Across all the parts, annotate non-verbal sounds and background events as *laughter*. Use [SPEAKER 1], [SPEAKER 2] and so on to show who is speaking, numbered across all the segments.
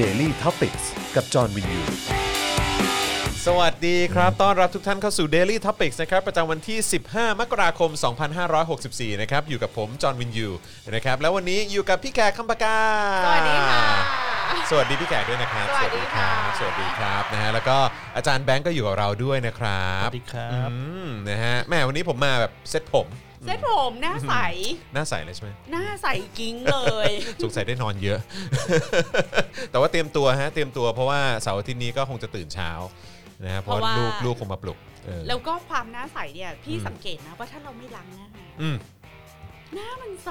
[SPEAKER 1] Daily t o p i c กกับจอห์นวินยู
[SPEAKER 2] สวัสดีครับต้อนรับทุกท่านเข้าสู่ Daily Topics นะครับประจำวันที่ 15 มกราคม 2564 นะครับ อยู่กับผม จอห์นวินยูนะครับ แล้ววันนี้อยู่กับพี่แขกคำปากา
[SPEAKER 3] สวัสดีค่ะ
[SPEAKER 2] สวัสดีพี่แขกด้วยนะครับ
[SPEAKER 3] สวัสดีค่ะ
[SPEAKER 2] สวัสดีครับนะฮะแล้วก็อาจารย์แบงก์ก็อยู่กับเราด้วยนะครับ
[SPEAKER 4] สวัสดีครับ
[SPEAKER 2] อืมนะฮะแหม่วันนี้ผมมาแบบเซ็ตผม
[SPEAKER 3] เส้นผมหน้าใส
[SPEAKER 2] หน้าใสเลยใช่ไหม
[SPEAKER 3] หน้าใสกิ้งเลย
[SPEAKER 2] สงสัยได้นอนเยอะ *laughs* แต่ว่าเตรียมตัวฮะเตรียมตัวเพราะว่าเสาร์อาทิตย์นี้ก็คงจะตื่นเช้านะฮะเพราะว่า
[SPEAKER 3] เพราะว่า
[SPEAKER 2] ลูกลูกคงมาปลุกเออ
[SPEAKER 3] แล้วก็ความหน้าใสเนี่ยพี่สังเกตนะว่าถ้าเราไม่ล้างหน้า
[SPEAKER 2] อืม
[SPEAKER 3] หน้ามันใส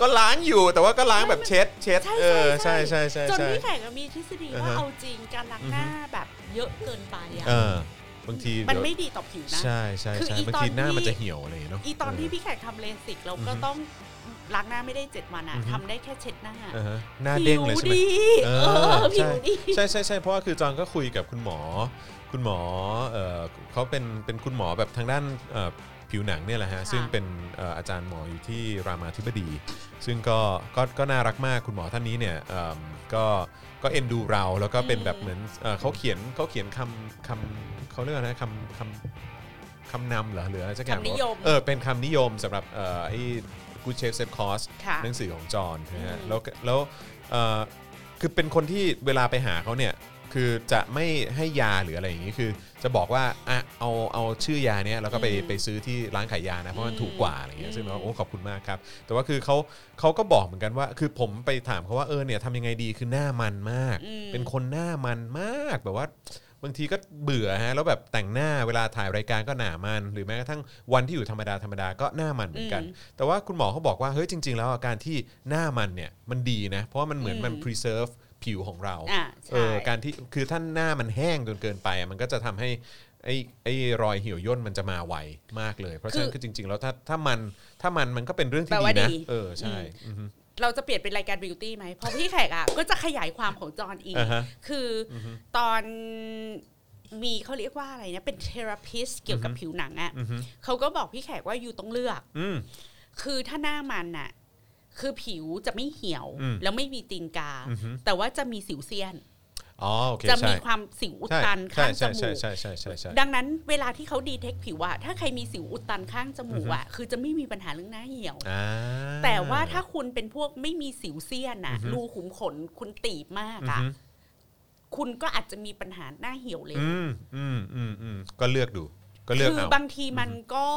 [SPEAKER 2] ก็ล้างอยู่แต่ว่าก็ล้างแบบเช็ดเช็ด
[SPEAKER 3] ใช่
[SPEAKER 2] เออ
[SPEAKER 3] ใช่
[SPEAKER 2] ใช่ใช่ใช่
[SPEAKER 3] จน
[SPEAKER 2] ใช่
[SPEAKER 3] พี่แขกมีทฤษฎี
[SPEAKER 2] อ่า
[SPEAKER 3] ว่า
[SPEAKER 2] ฮะ
[SPEAKER 3] เอาจริงการล้างหน้าแบบเยอะเกินไปอะ
[SPEAKER 2] เออบางที
[SPEAKER 3] มัน
[SPEAKER 2] เดี๋ยว
[SPEAKER 3] ไม่ดีต่อผิวนะ
[SPEAKER 2] ใช่ใช่
[SPEAKER 3] คือ
[SPEAKER 2] ใช่
[SPEAKER 3] อี
[SPEAKER 2] บาง
[SPEAKER 3] ตอน
[SPEAKER 2] ทีหน้า
[SPEAKER 3] ที่
[SPEAKER 2] มันจะเหี่ยวอะไรอย่างเงี้ยเนาะ
[SPEAKER 3] อีตอนที่พี่แขกทำเลสิกเราก็
[SPEAKER 2] อือฮึ
[SPEAKER 3] ต้องล้างหน้าไม่ได้เจ็ดวันอะ
[SPEAKER 2] อือฮึ
[SPEAKER 3] ทำได้แค่เช็ดหน้า
[SPEAKER 2] เออฮะหน้าเด้งเลยใช่ไหม
[SPEAKER 3] ผิวดี
[SPEAKER 2] เอ
[SPEAKER 3] เอ
[SPEAKER 2] อ
[SPEAKER 3] อผิ
[SPEAKER 2] ใช่
[SPEAKER 3] วดี
[SPEAKER 2] ใช่ใช่ใช่เพราะว่าคือจอนก็คุยกับคุณหมอ คุณหมอเออเขาเป็นเป็นคุณหมอแบบทางด้านเอ่อผิวหนังเนี่ยแหละฮะ
[SPEAKER 3] ค่ะ
[SPEAKER 2] ซึ่งเป็นเอ่ออาจารย์หมออยู่ที่รามาธิบดี ซึ่งก็ก็ก็น่ารักมากคุณหมอท่านนี้เนี่ยเอิ่มก็ก็เอ็นดูเราแล้วก็เป็น
[SPEAKER 3] อืม
[SPEAKER 2] แบบเหมือนเอ่อเขาเขียนเขาเขียนคำคำเขาเรียกว่าอะไรนะคำคำคำนำเหรอหรืออะไรสักอย่าง
[SPEAKER 3] คำนิยม
[SPEAKER 2] เออเป็นคำนิยมสำหรับเอ่อไอ้กูเชฟเซฟคอส
[SPEAKER 3] ค่ะ
[SPEAKER 2] หนังสือของจอห์นนะฮะ
[SPEAKER 3] อืม
[SPEAKER 2] แล้วก็แล้วเอ่อคือเป็นคนที่เวลาไปหาเขาเนี่ยคือจะไม่ให้ยาหรืออะไรอย่างนี้คือ จะบอกว่าอ่ะเอาเอาชื่อยาเนี้ยแล้วก็ไปไปซื้อที่ร้านขายยานะเพราะมันถูกกว่าอะไรอย่างเงี้ยซึ่งเราโอ้ขอบคุณมากครับ แต่ว่าคือเขาเขาก็บอกเหมือนกันว่า คือผมไปถามเขาว่าเออเนี่ยทำยังไงดีคือหน้ามันมาก
[SPEAKER 3] อืม
[SPEAKER 2] เป็นคนหน้ามันมากแบบว่า บางทีก็เบื่อฮะแล้วแบบแต่งหน้าเวลาถ่ายรายการก็หนามัน หรือแม้กระทั่งวันที่อยู่ธรรมดาธรรมดาก็หน้ามันเหมือนกัน
[SPEAKER 3] อืม
[SPEAKER 2] แต่ว่าคุณหมอเขาบอกว่าเฮ้ยจริง ๆ แล้วอาการที่หน้ามันเนี่ยมันดีนะ เพราะว่ามันเหมือนมัน preserve ผิวของเรา
[SPEAKER 3] อ่ะ
[SPEAKER 2] เอ
[SPEAKER 3] ใช่
[SPEAKER 2] อการที่คือท่านหน้ามันแห้งจนเกินไปอ่ะมันก็จะทำให้ไอ้ไอ้รอยเหี่ยวย่นมันจะมาไวมากเลย เพราะฉะนั้น
[SPEAKER 3] คือ
[SPEAKER 2] คือจริง ๆ แล้วถ้าถ้ามันถ้ามันมันก็เป็นเรื่องที่ดี
[SPEAKER 3] แปลว่า
[SPEAKER 2] นะ
[SPEAKER 3] ดี
[SPEAKER 2] เออใช่อือฮึ
[SPEAKER 3] เราจะเปลี่ยนเป็นรายการบิวตี้ไหมเพราะพี่แขกอ่ะ ก็จะขยายความของจอห์นอีก
[SPEAKER 2] อ่าฮะ
[SPEAKER 3] คืออตอนมีเขาเรียกว่าอะไรนะ เป็นเทราพิสเกี่ยวกับ
[SPEAKER 2] อือฮึ
[SPEAKER 3] ผิวหนังอ่ะ
[SPEAKER 2] อือฮึ
[SPEAKER 3] เขาก็บอกพี่แขกว่าอยู่ต้องเลือก
[SPEAKER 2] อืม
[SPEAKER 3] คือถ้าหน้ามันอ่ะ คือผิวจะไม่เหี่ยว
[SPEAKER 2] อืม
[SPEAKER 3] แล้วไม่มีตีนกา
[SPEAKER 2] อือฮึ
[SPEAKER 3] แต่ว่าจะมีสิวเซียน
[SPEAKER 2] อ๋อโอเค
[SPEAKER 3] จะ
[SPEAKER 2] ใช่
[SPEAKER 3] มีความสิวอุด
[SPEAKER 2] ใช่
[SPEAKER 3] ตันข้างจ
[SPEAKER 2] ใช่
[SPEAKER 3] มู
[SPEAKER 2] ใช่
[SPEAKER 3] ก
[SPEAKER 2] ใช่ใช่ใช่ใช่
[SPEAKER 3] ดังนั้นเวลาที่เขาดีเทคผิวอะถ้าใครมีสิวอุดตันข้างจมูกอะคือจะไม่มีปัญหาเรื่องหน้าเหี่ยว
[SPEAKER 2] อ่า
[SPEAKER 3] แต่ว่าถ้าคุณเป็นพวกไม่มีสิวเซียนนะ
[SPEAKER 2] อือฮึ
[SPEAKER 3] รูขุมขนคุณตีบมาก
[SPEAKER 2] อือ
[SPEAKER 3] อะ
[SPEAKER 2] ฮึ
[SPEAKER 3] คุณก็อาจจะมีปัญหาหน้าเหี่ยวเลย
[SPEAKER 2] อืมอืมอืมอืมก็เลือกดู ก็เลือก
[SPEAKER 3] คือ
[SPEAKER 2] เอา
[SPEAKER 3] บางทีมันก็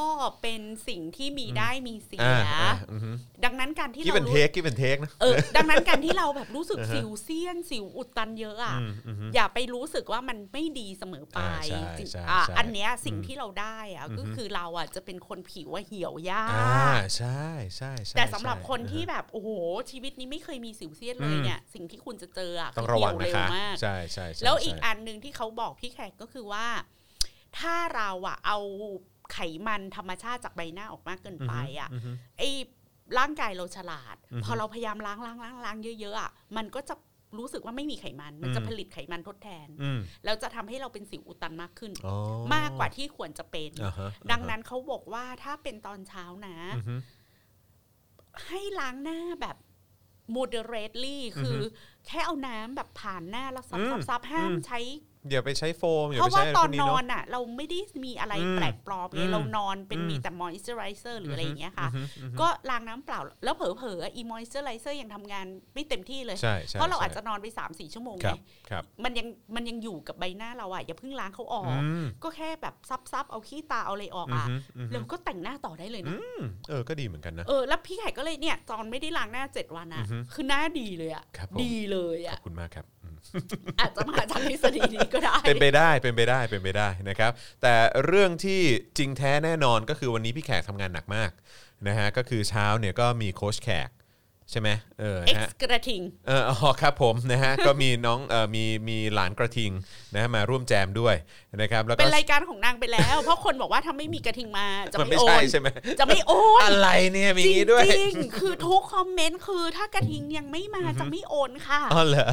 [SPEAKER 3] เป็นสิ่งที่มีได้มีเสีย
[SPEAKER 2] อ่าอ่าอือฮึ
[SPEAKER 3] ดังนั้นการที่
[SPEAKER 2] กี่
[SPEAKER 3] เรา
[SPEAKER 2] เป็นเท
[SPEAKER 3] รู้
[SPEAKER 2] คกี่เป็นเทคนะ
[SPEAKER 3] เออดังนั้นการที่เราแบบรู้สึก
[SPEAKER 2] อ่าฮะ
[SPEAKER 3] สิวเซียน สิวอุดตันเยอะอะ
[SPEAKER 2] อืมอือฮึ
[SPEAKER 3] อย่าไปรู้สึกว่ามันไม่ดีเสมอไป
[SPEAKER 2] อ่าใช่
[SPEAKER 3] จริง
[SPEAKER 2] ใช่
[SPEAKER 3] อ่ะ
[SPEAKER 2] ใช่
[SPEAKER 3] อันเนี้ยสิ่ง
[SPEAKER 2] อืม
[SPEAKER 3] ที่เราได้อะ
[SPEAKER 2] อือฮึ
[SPEAKER 3] ก็คือเราอะจะเป็นคนผิวว่าเหี่ยวยา
[SPEAKER 2] อ่าก ใช่ใช่ใช่
[SPEAKER 3] แต่สำหรับ
[SPEAKER 2] ใช่
[SPEAKER 3] คนที่
[SPEAKER 2] อ่าฮ
[SPEAKER 3] แบบโอ้โหชีวิตนี้ไม่เคยมีสิวเซียนเลย
[SPEAKER 2] อืม
[SPEAKER 3] เนี่ย สิ่งที่คุณจะเจออะ
[SPEAKER 2] ะต้องระวัง
[SPEAKER 3] คื
[SPEAKER 2] นะ
[SPEAKER 3] อเหี่ยเร็
[SPEAKER 2] คะ
[SPEAKER 3] วมาก
[SPEAKER 2] ใช่ใช่ใช่
[SPEAKER 3] แล้วอีก
[SPEAKER 2] ใช่
[SPEAKER 3] อันหนึ่งที่เขาบอกพี่แขกก็คือว่า ถ้าเราอะเอาไขมันธรรมชาติจากใบหน้าออกมากเกินไปอะ
[SPEAKER 2] ฮึ
[SPEAKER 3] ไอ้ร่างกายเราฉลาด
[SPEAKER 2] อือฮึ
[SPEAKER 3] พอเราพยายามล้างล้างล้างล้างเยอะๆอะมันก็จะรู้สึกว่าไม่มีไขมัน มันจะ
[SPEAKER 2] อืม
[SPEAKER 3] ผลิตไขมันทดแทน
[SPEAKER 2] อืม
[SPEAKER 3] แล้วจะทำให้เราเป็นสิวอุดตันมากขึ้น
[SPEAKER 2] อ๋อ
[SPEAKER 3] มากกว่าที่ควรจะเป็น
[SPEAKER 2] อ่าฮะ
[SPEAKER 3] ดังนั้นเขาบอกว่าถ้าเป็นตอนเช้านะ
[SPEAKER 2] อือฮึ
[SPEAKER 3] ให้ล้างหน้าแบบ moderately คืออแค่เอาน้ำแบบผ่านหน้าแล้วซับ
[SPEAKER 2] อืม
[SPEAKER 3] ซับซับห้าม
[SPEAKER 2] อืม
[SPEAKER 3] ใช้
[SPEAKER 2] อย่าไปใช้โฟมอย่า
[SPEAKER 3] เพ
[SPEAKER 2] ไป
[SPEAKER 3] ราะว่า
[SPEAKER 2] ใช้ะไร
[SPEAKER 3] ต
[SPEAKER 2] พ
[SPEAKER 3] อ
[SPEAKER 2] วน กนี้
[SPEAKER 3] นอ
[SPEAKER 2] เนาะ
[SPEAKER 3] นอ่ะ เราไม่ได้มีอะไร
[SPEAKER 2] อืม
[SPEAKER 3] แปลกปลอม
[SPEAKER 2] อื
[SPEAKER 3] เลย
[SPEAKER 2] ม
[SPEAKER 3] เรานอนเป็น
[SPEAKER 2] อืม
[SPEAKER 3] มีแต่ moisturizer หรืออะไรอย่างเงี้ย
[SPEAKER 2] อื
[SPEAKER 3] ค่ะ
[SPEAKER 2] อฮึอือฮึ
[SPEAKER 3] ก็ล้างน้ำเปล่า แล้วเผลอๆอี moisturizer ยังทำงานไม่เต็มที่เลย
[SPEAKER 2] ใช่ใช่
[SPEAKER 3] เพราะเรา
[SPEAKER 2] ใช่
[SPEAKER 3] อาจจะนอนไป 3-4 ชั่วโมง
[SPEAKER 2] ค
[SPEAKER 3] ไง
[SPEAKER 2] รับครับ
[SPEAKER 3] มันยังมันยังอยู่กับใบหน้าเราอ่ะ อย่าเพิ่งล้างเขาออก
[SPEAKER 2] อืม
[SPEAKER 3] ก็แค่แบบซับซับๆเอาขี้ตาเอาอะไรออก
[SPEAKER 2] อือ
[SPEAKER 3] อ่ะ
[SPEAKER 2] ฮึอือฮึ
[SPEAKER 3] แล้วก็แต่งหน้าต่อได้เลยนะ
[SPEAKER 2] อืมเออก็ดีเหมือนกันนะ
[SPEAKER 3] เออแล้วพี่ไข่ก็เลยเนี่ยจอนไม่ได้ล้างหน้าเจ็ดวัน
[SPEAKER 2] อื
[SPEAKER 3] อะ
[SPEAKER 2] อฮึ
[SPEAKER 3] คือหน้าดีเลยอะ
[SPEAKER 2] ครับผม
[SPEAKER 3] ดีเลย
[SPEAKER 2] ขอ
[SPEAKER 3] อะ
[SPEAKER 2] บคุณมากครับอืม
[SPEAKER 3] อาจจะมาจากทฤษฎีนี้ก็ได้
[SPEAKER 2] เป็นไปได้เป็นไปได้เป็นไปได้นะครับ แต่เรื่องที่จริงแท้แน่นอนก็คือวันนี้พี่แขกทำงานหนักมากนะฮะก็คือเช้าเนี่ยก็มีโค้ชแขกใช่ไหมเออนะ
[SPEAKER 3] X
[SPEAKER 2] ฮะ
[SPEAKER 3] กระทิง
[SPEAKER 2] เอออ๋อครับผมนะฮ *laughs* ะ ก็มีน้องเออมีมีหลานกระทิงนะฮะมาร่วมแจมด้วยนะครับแล้วก็
[SPEAKER 3] เป็นรายการของนางไปแล้ว เพราะคนบอกว่าถ้าไม่มีกระทิงมาจะ
[SPEAKER 2] มัน
[SPEAKER 3] ไม่
[SPEAKER 2] ไม่
[SPEAKER 3] โอ
[SPEAKER 2] ใช่
[SPEAKER 3] น
[SPEAKER 2] ใช่ไหม
[SPEAKER 3] จะไม่โอน
[SPEAKER 2] อะไรเนี่ยมี
[SPEAKER 3] จ
[SPEAKER 2] อ
[SPEAKER 3] ริ
[SPEAKER 2] ย่าง งนี้ด้วย
[SPEAKER 3] จริงๆคือทุกคอมเมนต์คือถ้ากระทิงยังไม่มาจะไม่โอนค่ะ
[SPEAKER 2] อ๋อเหรอ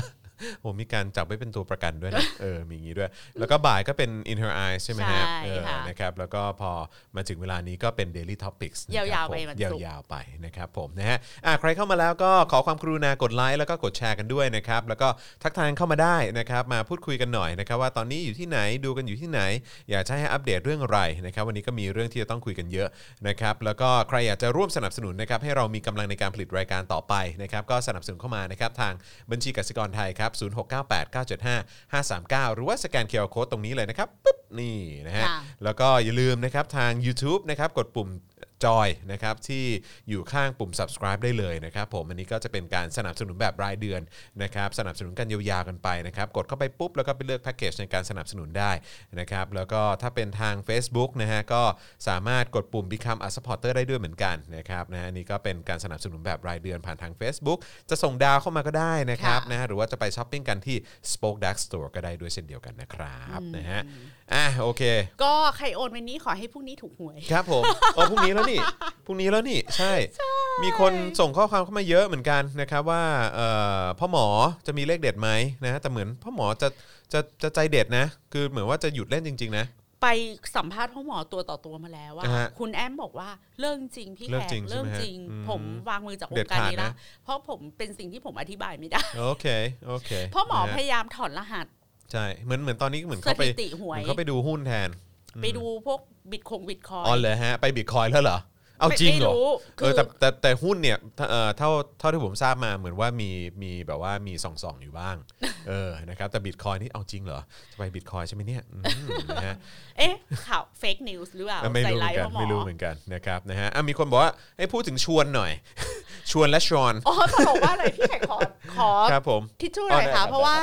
[SPEAKER 2] โอ้มีการจับไว้เป็นตัวประกันด้วยนะ
[SPEAKER 3] *laughs*
[SPEAKER 2] เออมีอย่างนี้ด้วย แล้วก็บ่ายก็เป็น in her eyes ใช่ไหมฮะ
[SPEAKER 3] ใช่
[SPEAKER 2] เออ
[SPEAKER 3] ค่ะ
[SPEAKER 2] นะครับแล้วก็พอมาถึงเวลานี้ก็เป็น daily topics
[SPEAKER 3] ยาวๆไป
[SPEAKER 2] นะครับผม
[SPEAKER 3] วัน
[SPEAKER 2] ย
[SPEAKER 3] ศุกร์
[SPEAKER 2] าวๆไปนะครับผมนะฮะอ่ะใครเข้ามาแล้วก็ขอความกรุณากดไลค์แล้วก็กดแชร์กันด้วยนะครับ แล้วก็ทักทายเข้ามาได้นะครับ มาพูดคุยกันหน่อยนะครับ ว่าตอนนี้อยู่ที่ไหนดูกันอยู่ที่ไหน อยากจะให้อัปเดตเรื่องอะไรนะครับ วันนี้ก็มีเรื่องที่จะต้องคุยกันเยอะนะครับ แล้วก็ใครอยากจะร่วมสนับสนุนนะครับ ให้เรามีกำลังในการผลิตรายการต่อไปนะครับ ก็สนับสนุนเข้ามานะครับ ทางบัญชีกสิกรไทยครับศูนย์หกเก้าแปดเก้าเจ็ดห้าห้าสามเก้าหรือว่าสแกนเคอร์โคตรงนี้เลยนะครับปึ๊บนี่นะฮะ
[SPEAKER 3] ค่ะ
[SPEAKER 2] แล้วก็อย่าลืมนะครับทาง YouTube นะครับกดปุ่มจอยนะครับที่อยู่ข้างปุ่ม subscribe ได้เลยนะครับผมอันนี้ก็จะเป็นการสนับสนุนแบบรายเดือนนะครับสนับสนุนกันยาวๆกันไปนะครับกดเข้าไปปุ๊บแล้วก็ไปเลือกแพ็กเกจในการสนับสนุนได้นะครับแล้วก็ถ้าเป็นทาง Facebook นะฮะก็สามารถกดปุ่ม Become a supporter ได้ด้วยเหมือนกันนะครับนะฮะนี่ก็เป็นการสนับสนุนแบบรายเดือนผ่านทาง Facebook จะส่งดาวเข้ามาก็ได้นะครับ
[SPEAKER 3] ค่ะ
[SPEAKER 2] นะฮะหรือว่าจะไปช้อปปิ้งกันที่ Spoke Dark Store ก็ได้ด้วยเช่นเดียวกันนะครับนะฮะอ่ะโอเค
[SPEAKER 3] ก็ใครโอนวันนี้ขอให้พรุ่งนี้ถูกหวย
[SPEAKER 2] ครับ *laughs* ผมเออพรุ่งนี้แล้วนี่ พรุ่งนี้แล้วนี่ ใช่ มีคนส่งข้อความเข้ามาเยอะเหมือนกันนะครับว่าเอ่อพ่อหมอจะมีเลขเด็ดไหมนะ แต่เหมือนพ่อหมอจะจะจะใจเด็ดนะ คือเหมือนว่าจะหยุดเล่นจริง ๆ นะ
[SPEAKER 3] ไปสัมภาษณ์พ่อหมอตัวต่อตัวมาแล้วว่า
[SPEAKER 2] อ่าฮะ
[SPEAKER 3] คุณแอมบอกว่าเรื่องจริงพี่
[SPEAKER 2] เรื่
[SPEAKER 3] แข
[SPEAKER 2] อง
[SPEAKER 3] ก
[SPEAKER 2] จริงใช่ไหมฮะ
[SPEAKER 3] เรื่องจริง
[SPEAKER 2] อืม
[SPEAKER 3] ผมวางมือจากว
[SPEAKER 2] เด็
[SPEAKER 3] ง
[SPEAKER 2] ด
[SPEAKER 3] การ
[SPEAKER 2] ขาด
[SPEAKER 3] นี้ละ
[SPEAKER 2] นะ
[SPEAKER 3] เพราะผมเป็นสิ่งที่ผมอธิบายไม่
[SPEAKER 2] *laughs*
[SPEAKER 3] ได้
[SPEAKER 2] โอเค โอเค
[SPEAKER 3] พ่อหมอ
[SPEAKER 2] นะ
[SPEAKER 3] พ
[SPEAKER 2] ฮะ
[SPEAKER 3] ยายามถอนรหัส
[SPEAKER 2] ใช่ เหมือนเหมือนตอนนี้เหมือน
[SPEAKER 3] ส
[SPEAKER 2] เขาไป
[SPEAKER 3] ถิติห
[SPEAKER 2] เห
[SPEAKER 3] ว
[SPEAKER 2] มือย นเขาไปดูหุ้นแทน
[SPEAKER 3] ไปดูพวกบิตคงบิตคอย
[SPEAKER 2] อ๋อเลยฮะ ไปบิตคอยแล้วเหรอ เอาจริงเหรอ
[SPEAKER 3] คื
[SPEAKER 2] เออแต่แต่แต่หุ้นเนี่ยถ้าเอ่อเท่าเท่าที่ผมทราบมาเหมือนว่ามีมีแบบว่ามีส่องๆอยู่
[SPEAKER 3] *laughs*
[SPEAKER 2] บ้าง เออนะครับแต่บิตคอยนี่เอาจริงเหรอจะไปบิตคอยใช่ไหมเนี่ยอืมนะ
[SPEAKER 3] *laughs*
[SPEAKER 2] ฮะ
[SPEAKER 3] เอ๊ะข่าวเฟกนิวส์หรือเปล่า
[SPEAKER 2] ไม่รู้เหมือนกันไม่รู้เหมือนกันนะครับนะฮะอ่ะมีคนบอกว่าให้พูดถึงชวนหน่อย *laughs* ชวนและชอน
[SPEAKER 3] อ๋อตลกว่าอะไรพี่ไข่ขอขอ
[SPEAKER 2] ครับผม
[SPEAKER 3] ทิชชู่หน่อ
[SPEAKER 2] อ๋อ
[SPEAKER 3] ย
[SPEAKER 2] ได้ครั
[SPEAKER 3] ค่ะ
[SPEAKER 2] บ
[SPEAKER 3] เพราะว่า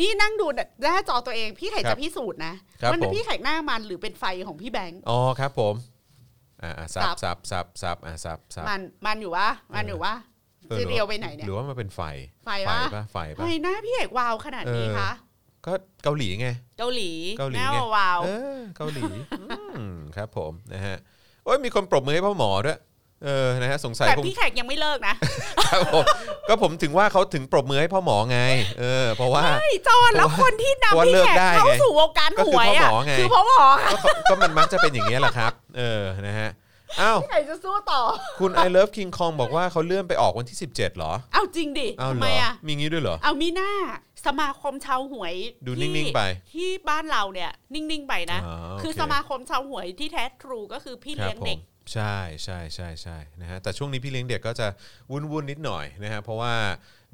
[SPEAKER 3] นี่นั่งดูหน้าจอตัวเองพี่ไข่
[SPEAKER 2] ครั
[SPEAKER 3] จะ
[SPEAKER 2] บ
[SPEAKER 3] พิสูจน์นะครับ ว่า
[SPEAKER 2] ผม
[SPEAKER 3] พี่ไข่หน้ามันหรือเป็นไฟของพี่แบงค์
[SPEAKER 2] อ๋อครับผมอ่าอ่าซับ
[SPEAKER 3] ซับ
[SPEAKER 2] ซับซับซับอ่าซับซับ
[SPEAKER 3] มันมันอยู่วะมันอยู่วะ
[SPEAKER 2] ออ
[SPEAKER 3] จะเรียวไปไหนเนี่ย
[SPEAKER 2] หรือว่ามันเป็นไฟ
[SPEAKER 3] ไฟ
[SPEAKER 2] ไฟ
[SPEAKER 3] วะ
[SPEAKER 2] ปะไฟ
[SPEAKER 3] ทำ
[SPEAKER 2] ปะ
[SPEAKER 3] ไมหน้าพี่เอกวาวขนาดนี้
[SPEAKER 2] เออ
[SPEAKER 3] คะ
[SPEAKER 2] ก็เกาหลีไง
[SPEAKER 3] เกาหลี
[SPEAKER 2] เกาหลี
[SPEAKER 3] หน้า
[SPEAKER 2] ไง
[SPEAKER 3] วาว
[SPEAKER 2] เออเกาหลีอืมครับผมนะฮะโอ้ยมีคนปรบมือให้พ่อหมอด้วยเออนะฮะสงสัย
[SPEAKER 3] แต่
[SPEAKER 2] คง
[SPEAKER 3] พี่แขกยังไม่เลิกนะครับ
[SPEAKER 2] ผมก็ผมถึงว่าเขาถึงปรบมือให้พ่อหมอไง เออ เพราะว่า
[SPEAKER 3] ไอ้จอนแล้วคนที่
[SPEAKER 2] เพราะว่า
[SPEAKER 3] นำพี่
[SPEAKER 2] เลิก
[SPEAKER 3] แขก
[SPEAKER 2] ได้ไง
[SPEAKER 3] เข้าสู่วงการ
[SPEAKER 2] ก็
[SPEAKER 3] ห
[SPEAKER 2] คือ
[SPEAKER 3] วย
[SPEAKER 2] พ่อหม
[SPEAKER 3] อ่ะ
[SPEAKER 2] อไง
[SPEAKER 3] คือพ่อหมอค่ะ
[SPEAKER 2] ก็เขาก็มันมักจะเป็นอย่างนี้ยแหละครับ เออนะฮะอ้าว
[SPEAKER 3] พี่แขกจะสู้ต่อ
[SPEAKER 2] คุณ I love King Kong บอกว่าเขาเลื่อนไปออกวันที่ 17เหรอ
[SPEAKER 3] เอาจริงดิ
[SPEAKER 2] อ้าว
[SPEAKER 3] ทำ
[SPEAKER 2] เหร
[SPEAKER 3] ไม
[SPEAKER 2] อ
[SPEAKER 3] อ่ะ
[SPEAKER 2] มีงี้ด้วยเหรอ
[SPEAKER 3] เอามีหน้าสมาคมชาวหวย
[SPEAKER 2] ดู
[SPEAKER 3] ที่
[SPEAKER 2] นิ่งๆไป
[SPEAKER 3] ที่บ้านเราเนี่ย นิ่งๆไปนะ
[SPEAKER 2] อ๋อโอเค
[SPEAKER 3] คือสมาคมชาวหวยที่แท้ทรูก็คือพี่
[SPEAKER 2] ครั
[SPEAKER 3] เลี้ยง
[SPEAKER 2] ผ
[SPEAKER 3] เด็
[SPEAKER 2] ม
[SPEAKER 3] ก
[SPEAKER 2] ใช่ใช่ใช่ใช่นะฮะแต่ช่วงนี้พี่เลี้ยงเด็กก็จะวุ่นวุ่นๆนิดหน่อยนะฮะเพราะว่า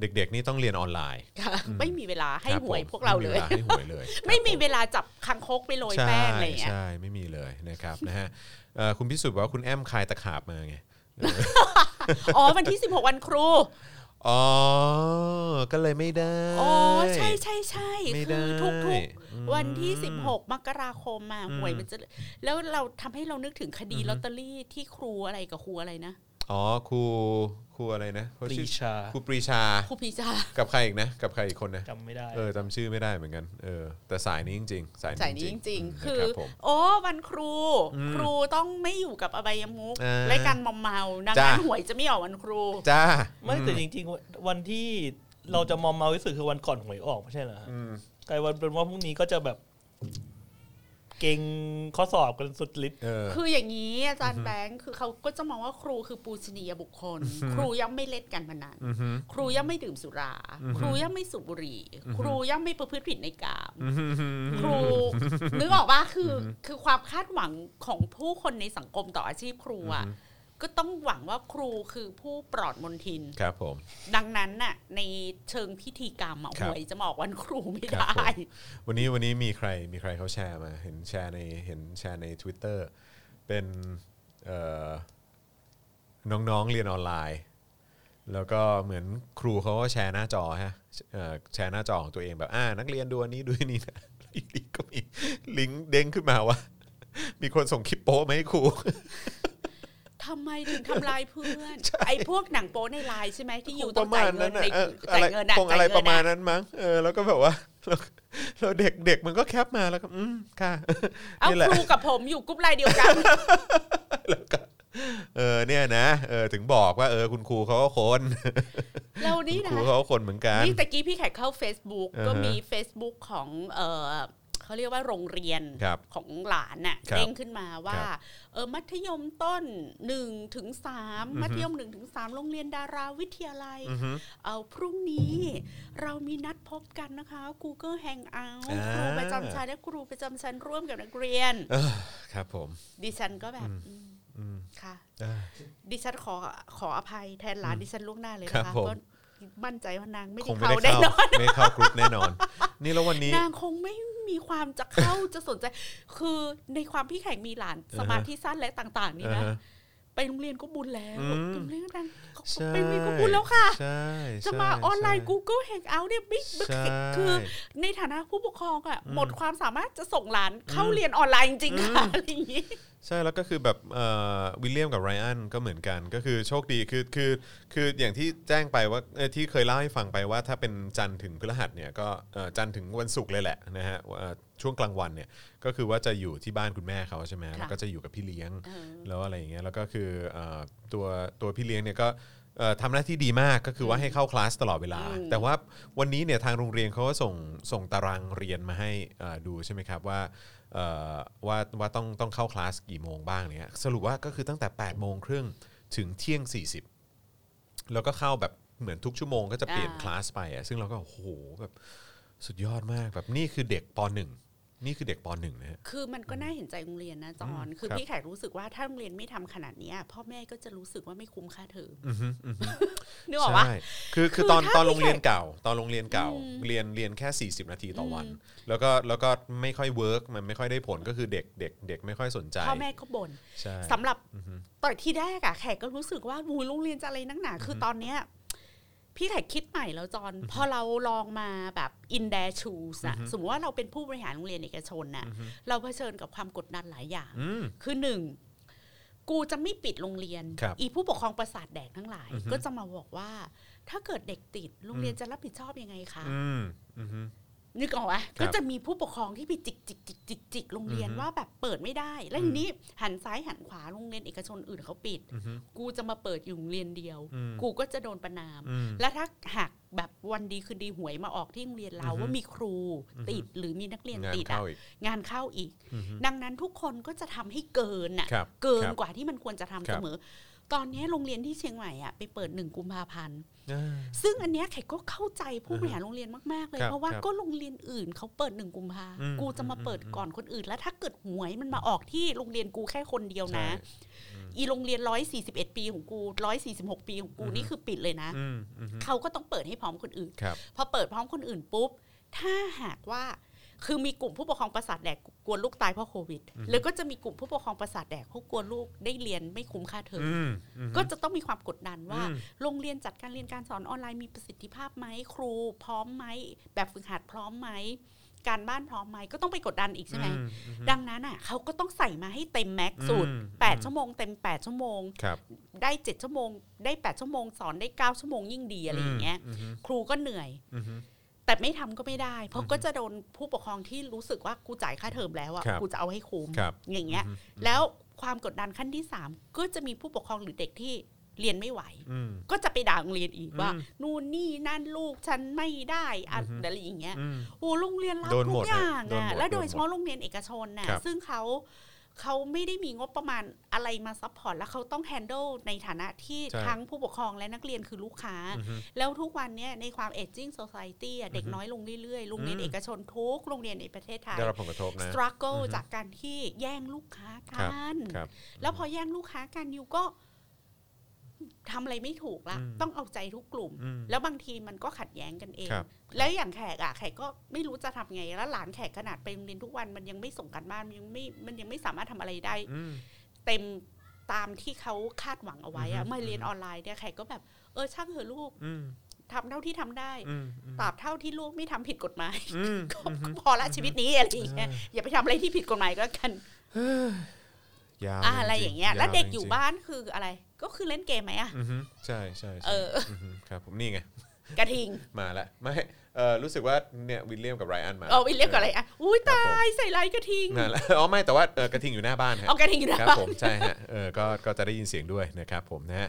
[SPEAKER 2] เด็กๆนี่ต้องเรียนออนไลน์
[SPEAKER 3] ค่ะไม่มีเวลาให้
[SPEAKER 2] ครับ
[SPEAKER 3] หวย
[SPEAKER 2] ผม
[SPEAKER 3] พวกเรา
[SPEAKER 2] ไม่
[SPEAKER 3] เล
[SPEAKER 2] มี
[SPEAKER 3] ย
[SPEAKER 2] วให้หวยเลย
[SPEAKER 3] ไม่มี
[SPEAKER 2] ครับผ
[SPEAKER 3] เวลาจับคังคกไปโรยแป้งอะไรอย่างเงี้ย
[SPEAKER 2] ใช่ ไม่มีเลยนะครับ นะฮะเอ่อคุณพิสุทธิ์บอกว่าคุณแอมคายตะขาบมาไง
[SPEAKER 3] อ๋อวันที่ 16 วันครู
[SPEAKER 2] อ๋อ ก็เลยไม่ได้
[SPEAKER 3] อ๋อใช่ใช่ใช่
[SPEAKER 2] ไม่
[SPEAKER 3] คื
[SPEAKER 2] ได้
[SPEAKER 3] อทุกทุก
[SPEAKER 2] อืม
[SPEAKER 3] วันที่ 16 มกราคมมา
[SPEAKER 2] อืม
[SPEAKER 3] หวยมันจะ แล้วเราทำให้เรานึกถึงคดีลอตเตอรี่ที่ครูอะไรกับครูอะไรนะ
[SPEAKER 2] อ๋อครูครูอะไรนะเขา
[SPEAKER 4] ปรี
[SPEAKER 2] ชื่อ
[SPEAKER 4] ชา
[SPEAKER 2] ครูปรีชา
[SPEAKER 3] ครูพีชา
[SPEAKER 2] กับใครอีกนะ กับใครอีกคนนะ
[SPEAKER 4] จำไม่ได้
[SPEAKER 2] เออจำชื่อไม่ได้เหมือนกัน เออ แต่สายนี้จริง ๆ สาย
[SPEAKER 3] สายนี้
[SPEAKER 2] นี้
[SPEAKER 3] จ
[SPEAKER 2] จริ
[SPEAKER 3] ริ
[SPEAKER 2] ง
[SPEAKER 3] ง
[SPEAKER 2] ๆ
[SPEAKER 3] ๆ คือ
[SPEAKER 2] รับผม
[SPEAKER 3] โอ้วันครู
[SPEAKER 2] อืม
[SPEAKER 3] ครูต้องไม่อยู่กับอบายมุก
[SPEAKER 2] อ่าร
[SPEAKER 3] ายการมอมเมาดัง
[SPEAKER 2] จ้า
[SPEAKER 3] นั้นหวยจะไม่ออกวันครู
[SPEAKER 2] จ้า
[SPEAKER 4] ไม่แต่จริงๆ วันที่เราจะมอมเมาที่สุดคือวันก่อนหวยออกไม่ใช่เหรอฮะ
[SPEAKER 2] อืม
[SPEAKER 4] กลายวันเป็นว่าพรุ่งนี้ก็จะแบบ เก่งข้อสอบกันสุดฤทธิ์
[SPEAKER 2] เออ
[SPEAKER 3] คืออย่างนี้อาจารย์แบงค์คือเขาก็จะมองว่าครูคือปูชนียบุคคล ครูย่อมไม่เล่นการพนัน
[SPEAKER 2] อือฮึ
[SPEAKER 3] ครูย่อมไม่ดื่มสุรา ครูย่อมไม่สูบบุหรี่ ครูย่อมไม่ประพฤติผิดในกาม ครูนึกออกว่าคืออคือความคาดหวังของผู้คนในสังคมต่ออาชีพครูอ่ะก็ต้องหวังว่าครูคือผู้ปลอดมนทิน
[SPEAKER 2] ครับผม
[SPEAKER 3] ดังนั้นน่ะในเชิงพิธีกรรมอะ
[SPEAKER 2] ครั
[SPEAKER 3] ห
[SPEAKER 2] บ
[SPEAKER 3] วยจะมาออกวันครูไม่
[SPEAKER 2] ครับ
[SPEAKER 3] ได้
[SPEAKER 2] ผม วันนี้วันนี้มีใครมีใครเขาแชร์มา เห็นแชร์ในเห็นแชร์ใน Twitter เป็นเอ่อน้องๆเรียนออนไลน์ แล้วก็เหมือนครูเขาก็แชร์หน้าจอฮะเอ่อแชร์หน้าจอของตัวเองแบบอ่านักเรียนดูอันนี้ดูอันนี้นะ *laughs* แล้วอยู่ดีก็มีลิงก์เด้งขึ้นมา *laughs* ว่า มีคนส่งคลิปโป๊มาให้ครู
[SPEAKER 3] ทำไมถึงทำลายเพื่อน
[SPEAKER 2] *laughs*
[SPEAKER 3] ไอ้พวกหนังโป๊ในไลน์ใช่ไหมที่อยู่
[SPEAKER 2] ค
[SPEAKER 3] ต้อง
[SPEAKER 2] *laughs*
[SPEAKER 3] จ่ายเงิน
[SPEAKER 2] อะ
[SPEAKER 3] ใน
[SPEAKER 2] เอออะ
[SPEAKER 3] จ่าย
[SPEAKER 2] ไร
[SPEAKER 3] เงินอะ
[SPEAKER 2] คงอะไร
[SPEAKER 3] จ่ยเงิน
[SPEAKER 2] ประมาณนั้นมั้งเออแล้วก็แบบว่า *laughs* แล้วแล้วเด็กเด็กมันก็แคปมาแล้วก็อืมค่ะ
[SPEAKER 3] เอา
[SPEAKER 2] นี่แหละ *laughs*
[SPEAKER 3] ครูกับผมอยู่กรุ๊ปไลน์เดียวกัน
[SPEAKER 2] แล้วก็ เออเนี่ยนะเออถึงบอกว่าเออคุณครูเขาก็คน
[SPEAKER 3] เรานี่
[SPEAKER 2] คุณค
[SPEAKER 3] นะ
[SPEAKER 2] รูเขาก็คนเหมือนกัน
[SPEAKER 3] นี่ตะกี้พี่แขกเข้า Facebook
[SPEAKER 2] อ่าฮะ
[SPEAKER 3] ก็มี Facebook ของเออเขาเรียกว่าโรงเรียน
[SPEAKER 2] ครับ
[SPEAKER 3] ของหลานน่ะ
[SPEAKER 2] ครับ
[SPEAKER 3] เด้งขึ้นมา
[SPEAKER 2] ค
[SPEAKER 3] ว่า
[SPEAKER 2] รับ
[SPEAKER 3] เออมัธยมต้น1ถึง3มัธยม1ถึง3โรงเรียนดาราวิทยาลัย
[SPEAKER 2] อือฮึ
[SPEAKER 3] เอาพรุ่งนี้เรามีนัดพบกันนะคะ Google Hangout
[SPEAKER 2] อ่า
[SPEAKER 3] ครูประจำชั้นและครูประจำชั้นร่วมกับนักเรียน
[SPEAKER 2] เออครับผม
[SPEAKER 3] ดิฉันก็แบบ
[SPEAKER 2] อืม
[SPEAKER 3] ค่ะ
[SPEAKER 2] อ่า
[SPEAKER 3] ดิฉันขอขออภัยแทนหลานดิฉันล่วงหน้าเลย
[SPEAKER 2] ครั
[SPEAKER 3] นะ
[SPEAKER 2] บ
[SPEAKER 3] คะ
[SPEAKER 2] ผม
[SPEAKER 3] เพราะมั่นใจว่านางไม่
[SPEAKER 2] ค
[SPEAKER 3] ได้
[SPEAKER 2] งไม่
[SPEAKER 3] เข้า
[SPEAKER 2] ได้
[SPEAKER 3] แน่น
[SPEAKER 2] เข้า
[SPEAKER 3] อน
[SPEAKER 2] ไม่เข้ากรุ๊ปแน่นอน นี่แล้ววันนี้
[SPEAKER 3] นางคงไม่มีความจะเข้าจะสนใจ คือในความพี่แข่งมีหลานสมาธิสั้นและต่าง ๆ นี่นะ
[SPEAKER 2] อ่าฮะ
[SPEAKER 3] ไปโรงเรียนก็บุญแล้ว
[SPEAKER 2] อืม
[SPEAKER 3] โรงเรียนนางก็
[SPEAKER 2] ใช่
[SPEAKER 3] ไปโรงเรียนก็บุญแล้วค่ะ
[SPEAKER 2] ใช่
[SPEAKER 3] จะมา
[SPEAKER 2] ใช่
[SPEAKER 3] ออนไลน์
[SPEAKER 2] ใช่
[SPEAKER 3] Google Hangout เนี่ยไม่ไม่
[SPEAKER 2] ใช่
[SPEAKER 3] คือในฐานะผู้ปกครองอะหมดความสามารถจะส่งหลานเข้าเรียนออนไลน์จริงๆค่ะอะไรอย่างงี้
[SPEAKER 2] ใช่แล้วก็คือแบบเอ่อวิลเลียมกับไรอันก็เหมือนกันก็คือโชคดีคือคือคืออย่างที่แจ้งไปว่าเอ่อที่เคยเล่าให้ฟังไปว่าถ้าเป็นจันทร์ถึงพฤหัสเนี่ยก็เอ่อจันทร์ถึงวันศุกร์เลยแหละนะฮะว่าช่วงกลางวันเนี่ยก็คือว่าจะอยู่ที่บ้านคุณแม่เขาใช่ไหมแล้วก็จะอยู่กับพี่เลี้ยง
[SPEAKER 3] เออ
[SPEAKER 2] แล้วอะไรอย่างเงี้ยแล้วก็คือเอ่อตัวตัวพี่เลี้ยงเนี่ยก็เอ่อทำหน้าที่ดีมากก็คือว่าให้เข้าคลาสตลอดเวลา
[SPEAKER 3] อืม
[SPEAKER 2] แต่ว่าวันนี้เนี่ยทางโรงเรียนเขาก็ส่งส่งตารางเรียนมาให้เอ่อดูใช่ไหมครับว่าเอ่อว่าว่าต้องต้องเข้าคลาสกี่โมงบ้างเนี่ยสรุปว่าก็คือตั้งแต่8ปดโมงครึ่งถึงเที่ยง 40 แล้วก็เข้าแบบเหมือนทุกชั่วโมงก็จะเปลี่ยนคลาสไปอ่ะซึ่งเราก็โอ้โหแบบสุดยอดมากแบบนี่คือเด็กปหนึ่งนี่คือเด็กปหนึ่งนะฮะ
[SPEAKER 3] คือมันก็น่าเห็นใจโรงเรียนนะจอนคือ
[SPEAKER 2] ครับ
[SPEAKER 3] พี่แขกรู้สึกว่าถ้าโรงเรียนไม่ทำขนาดเนี้ยพ่อแม่ก็จะรู้สึกว่าไม่คุ้มค่าเทอม
[SPEAKER 2] อือฮึอือฮึ
[SPEAKER 3] นึกออกปะ
[SPEAKER 2] ใช่ คือ คือ
[SPEAKER 3] คือ
[SPEAKER 2] ตอน
[SPEAKER 3] ถ้า
[SPEAKER 2] ตอน
[SPEAKER 3] พี่
[SPEAKER 2] โรงเรียน
[SPEAKER 3] แขก
[SPEAKER 2] เก่า ตอน โรงเรียนเก่า
[SPEAKER 3] อืม
[SPEAKER 2] เรียน เรียนแค่ 40 นาทีต่อวัน
[SPEAKER 3] อืม
[SPEAKER 2] แล้วก็ แล้วก็ ไม่ค่อยเวิร์กมันไม่ค่อยได้ผล ก็คือเด็ก เด็ก เด็กไม่ค่อยสนใจ
[SPEAKER 3] พ่อแม่ก็บ่น
[SPEAKER 2] ใช่
[SPEAKER 3] สำหรับตอนที่แรกอะแขกก็รู้สึกว่าบูโรงเรียนจะอะไรนักหนาคือตอนเนี้ยพี่แขกคิดใหม่แล้วจอนพอเราลองมาแบบอิน e r s ชูสอะสมมติว่าเราเป็นผู้บริหารโรงเรียนเอกชนน่ะ เราเผชิญกับความกดดันหลายอย่าง
[SPEAKER 2] อืม
[SPEAKER 3] คือหนึ่งกูจะไม่ปิดโรงเรียน
[SPEAKER 2] ครับ
[SPEAKER 3] อีผู้ปกครองประสาทแดกทั้งหลาย
[SPEAKER 2] อือฮึ
[SPEAKER 3] ก็จะมาบอกว่า ถ้าเกิดเด็กติดโรงเรียนจะรับผิดชอบยังไงคะ
[SPEAKER 2] อืมอือฮึ
[SPEAKER 3] นึกออกปะ
[SPEAKER 2] ครับ
[SPEAKER 3] ก็จะมีผู้ปกครองที่ไปจิกจิกจิกจิกจิกโรงเรียน
[SPEAKER 2] อือฮึ
[SPEAKER 3] ว่าแบบเปิดไม่ได้ แล้วทีนี้หันซ้ายหันขวาโรงเรียนเอกชนอื่นเขาปิด
[SPEAKER 2] อือฮึ
[SPEAKER 3] กูจะมาเปิดอยู่โรงเรียนเดียว
[SPEAKER 2] อืม
[SPEAKER 3] กูก็จะโดนประนาม
[SPEAKER 2] อืม
[SPEAKER 3] และถ้าหากแบบวันดีคืนดีหวยมาออกที่โรงเรียนเรา
[SPEAKER 2] อือฮึ
[SPEAKER 3] ว่ามีครูติดหรือมีนักเรียน
[SPEAKER 2] งาน
[SPEAKER 3] ติด
[SPEAKER 2] เข้า
[SPEAKER 3] อะ
[SPEAKER 2] อีก
[SPEAKER 3] งานเข้าอีก
[SPEAKER 2] อือฮึ
[SPEAKER 3] ดังนั้นทุกคนก็จะทำให้เกินอะ
[SPEAKER 2] ครับ
[SPEAKER 3] เกิน
[SPEAKER 2] ครับ
[SPEAKER 3] กว่าที่มันควรจะทำ
[SPEAKER 2] ครั
[SPEAKER 3] เส
[SPEAKER 2] บ
[SPEAKER 3] มอ ตอนนี้โรงเรียนที่เชียงใหม่อะไปเปิดหนึ่งกุมภาพันธ์
[SPEAKER 2] อ่า
[SPEAKER 3] ซึ่งอันเนี้ยแขกก็เข้าใจผู้
[SPEAKER 2] อือฮึ
[SPEAKER 3] บริหารโรงเรียนมาก ๆ เลย
[SPEAKER 2] ครับ
[SPEAKER 3] เพราะว่า
[SPEAKER 2] ครับ
[SPEAKER 3] ก็โรงเรียนอื่นเขาเปิดหนึ่งกุมภา
[SPEAKER 2] อืม
[SPEAKER 3] กูจะมาเปิด
[SPEAKER 2] อืม
[SPEAKER 3] ก่อนคนอื่น แล้วถ้าเกิดหวยมันมาออกที่โรงเรียนกูแค่คนเดียว
[SPEAKER 2] ใช่
[SPEAKER 3] นะ อีโรงเรียนร้อยสี่สิบเอ็ดปีของกูร้อยสี่สิบหกปีของกู
[SPEAKER 2] อือฮึ
[SPEAKER 3] นี่คือปิดเลยนะ
[SPEAKER 2] อืมอือฮึ
[SPEAKER 3] เขาก็ต้องเปิดให้พร้อมคนอื่น
[SPEAKER 2] ครับ
[SPEAKER 3] พอเปิดพร้อมคนอื่นปุ๊บ ถ้าหากว่า คือมีกลุ่มผู้ปกครองประสาทแดกกลัวลูกตายเพราะโควิด แล้วก็จะมีกลุ่มผู้ปกครองประสาทแดกเขากลัวลูกได้เรียนไม่คุ้มค่าเทอม
[SPEAKER 2] อืมอือฮึ
[SPEAKER 3] ก็จะต้องมีความกดดันว่า
[SPEAKER 2] อืม
[SPEAKER 3] โรงเรียนจัดการเรียนการสอนออนไลน์มีประสิทธิภาพไหมครู พร้อมไหมแบบฝึกหัดพร้อมไหมการบ้านพร้อมไหมก็ต้องไปกดดันอีกใช่ไหม
[SPEAKER 2] อือือฮึ
[SPEAKER 3] ดังนั้นอ่ะเขาก็ต้องใส่มาให้เต็มแม็กซ์สุด
[SPEAKER 2] อืม
[SPEAKER 3] แปดชั่วโมงเต็มแปดชั่วโมง
[SPEAKER 2] ครับ
[SPEAKER 3] ได้เจ็ดชั่วโมง ได้แปดชั่วโมงสอนได้เก้าชั่วโมงยิ่งดีอะไรอย่างเงี้ย
[SPEAKER 2] อือฮึ
[SPEAKER 3] ครูก็เหนื่อย
[SPEAKER 2] อือฮึ
[SPEAKER 3] แต่ไม่ทำก็ไม่ได้ เพราะก็จะโดนผู้ปกครองที่รู้สึกว่ากูจ่ายค่าเทอมแล้วอ่ะ
[SPEAKER 2] ครับ
[SPEAKER 3] กูจะเอาให้คุ้ม
[SPEAKER 2] ครับ
[SPEAKER 3] อย่างเงี้ย
[SPEAKER 2] อือฮึ
[SPEAKER 3] แล้วความกดดันขั้นที่สามก็จะมีผู้ปกครองหรือเด็กที่เรียนไม่ไหว
[SPEAKER 2] อืม
[SPEAKER 3] ก็จะไปด่าโรงเรียนอีกว่า
[SPEAKER 2] อืม
[SPEAKER 3] นู่นนี่นั่นลูกฉันไม่ได้อะ
[SPEAKER 2] อือฮึ
[SPEAKER 3] อะไรอย่างเงี้ย
[SPEAKER 2] อืม
[SPEAKER 3] โอ้โรงเรียนรับ
[SPEAKER 2] โดน
[SPEAKER 3] ทุ
[SPEAKER 2] หม
[SPEAKER 3] ก
[SPEAKER 2] ด
[SPEAKER 3] อย่าง
[SPEAKER 2] โดนห
[SPEAKER 3] อ่ะ
[SPEAKER 2] มด
[SPEAKER 3] และ
[SPEAKER 2] โด
[SPEAKER 3] โด
[SPEAKER 2] นหมด
[SPEAKER 3] ยเฉพาะโรงเรียนเอกชนน่ะ
[SPEAKER 2] ครับ
[SPEAKER 3] ซึ่งเขาเขาไม่ได้มีงบประมาณอะไรมาซัพพอร์ตแล้วเขาต้องแฮนด์ลในฐานะที่
[SPEAKER 2] ใช่
[SPEAKER 3] ทั้งผู้ปกครองและนักเรียนคือลูกค้า
[SPEAKER 2] อือฮึ
[SPEAKER 3] แล้วทุกวันเนี้ยในความเอจจิ้งโซซ i ตี้เด็ก
[SPEAKER 2] อือฮึ
[SPEAKER 3] น้อยลงเรื่อยๆ โรงเรียน
[SPEAKER 2] อืม
[SPEAKER 3] เอกชนทุกโรงเรียนในประเทศไทย
[SPEAKER 2] ได้รับผลกระทบนะ
[SPEAKER 3] ส t รั g เกิล
[SPEAKER 2] อือฮึ
[SPEAKER 3] จากการที่แย่งลูกค้า
[SPEAKER 2] ครั
[SPEAKER 3] กับ น
[SPEAKER 2] ครับ
[SPEAKER 3] แล้วพอแย่งลูกค้ากันยูก็ทำอะไรไม่ถูกละ
[SPEAKER 2] อืม
[SPEAKER 3] ต้องเอาใจทุกกลุ่ม
[SPEAKER 2] อืม
[SPEAKER 3] แล้วบางทีมันก็ขัดแย้งกันเอง
[SPEAKER 2] ครับ
[SPEAKER 3] แล้วอย่างแขกอะแขกก็ไม่รู้จะทำไง แล้วหลานแขกขนาดไปโรงเรียนทุกวันมันยังไม่ส่งการบ้านมันยังไม่มันยังไม่สามารถทำอะไรได้
[SPEAKER 2] อืม
[SPEAKER 3] เต็มตามที่เขาคาดหวังเอาไว้
[SPEAKER 2] อือ
[SPEAKER 3] อะ
[SPEAKER 2] ฮึ
[SPEAKER 3] เมื่อเรียนออนไลน์เนี่ยแขกก็แบบเออช่างเถอะลูก
[SPEAKER 2] อืม
[SPEAKER 3] ทำเท่าที่ทำได้
[SPEAKER 2] อืมอืม
[SPEAKER 3] ตราบเท่าที่ลูกไม่ทำผิดกฎหมาย
[SPEAKER 2] อืม
[SPEAKER 3] ก็ก็พอละชีวิตนี้อะไรอย่างเงี้ยอย่าไปทำอะไรที่ผิดกฎหมายก็แล้วกัน
[SPEAKER 2] ยาว
[SPEAKER 3] อะอะไรอย่างเงี้ย แล้วเด็กอยู่
[SPEAKER 2] น
[SPEAKER 3] บ้านคืออะไร ก็คือเล่นเกมไหมอะ
[SPEAKER 2] อือฮึใช่ใช่ใช่
[SPEAKER 3] เออ
[SPEAKER 2] อฮึครับผมนี่ไง
[SPEAKER 3] กระทิง
[SPEAKER 2] มาละไม่เอ่อรู้สึกว่าเนี่ยวิลเลียมกับไรอันมา
[SPEAKER 3] เอาวิลเลียมกับอะไรอ่ะอุ้ยตายใส่ลายกระทิง
[SPEAKER 2] นั่นแหละ *laughs* อ๋อไม่แต่ว่าเอ่อกระทิงอยู่หน้าบ้านฮะ
[SPEAKER 3] เอากระทิงอยู่นะครับ
[SPEAKER 2] ผมใช่ฮะเออก็ก็จะได้ยินเสียงด้วยนะครับผมนะฮะ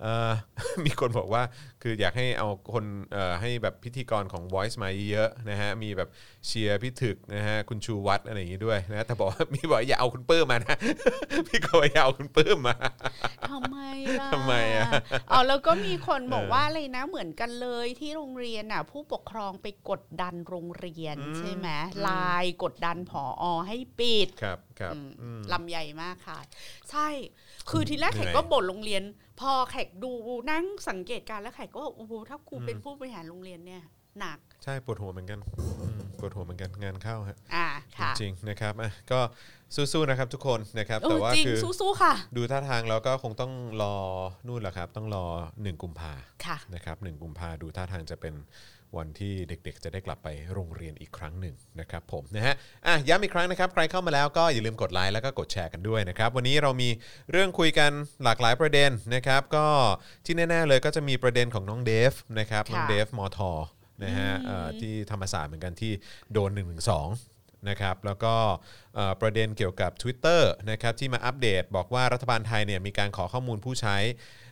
[SPEAKER 2] เอ่ *laughs* อ มีคนบอกว่าคืออยากให้เอาคนเอ่อให้แบบพิธีกรของ Voice มาเยอะๆนะฮะมีแบบเชียร์พี่ถึกนะฮะคุณชูวัฒน์อะไรอย่างงี้ด้วยนะแต่บอกว่า *laughs* มีบอกว่าอย่าเอาคุณปื้มมานะ *laughs* พี่ก็บอกอย่าเอาคุณปื้มมา
[SPEAKER 3] ทำไมล่ะ
[SPEAKER 2] ทำไมอะ
[SPEAKER 3] อ๋อแล้วก็มีคนบอกว่าอะไรนะเหมือนกันเลยที่โรงเรียนอ่ะ ผู้ปกครองไปกดดันโรงเรียนใช่ไหมไลายกดดันผอให้ปิด
[SPEAKER 2] ครับครับอืม
[SPEAKER 3] ลำใหญ่มากค่ะ ใช่ คือทีแรก
[SPEAKER 2] เหนื่อย
[SPEAKER 3] แขกก็บ่นโรงเรียน พอแขกดูนั่งสังเกตการณ์แล้วแขกก็บอกโอ้โหถ้าครู
[SPEAKER 2] อืม
[SPEAKER 3] เป็นผู้บริหารโรงเรียนเนี่ยหนัก
[SPEAKER 2] ใช่ปวดหัวเหมือนกันอืมปวดหัวเหมือนกันงานเข้าฮะ
[SPEAKER 3] อ่าค่ะ
[SPEAKER 2] จริงๆนะครับอ่ะก็สู้ๆนะครับทุกคนนะครับ
[SPEAKER 3] โอ้
[SPEAKER 2] แต่ว่า
[SPEAKER 3] จริง
[SPEAKER 2] คือ
[SPEAKER 3] สู้ๆค่ะ
[SPEAKER 2] ดูท่าทางแล้วก็คงต้องรอนู่นแหละครับ ต้องรอหนึ่งกุมภา
[SPEAKER 3] ค่ะ
[SPEAKER 2] นะครับหนึ่งกุมภาดูท่าทางจะเป็นวันที่เด็กๆ จะได้กลับไปโรงเรียนอีกครั้งหนึ่งนะครับผมนะฮะอ่ะย้ำอีกครั้งนะครับ ใครเข้ามาแล้วก็อย่าลืมกดไลค์แล้วก็กดแชร์กันด้วยนะครับ วันนี้เรามีเรื่องคุยกันหลากหลายประเด็นนะครับ ก็ที่แน่ๆเลยก็จะมีประเด็นของน้องเดฟนะครับน้องเดฟมอทอนะฮะเอ่อที่ธรรมศาสตร์เหมือนกันที่โดน1นึนะครับแล้วก็เอ่อประเด็นเกี่ยวกับ Twitter นะครับที่มาอัปเดตบอกว่ารัฐบาลไทยเนี่ยมีการขอข้อมูลผู้ใช้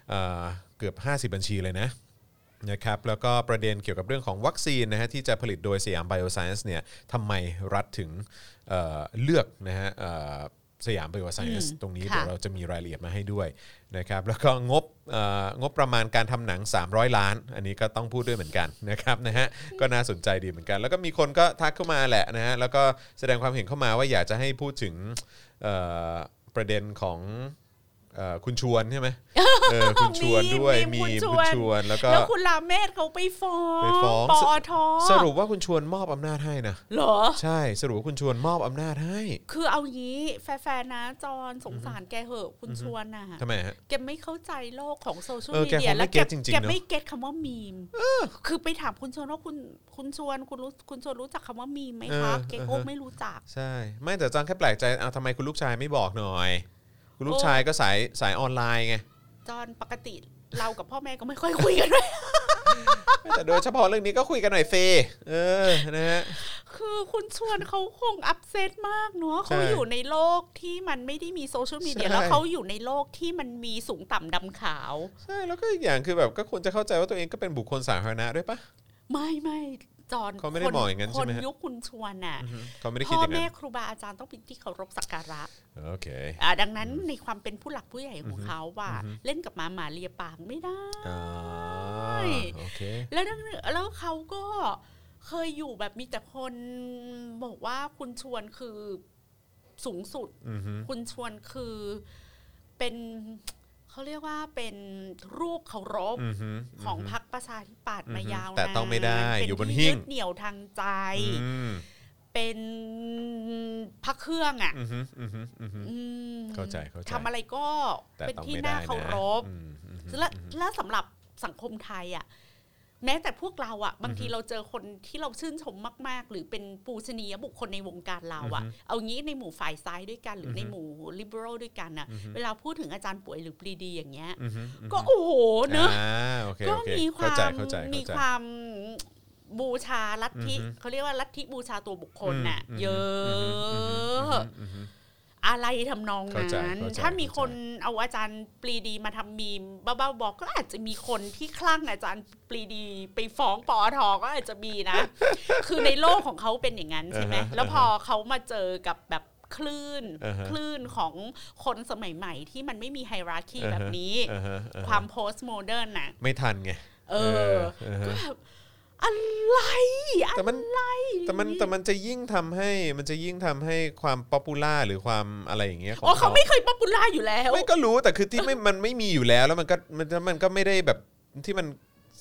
[SPEAKER 2] เอ่อเกือบ 50 บัญชีเลยนะ นะครับแล้วก็ประเด็นเกี่ยวกับเรื่องของวัคซีนนะฮะที่จะผลิตโดยสยามไบโอไซน์เนี่ยทำไมรัฐถึงเอ่อเลือกนะฮะเอ่อสยามไบโอไซน์ตรงนี้
[SPEAKER 3] ค่ะ
[SPEAKER 2] เดี๋ยวเราจะมีรายละเอียดมาให้ด้วยนะครับแล้วก็งบเอ่องบประมาณการทำหนัง 300 ล้าน อันนี้ก็ต้องพูดด้วยเหมือนกันนะครับนะฮะก็น่าสนใจดีเหมือนกัน แล้วก็มีคนก็ทักเข้ามาแหละนะฮะแล้วก็แสดงความเห็นเข้ามาว่าอยากจะให้พูดถึงเอ่อประเด็นของเอ่อคุณชวนใช่ไหมเอ
[SPEAKER 3] *laughs*
[SPEAKER 2] อคุณชวนด้วย
[SPEAKER 3] มี
[SPEAKER 2] มี
[SPEAKER 3] มีคุ
[SPEAKER 2] คุณ
[SPEAKER 3] ชวน
[SPEAKER 2] ณชวนแล้วก็
[SPEAKER 3] แล้วคุณลาเมศเขาไปฟ้อง
[SPEAKER 2] ไปฟ้อง
[SPEAKER 3] ปอท
[SPEAKER 2] สรุปว่าคุณชวนมอบอำนาจให้นะ
[SPEAKER 3] เหรอ
[SPEAKER 2] ใช่สรุปว่าคุณชวนมอบอำนาจให้
[SPEAKER 3] คือเอางี้แฟร์ๆนะ จอนสงสารแกเหอะคุณชวนน่ะ
[SPEAKER 2] ทำไมฮะ
[SPEAKER 3] แกไม่เข้าใจโลกของโซเชียล
[SPEAKER 2] เออ
[SPEAKER 3] มี
[SPEAKER 2] แกคง
[SPEAKER 3] เดีย
[SPEAKER 2] ไม่
[SPEAKER 3] แล้ว
[SPEAKER 2] เก็ตจริงๆเนอะ
[SPEAKER 3] แกไม่เก็ตคำว่ามีมคือไปถามคุณชวนว่าคุณคุณชวนคุณรู้คุณชวนรู้จักคำว่ามีมไหมครับแกก็ไม่รู้จัก
[SPEAKER 2] ใช่ ไม่แต่จังแค่แปลกใจเอาทำไมคุณลูกชายไม่บอกหน่อย คุณลูกชายก็สายสายออนไลน์ไง
[SPEAKER 3] จอนปกติเรากับพ่อแม่ก็ไม่ค่อยคุยกันด้วย *laughs*
[SPEAKER 2] ไม่แต่โดยเฉพาะเรื่องนี้ก็คุยกันหน่อยเฟย์เออนะฮะ
[SPEAKER 3] คือคุณชวนเขาคงอัพเซตมากเนาะ
[SPEAKER 2] ใช่
[SPEAKER 3] เขาอยู่ในโลกที่มันไม่ได้มีโซเชียลมีเดีย
[SPEAKER 2] ใช่
[SPEAKER 3] แล้วเขาอยู่ในโลกที่มันมีสูงต่ำดำขาว
[SPEAKER 2] ใช่แล้วก็อีกอย่างคือแบบก็ควรจะเข้าใจว่าตัวเองก็เป็นบุคคลสาธารณะด้วยปะ
[SPEAKER 3] ไม่ไม่จอน
[SPEAKER 2] เขาไม่ได้มองอย่างนั้นใช่ไหม
[SPEAKER 3] ค
[SPEAKER 2] ฮะ
[SPEAKER 3] ยุคคุณชวนน่ะ
[SPEAKER 2] อือฮึเขาไม่ได้คิด
[SPEAKER 3] พ่อ
[SPEAKER 2] อย่าง
[SPEAKER 3] แม่
[SPEAKER 2] นั้น
[SPEAKER 3] ครูบาอาจารย์ต้องเป็นที่เคารพสักการะ
[SPEAKER 2] โอเค
[SPEAKER 3] อ่าดังนั้นในความเป็นผู้หลักผู้ใหญ่ของเขาว่า
[SPEAKER 2] อือฮึ
[SPEAKER 3] เล่นกับหมาหมาเลียปากไม่ได้
[SPEAKER 2] อ่าโอเค
[SPEAKER 3] แล้วดังนั้นแล้วเขาก็เคยอยู่แบบมีแต่คนบอกว่าคุณชวนคือสูงสุด
[SPEAKER 2] อือฮึ
[SPEAKER 3] คุณชวนคือเป็นเขาเรียกว่าเป็นรูปเคารพ
[SPEAKER 2] อือฮึ
[SPEAKER 3] ของพรรคประชาธิปัตย์
[SPEAKER 2] อือฮึ
[SPEAKER 3] มายาว
[SPEAKER 2] แต่ต้องไม่ได้
[SPEAKER 3] เป็
[SPEAKER 2] อยู่บน
[SPEAKER 3] ที่
[SPEAKER 2] หิ้ง
[SPEAKER 3] ดเหนี่ยวทางใจ
[SPEAKER 2] อืม
[SPEAKER 3] เป็นพระเครื่องอ่ะ
[SPEAKER 2] อือฮึอือฮึอือฮึ
[SPEAKER 3] อืม
[SPEAKER 2] เข้าใจเข้าใจ
[SPEAKER 3] ทำอะไรก็
[SPEAKER 2] แต่
[SPEAKER 3] เป็น
[SPEAKER 2] ต้อง
[SPEAKER 3] ที่
[SPEAKER 2] ไม่ได้
[SPEAKER 3] น่า
[SPEAKER 2] นะ
[SPEAKER 3] เคารพ
[SPEAKER 2] อืมอือฮึ
[SPEAKER 3] และและสำหรับสังคมไทยอ่ะ แม้แต่พวกเราอ่ะ บางทีเราเจอคนที่เราชื่นชมมาก ๆ หรือเป็นปูชนียบุคคลในวงการเราอ่ะ เอางี้ในหมู่ฝ่ายซ้ายด้วยกัน หรือในหมู่ลิเบอรัลด้วยกันอ่ะ เวลาพูดถึงอาจารย์ป่วยหรือปรีดีอย่างเงี้ย
[SPEAKER 2] อือฮึอือฮึ
[SPEAKER 3] ก็โอ้โหเนอะ
[SPEAKER 2] อ่าโอเค
[SPEAKER 3] ก็
[SPEAKER 2] โอเค
[SPEAKER 3] มีควา
[SPEAKER 2] เข้าม ใจเข้าใจ
[SPEAKER 3] มี
[SPEAKER 2] เข้าใจ
[SPEAKER 3] ความบูชาลัทธิ
[SPEAKER 2] อือฮึ
[SPEAKER 3] เขาเรียกว่าลัทธิบูชาตัวบุคคลน่ะ
[SPEAKER 2] อืม
[SPEAKER 3] เยอ
[SPEAKER 2] อืมอืมอืมอืมอื
[SPEAKER 3] ะ
[SPEAKER 2] ม
[SPEAKER 3] อะไรทำนอง
[SPEAKER 2] เข้าใจ
[SPEAKER 3] นั้น
[SPEAKER 2] เข้าใจ
[SPEAKER 3] ถ้ามีคน
[SPEAKER 2] เข้าใจ
[SPEAKER 3] เอาอาจารย์ปรีดีมาทำมีมบ้าๆบอกก็อาจจะมีคนที่คลั่งอาจารย์ปรีดีไปฟ้องปอทก็อาจจะมี
[SPEAKER 2] *laughs*
[SPEAKER 3] นะ คือในโลกของเขาเป็นอย่างนั้นใช่ไหม แล้วพอเขามาเจอกับแบบคลื่น
[SPEAKER 2] อ่าฮะ
[SPEAKER 3] คลื่นของคนสมัยใหม่ที่มันไม่มีไฮราคีแบบนี้
[SPEAKER 2] อ่าฮะอ่ฮะ
[SPEAKER 3] ความโพสต์โมเดิร์นน่ะ
[SPEAKER 2] ไม่ทันไง
[SPEAKER 3] เออ
[SPEAKER 2] อ่าฮะ
[SPEAKER 3] อะไรอะ
[SPEAKER 2] แต่มันแต่มันแต่มันจะยิ่งทำให้มันจะยิ่งทำให้ความป๊อปปูล่าหรือความอะไรอย่างเงี้ยขอ
[SPEAKER 3] โอ้
[SPEAKER 2] ง
[SPEAKER 3] เขาไม่เคยป๊อปปูล่าอยู่แล้ว
[SPEAKER 2] ไม่ก็รู้แต่คือที่ไม่มันไม่มีอยู่แล้วแล้วมันก็มันมันก็ไม่ได้แบบที่มัน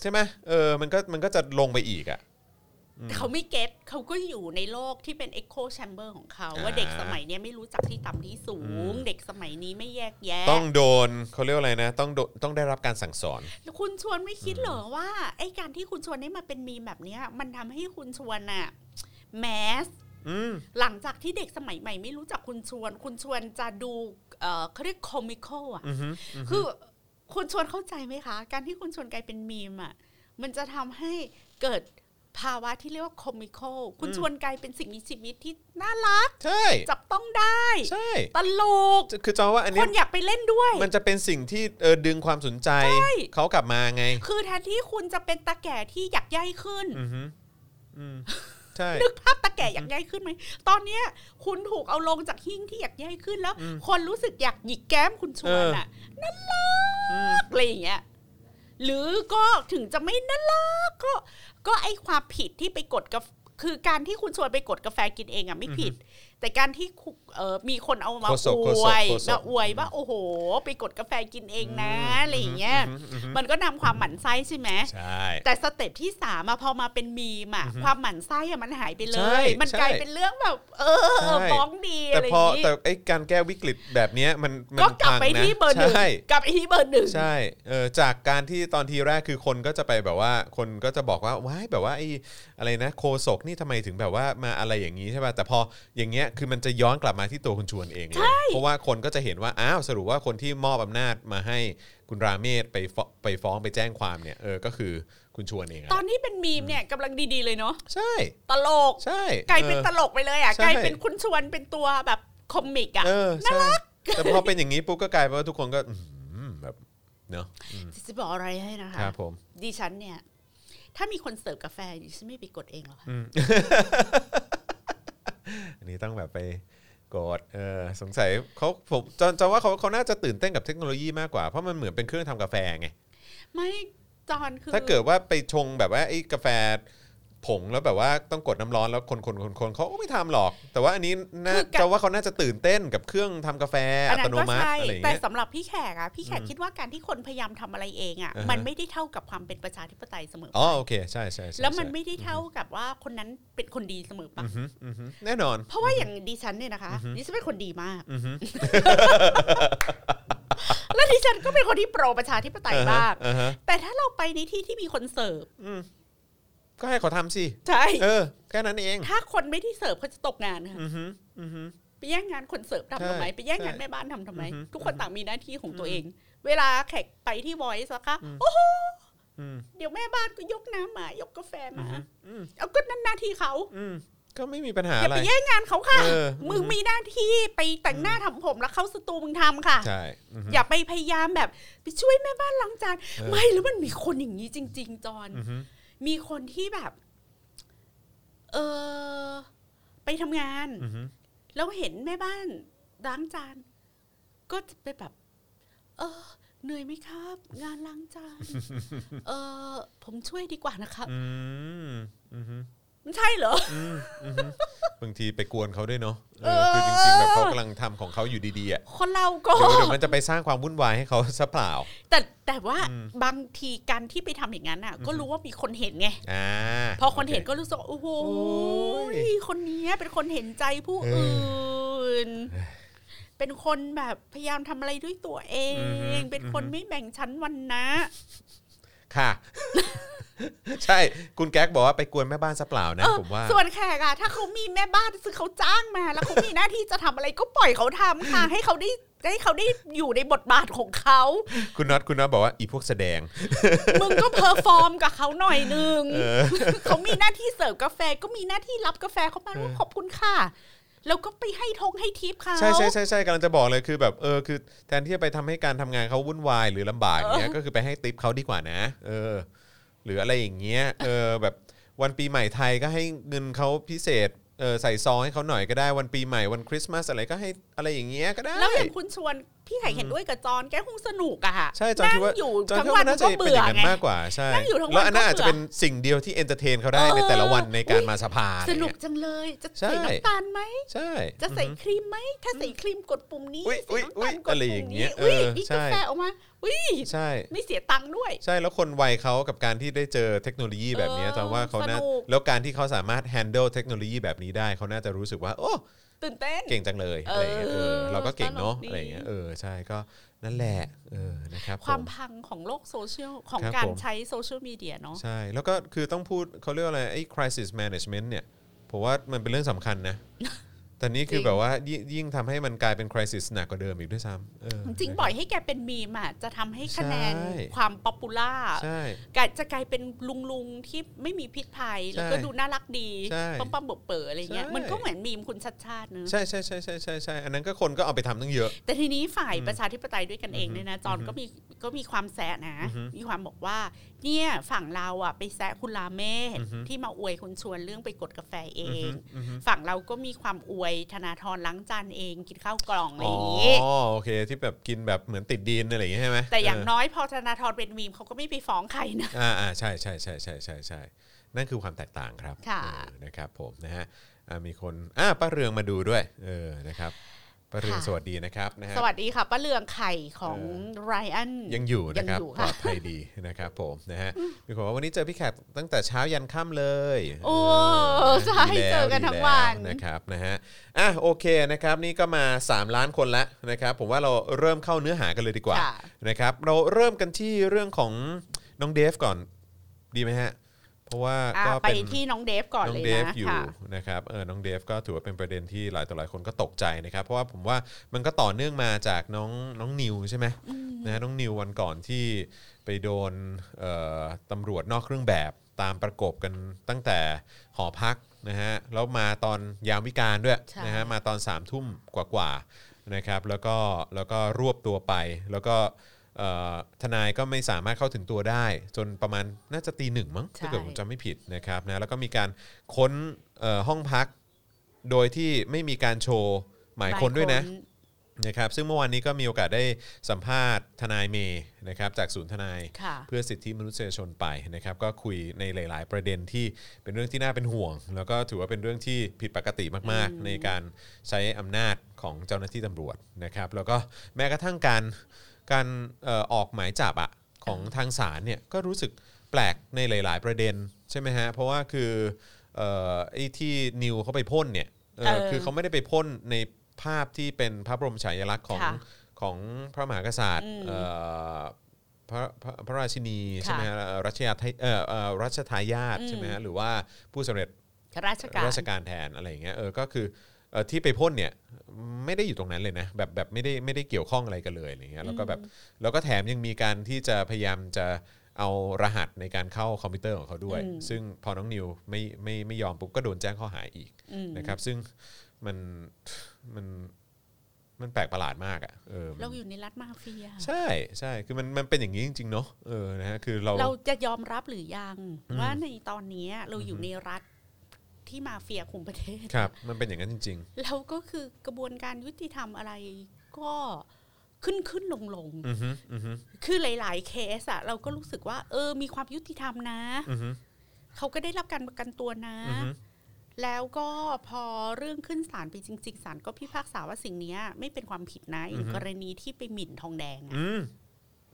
[SPEAKER 2] ใช่ไหมเออมันก็มันก็จะลงไปอีกอ่ะ
[SPEAKER 3] เขาไม่เก็ตเขาก็อยู่ในโลกที่เป็น echo chamber ของเขา
[SPEAKER 2] อ่า
[SPEAKER 3] ว่าเด็กสมัยเนี้ยไม่รู้จักที่ต่ำที่สูง เด็กสมัยนี้ไม่แยกแยะ
[SPEAKER 2] ต้องโดนเขาเรียกว่าอะไรนะ ต้องโดนต้องได้รับการสั่งสอน
[SPEAKER 3] แล้วคุณชวนไม่คิดเหรอว่าไอ้การที่คุณชวนได้มาเป็นมีมแบบเนี้ย มันทำให้คุณชวนอะแมส
[SPEAKER 2] อืม
[SPEAKER 3] หลังจากที่เด็กสมัยใหม่ไม่รู้จักคุณชวน คุณชวนจะดูเอ่อเขาเรียกคอมิคอลอะ
[SPEAKER 2] อือฮึ
[SPEAKER 3] คือคุณชวนเข้าใจไหมคะ การที่คุณชวนกลายเป็นมีมอะ มันจะทำให้เกิดภาวะที่เรียกว่าคอมิคอลคุณชวนกลายเป็นสิ่งมีชีวิตที่น่ารัก
[SPEAKER 2] ใช่
[SPEAKER 3] จับต้องได้
[SPEAKER 2] ใช่
[SPEAKER 3] ตลก
[SPEAKER 2] คือจอว่าอัน
[SPEAKER 3] ค
[SPEAKER 2] เนี้ย
[SPEAKER 3] นอยากไปเล่นด้วย
[SPEAKER 2] มันจะเป็นสิ่งที่เออดึงความสนใจ
[SPEAKER 3] ใช่
[SPEAKER 2] เขากลับมาไง
[SPEAKER 3] คือแทนที่คุณจะเป็นตาแก่ที่อยากใหญ่ขึ้น
[SPEAKER 2] อือฮึอืมใช่
[SPEAKER 3] *laughs* นึกภาพตาแก่อยากใหญ่ขึ้นไหม ตอนเนี้ยคุณถูกเอาลงจากหิ้งที่อยากใหญ่ขึ้นแล้ว คนรู้สึกอยากหยิกแก้มคุณชวนอ่ะน่ารักอะไรอย่างเงี้ย หรือก็ถึงจะไม่น่ารักก็ ก็ไอความผิดที่ไปกดกาแฟคือการที่คุณชวนไปกดกาแฟกินเองอ่ะไม่ผิด แต่การที่คุเอ่อมีคนเอามาอวยมาอวยว่าโอ้โห ไปกดกาแฟกินเองนะอะไรอย่างเงี้ย มันก็นำความหมั่นไส้ใช่ไหม
[SPEAKER 2] ใช่
[SPEAKER 3] แต่สเต็ปที่สามอะพอมาเป็นมีมอะความหมั่นไส้อะมันหายไปเล
[SPEAKER 2] ใช่
[SPEAKER 3] ย มัน
[SPEAKER 2] ใช่
[SPEAKER 3] กลายเป็นเรื่องแบบ เอ
[SPEAKER 2] ใช่
[SPEAKER 3] อฟ้องดี
[SPEAKER 2] แต่
[SPEAKER 3] อะไรอ
[SPEAKER 2] พอย่าง
[SPEAKER 3] นี้
[SPEAKER 2] แต่ไอ้การแก้วิกฤตแบบเนี้ยมันมัน
[SPEAKER 3] ก็กลับไป
[SPEAKER 2] พังนะ
[SPEAKER 3] ที่เบอร์หนึ่ง
[SPEAKER 2] ใช่
[SPEAKER 3] กลับไปที่เบอร์หนึ่ง
[SPEAKER 2] ใช่ เออ จากการที่ตอนทีแรกคือคนก็จะไปแบบว่า คนก็จะบอกว่า ว้าย แบบว่าไอ้อะไรนะ โคศกนี่ทำไมถึงแบบว่ามาอะไรอย่างนี้ใช่ป่ะ แต่พออย่างเงี้ย คือมันจะย้อนกลับมาที่ตัวคุณชวนเองเลย เพราะว่าคนก็จะเห็นว่า อ้าว สรุปว่าคนที่มอบอำนาจมาให้คุณราเมศไปฟ้องไปฟ้องไปแจ้งความเนี่ย เออ ก็คือคุณชวนเองอะ
[SPEAKER 3] ตอนนี้เป็นมีมเนี่ยกำลังดีๆเลยเนาะ
[SPEAKER 2] ใช่
[SPEAKER 3] ตลก
[SPEAKER 2] ใช่
[SPEAKER 3] กลายเป็นตลกไปเลยอะ
[SPEAKER 2] ใช่
[SPEAKER 3] กลายเป็นคุณชวนเป็นตัวแบบคอมิกอะ
[SPEAKER 2] เออใช่แต่พอเป็นอย่างนี้ปุ๊บก็กลายเป็นว่าทุกคนก็อื้อหือแบบ เนอะอืม
[SPEAKER 3] จะบอกอะไรให้นะคะ
[SPEAKER 2] ครับผม
[SPEAKER 3] ดิฉันเนี่ย ถ้ามีคนเสิร์ฟกาแฟดิฉันไม่ไปกดเองหรอกค่ะ
[SPEAKER 2] อันนี้ต้องแบบไปกดเออสงสัยเขาผมจอนจอนว่าเขาเขาน่าจะตื่นเต้นกับเทคโนโลยีมากกว่า เพราะมันเหมือนเป็นเครื่องทำกาแฟไง
[SPEAKER 3] ไม่จอนคือ
[SPEAKER 2] ถ้าเกิดว่าไปชงแบบว่าไอ้กาแฟผงแล้วแบบว่าต้องกดน้ำร้อนแล้วคนคนคนคนเขาก็ไม่ทำหรอก แต่ว่าอันนี้น่า
[SPEAKER 3] คือกับ
[SPEAKER 2] จะว่าเขาน่าจะตื่นเต้นกับเครื่องทำกาแฟอัตโนมัติ
[SPEAKER 3] ใช่
[SPEAKER 2] อะไรอย่าง
[SPEAKER 3] แต่
[SPEAKER 2] เงี้ย
[SPEAKER 3] สำหรับพี่แขกอะพี่แขกคิดว่าการที่คนพยายามทำอะไรเองอะ
[SPEAKER 2] อ่าฮะ
[SPEAKER 3] มันไม่ได้เท่ากับความเป็นประชาธิปไตยเสมอไป
[SPEAKER 2] อ๋อโอเคใช่ใช่ใช่
[SPEAKER 3] แล้วมัน
[SPEAKER 2] ใช่
[SPEAKER 3] ไม่ได้เท่ากับว่าคนนั้นเป็นคนดีเสมอไป
[SPEAKER 2] อือฮึอือฮึแน่นอน
[SPEAKER 3] เพราะว่าอย่างดิฉันเนี่ยนะคะดิฉันเป็นคนดีมาก
[SPEAKER 2] อือฮึ
[SPEAKER 3] *laughs* และดิฉันก็เป็นคนที่โปรประชาธิปไตยมาก
[SPEAKER 2] อ่าฮะ
[SPEAKER 3] แต่ถ้าเราไปในที่ที่มีคนเสิร์ฟ
[SPEAKER 2] ก็ให้เขาทำ
[SPEAKER 3] *laughs*
[SPEAKER 2] สิ
[SPEAKER 3] ใช่
[SPEAKER 2] เออแค่นั้นเอง
[SPEAKER 3] ถ้าคนไม่ได้เสิร์ฟเขาจะตกงานค่ะ
[SPEAKER 2] อือฮึอือฮึ
[SPEAKER 3] ไปแย่งงานคนเสิร์ฟทำทำไม
[SPEAKER 2] ใช่
[SPEAKER 3] ไปแย่งงาน
[SPEAKER 2] ใช่
[SPEAKER 3] แม่บ้านทำทำไม
[SPEAKER 2] อือฮึ
[SPEAKER 3] ทุกคนต่างมีหน้าที่ของตัวเอง เวลาแขกไปที่วอยซ์นะคะ
[SPEAKER 2] อืม
[SPEAKER 3] เดี๋ยวแม่บ้านก็ยกน้ำมายกกาแฟมา
[SPEAKER 2] อือฮึอืม
[SPEAKER 3] เอาก็นั่นหน้าที่เขา
[SPEAKER 2] อืมก็ไม่มีปัญหา
[SPEAKER 3] อ
[SPEAKER 2] อะ
[SPEAKER 3] ย่า
[SPEAKER 2] ไร
[SPEAKER 3] ไปแย่งงานเขาค่ะ
[SPEAKER 2] เออ
[SPEAKER 3] มึงมีหน้าที่ไปแต่งหน้าทำผมแล้วเข้าสตูมึงทำค่ะ
[SPEAKER 2] ใช่อือฮึ
[SPEAKER 3] อย่าไปพยายามแบบไปช่วยแม่บ้านล้างจาน
[SPEAKER 2] เออ
[SPEAKER 3] ไม่แล้วมันมีคนอย่างนี้จริง ๆ จอน
[SPEAKER 2] อือฮึ
[SPEAKER 3] มีคนที่แบบ เออไปทำงาน
[SPEAKER 2] อือฮึ
[SPEAKER 3] แล้วเห็นแม่บ้านล้างจาน ก็จะไปแบบ เออ เหนื่อยไหมครับ งานล้างจาน
[SPEAKER 2] *laughs*
[SPEAKER 3] เออผมช่วยดีกว่านะครับ
[SPEAKER 2] อืมอือฮึ
[SPEAKER 3] มันใช่เหรอ
[SPEAKER 2] อืมอือ
[SPEAKER 3] *laughs*
[SPEAKER 2] ฮึบางทีไปกวนเขาด้วยเนาะเอ
[SPEAKER 3] เอ
[SPEAKER 2] อ
[SPEAKER 3] อ
[SPEAKER 2] คือจริงๆแบบเขากำลังทำของเขาอยู่ดี
[SPEAKER 3] *laughs*
[SPEAKER 2] ๆอ่ะ
[SPEAKER 3] คนเราก็
[SPEAKER 2] เดี๋ยวเดี๋ยวมันจะไปสร้างความวุ่นวายให้เขาซะเปล่า
[SPEAKER 3] แต่แต่ว่า
[SPEAKER 2] อืม
[SPEAKER 3] บางทีการที่ไปทำอย่างนั้นอ่ะ ก็รู้ว่ามีคนเห็นไง
[SPEAKER 2] อ่า
[SPEAKER 3] พอคนเห็นก็รู้สึกว่าโอ้โห
[SPEAKER 2] โอ้ย
[SPEAKER 3] คนเนี้ยเป็นคนเห็นใจผู้
[SPEAKER 2] เอออื่
[SPEAKER 3] อื่น เป็นคนแบบพยายามทำอะไรด้วยตัวเอ
[SPEAKER 2] อือฮึ
[SPEAKER 3] ง เป็นคน
[SPEAKER 2] อือฮึ
[SPEAKER 3] ไม่แบ่งชั้นวันนะ
[SPEAKER 2] ค่ะ *laughs* ใช่คุณแก๊กบอกว่าไปกวนแม่บ้านซะเปล่านะ
[SPEAKER 3] เออ
[SPEAKER 2] ผมว่า
[SPEAKER 3] ส่วนแขกอะถ้าเขามีแม่บ้านซึ่งเขาจ้างมา แล้วเขามีหน้าที่จะทำอะไรก็ปล่อยเขาทำค่ะ ให้เขาได้ให้เขาได้อยู่ในบทบาทของเขา
[SPEAKER 2] คุณน็อตคุณน็อตบอกว่าอีพวกแสดง
[SPEAKER 3] มึงก็เพอร์ฟอร์มกับเขาหน่อยนึง เขามีหน้าที่เสิร์ฟกาแฟก็มีหน้าที่รับกาแฟเขามาแล้วขอบคุณค่ะ แล้วก็ไปให้ทงให้ทิปเขา
[SPEAKER 2] ใช่ใช่ใช่ใช่กำลังจะบอกเลยคือแบบเออคือแทนที่จะไปทำให้การทำงานเขาวุ่นวายหรือลำบากอย่างเงี้ยก็คือไปให้ติปเขาดีกว่านะ เออ หรืออะไรอย่างเงี้ยเออแบบวันปีใหม่ไทยก็ให้เงินเขาพิเศษเออใส่ซองให้เขาหน่อยก็ได้วันปีใหม่วันคริสต์มาสอะไรก็ให้อะไรอย่างเงี้ยก็ได้
[SPEAKER 3] แล้วอย่างคุณชวนพี่ไข่เห็นด้วยกับจอนแกคงสนุกอะค่ะ
[SPEAKER 2] ใช่จอนคิดว่า
[SPEAKER 3] นั่งอยู่
[SPEAKER 2] จอน
[SPEAKER 3] ทั้ง
[SPEAKER 2] คิด
[SPEAKER 3] วั
[SPEAKER 2] ว่าน น่าจะ
[SPEAKER 3] ก็
[SPEAKER 2] เป็น
[SPEAKER 3] เบื่
[SPEAKER 2] อ
[SPEAKER 3] อย่าง
[SPEAKER 2] นั้น
[SPEAKER 3] ไง
[SPEAKER 2] มากกว่าใช่
[SPEAKER 3] นั่งอยู่ทั้งวัน
[SPEAKER 2] แล้วอันนั้น
[SPEAKER 3] ก็
[SPEAKER 2] อาจ
[SPEAKER 3] เบื่อ
[SPEAKER 2] จะเป็นสิ่งเดียวที่เอนเตอร์เทนเขาได้ในแต่ละวันในการ
[SPEAKER 3] เออ
[SPEAKER 2] มาสภาอะไร
[SPEAKER 3] สนุก
[SPEAKER 2] เงี้ย
[SPEAKER 3] จังเลย จะ
[SPEAKER 2] ใช่
[SPEAKER 3] ใส่น้ำตาลไหม
[SPEAKER 2] ใช่
[SPEAKER 3] จะใส่ครีมไหม ถ้าใส่ครีมกดปุ่มนี้
[SPEAKER 2] อุ๊ย
[SPEAKER 3] ใส่น้ำ
[SPEAKER 2] อุ๊ยอุ๊ย
[SPEAKER 3] ตาลกด
[SPEAKER 2] อะไรอ
[SPEAKER 3] ปุ่
[SPEAKER 2] ย่ามงเงี้
[SPEAKER 3] นี้
[SPEAKER 2] ย
[SPEAKER 3] อุ้ย
[SPEAKER 2] เออ
[SPEAKER 3] มี
[SPEAKER 2] ใช่
[SPEAKER 3] กาแฟออกมาอุ้ย
[SPEAKER 2] ใช่
[SPEAKER 3] ไม่เสียตังค์ด้วย
[SPEAKER 2] ใช่แล้วคนวัยเขากับการที่ได้เจอเทคโนโลยีแบบเนี้ย
[SPEAKER 3] เออ
[SPEAKER 2] จำว่าเขาน่า
[SPEAKER 3] สนุก
[SPEAKER 2] แล้วการที่เขาสามารถ handle เทคโนโลยีแบบนี้ได้เขาน่าจะรู้สึกว่า
[SPEAKER 3] *laughs*
[SPEAKER 2] โอ้
[SPEAKER 3] ตื่นเต้น
[SPEAKER 2] เก่งจังเลยอะไรอย่างเงี้ยเออ
[SPEAKER 3] เออ
[SPEAKER 2] เราก็เก่งเนาะ
[SPEAKER 3] ตลกดี
[SPEAKER 2] อะไรอย่างเงี้ยเออใช่ก็นั่นแหละเออนะครับ
[SPEAKER 3] ความ
[SPEAKER 2] ผม
[SPEAKER 3] พังของโลกโซเชียลของ
[SPEAKER 2] ครับ
[SPEAKER 3] การ
[SPEAKER 2] ผม
[SPEAKER 3] ใช้โซเชียลมีเดียเนาะ
[SPEAKER 2] ใช่ แล้วก็
[SPEAKER 3] *laughs*
[SPEAKER 2] คือต้องพูดเขาเรียกว่าอะไรไอ้ crisis management เนี่ยผมว่ามันเป็นเรื่องสำคัญนะ แต่นี่คือแบบว่ายิ่งยิ่งทำให้มันกลายเป็นคริส i s หนักกว่าเดิมอีกด้วยซ้ำเออ
[SPEAKER 3] จริงๆปล่อยให้แกเป็นมีมอะจะทำให้คะแนน
[SPEAKER 2] ใช่
[SPEAKER 3] ความป๊อปปูล่า
[SPEAKER 2] ใช่
[SPEAKER 3] จะกลายเป็นลุงลุงๆที่ไม่มีพิษภัย แล้วก็
[SPEAKER 2] ใช่
[SPEAKER 3] ดูน่ารักดี
[SPEAKER 2] ใช่
[SPEAKER 3] ปั๊มปั๊มเบิเป๋อๆอะไรเงี้ย
[SPEAKER 2] ใช่
[SPEAKER 3] มันก็เหมือนมีมคุณชัดชาติเนอะ
[SPEAKER 2] ใช่ใช่ใช่ใช่ใช่ใช่อันนั้นก็คนก็เอาไปทำตั้งเยอะ
[SPEAKER 3] แต่ทีนี้ฝ่ายประชาธิปไตยด้วยกันเองเนี่ยนะจอนก็มีก็มีความแซะนะ มีความบอกว่า เนี่ยฝั่งเราอ่ะไปแซะคุณลาเม่ที่มาอวยคุณชวนเรื่องไปกดกาแฟเอง ฝั่งเราก็มีความอวยธนาธรล้างจานเองกินข้าวกล่องอะไร
[SPEAKER 2] อ๋
[SPEAKER 3] อ
[SPEAKER 2] อย่าง
[SPEAKER 3] งี้
[SPEAKER 2] โอเคที่แบบกินแบบเหมือนติดดินอะไรอย่างเงี้ยใช่ไหม
[SPEAKER 3] แต่อย่าง
[SPEAKER 2] เ
[SPEAKER 3] น้อยพอธนาธรเป็นมีมเขาก็ไม่ไปฟ้องใครนะ
[SPEAKER 2] อ่าอ่าใช่ใช่ใช่ใช่ใช่ใช่นั่นคือความแตกต่างครับ
[SPEAKER 3] ค่ะ
[SPEAKER 2] เออนะครับผมนะฮะอ่ามีคนอ่าป้าเรืองมาดูด้วยเออนะครับป้าเรืองสวัสดีนะครับนะฮะ
[SPEAKER 3] สวัสดีค่ะป้าเลืองไข่ของไรอัน
[SPEAKER 2] ยังอยู่นะครับ
[SPEAKER 3] ยังอยู่
[SPEAKER 2] ปล
[SPEAKER 3] ค่ะ
[SPEAKER 2] อดภัยดีนะครับผมนะฮะมีคนบอกว่าวันนี้เจอพี่แขกตั้งแต่เช้ายันค่ำเลย
[SPEAKER 3] โอ้
[SPEAKER 2] เออ
[SPEAKER 3] ใช่
[SPEAKER 2] ดีแล้ว
[SPEAKER 3] เจอกันทั้ง
[SPEAKER 2] ดีแล้ว
[SPEAKER 3] วัน
[SPEAKER 2] นะครับนะฮะอ่ะโอเคนะครับนี่ก็มา 3 ล้านคนละนะครับผมว่าเราเริ่มเข้าเนื้อหากันเลยดีกว่า
[SPEAKER 3] ค่ะ
[SPEAKER 2] นะครับเราเริ่มกันที่เรื่องของน้องเดฟก่อนดีไหมฮะเพราะว่า
[SPEAKER 3] อ่ะ
[SPEAKER 2] ก็
[SPEAKER 3] ไป
[SPEAKER 2] เป็น
[SPEAKER 3] ที่น้องเดฟก่อน
[SPEAKER 2] น้
[SPEAKER 3] เล
[SPEAKER 2] อง
[SPEAKER 3] ย
[SPEAKER 2] เดฟ
[SPEAKER 3] นะ
[SPEAKER 2] อยู่
[SPEAKER 3] ค่ะ
[SPEAKER 2] นะครับเออน้องเดฟก็ถือว่าเป็นประเด็นที่หลายต่อหลายคนก็ตกใจนะครับ เพราะว่าผมว่ามันก็ต่อเนื่องมาจากน้องน้องนิวใช่ไหมนะฮะน้องนิววันก่อนที่ไปโดนเอ่อตำรวจนอกเครื่องแบบตามประกบกันตั้งแต่หอพักนะฮะแล้วมาตอนยามวิการด้วย
[SPEAKER 3] ใช่
[SPEAKER 2] นะฮะมาตอน3ามทุ่มกว่าๆนะครับแล้วก็แล้วก็รวบตัวไป แล้วก็เอ่อทนายก็ไม่สามารถเข้าถึงตัวได้ จนประมาณน่าจะตีหนึ่งมั้งถ้าเกิดผมจำ ไม่ผิดนะครับนะแล้วก็มีการค้นเอ่อห้องพักโดยที่ไม่มีการโชว์หมายค้นด้วยนะนะครับซึ่งเมื่อวานนี้ก็มีโอกาสได้สัมภาษณ์ทนายเมย์นะครับจากศูนย์ทนาย
[SPEAKER 3] ค่ะ
[SPEAKER 2] เพื่อสิทธิมนุษยชนไปนะครับ ก็คุยในหลาย ๆ ประเด็นที่เป็นเรื่องที่น่าเป็นห่วง แล้วก็ถือว่าเป็นเรื่องที่ผิดปกติมาก ๆ ในการใช้อำนาจของเจ้าหน้าที่ตำรวจนะครับ แล้วก็แม้กระทั่งการการเอ่อออกหมายจับอะของทางศาลเนี่ยก็รู้สึกแปลกในหลาย ๆ ประเด็นใช่ไหมฮะเพราะว่าคือเอ่อไอ้ที่นิวเขาไปพ่นเนี่ยเออ
[SPEAKER 3] เออ
[SPEAKER 2] คือเขาไม่ได้ไปพ่นในภาพที่เป็นพระบรมฉายาลักษณ์ของ
[SPEAKER 3] ค่ะ
[SPEAKER 2] ของพระมหากษัตริย์
[SPEAKER 3] อืม
[SPEAKER 2] เอ่อ พระพระพระราชินี
[SPEAKER 3] ค่ะ
[SPEAKER 2] ใช่ไหมฮะเอ่อรัชยาไทเอ่อเอ่อรัชทายาท
[SPEAKER 3] อืม
[SPEAKER 2] ใช่ไหมฮะหรือว่าผู้สำเร็จ
[SPEAKER 3] ราชการ
[SPEAKER 2] ราชการแทนอะไรอย่างเงี้ยเออก็คือเอ่อที่ไปพ่นเนี่ยไม่ได้อยู่ตรงนั้นเลยนะแบบแบบไม่ได้ไม่ได้เกี่ยวข้องอะไรกันเลยอะไรเงี้ยแล้วก็แบบแล้วก็แถมยังมีการที่จะพยายามจะเอารหัสในการเข้าคอมพิวเตอร์ของเขาด้วย
[SPEAKER 3] อืม
[SPEAKER 2] ซึ่งพอน้องนิวไม่ไม่ไม่ยอมปุ๊บก็โดนแจ้งข้อหาอีก
[SPEAKER 3] อืม
[SPEAKER 2] นะครับซึ่งมันมันมันแปลกประหลาดมากอะ่ะเออมัน
[SPEAKER 3] เราอยู่ในรัฐมาเฟีย
[SPEAKER 2] ใช่ใช่คือมันมันเป็นอย่างนี้จริงๆเนาะเออนะฮะคือเรา
[SPEAKER 3] เราจะยอมรับหรือยัง
[SPEAKER 2] อืม
[SPEAKER 3] ว่าในตอนเนี้ยเราอยู่ในรัฐที่มาเฟียคุมประเทศ
[SPEAKER 2] ครับมันเป็นอย่างนั้นจริง
[SPEAKER 3] แล้วก็คือกระบวนการยุติธรรมอะไรก็ขึ้นขึ้นลงลง
[SPEAKER 2] ๆ อือฮึอือฮึ
[SPEAKER 3] คือหลาย ๆ เคสอะเราก็รู้สึกว่า เออ มีความยุติธรรมนะ
[SPEAKER 2] อือฮึ
[SPEAKER 3] เขาก็ได้รับการประกันตัวนะ
[SPEAKER 2] อือฮึ
[SPEAKER 3] แล้วก็พอเรื่องขึ้นศาลไปจริง ๆศาลก็พิพากษาว่าสิ่งเนี้ย ไม่เป็นความผิดนะอย่างกรณีที่ไปหมิ่นทองแดงอะ
[SPEAKER 2] อืม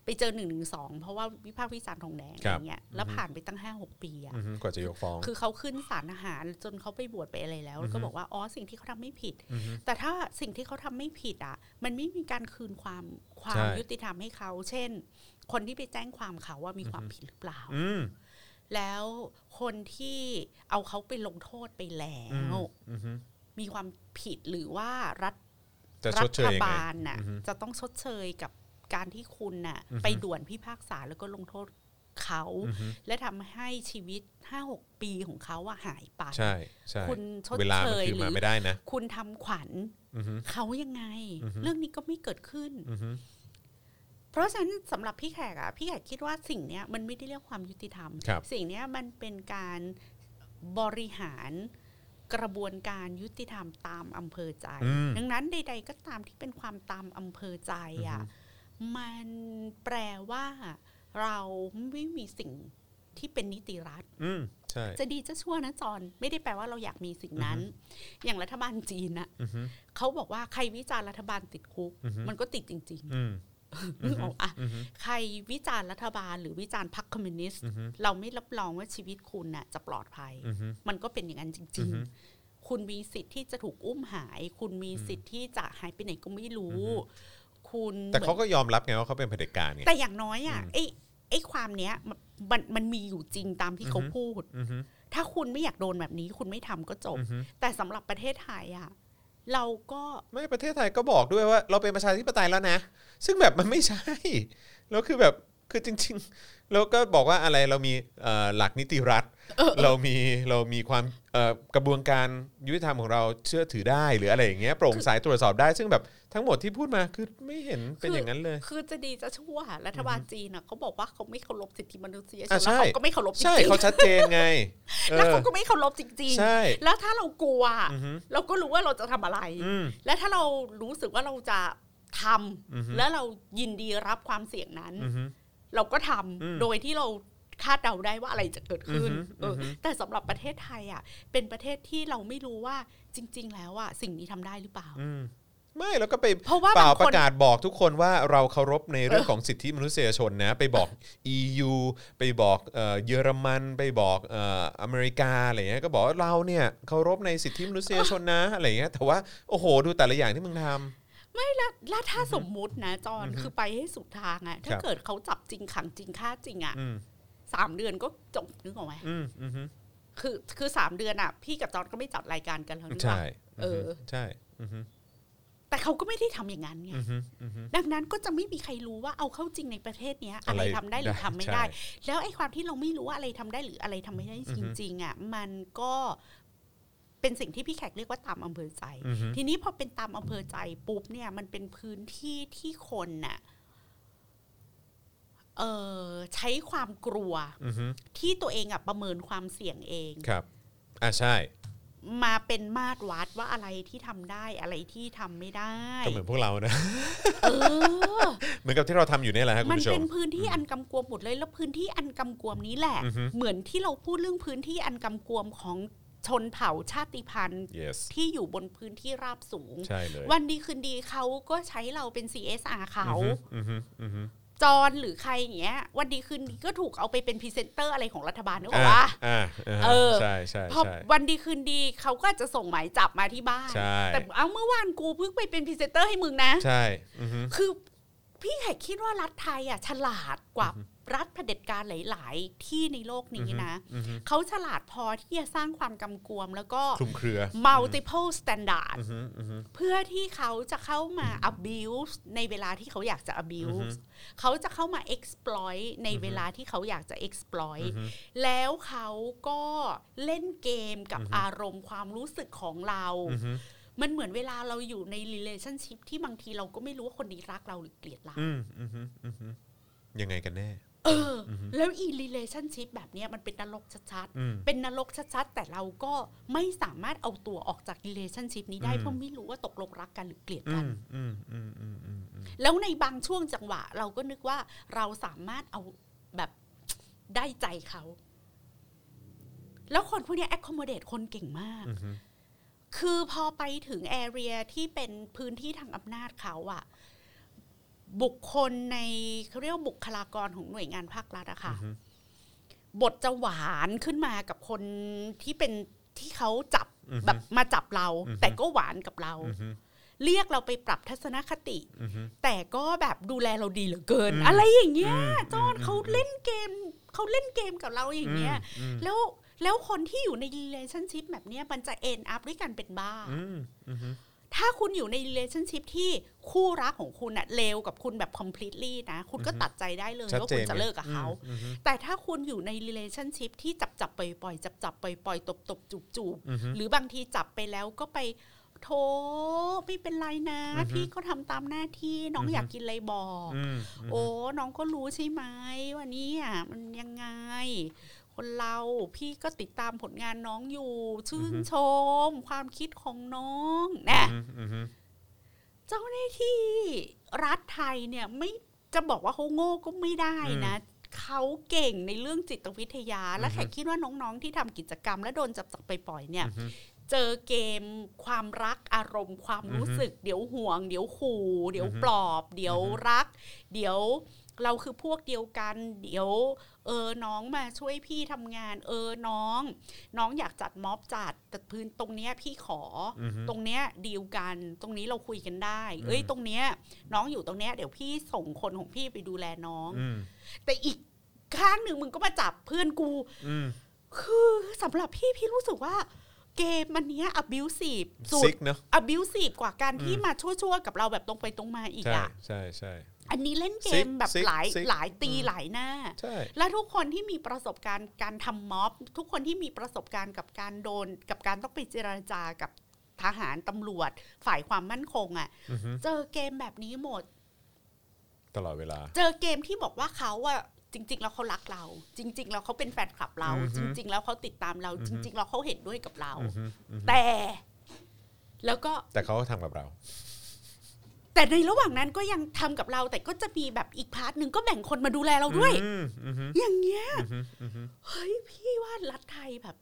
[SPEAKER 3] ไปเจอหนึ่งหนึ่งสองเพราะว่าวิพากษ์วิจารณ์ทองแดง
[SPEAKER 2] ค
[SPEAKER 3] อ
[SPEAKER 2] รับ
[SPEAKER 3] ย่างเงี้ยแล้วผ่านไปตั้งห้าหกปีอะ
[SPEAKER 2] อือฮึกว่าจะยกฟ้อง
[SPEAKER 3] คือเขาขึ้นศาลอาหารจนเขาไปบวชไปอะไรแล้วแล้วก็บอกว่าอ๋อสิ่งที่เขาทำไม่ผิด แต่ถ้าสิ่งที่เขาทำไม่ผิดอ่ะ มันไม่มีการคืนความความ
[SPEAKER 2] ใช่
[SPEAKER 3] ยุติธรรมให้เขา เช่น คนที่ไปแจ้งความเขาว่ามีความผิดหรือเปล่า
[SPEAKER 2] อืม
[SPEAKER 3] แล้วคนที่เอาเขาไปลงโทษไปแล้ว
[SPEAKER 2] อือฮึ
[SPEAKER 3] มีความผิดหรือว่ารัฐ
[SPEAKER 2] จะช
[SPEAKER 3] รั
[SPEAKER 2] ดเช
[SPEAKER 3] ฐ
[SPEAKER 2] ยยังไง
[SPEAKER 3] บาลน่ะ
[SPEAKER 2] อือฮึ
[SPEAKER 3] จะต้องชดเชยกับการที่คุณน่ะ
[SPEAKER 2] อือฮึ
[SPEAKER 3] ไปด่วนพิพากษาแล้วก็ลงโทษเขา
[SPEAKER 2] อือฮึ
[SPEAKER 3] และทำให้ชีวิตห้าหกปีของเขาอะหายไป
[SPEAKER 2] ใช่ใช่
[SPEAKER 3] คุณชด
[SPEAKER 2] เวลามัน
[SPEAKER 3] เชย
[SPEAKER 2] คือ
[SPEAKER 3] หรื
[SPEAKER 2] มา
[SPEAKER 3] อ
[SPEAKER 2] ไม่ได้นะ
[SPEAKER 3] คุณทำขวัญ
[SPEAKER 2] อือฮึ
[SPEAKER 3] เขายังไง
[SPEAKER 2] อือฮึ
[SPEAKER 3] เรื่องนี้ก็ไม่เกิดขึ้น
[SPEAKER 2] อือฮึ
[SPEAKER 3] เพราะฉะนั้นสำหรับพี่แขกอะพี่แขกคิดว่าสิ่งเนี้ยมันไม่ได้เรียกความยุติธรรม
[SPEAKER 2] ครับ
[SPEAKER 3] สิ่งเนี้ยมันเป็นการบริหารกระบวนการยุติธรรมตามอำเภอใจ
[SPEAKER 2] อืม
[SPEAKER 3] ดังนั้นใด ๆ ก็ตามที่เป็นความตามอำเภอใจอ่ะ มันแปลว่าเราไม่มีสิ่งที่เป็นนิติรัฐ
[SPEAKER 2] อืมใช่
[SPEAKER 3] จะดีจะชั่วนะจอนไม่ได้แปลว่าเราอยากมีสิ่งนั้น อย่างรัฐบาลจีนน่ะ
[SPEAKER 2] อือฮึ
[SPEAKER 3] เขาบอกว่าใครวิจารณ์รัฐบาลติดคุก
[SPEAKER 2] อือฮึ
[SPEAKER 3] มันก็ติดจริง
[SPEAKER 2] อืม
[SPEAKER 3] ๆนึกออกอะ
[SPEAKER 2] อือฮึ
[SPEAKER 3] ใครวิจารณ์รัฐบาลหรือวิจารณ์พรรคคอมมิวนิสต์
[SPEAKER 2] อือฮึ
[SPEAKER 3] เราไม่รับรองว่าชีวิตคุณน่ะจะปลอดภัย
[SPEAKER 2] อือฮึ
[SPEAKER 3] มันก็เป็นอย่างนั้นจริง
[SPEAKER 2] อือฮึ
[SPEAKER 3] ๆ คุณมีสิทธิ์ที่จะถูกอุ้มหาย คุณมีสิทธิ์ที่จะหายไปไหนก็ไม่รู้
[SPEAKER 2] อือฮึ
[SPEAKER 3] คุณ
[SPEAKER 2] แต่เขา
[SPEAKER 3] หมื
[SPEAKER 2] ก็ยอมรับไงว่าเขาเป็นเผด็จการไง
[SPEAKER 3] อนแต่อย่างน้อยอ่ะ
[SPEAKER 2] อืม
[SPEAKER 3] ไอ้ไอ้ความเนี้ยมันมันมันมีอยู่จริงตามที่เขา
[SPEAKER 2] อือฮึ
[SPEAKER 3] พูด
[SPEAKER 2] อือฮึ
[SPEAKER 3] ถ้าคุณไม่อยากโดนแบบนี้ คุณไม่ทำก็จบ
[SPEAKER 2] อือฮึ
[SPEAKER 3] แต่สำหรับประเทศไทยอ่ะ เราก็
[SPEAKER 2] ไม่ประเทศไทยก็บอกด้วยว่า เราเป็นประชาธิปไตยแล้วนะ ซึ่งแบบมันไม่ใช่ แล้วคือแบบคือจริง ๆ แล้วก็บอกว่าอะไรเรามีเอ่อหลักนิติรัฐ เรามีเรามีความเอ่อกระบวนการยุติธรรมของเราเชื่อถือได้หรืออะไรอย่างเงี้ยโปร่งใสตรวจสอบได้ ซึ่งแบบทั้งหมดที่พูดมาคือไม่เห็นเป็นอย่างนั้นเลย
[SPEAKER 3] คือจะดีจะชั่วรัฐบาลจีนน่ะเขาบอกว่าเขาไม่เคารพสิทธิมนุษยชน
[SPEAKER 2] อ่ะใช่
[SPEAKER 3] แล้วเขาก็ไม่เคารพจ
[SPEAKER 2] ใช่
[SPEAKER 3] ริง
[SPEAKER 2] เขาชัดเจนไง
[SPEAKER 3] ๆ
[SPEAKER 2] เอ
[SPEAKER 3] แล้ว
[SPEAKER 2] อ
[SPEAKER 3] เขาก็ไม่เคารพจริง
[SPEAKER 2] ใช่
[SPEAKER 3] ๆแล้วถ้าเรากลัว
[SPEAKER 2] อือฮึ
[SPEAKER 3] เราก็รู้ว่าเราจะทำอะไร
[SPEAKER 2] อืม
[SPEAKER 3] และถ้าเรารู้สึกว่าเราจะทำ
[SPEAKER 2] อือฮึ
[SPEAKER 3] และเรายินดีรับความเสี่ยงนั้น
[SPEAKER 2] อือฮึ
[SPEAKER 3] เราก็ทำ
[SPEAKER 2] อืม
[SPEAKER 3] โดยที่เราคาดเดาได้ว่าอะไรจะเกิดขึ้น
[SPEAKER 2] อือฮึ
[SPEAKER 3] เอออ
[SPEAKER 2] อฮึ
[SPEAKER 3] แต่สำหรับประเทศไทยอ่ะ เป็นประเทศที่เราไม่รู้ว่าจริง ๆ แล้วอ่ะสิ่งนี้ทำได้หรือเปล่า
[SPEAKER 2] อืมไม่แล้วก็ไป
[SPEAKER 3] เพราะว่า
[SPEAKER 2] เป
[SPEAKER 3] บา
[SPEAKER 2] ล่าง ป
[SPEAKER 3] คน
[SPEAKER 2] ระกาศบอกทุกคนว่าเราเคารพในเรื่องของสิทธิมนุษยชนนะ ไปบอก EU ไปบอกเอ่อเยอรมัน ไปบอกเอ่ออเมริกาอะไรเงี้ยก็บอกว่าเราเนี่ยเคารพในสิทธิมนุษยชนนะอะไรเงี้ยแต่ว่าโอ้โหดูแต่ละอย่างที่มึงท
[SPEAKER 3] แล้วถ้าสมมุตินะจอน
[SPEAKER 2] อือฮึ
[SPEAKER 3] คือไปให้สุดทางอ่ะ ถ้า
[SPEAKER 2] ครับ
[SPEAKER 3] เกิดเขาจับจริงขังจริงฆ่าจริงอ่ะ
[SPEAKER 2] ำอืม
[SPEAKER 3] สามเดือนก็จบนึกออกไหม
[SPEAKER 2] อืมอืมฮึ
[SPEAKER 3] คือคือสามเดือนอ่ะ พี่กับจอนก็ไม่จัดรายการกันแล้วนึก
[SPEAKER 2] ใช่
[SPEAKER 3] ว่า เออ
[SPEAKER 2] ใช่อืมฮึ
[SPEAKER 3] แต่เขาก็ไม่ได้ทำอย่างนั้นไง
[SPEAKER 2] อืมฮึอืมฮึ
[SPEAKER 3] ดังนั้นก็จะไม่มีใครรู้ว่าเอาเข้าจริงในประเทศเนี้ยอะไร
[SPEAKER 2] อะไร
[SPEAKER 3] ทำได้หรือทำไม่ได้
[SPEAKER 2] ใช่
[SPEAKER 3] แล้วไอ้ความที่เราไม่รู้ว่าอะไรทำได้หรืออะไรทำไม่ได้
[SPEAKER 2] อือฮึ
[SPEAKER 3] จริงๆอ่ะมันก็เป็นสิ่งที่พี่แขกเรียกว่าตามอำเภอใจ
[SPEAKER 2] อือฮึ
[SPEAKER 3] ทีนี้พอเป็นตามอำเภอใจปุ๊บเนี่ย มันเป็นพื้นที่ที่คนน่ะเออใช้ความกลัว
[SPEAKER 2] อืมฮึ
[SPEAKER 3] ที่ตัวเองอ่ะประเมินความเสี่ยงเอง
[SPEAKER 2] ครับอ่ะใช่
[SPEAKER 3] มาเป็นมาตรวัดว่าอะไรที่ทำได้อะไรที่ทำไม่ได้
[SPEAKER 2] ก็เหมือนพวกเรานะ
[SPEAKER 3] เออ
[SPEAKER 2] เหมือนกับที่เราทำอยู่เนี่ยแหละฮะคุณ
[SPEAKER 3] มัน
[SPEAKER 2] ผู้ช
[SPEAKER 3] เป็
[SPEAKER 2] ม
[SPEAKER 3] นพื้นที่อันกำกวมหมดเลยแล้วพื้นที่อันกำกวมนี้แหละ
[SPEAKER 2] อือฮึ
[SPEAKER 3] เหมือนที่เราพูดเรื่องพื้นที่อันกำกวมของชนเผ่าชาติพันธุ์
[SPEAKER 2] yes
[SPEAKER 3] ที่อยู่บนพื้นที่ราบสูง
[SPEAKER 2] ใช่เลย
[SPEAKER 3] วันดีคืนดีเขาก็ใช้เราเป็น CSR เขา
[SPEAKER 2] อืมฮึอืมฮึ
[SPEAKER 3] จอนหรือใครอย่างเงี้ย วันดีคืนดีก็ถูกเอาไปเป็นพรีเซนเตอร์อะไรของรัฐบาลนึกออก
[SPEAKER 2] อ่ะ
[SPEAKER 3] ปะ
[SPEAKER 2] อ่ะาฮะ
[SPEAKER 3] เออ
[SPEAKER 2] ใช่ใช่
[SPEAKER 3] พอ
[SPEAKER 2] ใช่
[SPEAKER 3] วันดีคืนดีเขาก็จะส่งหมายจับมาที่บ้าน
[SPEAKER 2] ใช่
[SPEAKER 3] แต่เอาเมื่อวานกูเพิ่งไปเป็นพรีเซนเตอร์ให้มึงนะ
[SPEAKER 2] ใช่อือฮึ
[SPEAKER 3] คือพี่แขกคิดว่ารัฐไทยอ่ะฉลาดกว่ารัฐเผด็จการหลาย ๆ ที่ในโลกนี้นะ
[SPEAKER 2] อือฮึ
[SPEAKER 3] เขาฉลาดพอที่จะสร้างความกำกวม แล้วก็
[SPEAKER 2] คลุมเครือ
[SPEAKER 3] multiple standard
[SPEAKER 2] อือฮึอือฮึ
[SPEAKER 3] เพื่อที่เขาจะเข้ามา abuse ในเวลาที่เขาอยากจะ abuse เขาจะเข้ามา exploit ในเวลาที่เขาอยากจะ exploit แล้วเขาก็เล่นเกมกับอารมณ์ความรู้สึกของเรา
[SPEAKER 2] อือฮึ
[SPEAKER 3] มันเหมือนเวลาเราอยู่ใน relationship ที่บางทีเราก็ไม่รู้ว่าคนนี้รักเราหรือเกลียดเรา
[SPEAKER 2] อืมอือฮึอือฮึยังไงกันแน่
[SPEAKER 3] เอออแล้วอี relationship แบบเนี้ยมันเป็นนรกชัด
[SPEAKER 2] อืม
[SPEAKER 3] ๆ เป็นนรกชัดๆ แต่เราก็ไม่สามารถเอาตัวออกจาก relationship นี้ได้
[SPEAKER 2] อืม
[SPEAKER 3] เพราะไม่รู้ว่าตกลงรักกันหรือเกลียด
[SPEAKER 2] อื
[SPEAKER 3] กัน
[SPEAKER 2] มอืมอืมอืมอืมอืม
[SPEAKER 3] แล้วในบางช่วงจังหวะ เราก็นึกว่าเราสามารถเอาแบบได้ใจเขา แล้วคนพวกเนี้ย accommodate คนเก่งมาก
[SPEAKER 2] อือฮึ
[SPEAKER 3] คือพอไปถึงแอเรียที่เป็นพื้นที่ทางอำนาจเขาอะบุคคลในเขาเรียกว่าบุคลากรของหน่วยงานภาครัฐอะค่ะ บทจะหวานขึ้นมากับคนที่เป็นที่เขาจับแบบมาจับเรา แต่ก็หวานกับเรา
[SPEAKER 2] อือฮึ
[SPEAKER 3] เรียกเราไปปรับทัศนคติ
[SPEAKER 2] อือฮึ
[SPEAKER 3] แต่ก็แบบดูแลเราดีเหลือเกิน
[SPEAKER 2] อืม
[SPEAKER 3] อะไรอย่างเงี้ย
[SPEAKER 2] อืม
[SPEAKER 3] จอน
[SPEAKER 2] อืม
[SPEAKER 3] เขาเล่นเกมเขาเล่นเกมกับเราอย่างเงี้ย
[SPEAKER 2] อืม
[SPEAKER 3] แล้วแล้วคนที่อยู่ใน relationship แบบเนี้ยมันจะเอ็นอัพด้วยกันเป็นบ้า
[SPEAKER 2] อืมอือฮึ
[SPEAKER 3] ถ้าคุณอยู่ใน relationship ที่คู่รักของคุณน่ะเลวกับคุณแบบ completely นะ คุณก็ตัดใจได้เลย
[SPEAKER 2] ชัด
[SPEAKER 3] ว่า
[SPEAKER 2] เจ
[SPEAKER 3] คุณ
[SPEAKER 2] น
[SPEAKER 3] จะเลิกกับเขา
[SPEAKER 2] อือฮึ
[SPEAKER 3] แต่ถ้าคุณอยู่ใน relationship ที่จับจับปล่อยปล่อยจับจับปล่อยปล่อยตบตบจูบจูบ
[SPEAKER 2] อือฮึ
[SPEAKER 3] หรือบางทีจับไปแล้วก็ไปโทไม่เป็นไรนะ
[SPEAKER 2] อือฮึ
[SPEAKER 3] พี่ก็ทำตามหน้าที่น้อง
[SPEAKER 2] อือฮึ
[SPEAKER 3] อยากกินอะไรบอก
[SPEAKER 2] อืม
[SPEAKER 3] โอ้น้องก็รู้ใช่ไหมว่าเนี่ยมันยังไง คนเราพี่ก็ติดตามผลงานน้องอยู่ ชื่นชม ความคิดของน้องนะ
[SPEAKER 2] อืมอือฮึ
[SPEAKER 3] เจ้าหน้าที่รัฐไทยเนี่ยไม่จะบอกว่าเขาโง่ก็ไม่ได้นะ เขาเก่งในเรื่องจิตวิทยา และแขกคิดว่าน้องๆที่ทำกิจกรรม และโดนจับจับไปปล่อยเนี่ย เจอเกมความรักอารมณ์ความรู้สึก เดี๋ยวห่วง เดี๋ยวขู่ เดี๋ยวปลอบ เดี๋ยวรัก เดี๋ยวเราคือพวกเดียวกัน เดี๋ยว เออน้องมาช่วยพี่ทำงาน เออน้อง น้องอยากจัดม็อบจัดแต่พื้นตรงเนี้ยพี่ขออตรงเนี้ยดีลกัน ตรงนี้เราคุยกันได้ เอ้ยตรงเนี้ยน้องอยู่ตรงเนี้ยเดี๋ยวพี่ส่งคนของพี่ไปดูแลน้อง
[SPEAKER 2] อืม
[SPEAKER 3] แต่อีกข้างหนึ่งมึงก็มาจับเพื่อนกู
[SPEAKER 2] อืม
[SPEAKER 3] คือสำหรับพี่พี่รู้สึกว่า เกมมันเนี้ย abusive สุ
[SPEAKER 2] ซิ
[SPEAKER 3] ด
[SPEAKER 2] กเนาะ
[SPEAKER 3] abusive กว่าการที่มาชั่วๆ กับเราแบบตรงไปตรงมาอีก
[SPEAKER 2] ใช่
[SPEAKER 3] อ่ะ
[SPEAKER 2] ใช่ใช่
[SPEAKER 3] อันนี้เล่นเกมแบบ
[SPEAKER 2] ซิก
[SPEAKER 3] หลาย
[SPEAKER 2] ซิก
[SPEAKER 3] หลายตีหลายหน้า
[SPEAKER 2] ใช่
[SPEAKER 3] และทุกคนที่มีประสบการณ์การทำม็อบ ทุกคนที่มีประสบการณ์กับการโดน กับการต้องไปเจรจากับทหารตำรวจ ฝ่ายความมั่นคงอะ่ะ
[SPEAKER 2] อือฮึ
[SPEAKER 3] เจอเกมแบบนี้หมด
[SPEAKER 2] ตลอดเวลา
[SPEAKER 3] เจอเกมที่บอกว่าเขาอะจริง ๆ แล้วเขารักเรา จริง ๆ แล้วเขาเป็นแฟนคลับเรา
[SPEAKER 2] อือฮึ
[SPEAKER 3] จริง ๆ แล้วเขาติดตามเรา
[SPEAKER 2] อือฮึ
[SPEAKER 3] จริง ๆ แล้วเขาเห็นด้วยกับเรา
[SPEAKER 2] อือฮึอือฮึ
[SPEAKER 3] แต่ แล้วก็
[SPEAKER 2] แต่เขาก็ทำกับเรา
[SPEAKER 3] แต่ในระหว่างนั้นก็ยังทำกับเรา แต่ก็จะมีแบบอีกพาร์ทหนึ่งก็แบ่งคนมาดูแลเราด้วย
[SPEAKER 2] อืมอืมอืม
[SPEAKER 3] อย่างเงี้ย
[SPEAKER 2] อืมอืม
[SPEAKER 3] เฮ้ยพี่ว่ารัฐไทยแบบ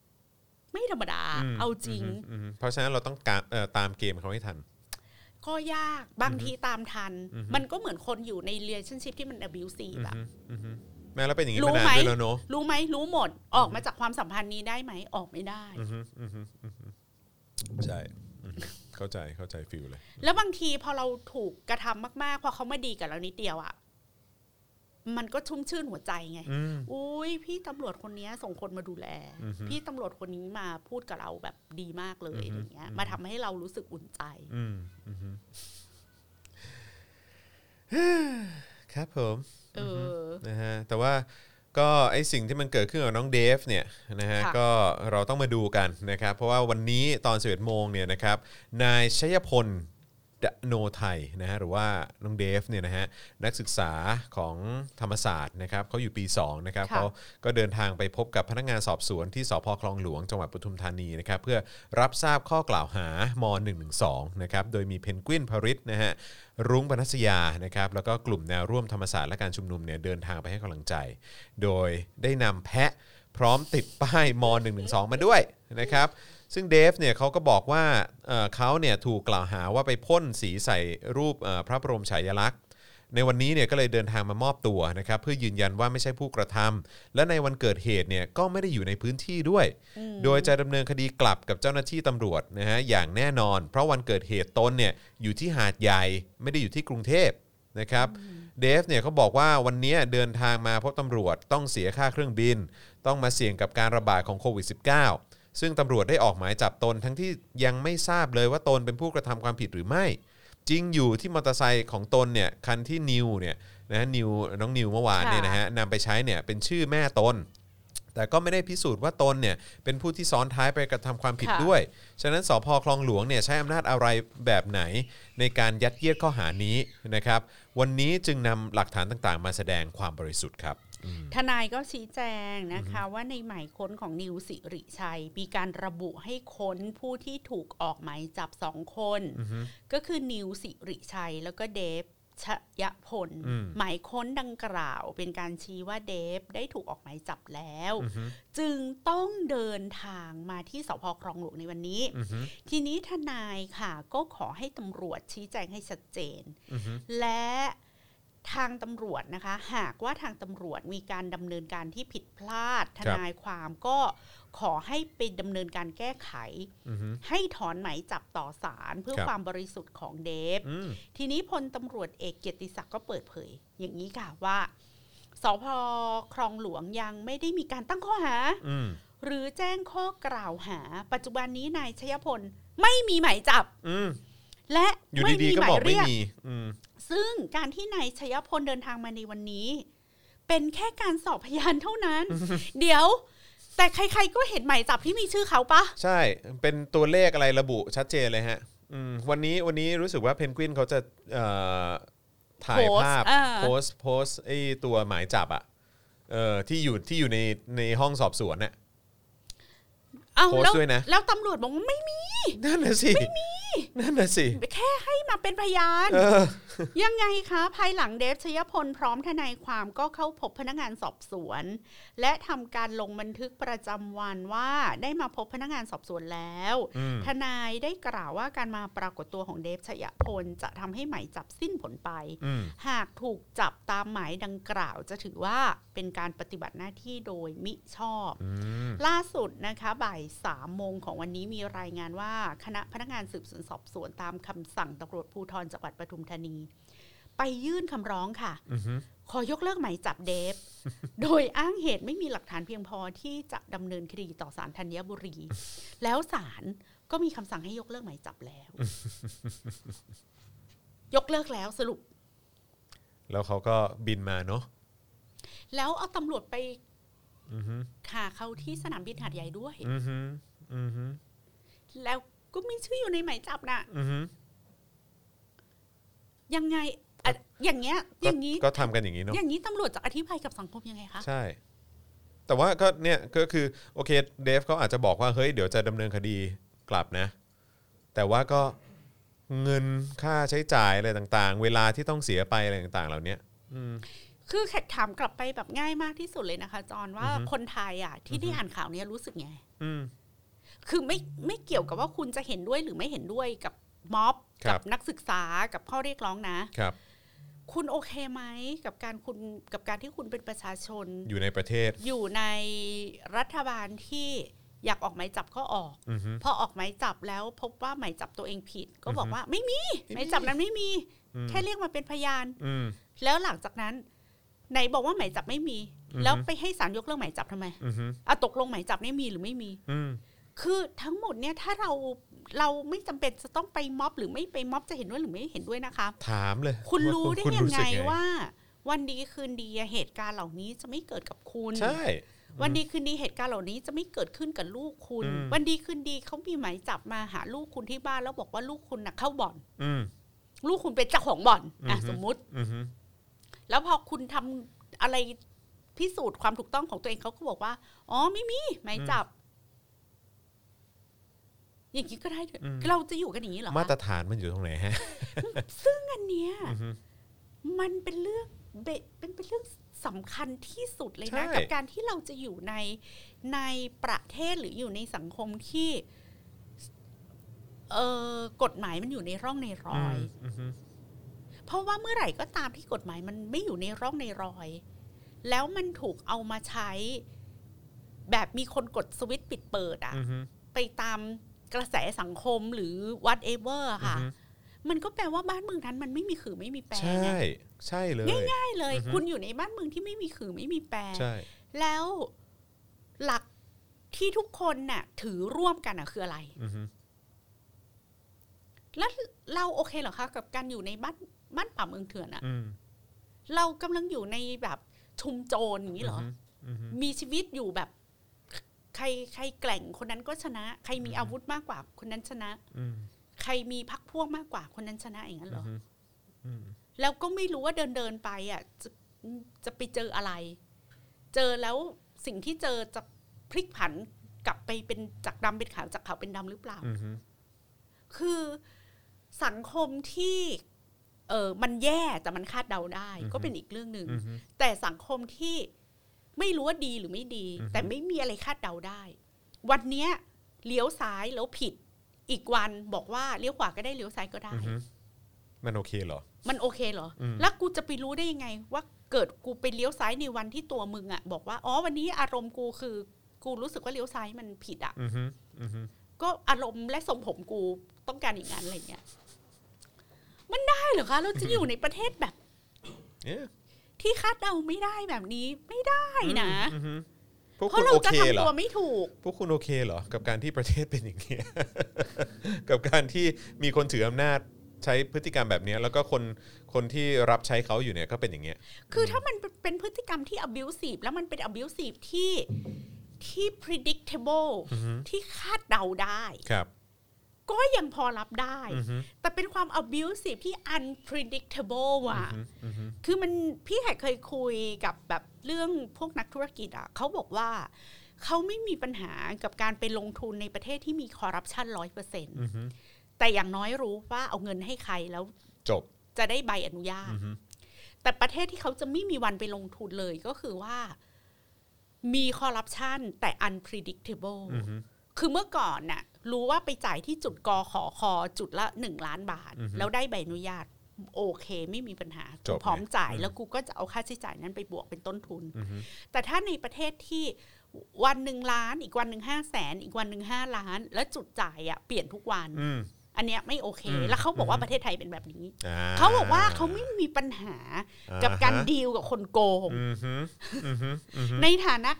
[SPEAKER 3] ไม่ธรรมดา เอาจริง
[SPEAKER 2] อืมอืมอืมเพราะฉะนั้นเราต้องการเอ่อตามเกมเขาให้ทัน
[SPEAKER 3] ก็ยากบางทีตามทัน
[SPEAKER 2] อือฮึ
[SPEAKER 3] มันก็เหมือนคนอยู่ในเรียนชั่นชิพที่มัน abusive แบบ
[SPEAKER 2] อืมอืมแม้เราเป็นอย่างนี้
[SPEAKER 3] รู้
[SPEAKER 2] มานาน
[SPEAKER 3] ไหม
[SPEAKER 2] ด้วยแล้วเนอะ
[SPEAKER 3] รู้ไหมรู้หมดออกมาจากความสัมพันธ์นี้ได้ไหมออกไม่ได้
[SPEAKER 2] อืมอืมอืมอืมใช่อืมเข้าใจเข้าใจฟิลเลย
[SPEAKER 3] แล้วบางทีพอเราถูกกระทำมากๆ พอเขาไม่ดีกับเรานิดเดียวอะ่ะ มันก็ชุ่มชื่นหัวใจไง
[SPEAKER 2] อืม
[SPEAKER 3] อุ้ยพี่ตำรวจคนเนี้ยส่งคนมาดูแล
[SPEAKER 2] อือฮึ
[SPEAKER 3] พี่ตำรวจคนนี้มาพูดกับเราแบบดีมากเลย
[SPEAKER 2] อือฮึ
[SPEAKER 3] อย่างเงี้ย
[SPEAKER 2] อือฮึ
[SPEAKER 3] มาทำให้เรารู้สึกอุ่นใจ
[SPEAKER 2] อืมอืมอืมครับผม
[SPEAKER 3] เออ
[SPEAKER 2] นะฮะแต่ว่าก็ไอสิ่งที่มันเกิดขึ้นกับน้องเดฟเนี่ยนะฮะ
[SPEAKER 3] ค่ะ
[SPEAKER 2] ก็เราต้องมาดูกันนะครับเพราะว่าวันนี้ตอน 11โมงเนี่ยนะครับนายชัยพลดโนไทยนะฮะหรือว่าน้องเดฟเนี่ยนะฮะนักศึกษาของธรรมศาสตร์นะครับเขาอยู่ปี 2 นะครับ นะครับ
[SPEAKER 3] ค่ะ
[SPEAKER 2] เขาก็เดินทางไปพบกับพนักงานสอบสวนที่สพคลองหลวงจังหวัดปทุมธานีนะครับเพื่อรับทราบข้อกล่าวหาม112นะครับโดยมีเพนกวินพริตนะฮะรุ้งปนัสยานะครับแล้วก็กลุ่มแนวร่วมธรรมศาสตร์และการชุมนุมเนี่ยเดินทางไปให้กำลังใจ โดยได้นำแพะพร้อมติดป้ายม112 มาด้วยนะครับซึ่งเดฟเนี่ยเขาก็บอกว่าเอ่อเขาเนี่ยถูกกล่าวหาว่าไปพ่นสีใส่รูปเอ่อพระบรมฉายาลักษณ์ ในวันนี้เนี่ยก็เลยเดินทางมามอบตัวนะครับเพื่อยืนยันว่าไม่ใช่ผู้กระทำและในวันเกิดเหตุเนี่ยก็ไม่ได้อยู่ในพื้นที่ด้วย โดยจะดำเนินคดีกลับกับเจ้าหน้าที่ตำรวจนะฮะอย่างแน่นอน เพราะวันเกิดเหตุตนเนี่ยอยู่ที่หาดใหญ่ไม่ได้อยู่ที่กรุงเทพนะครับเดฟเนี่ยเขาบอกว่าวันเนี้ยเดินทางมาพบตำรวจต้องเสียค่าเครื่องบิน ต้องมาเสี่ยงกับการระบาดของโควิด -19 ซึ่งตำรวจได้ออกหมายจับตนทั้งที่ยังไม่ทราบเลยว่าตนเป็นผู้กระทำความผิดหรือไม่ จริงอยู่ที่มอเตอร์ไซค์ของตนเนี่ยคันที่นิวเนี่ยนะนิวน้องนิวเมื่อวานเนี่ยนะฮะนำไปใช้เนี่ยเป็นชื่อแม่ตน แต่ก็ไม่ได้พิสูจน์ว่าตนเนี่ยเป็นผู้ที่ซ้อนท้ายไปกระทำความผิด
[SPEAKER 3] ค่ะ
[SPEAKER 2] ด้วย ฉะนั้นสพคลองหลวงเนี่ยใช้อำนาจอะไรแบบไหน ในการยัดเยียดข้อหานี้นะครับ วันนี้จึงนำหลักฐานต่างๆ มาแสดงความบริสุทธิ์ครับ
[SPEAKER 3] ทนายก็ชี้แจงนะคะ ว่าในหมายค้นของนิวสิริชัย มีการระบุให้ค้นผู้ที่ถูกออกหมายจับสองคน ก็คือนิวสิริชัย แล้วก็เดฟชยพล
[SPEAKER 2] อืม
[SPEAKER 3] หมายค้นดังกล่าว เป็นการชี้ว่าเดฟได้ถูกออกหมายจับแล้ว จึงต้องเดินทางมาที่สพคลองหลวงในวันนี้ ทีนี้ทนายค่ะก็ขอให้ตำรวจชี้แจงให้ชัดเจน และทางตำรวจนะคะ หากว่าทางตำรวจมีการดำเนินการที่ผิดพลาด ทนายความก็ขอให้ไปดำเนินการแก้ไข
[SPEAKER 2] อือฮึ
[SPEAKER 3] ให้ถอนหมายจับต่อศาลเพื่อ
[SPEAKER 2] ครับ
[SPEAKER 3] ความบริสุทธิ์ของเดฟ
[SPEAKER 2] อืม
[SPEAKER 3] ทีนี้พลตำรวจเอกเกียรติศักดิ์ก็เปิดเผย อย่างนี้ค่ะว่าสพคลองหลวงยังไม่ได้มีการตั้งข้อหา
[SPEAKER 2] อืม
[SPEAKER 3] หรือแจ้งข้อกล่าวหา ปัจจุบันนี้นายชยพลไม่มีหมายจับ
[SPEAKER 2] อืม
[SPEAKER 3] และ
[SPEAKER 2] อยู่
[SPEAKER 3] ไม่
[SPEAKER 2] ดี
[SPEAKER 3] มี
[SPEAKER 2] ๆก็
[SPEAKER 3] หมา
[SPEAKER 2] บ
[SPEAKER 3] ย
[SPEAKER 2] อกไม่
[SPEAKER 3] เรียก
[SPEAKER 2] มีอืม
[SPEAKER 3] ซึ่งการที่นายชยพลเดินทางมาในวันนี้ เป็นแค่การสอบพยานเท่านั้น *laughs* เดี๋ยว แต่ใครๆก็เห็นหมายจับที่มีชื่อเขาปะ
[SPEAKER 2] ใช่เป็นตัวเลขอะไรระบุชัดเจนเลยฮะอืมวันนี้วันนี้รู้สึกว่าเพนกวินเขาจะเอ่อถ่าย
[SPEAKER 3] โพสต์
[SPEAKER 2] ภาพ
[SPEAKER 3] อ่า
[SPEAKER 2] โพสต์โพสต์ไอ้ตัวหมายจับอะเอ่อที่อยู่ที่อยู่ในในห้องสอบสวนน่ะ
[SPEAKER 3] เอา
[SPEAKER 2] โพสต์
[SPEAKER 3] แล้ว
[SPEAKER 2] ด้วยนะ
[SPEAKER 3] แล้วตำรวจบอกว่าไม่มี
[SPEAKER 2] นั่นน่ะสิไม่มีนั่นน่ะสิ
[SPEAKER 3] แค่ให้มาเป็นพยาน
[SPEAKER 2] เออ
[SPEAKER 3] ยังไงคะ ภายหลังเดฟชยพลพร้อมทนายความก็เข้าพบพนักงานสอบสวน และทำการลงบันทึกประจำวันว่าได้มาพบพนักงานสอบสวนแล้ว
[SPEAKER 2] อืม
[SPEAKER 3] ทนายได้กล่าวว่าการมาปรากฏตัวของเดฟชยพลจะทำให้หมายจับสิ้นผลไป
[SPEAKER 2] อืม
[SPEAKER 3] หากถูกจับตามหมายดังกล่าวจะถือว่าเป็นการปฏิบัติหน้าที่โดยมิชอบ
[SPEAKER 2] อืม
[SPEAKER 3] ล่าสุดนะคะบ่ายสามโมงของวันนี้มีรายงานว่า คณะพนักงานสืบสวนสอบสวนตามคำสั่งตำรวจภูธรจังหวัดปทุมธานี ไป ไปยื่นคำร้องค่ะ
[SPEAKER 2] อือฮึ
[SPEAKER 3] ขอยกเลิกหมายจับเดฟ โดยอ้างเหตุไม่มีหลักฐานเพียงพอที่จะดำเนินคดีต่อศาลธัญบุรี แล้วศาลก็มีคำสั่งให้ยกเลิกหมายจับแล้ว
[SPEAKER 2] *laughs*
[SPEAKER 3] ยกเลิกแล้วสรุป
[SPEAKER 2] แล้วเขาก็บินมาเนาะ
[SPEAKER 3] แล้วเอาตำรวจไป
[SPEAKER 2] อือฮึ
[SPEAKER 3] หาเขาที่สนามบินหาดใหญ่ด้วย
[SPEAKER 2] อือฮึอือฮึ
[SPEAKER 3] แล้วก็มีชื่ออยู่ในหมายจับน่ะ
[SPEAKER 2] อือฮึ
[SPEAKER 3] ยังไงอะอย่างเงี้ย อ
[SPEAKER 2] ก็
[SPEAKER 3] ย่างนี้
[SPEAKER 2] ก็ทำกันอย่างนี้เนาะ
[SPEAKER 3] อย่างนี้ตำรวจจะอธิบายกับสังคมยังไงคะ
[SPEAKER 2] ใช่ แต่ว่าก็เนี่ยก็คือโอเคเดฟเขาอาจจะบอกว่าเฮ้ยเดี๋ยวจะดำเนินคดีกลับนะ แต่ว่าก็เงินค่าใช้จ่ายอะไรต่างๆ เวลาที่ต้องเสียไปอะไรต่างๆ เหล่าเนี้ย
[SPEAKER 3] คือแขกถามกลับไปแบบง่ายมากที่สุดเลยนะคะ จอนว่า
[SPEAKER 2] อือฮึ
[SPEAKER 3] คนไทยอ่ะ ที่ได้อ่านข่าวเนี้ยรู้สึกไง
[SPEAKER 2] อืม
[SPEAKER 3] คือไม่ไม่เกี่ยวกับว่าคุณจะเห็นด้วยหรือไม่เห็นด้วยกับม็อบ
[SPEAKER 2] ครั
[SPEAKER 3] กับ บนักศึกษากับข้อเรียกร้องนะ
[SPEAKER 2] ครับ
[SPEAKER 3] คุณโอเคไหมกับการคุณกับการที่คุณเป็นประชาชน
[SPEAKER 2] อยู่ในประเทศ
[SPEAKER 3] อยู่ในรัฐบาลที่อยากออกหมายจับก็ออก
[SPEAKER 2] อือฮึ
[SPEAKER 3] พอออกหมายจับแล้วพบว่าหมายจับตัวเองผิด ก็บอก
[SPEAKER 2] อือฮึ
[SPEAKER 3] ว่าไม่มีหมายจับนั้นไม่มี
[SPEAKER 2] อืม
[SPEAKER 3] แค่เรียกมาเป็นพยาน
[SPEAKER 2] อืม
[SPEAKER 3] แล้วหลังจากนั้นไหนบอกว่าหมายจับไม่มี
[SPEAKER 2] อือฮึ
[SPEAKER 3] แล้วไปให้ศาลยกเลิกหมายจับทำไม
[SPEAKER 2] อือฮึ
[SPEAKER 3] อะตกลงหมายจับเนี่ยมีหรือไม่มี
[SPEAKER 2] อืม
[SPEAKER 3] คือทั้งหมดเนี่ยถ้าเราเราไม่จำเป็นจะต้องไปม็อบหรือไม่ไปม็อบจะเห็นด้วยหรือไม่เห็นด้วยนะคะ
[SPEAKER 2] ถามเลย
[SPEAKER 3] คุณรู้ได้
[SPEAKER 2] คุณ
[SPEAKER 3] ยังไง
[SPEAKER 2] สึก
[SPEAKER 3] ว่า วันดีคืนดีอะเหตุการณ์เหล่านี้จะไม่เกิดกับคุณ
[SPEAKER 2] ใช่
[SPEAKER 3] วันดีคืนดีเหตุการณ์เหล่านี้จะไม่เกิดขึ้นกับลูกคุณ
[SPEAKER 2] อืม
[SPEAKER 3] วันดีคืนดีเขามีหมายจับมาหาลูกคุณที่บ้านแล้วบอกว่าลูกคุณน่ะเข้าบ่อน
[SPEAKER 2] อืม
[SPEAKER 3] ลูกคุณเป็นเจ้าของบ่อนอ่ะ
[SPEAKER 2] อือฮึ
[SPEAKER 3] สมมุติ
[SPEAKER 2] อือฮึ
[SPEAKER 3] แล้วพอคุณทำอะไรพิสูจน์ความถูกต้องของตัวเองเขาก็บอกว่า อ๋อไม่มีหมายจับ อย่างนี้ก็ได้ด้วย
[SPEAKER 2] อืม
[SPEAKER 3] เราจะอยู่กันอย่างนี้เหรอคะ
[SPEAKER 2] มาตรฐานมันอยู่ตรงไหนฮะ
[SPEAKER 3] อันเนี้ย
[SPEAKER 2] อือฮึ
[SPEAKER 3] มันเป็นเรื่องเบเป็นเป็นเรื่องสำคัญที่สุดเลย
[SPEAKER 2] ใช่
[SPEAKER 3] นะ กับการที่เราจะอยู่ในในประเทศหรืออยู่ในสังคมที่เออกฎหมายมันอยู่ในร่องในรอย
[SPEAKER 2] อือฮึ
[SPEAKER 3] เพราะว่าเมื่อไหร่ก็ตามที่กฎหมายมันไม่อยู่ในร่องในรอย แล้วมันถูกเอามาใช้ แบบมีคนกดสวิตช์ปิดเปิดอะ
[SPEAKER 2] อือฮึ
[SPEAKER 3] ไปตามกระแสสังคมหรือ whatever อะค่ะ
[SPEAKER 2] อือฮึ
[SPEAKER 3] มันก็แปลว่าบ้านเมืองนั้นมันไม่มีขือไม่มีแปร
[SPEAKER 2] ใช่
[SPEAKER 3] ไง
[SPEAKER 2] ใช่เลย
[SPEAKER 3] ได้เลย
[SPEAKER 2] อือฮึ
[SPEAKER 3] คุณอยู่ในบ้านเมืองที่ไม่มีขือไม่มีแปร
[SPEAKER 2] ใช่
[SPEAKER 3] แล้วหลักที่ทุกคนน่ะ ถือร่วมกันน่ะคืออะไร
[SPEAKER 2] อือฮึ
[SPEAKER 3] เราโอเคเหรอคะกับการอยู่ในบ้านบ้านป่าเมืองเถื่อนอะ
[SPEAKER 2] อืม
[SPEAKER 3] เรากำลังอยู่ในแบบชุมโจรอย่างนี้เหรอ
[SPEAKER 2] อือฮึ
[SPEAKER 3] มีชีวิตอยู่แบบ ใครใครแกร่งคนนั้นก็ชนะ ใครมีอาวุธมากกว่า คนนั้นชนะ
[SPEAKER 2] อืม
[SPEAKER 3] ใครมีพักพวกมากกว่าคนนั้นชนะอย่างนั้นเหรอ
[SPEAKER 2] อืมอืม
[SPEAKER 3] แล้วก็ไม่รู้ว่าเดินเดินไปอ่ะจะจะไปเจออะไร เจอแล้วสิ่งที่เจอจะพลิกผันกลับไปเป็นจากดำเป็นขาวจากขาวเป็นดำหรือเปล่า
[SPEAKER 2] อือฮึ
[SPEAKER 3] คือสังคมที่ เออมันแย่แต่มันคาดเดาได้ ก็เป็นอีกเรื่องหนึ่ง
[SPEAKER 2] อือฮึ
[SPEAKER 3] แต่สังคมที่ไม่รู้ว่าดีหรือไม่ดี
[SPEAKER 2] อือฮึ
[SPEAKER 3] แต่ไม่มีอะไรคาดเดาได้ วันเนี้ยเลี้ยวซ้ายแล้วผิด อีกวันบอกว่าเลี้ยวขวาก็ได้เลี้ยวซ้ายก็ได้
[SPEAKER 2] อือฮึมันโอเคเหรอ
[SPEAKER 3] มันโอเคเหรออ
[SPEAKER 2] ม
[SPEAKER 3] แล้วกูจะไปรู้ได้ยังไง ว่าเกิดกูไปเลี้ยวซ้ายในวันที่ตัวมึงอะบอกว่าอ๋อวันนี้อารมณ์กูคือ กูรู้สึกว่าเลี้ยวซ้ายมันผิดอะ
[SPEAKER 2] อือฮึอือฮึ
[SPEAKER 3] ก็อารมณ์และทรงผมกูต้องการอย่างนั้นอะไรเงี้ยมันได้เหรอคะเราจะอยู่ในประเทศแบบ
[SPEAKER 2] เอ๊ะ
[SPEAKER 3] ที่คาดเดาไม่ได้แบบนี้ไม่ได้นะ
[SPEAKER 2] อือฮึพวก
[SPEAKER 3] เพ
[SPEAKER 2] คุณ
[SPEAKER 3] ราะเรา
[SPEAKER 2] โอ
[SPEAKER 3] จะ
[SPEAKER 2] เคเหรอ
[SPEAKER 3] ทำตัวไม่ถูก
[SPEAKER 2] พวกคุณโอเคเหรอ กับการที่ประเทศเป็นอย่างเงี้ย *laughs* กับการที่มีคนถืออำนาจใช้พฤติกรรมแบบเนี้ย แล้วก็คนคนที่รับใช้เขาอยู่เนี่ยก็เป็นอย่างเงี้ย
[SPEAKER 3] คือถ้ามันเป็นพฤติกรรมที่ abusive แล้วมันเป็น abusive ที่ที่ predictable
[SPEAKER 2] อือฮึ
[SPEAKER 3] ที่คาดเดาได้
[SPEAKER 2] ครับ
[SPEAKER 3] ก็ยังพอรับได้
[SPEAKER 2] อือฮึ
[SPEAKER 3] แต่เป็นความ abusive ที่ unpredictable
[SPEAKER 2] อื
[SPEAKER 3] ว่ะ
[SPEAKER 2] อฮึอือฮึ
[SPEAKER 3] คือมันพี่แขกเคยคุยกับแบบเรื่องพวกนักธุรกิจอ่ะเขาบอกว่า เขาไม่มีปัญหากับการไปลงทุนในประเทศที่มีคอร์รัปชันร้อยเปอร์เซ็นต์
[SPEAKER 2] อือฮึ
[SPEAKER 3] แต่อย่างน้อยรู้ว่าเอาเงินให้ใครแล้ว
[SPEAKER 2] จบ
[SPEAKER 3] จะได้ใบอนุญาต
[SPEAKER 2] อือฮึ
[SPEAKER 3] แต่ประเทศที่เขาจะไม่มีวันไปลงทุนเลยก็คือว่า มีคอร์รัปชันแต่ unpredictable
[SPEAKER 2] อือฮึ
[SPEAKER 3] คือเมื่อก่อนน่ะ รู้ว่าไปจ่ายที่จุดกอขอคอจุดละหนึ่งล้านบาท
[SPEAKER 2] อือฮึ
[SPEAKER 3] แล้วได้ใบอนุญาต โอเค ไม่มีปัญหา
[SPEAKER 2] จบ
[SPEAKER 3] กูพร้อมจ่าย
[SPEAKER 2] อืม
[SPEAKER 3] แล้วกูก็จะเอาค่าใช้จ่ายนั้นไปบวกเป็นต้นทุน
[SPEAKER 2] อือฮึ
[SPEAKER 3] แต่ถ้าในประเทศที่วันหนึ่งล้าน อีกวันหนึ่งห้าแสนอีกวันหนึ่งห้าล้าน แล้วจุดจ่ายอะเปลี่ยนทุกวัน
[SPEAKER 2] อืม
[SPEAKER 3] อันเนี้ยไม่โอเค
[SPEAKER 2] อืม
[SPEAKER 3] แล้วเขาบอกว่าประเทศไทยเป็นแบบนี้
[SPEAKER 2] อ่
[SPEAKER 3] เขาบอกว่าเขาไม่มีปัญหากับการ
[SPEAKER 2] อ่ฮะ
[SPEAKER 3] ดีลกับคนโกง
[SPEAKER 2] อืมฮึอืมฮึอืมฮึ
[SPEAKER 3] ในฐานะ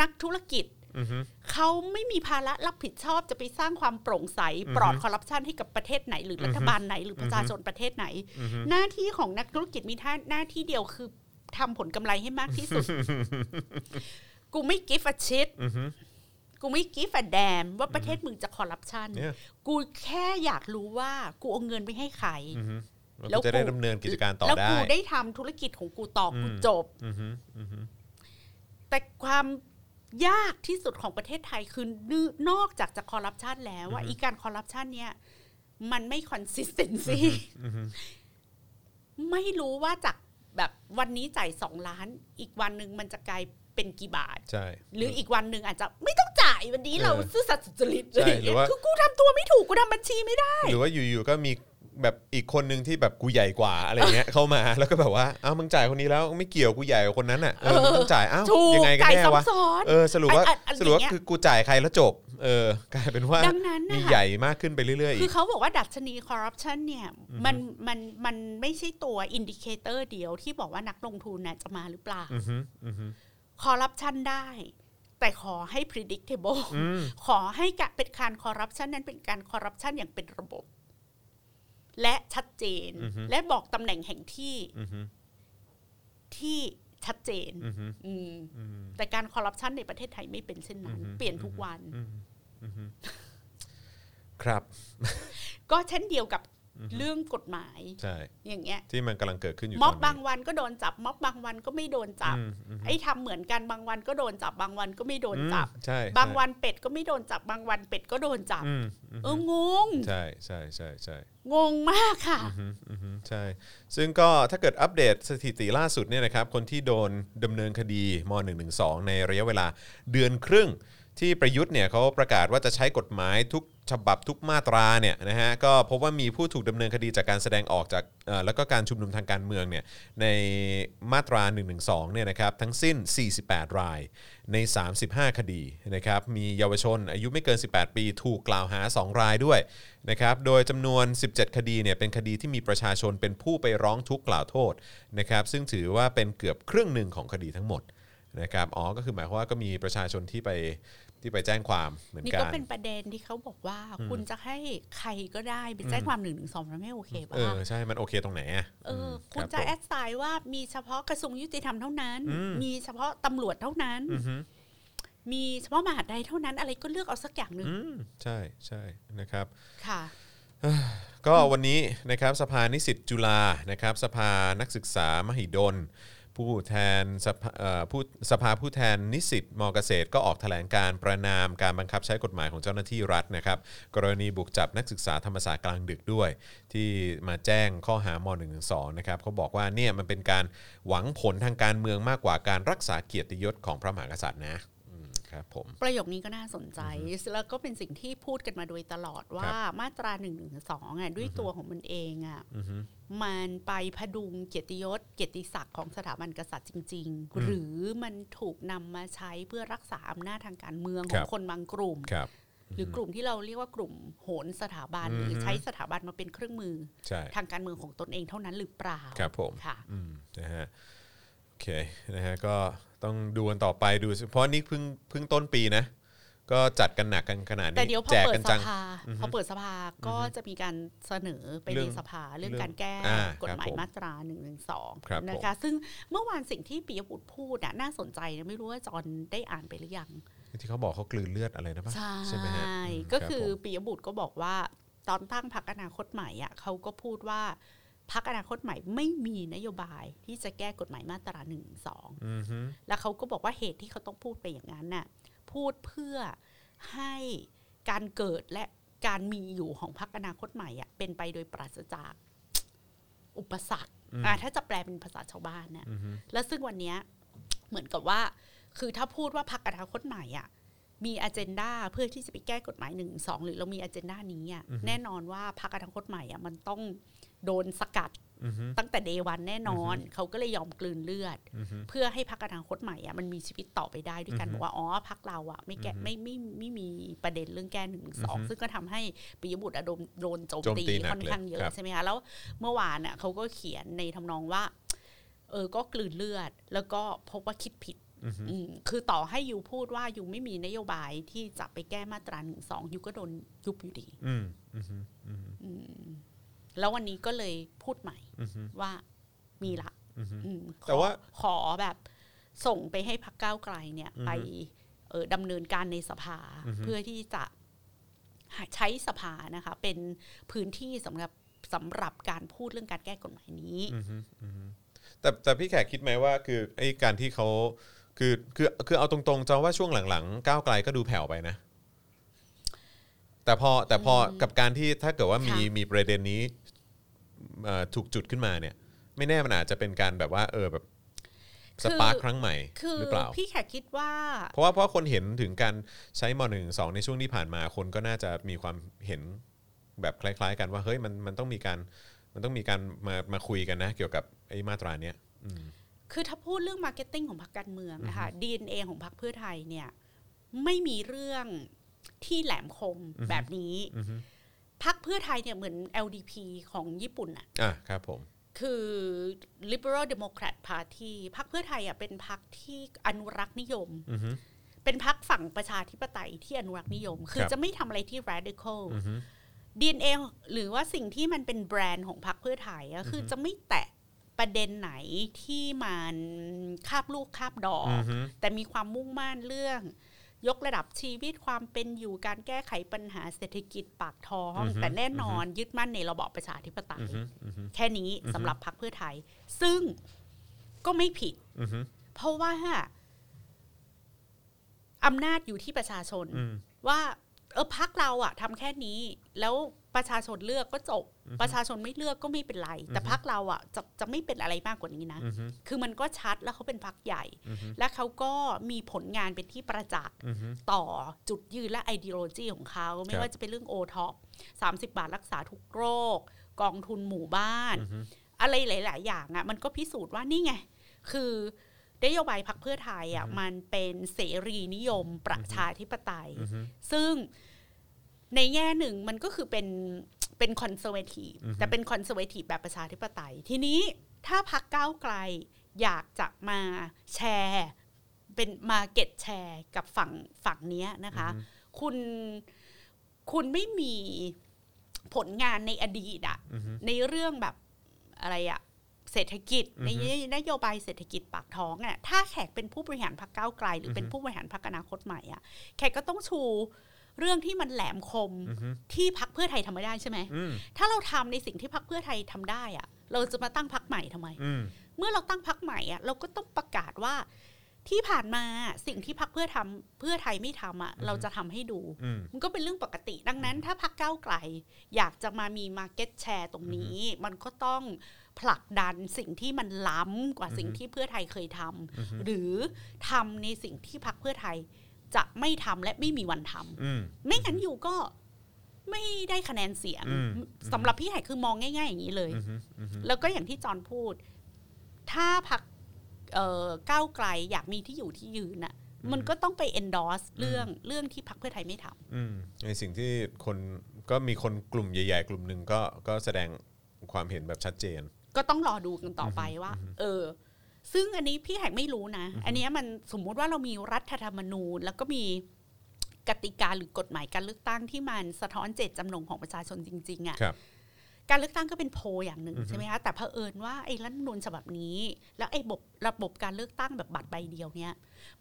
[SPEAKER 3] นักธุรกิจ
[SPEAKER 2] อืมฮึ
[SPEAKER 3] เขาไม่มีภาระรับผิดชอบจะไปสร้างความโปร่งใส
[SPEAKER 2] อือฮึ
[SPEAKER 3] ปลอดคอร์รัปชันให้กับประเทศไหน หรือรัฐบาลไหนหรือประชาชนประเทศไหน
[SPEAKER 2] อือฮึ
[SPEAKER 3] หน้าที่ของนักธุรกิจมีท่าหน้าที่เดียวคือทำผลกำไรให้มากที่สุด กูไม่กิฟต์ชิด
[SPEAKER 2] อืมฮึ
[SPEAKER 3] กูไม่กิฟต์แดมว่าประเทศมึงจะคอร์รัปชัน
[SPEAKER 2] เนี่ย
[SPEAKER 3] กูแค่อยากรู้ว่ากูเอาเงินไปให้ใคร
[SPEAKER 2] อืมฮึแล้ว
[SPEAKER 3] แล้ว
[SPEAKER 2] กูจะได้
[SPEAKER 3] กู
[SPEAKER 2] ดำเนินกิจการต่อ
[SPEAKER 3] แล้ว
[SPEAKER 2] ได้
[SPEAKER 3] กูได้ทำธุรกิจของกูต่ออ
[SPEAKER 2] ม
[SPEAKER 3] กูจบ
[SPEAKER 2] อืมฮึอืมฮึ
[SPEAKER 3] แต่ความยากที่สุดของประเทศไทยคือนอกจากจะคอร์รัปชันแล้วว่าอีการคอร์รัปชันเนี่ย มันไม่คอนสิสเทนซี
[SPEAKER 2] อืมฮึ
[SPEAKER 3] ไม่รู้ว่าจากแบบวันนี้จ่ายสองล้าน อีกวันหนึ่งมันจะกลายเป็นกี่บาท
[SPEAKER 2] ใช่
[SPEAKER 3] หรืออีกวันหนึ่งอาจจะไม่ต้องจ่ายวันนี้
[SPEAKER 2] เออ
[SPEAKER 3] เราซื่อสัตย์สุจริต
[SPEAKER 2] ใช่หรือว่า
[SPEAKER 3] คือกูทำตัวไม่ถูกกูทำบัญชีไม่ได้
[SPEAKER 2] หรือว่าอยู่ๆก็มีแบบอีกคนหนึ่งที่แบบกูใหญ่กว่าอะไรเงี้
[SPEAKER 3] *laughs*
[SPEAKER 2] ย เข้ามาแล้วก็แบบว่าอ้าวมึงจ่ายคนนี้แล้วไม่เกี่ยวกูใหญ่กว่าคนนั้นอ่ะเออมึงต้องจ่ายอ้าว
[SPEAKER 3] ถูก
[SPEAKER 2] ยังไงกัน
[SPEAKER 3] จ่าย
[SPEAKER 2] แน่วะ
[SPEAKER 3] ซ้ำซ้อน
[SPEAKER 2] เออสรุปว่า
[SPEAKER 3] อันอัน
[SPEAKER 2] สรุปว่า
[SPEAKER 3] อย่างเงี้ย
[SPEAKER 2] คือกูจ่ายใครแล้วจบ เออกลายเป็นว่า
[SPEAKER 3] ดังนั้นน่ะ
[SPEAKER 2] มีใหญ่มากขึ้นไปเรื่อยๆ
[SPEAKER 3] คื
[SPEAKER 2] อี
[SPEAKER 3] อก เขาบอกว่าดัชนีคอร์รัปชันเนี่ยมันมันมันไม่ใช่ตัวอินดิเคเตอร์เดียวที่บอกว่านักลงทุนน่ะจะมาหรือเปล่า
[SPEAKER 2] อือฮึอือฮึ
[SPEAKER 3] คอร์รัปชันได้ แต่ขอให้ predictable
[SPEAKER 2] อืม
[SPEAKER 3] ขอให้กะเป็นการคอร์รัปชันนั้นเป็นการคอร์รัปชันอย่างเป็นระบบ และชัดเจน และบอกตำแหน่งแห่งที่
[SPEAKER 2] อือฮึ
[SPEAKER 3] ที่ชัดเจน
[SPEAKER 2] อือฮึ
[SPEAKER 3] อืม
[SPEAKER 2] อืม
[SPEAKER 3] แต่การคอร์รัปชันในประเทศไทยไม่เป็นเช่นนั้น
[SPEAKER 2] อือฮึ
[SPEAKER 3] เปลี่ยนทุกวัน
[SPEAKER 2] อืมอือฮึครับ
[SPEAKER 3] ก็เช่นเดียวกับเรื่องกฎหมาย
[SPEAKER 2] ใช่
[SPEAKER 3] อย่างเงี้ย
[SPEAKER 2] ที่มันกำลังเกิดขึ้นอยู่
[SPEAKER 3] ม็อบ
[SPEAKER 2] ตนนี้
[SPEAKER 3] บางวันก็โดนจับ ม็อบบางวันก็ไม่โดนจับ
[SPEAKER 2] อืมอืม
[SPEAKER 3] ไอ้ทำเหมือนกันบางวันก็โดนจับ บางวันก็ไม่โดนจับ
[SPEAKER 2] อืมใช่
[SPEAKER 3] บางวันเป็ดก็ไม่โดนจับ บางวันเป็ดก็โดนจับ
[SPEAKER 2] อืมอืม
[SPEAKER 3] เอองง
[SPEAKER 2] ใช่ใช่ใช่ใช่
[SPEAKER 3] งงมากค่ะ
[SPEAKER 2] อือฮึอือฮึใช่ ซึ่งก็ถ้าเกิดอัปเดตสถิติล่าสุดเนี่ยนะครับ คนที่โดนดำเนินคดีม .112 ในระยะเวลาเดือนครึ่ง ที่ประยุทธ์เนี่ยเขาประกาศว่าจะใช้กฎหมายทุกฉบับทุกมาตราเนี่ยนะฮะก็พบว่ามีผู้ถูกดำเนินคดีจากการแสดงออกจากเอ่อแล้วก็การชุมนุมทางการเมืองเนี่ยในมาตรา 112เนี่ยนะครับทั้งสิ้น 48 รายใน 35 คดีนะครับมีเยาวชนอายุไม่เกิน 18 ปีถูกกล่าวหา 2 รายด้วยนะครับโดยจำนวน 17 คดีเนี่ยเป็นคดีที่มีประชาชนเป็นผู้ไปร้องทุกข์กล่าวโทษนะครับซึ่งถือว่าเป็นเกือบครึ่งหนึ่งของคดีทั้งหมดนะครับอ๋อก็คือหมายความว่าก็มีประชาชนที่ไปที่ไปแจ้งความเหมือน
[SPEAKER 3] นี่
[SPEAKER 2] กั
[SPEAKER 3] ก็
[SPEAKER 2] น
[SPEAKER 3] เป็นประเด็นที่เขาบอกว่า คุณจะให้ใครก็ได้ไปแจ้งความหนึ่งหนึ่งสองมันไม่โอเคป่ะ
[SPEAKER 2] เออใช่ มันโอเคตรงไหนอ่ะ
[SPEAKER 3] เออ
[SPEAKER 2] ม
[SPEAKER 3] คุณ
[SPEAKER 2] รับ
[SPEAKER 3] จะ
[SPEAKER 2] ผม
[SPEAKER 3] แอดไซน์ว่ามีเฉพาะกระทรวงยุติธรรมเท่านั้น
[SPEAKER 2] อืม
[SPEAKER 3] มีเฉพาะตำรวจเท่านั้น
[SPEAKER 2] อือฮึ
[SPEAKER 3] มีเฉพาะมหาดใดเท่านั้น อะไรก็เลือกเอาสักอย่างหนึ่ง
[SPEAKER 2] อืมใช่ใช่นะครับ
[SPEAKER 3] ค่ะ
[SPEAKER 2] ก็วันนี้นะครับสภานิสิตจุฬานะครับสภานักศึกษามหิดล ผู้แทนสภาเอ่อผู้สภาผู้แทนนิสิตมเกษตร ก็ออกแถลงการณ์ประนามการบังคับใช้กฎหมายของเจ้าหน้าที่รัฐนะครับกรณีบุกจับนักศึกษาธรรมศาสตร์กลางดึกด้วย ที่มาแจ้งข้อหาม1 1 2นะครับเขาบอกว่าเนี่ยมันเป็นการหวังผลทางการเมืองมากกว่าการรักษาเกียรติยศของพระมหากษัตริย์นะอืมครับผม
[SPEAKER 3] ประโยคนี้ก็น่าสนใจ แล้วก็เป็นสิ่งที่พูดกันมาโดยตลอดว่ามาตราหนึ่งหนึ่งสองอ่ะด้วยตัวของมันเองอ่ะมันไปพดุงเกียรติยศ เกียรติศักดิ์ของสถาบันกษัตริย์จริง ๆ หรือมันถูกนำมาใช้เพื่อรักษาอำนาจทางการเมือง
[SPEAKER 2] ค
[SPEAKER 3] ข
[SPEAKER 2] รั
[SPEAKER 3] อง
[SPEAKER 2] บ
[SPEAKER 3] คนบางกลุ่ม
[SPEAKER 2] ครับ
[SPEAKER 3] หรือกลุ่มที่เราเรียกว่ากลุ่มโหนสถาบัน
[SPEAKER 2] อืม
[SPEAKER 3] หรือใช้สถาบันมาเป็นเครื่องมือ
[SPEAKER 2] ใช่
[SPEAKER 3] ทางการเมืองของตนเองเท่านั้นหรือเปล่า
[SPEAKER 2] ครับผม
[SPEAKER 3] ค่ะ
[SPEAKER 2] อืมนะฮะโอเคนะฮะก็ต้องดูกันต่อไปดูสิเพราะนี่เพิ่งเพิ่งต้นปีนะ ก็จัดกันหนักกันขนาดนี้
[SPEAKER 3] แต่เดี๋ยวพอ
[SPEAKER 2] แจก
[SPEAKER 3] เปิ
[SPEAKER 2] กั
[SPEAKER 3] ด
[SPEAKER 2] น
[SPEAKER 3] ส
[SPEAKER 2] จัง
[SPEAKER 3] ภาพอเปิดสภาก็จะมีการเสนอไป
[SPEAKER 2] เรื่
[SPEAKER 3] ใน
[SPEAKER 2] อง
[SPEAKER 3] สภาเรื่อง
[SPEAKER 2] เรื่อง
[SPEAKER 3] การแก้
[SPEAKER 2] อ่าก
[SPEAKER 3] ฎหมา
[SPEAKER 2] ครับ
[SPEAKER 3] ย
[SPEAKER 2] ผม
[SPEAKER 3] มาตรา1นึ
[SPEAKER 2] ครับผม
[SPEAKER 3] นะคะซึ่งเมื่อวานสิ่งที่ปิยบุตรพูดน่ะน่าสนใจนะไม่รู้ว่าจอนได้อ่านไปหรือยัง
[SPEAKER 2] ที่เขาบอกเขากลืนเลือดอะไรนะปะ
[SPEAKER 3] ใช่
[SPEAKER 2] ไหมฮะม
[SPEAKER 3] ก็คือ
[SPEAKER 2] รับผม
[SPEAKER 3] ปิยบุตรก็บอกว่าตอนตั้งพักอนาคตใหม่อ่ะเขาก็พูดว่าพักอนาคตใหม่ไม่มีนโยบายที่จะแก้กฎหมายมาตรา1นึ
[SPEAKER 2] อือฮึ
[SPEAKER 3] แล้วเขาก็บอกว่าเหตุที่เขาต้องพูดไปอย่างนั้นน่ะพูดเพื่อให้การเกิดและการมีอยู่ของพรรคอนาคตใหม่อ่ะเป็นไปโดยปราศจากอุปสรรคอ่ะถ้าจะแปลเป็นภาษาชาวบ้านน่ะ
[SPEAKER 2] อือฮึ
[SPEAKER 3] แล้วซึ่งวันเนี้ยเหมือนกับว่า คือถ้าพูดว่าพรรคอนาคตใหม่อ่ะมีอเจนดาเพื่อที่จะไปแก้กฎหมายหนึ่งสองหรือเรามีอเจนดานี้อ่ะแน่นอนว่าพรรคอนาคตใหม่อ่ะมันต้องโดนสกัด
[SPEAKER 2] อือฮึ
[SPEAKER 3] ตั้งแต่เดวันแน่นอน เขาก็เลยยอมกลืนเลือด
[SPEAKER 2] อือฮึ
[SPEAKER 3] เพื่อให้พักอนาคตใหม่อ่ะมันมีชีวิตต่อไปได้ด้วยกัน
[SPEAKER 2] อือฮึ
[SPEAKER 3] บอกว่าอ๋อพักเราอ่ะไม่แก้
[SPEAKER 2] อือฮึ
[SPEAKER 3] ไม่ไม่ไม่ไม่มีประเด็นเรื่องแก้หนึ่งสอง
[SPEAKER 2] อือฮึ
[SPEAKER 3] ซึ่งก็ทำให้ปิยบุตรอะโดนโดนโจม
[SPEAKER 2] โจมตี
[SPEAKER 3] ตี
[SPEAKER 2] หนัก
[SPEAKER 3] ค่อนข้างเย
[SPEAKER 2] เลยครั
[SPEAKER 3] อะ
[SPEAKER 2] บ
[SPEAKER 3] ใช่ไหมคะแล้วเมื่อวานอ่ะเขาก็เขียนในทำนองว่า เออก็กลืนเลือด แล้วก็พบว่าคิดผิด
[SPEAKER 2] อือฮึ
[SPEAKER 3] อืมคือต่อให้ยูพูดว่ายูไม่มีนโยบายที่จะไปแก้มาตราหนึ่งสองยูก็โดนยุบอยู่ดี
[SPEAKER 2] อืมอืมอืม
[SPEAKER 3] อืมแล้ววันนี้ก็เลยพูดใหม่
[SPEAKER 2] อืม
[SPEAKER 3] ว่ามีละ
[SPEAKER 2] อืม
[SPEAKER 3] อืม
[SPEAKER 2] แต่ว่า
[SPEAKER 3] ขอขอแบบส่งไปให้พักก้าวไกลเนี่ย
[SPEAKER 2] อือฮึ
[SPEAKER 3] ไปเอ่อดำเนินการในสภา
[SPEAKER 2] อือฮึ
[SPEAKER 3] เพื่อที่จะหาใช้สภานะคะ เป็นพื้นที่สำหรับสำหรับการพูดเรื่องการแก้กฎหมายนี้
[SPEAKER 2] อืมอืมแต่แต่พี่แขกคิดไหมว่าคือไอ้การที่เขาคือคือคือเอาตรงๆจะว่าช่วงหลังๆก้าวไกลก็ดูแผ่วไปนะ แต่พอแต่พออกับการที่ถ้าเกิดว่ามี
[SPEAKER 3] ค่ะ
[SPEAKER 2] มีประเด็นนี้เอ่อถูกจุดขึ้นมาเนี่ย ไม่แน่มันอาจจะเป็นการแบบว่า เออแบบ
[SPEAKER 3] คื
[SPEAKER 2] ส
[SPEAKER 3] อ
[SPEAKER 2] ปาร์คครั้งใหม่
[SPEAKER 3] คือ
[SPEAKER 2] หรือเปล่า
[SPEAKER 3] พี่แขกคิดว่า
[SPEAKER 2] เพราะว่าเพราะคนเห็นถึงการใช้มหนึ่งสองในช่วงที่ผ่านมาคนก็น่าจะมีความเห็นแบบคล้าย ๆ กันว่าเฮ้ยมันมันต้องมีการมันต้องมีการมามาคุยกันนะ เกี่ยวกับไอ้มาตราเนี้ยอืม
[SPEAKER 3] คือถ้าพูดเรื่องมาร์เก็ตติ้งของพรรคการเมืองนะคะ DNA ของพรรคเพื่อไทยเนี่ย ไม่มีเรื่องที่แหลมคม
[SPEAKER 2] อือฮึ
[SPEAKER 3] แบบนี้
[SPEAKER 2] อือฮึ
[SPEAKER 3] พรรคเพื่อไทยเนี่ยเหมือน LDP ของญี่ปุ่นอะ
[SPEAKER 2] อ่ะครับผม
[SPEAKER 3] คือ Liberal Democrat Party พรรคเพื่อไทยอ่ะเป็นพรรคที่อนุรักษ์นิยม
[SPEAKER 2] อือฮึ
[SPEAKER 3] เป็นพรรคฝั่งประชาธิปไตยที่อนุรักษ์นิยม คือ
[SPEAKER 2] ครับ
[SPEAKER 3] จะไม่ทำอะไรที่ radical
[SPEAKER 2] อือฮึ
[SPEAKER 3] DNA หรือว่าสิ่งที่มันเป็นแบรนด์ของพรรคเพื่อไทยก็คือจะไม่แตะประเด็นไหนที่มันคาบลูกคาบดอก
[SPEAKER 2] อือฮึ
[SPEAKER 3] แต่มีความมุ่งมั่นเรื่อง ยกระดับชีวิตความเป็นอยู่การแก้ไขปัญหาเศรษฐกิจปากท้อง
[SPEAKER 2] อือฮึ
[SPEAKER 3] แต่แน่นอนยึดมั่นในระบอบประชาธิปไต
[SPEAKER 2] อื
[SPEAKER 3] ย
[SPEAKER 2] อฮึอือฮึ
[SPEAKER 3] แค่นี้สำหรับพรรคเพื่อไทย ซึ่งก็ไม่ผิด
[SPEAKER 2] อือฮึ
[SPEAKER 3] เพราะว่าอำนาจอยู่ที่ประชาชน
[SPEAKER 2] อืม
[SPEAKER 3] ว่า เออพักเราอะทำแค่นี้ แล้วประชาชนเลือกก็จบ ประชาชนไม่เลือกก็ไม่เป็นไร แต่พักเราอะจะจะไม่เป็นอะไรมากกว่านี้นะ
[SPEAKER 2] อือฮึ
[SPEAKER 3] คือมันก็ชัดแล้วเขาเป็นพักใหญ่
[SPEAKER 2] อือฮึ
[SPEAKER 3] และเขาก็มีผลงานเป็นที่ประจักษ์
[SPEAKER 2] อือฮึ
[SPEAKER 3] ต่อจุดยืนและไอเดียโลจีของเขา
[SPEAKER 2] ค
[SPEAKER 3] ไม่
[SPEAKER 2] รับ
[SPEAKER 3] ว่าจะเป็นเรื่องโอท็อปสาบาทรักษาทุกโรค กองทุนหมู่บ้าน
[SPEAKER 2] อือฮึ
[SPEAKER 3] อะไรหลาย ๆ อย่างอะ่ะมันก็พิสูจน์ว่านี่ไง คือนโยบายพักเพื่อไทยอะ่ะมันเป็นเสรีนิยมประชาธิปไตย
[SPEAKER 2] อือฮึ
[SPEAKER 3] ซึ่งในแง่หนึ่งมันก็คือเป็นเป็นคอนเซอร์เวทีฟ
[SPEAKER 2] อือฮึ
[SPEAKER 3] แต่เป็นคอนเซอร์เวทีฟแบบประชาธิปไตย ทีนี้ถ้าพักก้าวไกลอยากจะมาแชร์ เป็นมาเก็ตแชร์กับฝั่งฝั่งเนี้ยนะคะ คุณคุณไม่มีผลงานในอดีตอะ
[SPEAKER 2] อือฮึ
[SPEAKER 3] ในเรื่องแบบอะไรอะเศรษฐกิจ
[SPEAKER 2] อือ
[SPEAKER 3] ใน
[SPEAKER 2] ฮึ
[SPEAKER 3] นโยบายเศรษฐกิจปากท้องอะถ้าแขกเป็นผู้บริหารพรรคก้าวไกล หรืออ
[SPEAKER 2] อฮึ
[SPEAKER 3] เป็นผู้บริหารพรรคอนาคตใหม่อะแขกก็ต้องชูเรื่องที่มันแหลมคม
[SPEAKER 2] อือฮึ
[SPEAKER 3] ที่พรรคเพื่อไทยทำไม่ได้ใช่ไหม
[SPEAKER 2] อืม
[SPEAKER 3] ถ้าเราทำในสิ่งที่พรรคเพื่อไทยทำได้อะเราจะมาตั้งพรรคใหม่ทำไม
[SPEAKER 2] อืม
[SPEAKER 3] เมื่อเราตั้งพรรคใหม่อะเราก็ต้องประกาศว่าที่ผ่านมาสิ่งที่พรรคเพื่อทำเพื่อไทยไม่ทำอะเราจะทำให้ดู
[SPEAKER 2] อืม
[SPEAKER 3] มันก็เป็นเรื่องปกติ ดังนั้นถ้าพักเก้าวไกล อยากจะมามีมาร์เก็ตแชร์ตรงนี้ มันก็ต้องผลักดันสิ่งที่มันล้ำกว่าสิ่งที่เพื่อไทยเคยทำหรือทำในสิ่งที่พักเพื่อไทยจะไม่ทำและไม่มีวันทำ
[SPEAKER 2] อืม
[SPEAKER 3] ไม่งั้นอยู่ก็ไม่ได้คะแนนเสียง
[SPEAKER 2] อืม
[SPEAKER 3] สำหรับพี่ไห่คือมองง่าย ๆ อย่างนี้เลย
[SPEAKER 2] อือฮึอือฮึ
[SPEAKER 3] แล้วก็อย่างที่จอนพูด ถ้าพักก้าวไกลอยากมีที่อยู่ที่ยืนน่ะ มันก็ต้องไป endorse เรื่องเรื่องที่พักเพื่อไทยไม่ทำ
[SPEAKER 2] อืมในสิ่งที่คนก็มีคนกลุ่มใหญ่ ๆ กลุ่มหนึ่งก็ก็แสดงความเห็นแบบชัดเจน
[SPEAKER 3] ก็ต้องรอดูกันต่อไปว่า เออ ซึ่งอันนี้พี่แหกไม่รู้นะ อันเนี้ยมันสมมุติว่าเรามีรัฐธรรมนูญ แล้วก็มีกติกาหรือกฎหมายการเลือกตั้งที่มันสะท้อนเจตจำนงของประชาชนจริงๆอะ
[SPEAKER 2] ครับ
[SPEAKER 3] การเลือกตั้งก็เป็นโพลอย่างหนึ่งใช่ไหมคะแต่เผอิญว่าไอ้รัฐธรรมนูญฉบับนี้ แล้วไอ้บบระบบการเลือกตั้งแบบบัตรใบเดียวเนี่ย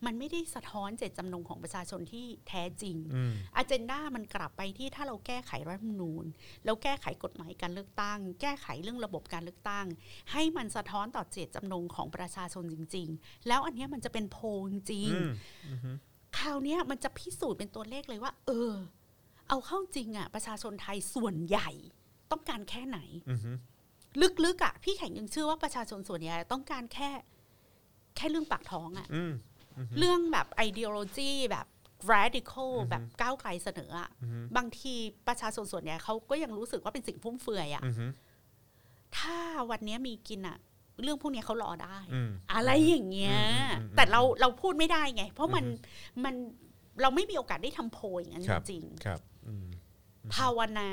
[SPEAKER 3] มันไม่ได้สะท้อนเจตจำนงของประชาชนที่แท้จริง
[SPEAKER 2] อืม
[SPEAKER 3] อเจนดามันกลับไปที่ถ้าเราแก้ไขรัฐธรรมนูญ แล้วแก้ไขกฎหมายการเลือกตั้ง แก้ไขเรื่องระบบการเลือกตั้ง ให้มันสะท้อนต่อเจตจำนงของประชาชนจริง ๆ แล้วอันเนี้ยมันจะเป็นโพลจริง
[SPEAKER 2] อืม
[SPEAKER 3] คราวเนี้ยมันจะพิสูจน์เป็นตัวเลขเลยว่า เออ เอาเข้าจริงอะประชาชนไทยส่วนใหญ่ ต้องการแค่ไหน
[SPEAKER 2] อือฮึ
[SPEAKER 3] ลึกๆอะพี่แข่งยังเชื่อว่าประชาชนส่วนใหญ่ต้องการแค่ แค่เรื่องปากท้องอะ
[SPEAKER 2] อืม
[SPEAKER 3] เรื่องแบบไอเดียโลจีแบบ radical แบบก้าวไกลเสนออะบางทีประชาชนส่วนใหญ่เขาก็ยังรู้สึกว่าเป็นสิ่งฟุ่มเฟือยอะ
[SPEAKER 2] อือฮึ
[SPEAKER 3] ถ้าวันเนี้ยมีกินอะเรื่องพวกเนี้ยเขารอได้
[SPEAKER 2] อืม
[SPEAKER 3] อะไรอย่างเงี้ย
[SPEAKER 2] อืมอืมอืม
[SPEAKER 3] แต่เราเราพูดไม่ได้ไง เพราะมันมันเราไม่มีโอกาสได้ทำโพลอย่างนั้น
[SPEAKER 2] ครับ
[SPEAKER 3] จริงๆ
[SPEAKER 2] ครับอืม
[SPEAKER 3] ภาวนา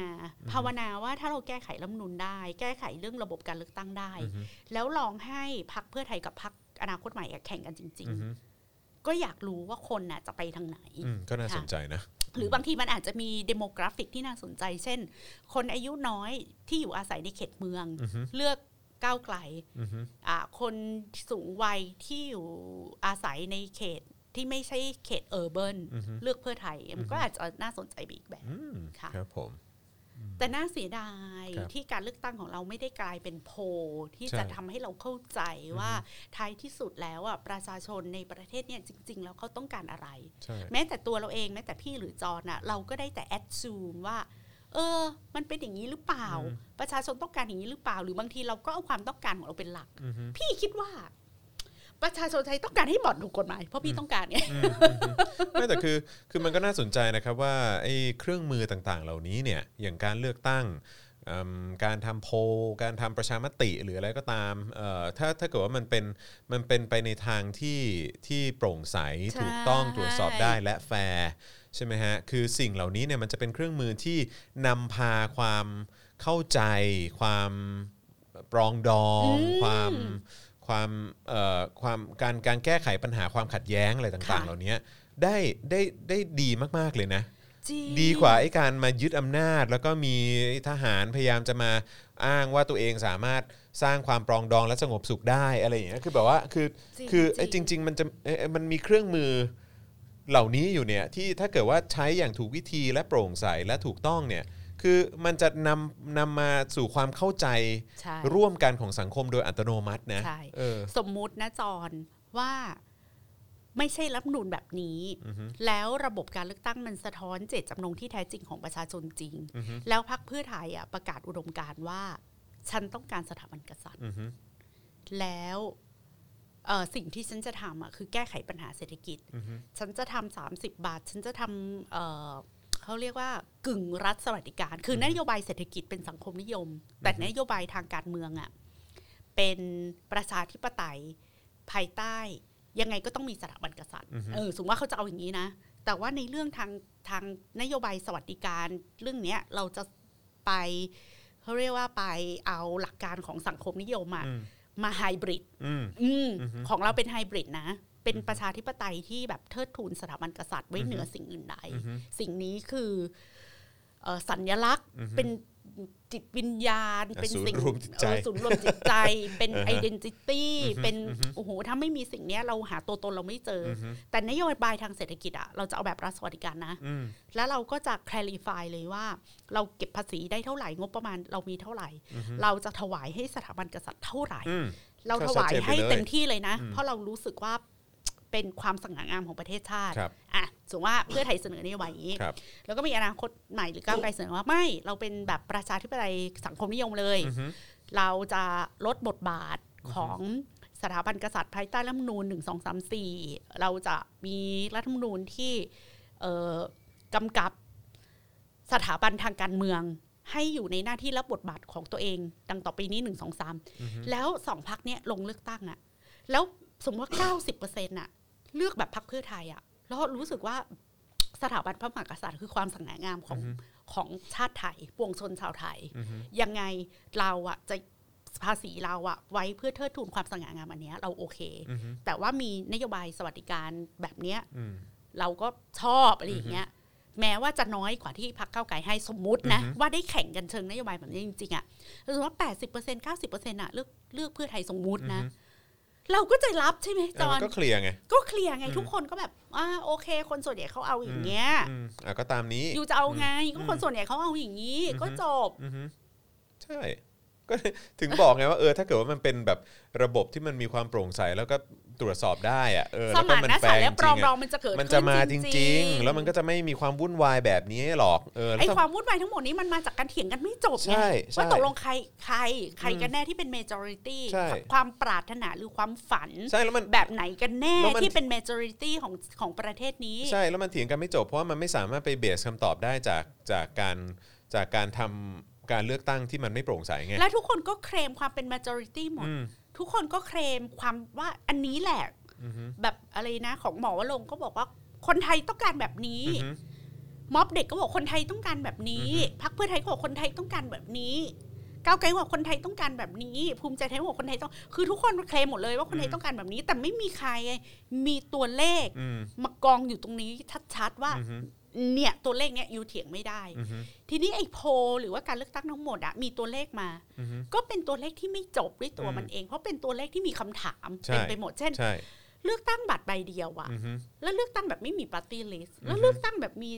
[SPEAKER 3] ภาวนาว่าถ้าเราแก้ไขรัฐธรรมนุนได้ แก้ไขเรื่องระบบการเลือกตั้งได้
[SPEAKER 2] อือฮึ
[SPEAKER 3] แล้วลองให้พักเพื่อไทยกับพักอนาคตใหม่อะแข่งกันจริง
[SPEAKER 2] อือฮึ
[SPEAKER 3] ๆ ก็อยากรู้ว่าคนน่ะจะไปทางไหน
[SPEAKER 2] อืมก็น่าสนใจนะ
[SPEAKER 3] หรือบางทีมันอาจจะมีเดโมกราฟิกที่น่าสนใจ เช่น คนอายุน้อยที่อยู่อาศัยในเขตเมือง
[SPEAKER 2] อือฮึ
[SPEAKER 3] เลือกก้าวไกล
[SPEAKER 2] อือฮึ
[SPEAKER 3] อ่าคนสูงวัยที่อยู่อาศัยในเขตที่ไม่ใช่เขตเออร์เบิร์น
[SPEAKER 2] อือฮึ
[SPEAKER 3] เลือกเพื่อไทยมันก็อาจจะน่าสนใจไปอีกแบบ
[SPEAKER 2] อืม
[SPEAKER 3] ค่ะ
[SPEAKER 2] ครับผม
[SPEAKER 3] แต่น่าเสียดาย
[SPEAKER 2] ครับ
[SPEAKER 3] ที่การเลือกตั้งของเราไม่ได้กลายเป็นโพลที่
[SPEAKER 2] ใช่
[SPEAKER 3] จะทำให้เราเข้าใจว่าท้ายที่สุดแล้วอ่ะประชาชนในประเทศเนี่ยจริง ๆ แล้วเขาต้องการอะไร
[SPEAKER 2] ใช่
[SPEAKER 3] แม้แต่ตัวเราเองแม้แต่พี่หรือจอนอ่ะเราก็ได้แต่แอดซูมว่า เออ มันเป็นอย่างนี้หรือเปล่า ประชาชนต้องการอย่างนี้หรือเปล่า หรือบางทีเราก็เอาความต้องการของเราเป็นหลัก
[SPEAKER 2] อือฮึ
[SPEAKER 3] พี่คิดว่า ประชาชนไทยต้องการให้บ่อนถูกกฎหมายเพราะพี่ต้องการไง
[SPEAKER 2] ไม่ *laughs* แต่คือคือมันก็น่าสนใจนะครับว่าไอ้เครื่องมือต่างๆ เหล่านี้เนี่ยอย่างการเลือกตั้งอืมการทำโพลการทำประชามติหรืออะไรก็ตามเอ่อถ้าถ้าเกิดว่ามันเป็นมันเป็นไปในทางที่ที่โปร่งใส
[SPEAKER 3] ใช่
[SPEAKER 2] ถูกต้องตรวจสอบได้และแฟร์ใช่ไหมฮะคือสิ่งเหล่านี้เนี่ยมันจะเป็นเครื่องมือที่นำพาความเข้าใจ ความปรองดอง ความ ความเอ่อความการการแก้ไขปัญหาความขัดแย้งอะไรต่างๆ
[SPEAKER 3] ค่ะ
[SPEAKER 2] เหล่านี้ได้ได้ได้ดีมากๆเลยนะ
[SPEAKER 3] จริง
[SPEAKER 2] ดีกว่าไอ้การมายึดอำนาจ แล้วก็มีทหารพยายามจะมาอ้างว่าตัวเองสามารถสร้างความปรองดองและสงบสุขได้อะไรอย่างเงี้ยคือแบบว่าคือ
[SPEAKER 3] จริง
[SPEAKER 2] คือ
[SPEAKER 3] จริง
[SPEAKER 2] ไอ้จริง ๆ มันจะเอ่อมันมีเครื่องมือเหล่านี้อยู่เนี่ยที่ถ้าเกิดว่าใช้อย่างถูกวิธีและโปร่งใสและถูกต้องเนี่ยคือมันจะนำนำมาสู่ความเข้าใจ
[SPEAKER 3] ใช่
[SPEAKER 2] ร่วมกันของสังคมโดยอัตโนมัตินะ
[SPEAKER 3] ใช่
[SPEAKER 2] เออ
[SPEAKER 3] สมมุตินะจอนว่าไม่ใช่รัฐธรรมนูนแบบนี้ แล้วระบบการเลือกตั้งมันสะท้อนเจตจำนงที่แท้จริงของประชาชนจริง แล้วพักเพื่อไทยอ่ะประกาศอุดมการณ์ว่า ฉันต้องการสถาบันกษัตริย์
[SPEAKER 2] อือฮึ
[SPEAKER 3] แล้วเอ่อสิ่งที่ฉันจะทำอ่ะคือแก้ไขปัญหาเศรษฐกิจ ฉันจะทำสามสิบบาท ฉันจะทำเอ่อเขาเรียกว่ากึ่งรัฐสวัสดิการ คือนโยบายเศรษฐกิจเป็นสังคมนิยม แต่นโยบายทางการเมืองอ่ะเป็นประชาธิปไตยภายใต้ ยังไงก็ต้องมีสถาบันกษัตริย์เออสมมติว่าเขาจะเอาอย่างนี้นะ แต่ว่าในเรื่องทางทางนโยบายสวัสดิการ เรื่องเนี้ยเราจะไปเขาเรียกว่าไปเอาหลักการของสังคมนิยมอะมาไฮบริด
[SPEAKER 2] อืม
[SPEAKER 3] อืมของเราเป็นไฮบริดนะ เป็นประชาธิปไตยที่แบบเทิดทูนสถาบันกษัตริย์ไว้เหนือสิ่งอื่นใด สิ่งนี้คือเอ่อสัญลักษณ์เป็นจิตวิญญาณ
[SPEAKER 2] อ่ะ
[SPEAKER 3] เป็น
[SPEAKER 2] ศูนย์
[SPEAKER 3] สิ่ง
[SPEAKER 2] รวมจิตใจ
[SPEAKER 3] เออศูนย์รวมจิต
[SPEAKER 2] *laughs*
[SPEAKER 3] ใจ เป็น
[SPEAKER 2] อ่า
[SPEAKER 3] ไอ
[SPEAKER 2] ฮะ
[SPEAKER 3] ดีนิตี้
[SPEAKER 2] อือฮึ
[SPEAKER 3] เป็น
[SPEAKER 2] อือฮึ
[SPEAKER 3] โอ้โหถ้าไม่มีสิ่งเนี้ยเราหาตัวตนเราไม่เจออ
[SPEAKER 2] อฮึ
[SPEAKER 3] แต่นโยบายทางเศรษฐกิจอะเราจะเอาแบบรัฐสวัสดิการนะ
[SPEAKER 2] อืม
[SPEAKER 3] แล้วเราก็จะคล a ริฟายเลยว่า เราเก็บภาษีได้เท่าไหร่งบประมาณเรามีเท่าไหร่ เราจะถวายให้สถาบันกษัตริย์เท่าไหร่
[SPEAKER 2] อืม
[SPEAKER 3] เราถวายให้เต็มที่เลยนะ
[SPEAKER 2] อืม
[SPEAKER 3] เพราะเรารู้สึกว่าเป็นความสง่างามของประเทศชาติ
[SPEAKER 2] ครับ
[SPEAKER 3] อ่ะสมมติว่าเพื่อไทยเสนอนโยบายอย่างนี้
[SPEAKER 2] ครับ
[SPEAKER 3] แล้วก็มีอนาคตใหม่หรือก้าวไกลเสนอว่าไม่ เราเป็นแบบประชาธิปไตยสังคมนิยมเลย
[SPEAKER 2] อือฮึ
[SPEAKER 3] เราจะลดบทบาทของสถาบันกษัตริย์ภายใต้รัฐธรรมนูญหนึ่งสองสามสี่เราจะมีรัฐธรรมนูญที่เอ่อกำกับสถาบันทางการเมือง ให้อยู่ในหน้าที่และบทบาทของตัวเอง ดังต่อไปนี้หนึ่งสองสามแล้วสองพักเนี้ยลงเลือกตั้งอะแล้วสมมติว่าเก้าสิบเปอร์เซ็นต์อะเลือกแบบพักเพื่อไทยอะแล้วรู้สึกว่าสถาบันพระมหากษัตริย์คือความสง่างามของของชาติไทยปวงชนชาวไทย ยังไงเราอะจะภาษีเราอะไว้เพื่อเทิดทูนความสง่างามอันเนี้ยเราโอเค
[SPEAKER 2] อือฮึ
[SPEAKER 3] แต่ว่ามีนโยบายสวัสดิการแบบเนี้ย
[SPEAKER 2] อืม
[SPEAKER 3] เราก็ชอบอะไรอย่างเงี้ยแม้ว่าจะน้อยกว่าที่พักเก้าวไกลให้สมมุตินะ ว่าได้แข่งกันเชิงนโยบายแบบนี้จริงๆอะสมมติว่าแปดสิบเปอร์เซ็นต์เก้าสิบเปอร์เซ็นต์อะเลือกเลือกเพื่อไทยสมมุตินะ เราก็จะรับใช่ไหมจ
[SPEAKER 2] เออ
[SPEAKER 3] อ
[SPEAKER 2] มัน นก็เคลียร์ไง
[SPEAKER 3] ก็เคลียร์ไงทุกคนก็แบบอ่าโอเค คนส่วนใหญ่เขาเอาอย่างเงี้ย
[SPEAKER 2] อืมอ่ะก็ตามนี้
[SPEAKER 3] อยู่จะเอาไงก็คนส่วนใหญ่เขาเอาอย่างนี้ ก็จบ
[SPEAKER 2] อือฮึใช่ *laughs* ก็ ถึงบอกไงว่าเออถ้าเกิดว่ามันเป็นแบบระบบที่มันมีความโปร่งใสแล้วก็ตรวจสอบได้อะเออ
[SPEAKER 3] ส
[SPEAKER 2] แล้วก็
[SPEAKER 3] มาน
[SPEAKER 2] มัน
[SPEAKER 3] นะ
[SPEAKER 2] แฟ
[SPEAKER 3] ฉัน
[SPEAKER 2] ร์จ
[SPEAKER 3] และปร
[SPEAKER 2] ริ
[SPEAKER 3] อง ง
[SPEAKER 2] ๆ
[SPEAKER 3] ด
[SPEAKER 2] อะ
[SPEAKER 3] องมันจะเกิด
[SPEAKER 2] มันจะมาจ
[SPEAKER 3] ขึ้น
[SPEAKER 2] ริง ๆ แล้วมันก็จะไม่มีความวุ่นวายแบบนี้หรอกเออ
[SPEAKER 3] ไอ
[SPEAKER 2] แล้วก็
[SPEAKER 3] ความวุ่นวายทั้งหมดนี้มันมาจากการเถียงกันไม่จบไง
[SPEAKER 2] ใช่ใช่
[SPEAKER 3] ว่าตกลงใครใคร ใครกันแน่ที่เป็น majority
[SPEAKER 2] ใช่
[SPEAKER 3] ความปรารถนาหรือความฝัน
[SPEAKER 2] ใช่แล้วมัน
[SPEAKER 3] แบบไหนกันแน่
[SPEAKER 2] แล้วมัน
[SPEAKER 3] ที่เป็น majority ของของประเทศนี้
[SPEAKER 2] ใช่แล้วมันเถียงกันไม่จบเพราะว่ามันไม่สามารถไปเบสคำตอบได้จากจากการจากการทำ การเลือกตั้งที่มันไม่โปร่งใสไง
[SPEAKER 3] และทุกคนก็เคลมความเป็น majority หมด
[SPEAKER 2] อืม
[SPEAKER 3] ทุกคนก็เคลมความว่าอันนี้แหละ
[SPEAKER 2] อืมอืม
[SPEAKER 3] แบบอะไรนะของหมอวรงค์ก็บอกว่าคนไทยต้องการแบบนี้
[SPEAKER 2] อืม
[SPEAKER 3] ม็อบเด็กก็บอกคนไทยต้องการแบบนี้ พักเพื่อไทยก็บอกคนไทยต้องการแบบนี้ ก้าวไกลก็บอกคนไทยต้องการแบบนี้ ภูมิใจไทยก็บอกคนไทยต้อง คือทุกคนเคลมหมดเลยว่าคนไทย
[SPEAKER 2] อืม
[SPEAKER 3] ต้องการแบบนี้ แต่ไม่มีใครมีตัวเลข
[SPEAKER 2] อืม
[SPEAKER 3] มากองอยู่ตรงนี้ชัดๆว่า
[SPEAKER 2] อืมอืม
[SPEAKER 3] เนี่ยตัวเลขเนี่ยอยู่เถียงไม่ได้
[SPEAKER 2] อืม
[SPEAKER 3] ทีนี้ไอ้โพลหรือว่าการเลือกตั้งทั้งหมดอะมีตัวเลขมา
[SPEAKER 2] อืม
[SPEAKER 3] ก็เป็นตัวเลขที่ไม่จบด้วยตัว
[SPEAKER 2] อืม
[SPEAKER 3] มันเอง เพราะเป็นตัวเลขที่มีคำถาม
[SPEAKER 2] ใช่
[SPEAKER 3] เต็มไปหมดเช่น
[SPEAKER 2] ใช่
[SPEAKER 3] เลือกตั้งบัตรใบเดียวอะ
[SPEAKER 2] อืมอืม
[SPEAKER 3] แล้วเลือกตั้งแบบไม่มีปาร์ตี้ลิสต์
[SPEAKER 2] อือฮึ
[SPEAKER 3] แล้วเลือกตั้งแบบมี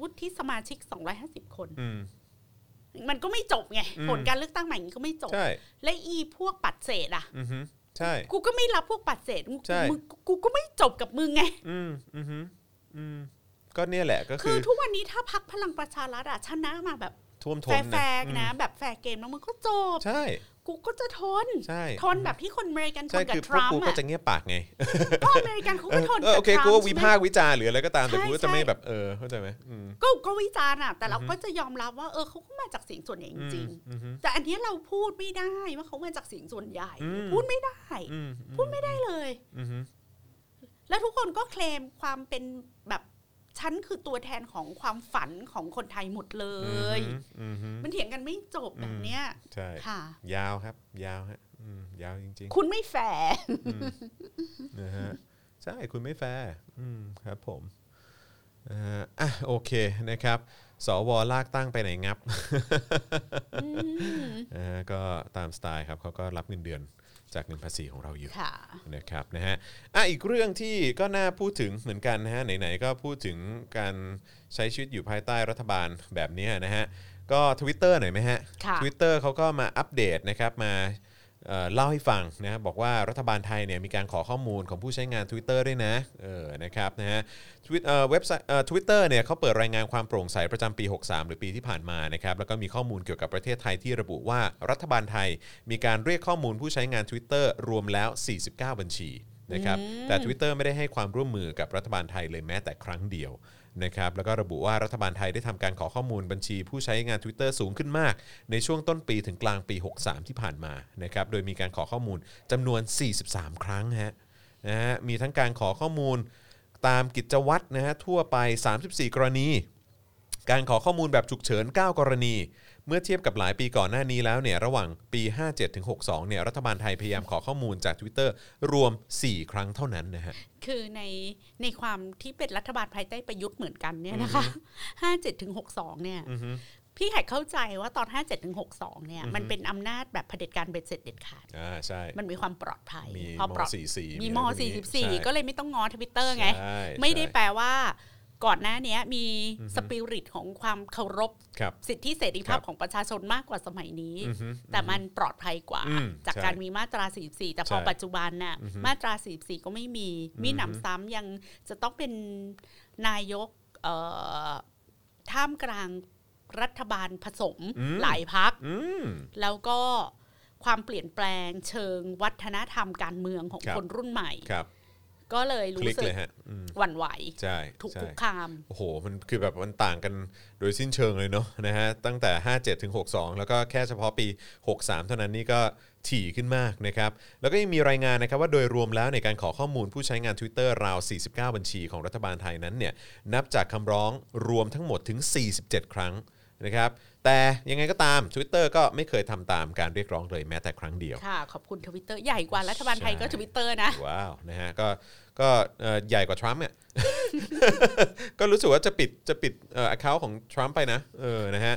[SPEAKER 3] วุฒิสมาชิก 250 คน
[SPEAKER 2] อืม
[SPEAKER 3] มันก็ไม่จบไง
[SPEAKER 2] อืม
[SPEAKER 3] ผลการเลือกตั้งใหม่อย่างนี้ก็ไม่จบ
[SPEAKER 2] ใช่
[SPEAKER 3] และอีพวกปัดเศษอ่ะ
[SPEAKER 2] อืมอืมใช่
[SPEAKER 3] กูก็ไม่รับพวกปัดเศษมึง
[SPEAKER 2] ใช่
[SPEAKER 3] มึงกูก็ไม่จบกับมึงไง
[SPEAKER 2] อืมอืมอืมอืมก็เนี่ยแหละก็
[SPEAKER 3] คื
[SPEAKER 2] คือ อ
[SPEAKER 3] ทุกวันนี้ถ้าพักพลังประชารัฐอะชนะมาแบบ
[SPEAKER 2] ท่วม
[SPEAKER 3] แฟ
[SPEAKER 2] ท้น
[SPEAKER 3] ร์แฟร์
[SPEAKER 2] อืม
[SPEAKER 3] นะ แบบแฟร์เกมแล้วมึงก็จบ
[SPEAKER 2] ใช่
[SPEAKER 3] กูก็จะทน
[SPEAKER 2] ใช่
[SPEAKER 3] ทนแบบที่คนอเมริกันท
[SPEAKER 2] ใช่
[SPEAKER 3] นกั
[SPEAKER 2] คือบ พวก
[SPEAKER 3] ทรัม
[SPEAKER 2] กู
[SPEAKER 3] ป์
[SPEAKER 2] ก็
[SPEAKER 3] อะ
[SPEAKER 2] จะเงียบปากไง
[SPEAKER 3] ก็อเมริกันเขาก็ทน
[SPEAKER 2] เออ
[SPEAKER 3] กั
[SPEAKER 2] โอบ เค
[SPEAKER 3] ทรัม
[SPEAKER 2] กูว่า
[SPEAKER 3] ป์
[SPEAKER 2] วิ
[SPEAKER 3] ใช่ไหม
[SPEAKER 2] พากษ์วิจารณ์หรืออะไรก็ตาม แต่
[SPEAKER 3] ใช่
[SPEAKER 2] กูก็จะ
[SPEAKER 3] ใช่
[SPEAKER 2] ไม่แบบเออเข้าใจไหมอืม
[SPEAKER 3] ก็ก็วิจารณ์อะแต่เรา
[SPEAKER 2] อือฮึ
[SPEAKER 3] ก็จะยอมรับว่า เออเขาก็มาจากเสียงส่วนใหญ่จริง
[SPEAKER 2] อืม
[SPEAKER 3] แต่อันเนี้ยเราพูดไม่ได้ว่าเขามาจากเสียงส่วนใหญ่
[SPEAKER 2] อืม
[SPEAKER 3] พูดไม่ได้
[SPEAKER 2] อืม
[SPEAKER 3] พูดไม่ได้เลย
[SPEAKER 2] อืม
[SPEAKER 3] แล้วทุกคนก็เคลมความเป็นแบบฉันคือตัวแทนของความฝันของคนไทยหมดเลย
[SPEAKER 2] อืมอืม
[SPEAKER 3] มันเถียงกันไม่จบแบบเนี้ย
[SPEAKER 2] ใช่
[SPEAKER 3] ค่ะ
[SPEAKER 2] ยาวครับ ยาวฮะอืมยาวจริง
[SPEAKER 3] คุณไม่แฟร์
[SPEAKER 2] ๆอืมนะฮะใช่คุณไม่แฟร์อืมครับผมอ่าอ่ะโอเคนะครับสวลากตั้งไปไหนงับ
[SPEAKER 3] อืม
[SPEAKER 2] นะฮะก็ตามสไตล์ครับเขาก็รับเงินเดือนจากเงินภาษีของเราอยู่
[SPEAKER 3] ค่ะ
[SPEAKER 2] นะครับนะฮะอ่ะอีกเรื่องที่ก็น่าพูดถึงเหมือนกันนะฮะไหนๆก็พูดถึงการใช้ชีวิตอยู่ภายใต้รัฐบาลแบบเนี้ยนะฮะก็ Twitter หน่อยไหมฮะ
[SPEAKER 3] ค่ะ
[SPEAKER 2] Twitter เขาก็มาอัปเดตนะครับมาเอ่อเล่าให้ฟังนะฮะบอกว่ารัฐบาลไทยเนี่ยมีการขอข้อมูลของผู้ใช้งาน Twitter ด้วยนะเออนะครับนะฮะ Twit- เอ่อเว็บไซต์เอ่อ Twitter เนี่ยเขาเปิดรายงานความโปร่งใสประจำปี 63 หรือปีที่ผ่านมานะครับแล้วก็มีข้อมูลเกี่ยวกับประเทศไทยที่ระบุว่ารัฐบาลไทยมีการเรียกข้อมูลผู้ใช้งาน Twitter รวมแล้ว 49 บัญชีนะครับแต่ Twitter ไม่ได้ให้ความร่วมมือกับรัฐบาลไทยเลยแม้แต่ครั้งเดียว นะครับแล้วก็ระบุว่ารัฐบาลไทยได้ทำการขอข้อมูลบัญชีผู้ใช้งาน Twitter สูงขึ้นมาก ในช่วงต้นปีถึงกลางปี 63 ที่ผ่านมานะครับโดยมีการขอข้อมูลจำนวน 43 ครั้งฮะนะฮะมีทั้งการขอข้อมูลตามกิจวัตรนะฮะทั่วไป 34 กรณี การขอข้อมูลแบบฉุกเฉิน 9 กรณี เมื่อเทียบกับหลายปีก่อนหน้านี้แล้วเนี่ยระหว่างปี 57ถึง62เนี่ยรัฐบาลไทยพยายามขอข้อมูลจาก Twitter รวม 4 ครั้งเท่านั้นนะฮะ
[SPEAKER 3] คือในในความที่เป็นรัฐบาลภายใต้ประยุทธ์เหมือนกันเนี่ยนะคะห้าเจ็ดถึงหกสองเนี่ย พี่แขกเข้าใจว่าตอน 5 7ถึง62 เนี่ย
[SPEAKER 2] อือฮึ
[SPEAKER 3] มันเป็นอำนาจแบบเผด็จการเบ็ดเสร็จเด็ดขาด
[SPEAKER 2] อ่าใช่
[SPEAKER 3] มันมีความปลอดภัย
[SPEAKER 2] มี
[SPEAKER 3] พอ
[SPEAKER 2] ม
[SPEAKER 3] ปลอด
[SPEAKER 2] 44
[SPEAKER 3] มี
[SPEAKER 2] อะ
[SPEAKER 3] ม
[SPEAKER 2] ไรพวกนี้ใช่
[SPEAKER 3] 44 ก็เลยไม่ต้องง้อทวิตเตอร์ไง
[SPEAKER 2] ใช่
[SPEAKER 3] ไม่ได้
[SPEAKER 2] ใช่
[SPEAKER 3] แปลว่าก่อนหน้าเนี้ยมี
[SPEAKER 2] อือฮึ
[SPEAKER 3] สปิริตของความเคารพ
[SPEAKER 2] ครับ
[SPEAKER 3] สิทธิเสรีภาพ
[SPEAKER 2] ครับ
[SPEAKER 3] ของประชาชนมากกว่าสมัยนี้
[SPEAKER 2] อือฮึ
[SPEAKER 3] แต่มันปลอดภัยกว่า
[SPEAKER 2] อืม
[SPEAKER 3] จาก
[SPEAKER 2] ใช่
[SPEAKER 3] การมีมาตรา 44 แต่พอ
[SPEAKER 2] ใช่
[SPEAKER 3] ปัจจุบันน่ะ
[SPEAKER 2] อือฮึ
[SPEAKER 3] มาตรา 44 ก็ไม่มีมี
[SPEAKER 2] อือฮึ
[SPEAKER 3] หนำซ้ำยังจะต้องเป็นนายกเอ่อท่ามกลางรัฐบาลผสมหลายพัก
[SPEAKER 2] อืม
[SPEAKER 3] แล้วก็ความเปลี่ยนแปลงเชิงวัฒนธรรมการเมืองของ
[SPEAKER 2] ครับ
[SPEAKER 3] คนรุ่นใหม่
[SPEAKER 2] ครับ
[SPEAKER 3] ก็เลย
[SPEAKER 2] ค
[SPEAKER 3] รู้
[SPEAKER 2] ลิก
[SPEAKER 3] สึ
[SPEAKER 2] เล
[SPEAKER 3] ก
[SPEAKER 2] ยฮะอืม
[SPEAKER 3] หวั่นไหว
[SPEAKER 2] ใช่
[SPEAKER 3] ถูก
[SPEAKER 2] ใช่
[SPEAKER 3] คุกคาม
[SPEAKER 2] โอ้โห มันคือแบบมันต่างกันโดยสิ้นเชิงเลยเนาะ *laughs* นะฮะ ตั้งแต่ 57ถึง62 แล้วก็แค่เฉพาะปี 63 เท่านั้นนี่ก็ถี่ขึ้นมากนะครับ แล้วก็ยังมีรายงานนะครับว่าโดยรวมแล้วในการขอข้อมูลผู้ใช้งาน Twitter ราว 49 บัญชีของรัฐบาลไทยนั้นเนี่ย นับจากคำร้องรวมทั้งหมดถึง 47 ครั้งนะครับ แต่ยังไงก็ตาม Twitter ก็ไม่เคยทำตามการเรียกร้องเลยแม้แต่ครั้งเดียว
[SPEAKER 3] ค่ะ ขอบคุณทวิตเตอร์ใหญ่กว่ารัฐบาลไทยก็
[SPEAKER 2] ใช่
[SPEAKER 3] ทวิตเตอร์นะ
[SPEAKER 2] ว้าว นะฮะ ก็ ก็เอ่อใหญ่กว่าทรัมป์เนี่ย *laughs* ก็รู้สึกว่าจะปิด จะปิดเอ่อ account ของทรัมป์ไปนะ เออ นะฮะ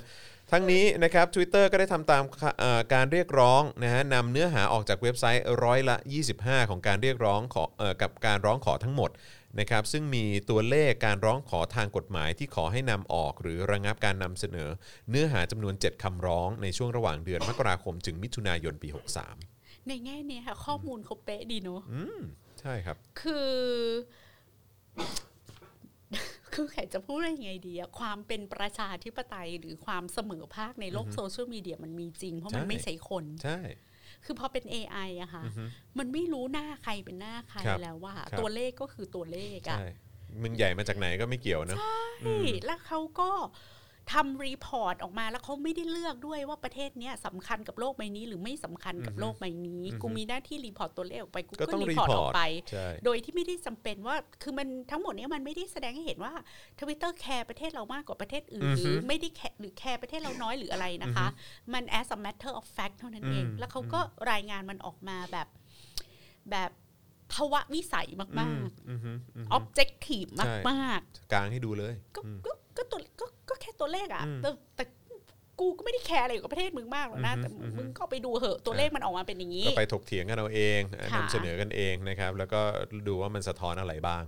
[SPEAKER 2] ทั้งนี้นะครับ Twitter ก็ได้ทำตามค่ะเอ่อการเรียกร้องนะฮะนำเนื้อหาออกจากเว็บไซต์ร้อยละ 25 ของการเรียกร้องขอเอ่อกับการร้องขอทั้งหมดนะครับซึ่งมีตัวเลขการร้องขอทางกฎหมายที่ขอให้นำออกหรือระงับการนำเสนอ เนื้อหาจำนวน 7คำร้องในช่วงระหว่างเดือนมกราคมถึงมิถุนายนปี 63
[SPEAKER 3] ในแง่เนี้ยค่ะ ข้อมูลเขาเป๊ะดีเนาะ
[SPEAKER 2] ใช่ครับ
[SPEAKER 3] คือ คือแขกจะพูดว่ายังไงดีอะความเป็นประชาธิปไตยหรือความเสมอภาคในโลกโซเชียลมีเดียมันมีจริง เพราะมัน
[SPEAKER 2] ใช่
[SPEAKER 3] ไม่ใช่คน
[SPEAKER 2] ใช่
[SPEAKER 3] คือพอเป็น AI อะค่ะ
[SPEAKER 2] อือฮึ
[SPEAKER 3] มันไม่รู้หน้าใครเป็นหน้าใคร
[SPEAKER 2] ครับ
[SPEAKER 3] แล้วว่า
[SPEAKER 2] ครับ
[SPEAKER 3] ตัวเลขก็คือตัวเลขอะ
[SPEAKER 2] ใช่มึงใหญ่มาจากไหนก็ไม่เกี่ยวนะ
[SPEAKER 3] ใช่แล้วเขาก็ ทำรีพอร์ตออกมาแล้วเขาไม่ได้เลือกด้วยว่าประเทศเนี้ยสำคัญกับโลกใบนี้ หรือไม่สำคัญกับโลกใบนี้
[SPEAKER 2] อือฮึ
[SPEAKER 3] กูมีหน้าที่รีพอร์ตตัวเลขออกไปกู
[SPEAKER 2] ก็
[SPEAKER 3] ก็
[SPEAKER 2] ต้อง
[SPEAKER 3] รี
[SPEAKER 2] รี
[SPEAKER 3] พอร์ต
[SPEAKER 2] พอ
[SPEAKER 3] อ
[SPEAKER 2] ร์ต
[SPEAKER 3] อกไป
[SPEAKER 2] ใช่
[SPEAKER 3] โดยที่ไม่ได้จำเป็นว่า คือมันทั้งหมดเนี้มันไม่ได้แสดงให้เห็นว่าทวิตเตอร์แคร์ประเทศเรามากกว่าประเทศอื่นหรือไม่ได้แคร์หรือแคร์ประเทศเราน้อยหรืออะไรนะคะ มัน as a matter of fact เท่านั้นเอง แล้วเขาก็รายงานมันออกมาแบบแบบภาวะวิสัย
[SPEAKER 2] อื
[SPEAKER 3] มาม ก
[SPEAKER 2] อืมอืมอืม
[SPEAKER 3] ๆ objective
[SPEAKER 2] ใช่
[SPEAKER 3] มากๆ
[SPEAKER 2] กลางให้ดูเลย
[SPEAKER 3] ก็
[SPEAKER 2] อืม
[SPEAKER 3] ก็ก็ตัวก็ก็แค่ตัวเลขอ่ะ
[SPEAKER 2] อืม
[SPEAKER 3] แต่แต่กูก็ไม่ได้แคร์อะไรกับประเทศมึงมากหรอกนะ
[SPEAKER 2] อือฮึ
[SPEAKER 3] แต่
[SPEAKER 2] อือฮึ
[SPEAKER 3] มึงก็ไปดูเหอะตัวเลขมันออกมาเป็นอย่างนี้
[SPEAKER 2] ก็ไปถกเถียงกันเอาเองอ่ะ
[SPEAKER 3] ค่ะ
[SPEAKER 2] นำเสนอกันเองนะครับ แล้วก็ดูว่ามันสะท้อนอะไรบ้าง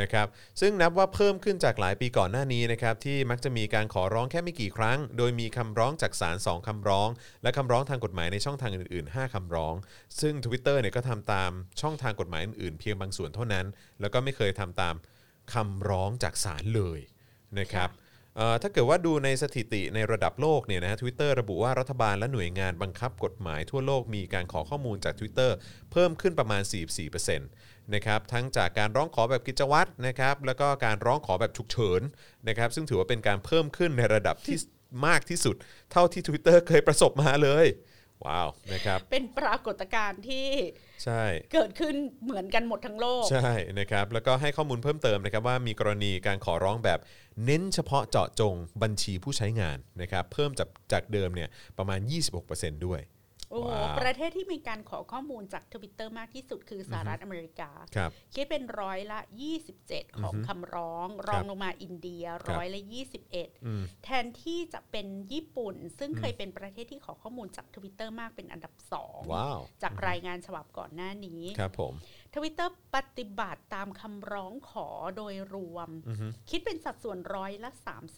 [SPEAKER 2] นะครับ ซึ่งนับว่าเพิ่มขึ้นจากหลายปีก่อนหน้านี้นะครับ ที่มักจะมีการขอร้องแค่ไม่กี่ครั้ง โดยมีคำร้องจากศาล2คำร้อง และคำร้องทางกฎหมายในช่องทางอื่นๆ 5คำร้อง ซึ่ง Twitter เนี่ยก็ทำตามช่องทางกฎหมายอื่นๆ เพียงบางส่วนเท่านั้น แล้วก็ไม่เคยทำตามคำร้องจากศาลเลยนะครับ เอ่อถ้าเกิดว่าดูในสถิติในระดับโลกเนี่ยนะฮะทวิตเตอร์ระบุว่ารัฐบาลและหน่วยงานบังคับกฎหมายทั่วโลกมีการขอข้อมูลจาก Twitter เพิ่มขึ้นประมาณ 44%นะครับทั้งจากการร้องขอแบบกิจวัตรนะครับแล้วก็การร้องขอแบบฉุกเฉินนะครับซึ่งถือว่าเป็นการเพิ่มขึ้นในระดับที่ มากที่สุด เท่าที่ Twitter เคยประสบมาเลย ว้าวนะครับ
[SPEAKER 3] เป็นปรากฏการณ์ที่
[SPEAKER 2] ใช่
[SPEAKER 3] เกิดขึ้นเหมือนกันหมดทั้งโลก
[SPEAKER 2] ใช่นะครับแล้วก็ให้ข้อมูลเพิ่มเติมนะครับว่ามีกรณีการขอร้องแบบเน้นเฉพาะเจาะจงบัญชีผู้ใช้งานนะครับเพิ่มจากจากเดิมเนี่ยประมาณ 26%ด้วย
[SPEAKER 3] โอ้โห
[SPEAKER 2] ว้าว
[SPEAKER 3] ประเทศที่มีการขอข้อมูลจากทวิตเตอร์มากที่สุดคือสหรัฐอเมริกา
[SPEAKER 2] ครับ
[SPEAKER 3] คิดเป็นร้อยละ 27 ของคำร้อง รองลงมาอินเดีย
[SPEAKER 2] ครับ
[SPEAKER 3] ร้อยละ 21 แทนที่จะเป็นญี่ปุ่น ซึ่งเคยเป็นประเทศที่ขอข้อมูลจากทวิตเตอร์มากเป็นอันดับสอง
[SPEAKER 2] ว้าว
[SPEAKER 3] จากรายงานฉบับก่อนหน้านี้
[SPEAKER 2] ครับผม
[SPEAKER 3] ทวิตเตอร์ปฏิบัติตามคำร้องขอโดยรวม คิดเป็นสัดส่วนร้อยละ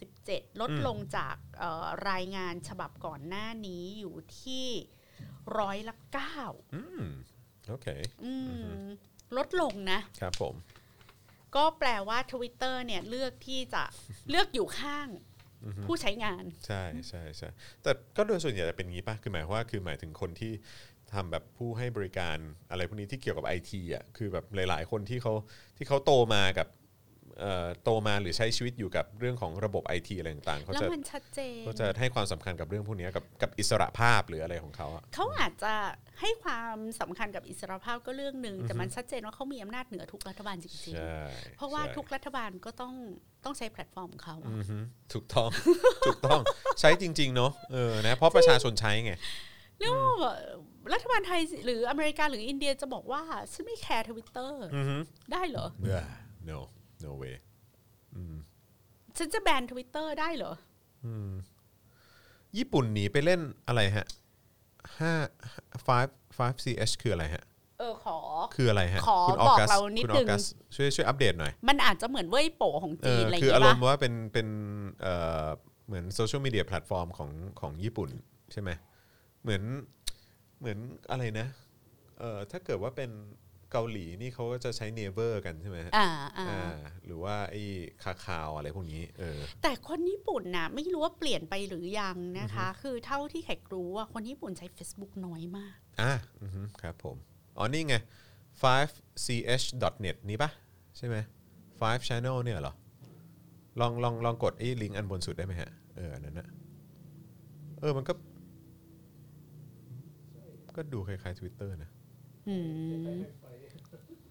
[SPEAKER 3] 37 ลดลงจากเอ่อรายงานฉบับก่อนหน้านี้อยู่ที่ร้อยละ 9
[SPEAKER 2] อืมโอเค
[SPEAKER 3] อืมลดลงนะ
[SPEAKER 2] ครับผม
[SPEAKER 3] ก็แปลว่า Twitter เนี่ยเลือกที่ *laughs* จะเลือกอยู่ข้างผู้ใช้งาน
[SPEAKER 2] ใช่ใช่ใช่แต่ก็โดยส่วนใหญ่จะเป็นงี้ป่ะคือหมายความว่าคือหมายถึงคนที่ทำแบบผู้ให้บริการอะไรพวกนี้ที่เกี่ยวกับไอทีอ่ะคือแบบหลาย ๆ คนที่เขาที่เขาโตมากับเอ่อโตมาหรือใช้ชีวิตอยู่กับเรื่องของระบบไอทีอะไรต่างๆเขา
[SPEAKER 3] แล้ว
[SPEAKER 2] จะ
[SPEAKER 3] มันชัดเจน
[SPEAKER 2] ก็จะให้ความสำคัญกับเรื่องพวกเนี้ยกับกับอิสระภาพหรืออะไรของเขาอะ
[SPEAKER 3] เขาอาจจะให้ความสำคัญกับอิสรภาพก็เรื่องหนึ่งแต่มันชัดเจนว่าเขามีอำนาจเหนือทุกรัฐบาลจริงๆ เพราะว่า
[SPEAKER 2] ใช่
[SPEAKER 3] ทุกรัฐบาลก็ต้องต้องใช้แพลตฟอร์มของเขาอะ
[SPEAKER 2] อือฮึถูกต้อง *laughs* ถูกต้องใช้จริง ๆ เนอะเออนะเพราะประชาชนใช้ไง
[SPEAKER 3] เรียกว่าแบบรัฐบาลไทยหรืออเมริกาหรืออินเดียจะบอกว่าฉันไม่แคร์ทวิตเตอร์
[SPEAKER 2] อือฮึ
[SPEAKER 3] ได้เหรอ
[SPEAKER 2] Yeah, no no way
[SPEAKER 3] ฉันจะแบนทวิตเตอร์ได้เหรอ
[SPEAKER 2] ญี่ปุ่นหนีไปเล่นอะไรฮะห้า five five ch คืออะไรฮะ
[SPEAKER 3] เออขอ
[SPEAKER 2] คืออะไรฮะ
[SPEAKER 3] ขอ
[SPEAKER 2] คุณ
[SPEAKER 3] บอก
[SPEAKER 2] กัส
[SPEAKER 3] เรานิด
[SPEAKER 2] คุณออ
[SPEAKER 3] นึง
[SPEAKER 2] กัสช่วยช่วยอัปเดตหน่อย
[SPEAKER 3] มันอาจจะเหมือนเว่ยโป๋ของ
[SPEAKER 2] เอ
[SPEAKER 3] จี
[SPEAKER 2] อน
[SPEAKER 3] อะไรอย่าง
[SPEAKER 2] คืออา
[SPEAKER 3] เงี้
[SPEAKER 2] ร
[SPEAKER 3] ย
[SPEAKER 2] ม
[SPEAKER 3] ป่ะ
[SPEAKER 2] ณ์ว่าเป็นเป็นเอ่อเหมือนโซเชียลมีเดียแพลตฟอร์มของของญี่ปุ่นใช่ไหมเหมือนเหมือนอะไรนะเอ่อถ้าเกิดว่าเป็นเกาหลีนี่เขาก็จะใช้เนเวอร์กันใช่ไหมฮะ
[SPEAKER 3] อ่าอ่า
[SPEAKER 2] อ่าหรือว่าไอ้คาคาวอะไรพวกนี้เออ
[SPEAKER 3] แต่คนญี่ปุ่นนะไม่รู้ว่าเปลี่ยนไปหรือยังนะคะ คือเท่าที่แขกรู้ว่าคนญี่ปุ่นใช้ Facebook น้อยมาก
[SPEAKER 2] อ่ะอือฮึครับผม อ๋อ นี่ไง 5ch.net นี้ปะใช่ไหม 5 channel เนี่ยเหรอ ลองลองลองกดไอ้ลิงก์อันบนสุดได้ไหมฮะ เอออันนั้นนะเออ มันก็ ก็ดูคล้ายๆ Twitter นะ
[SPEAKER 3] อืม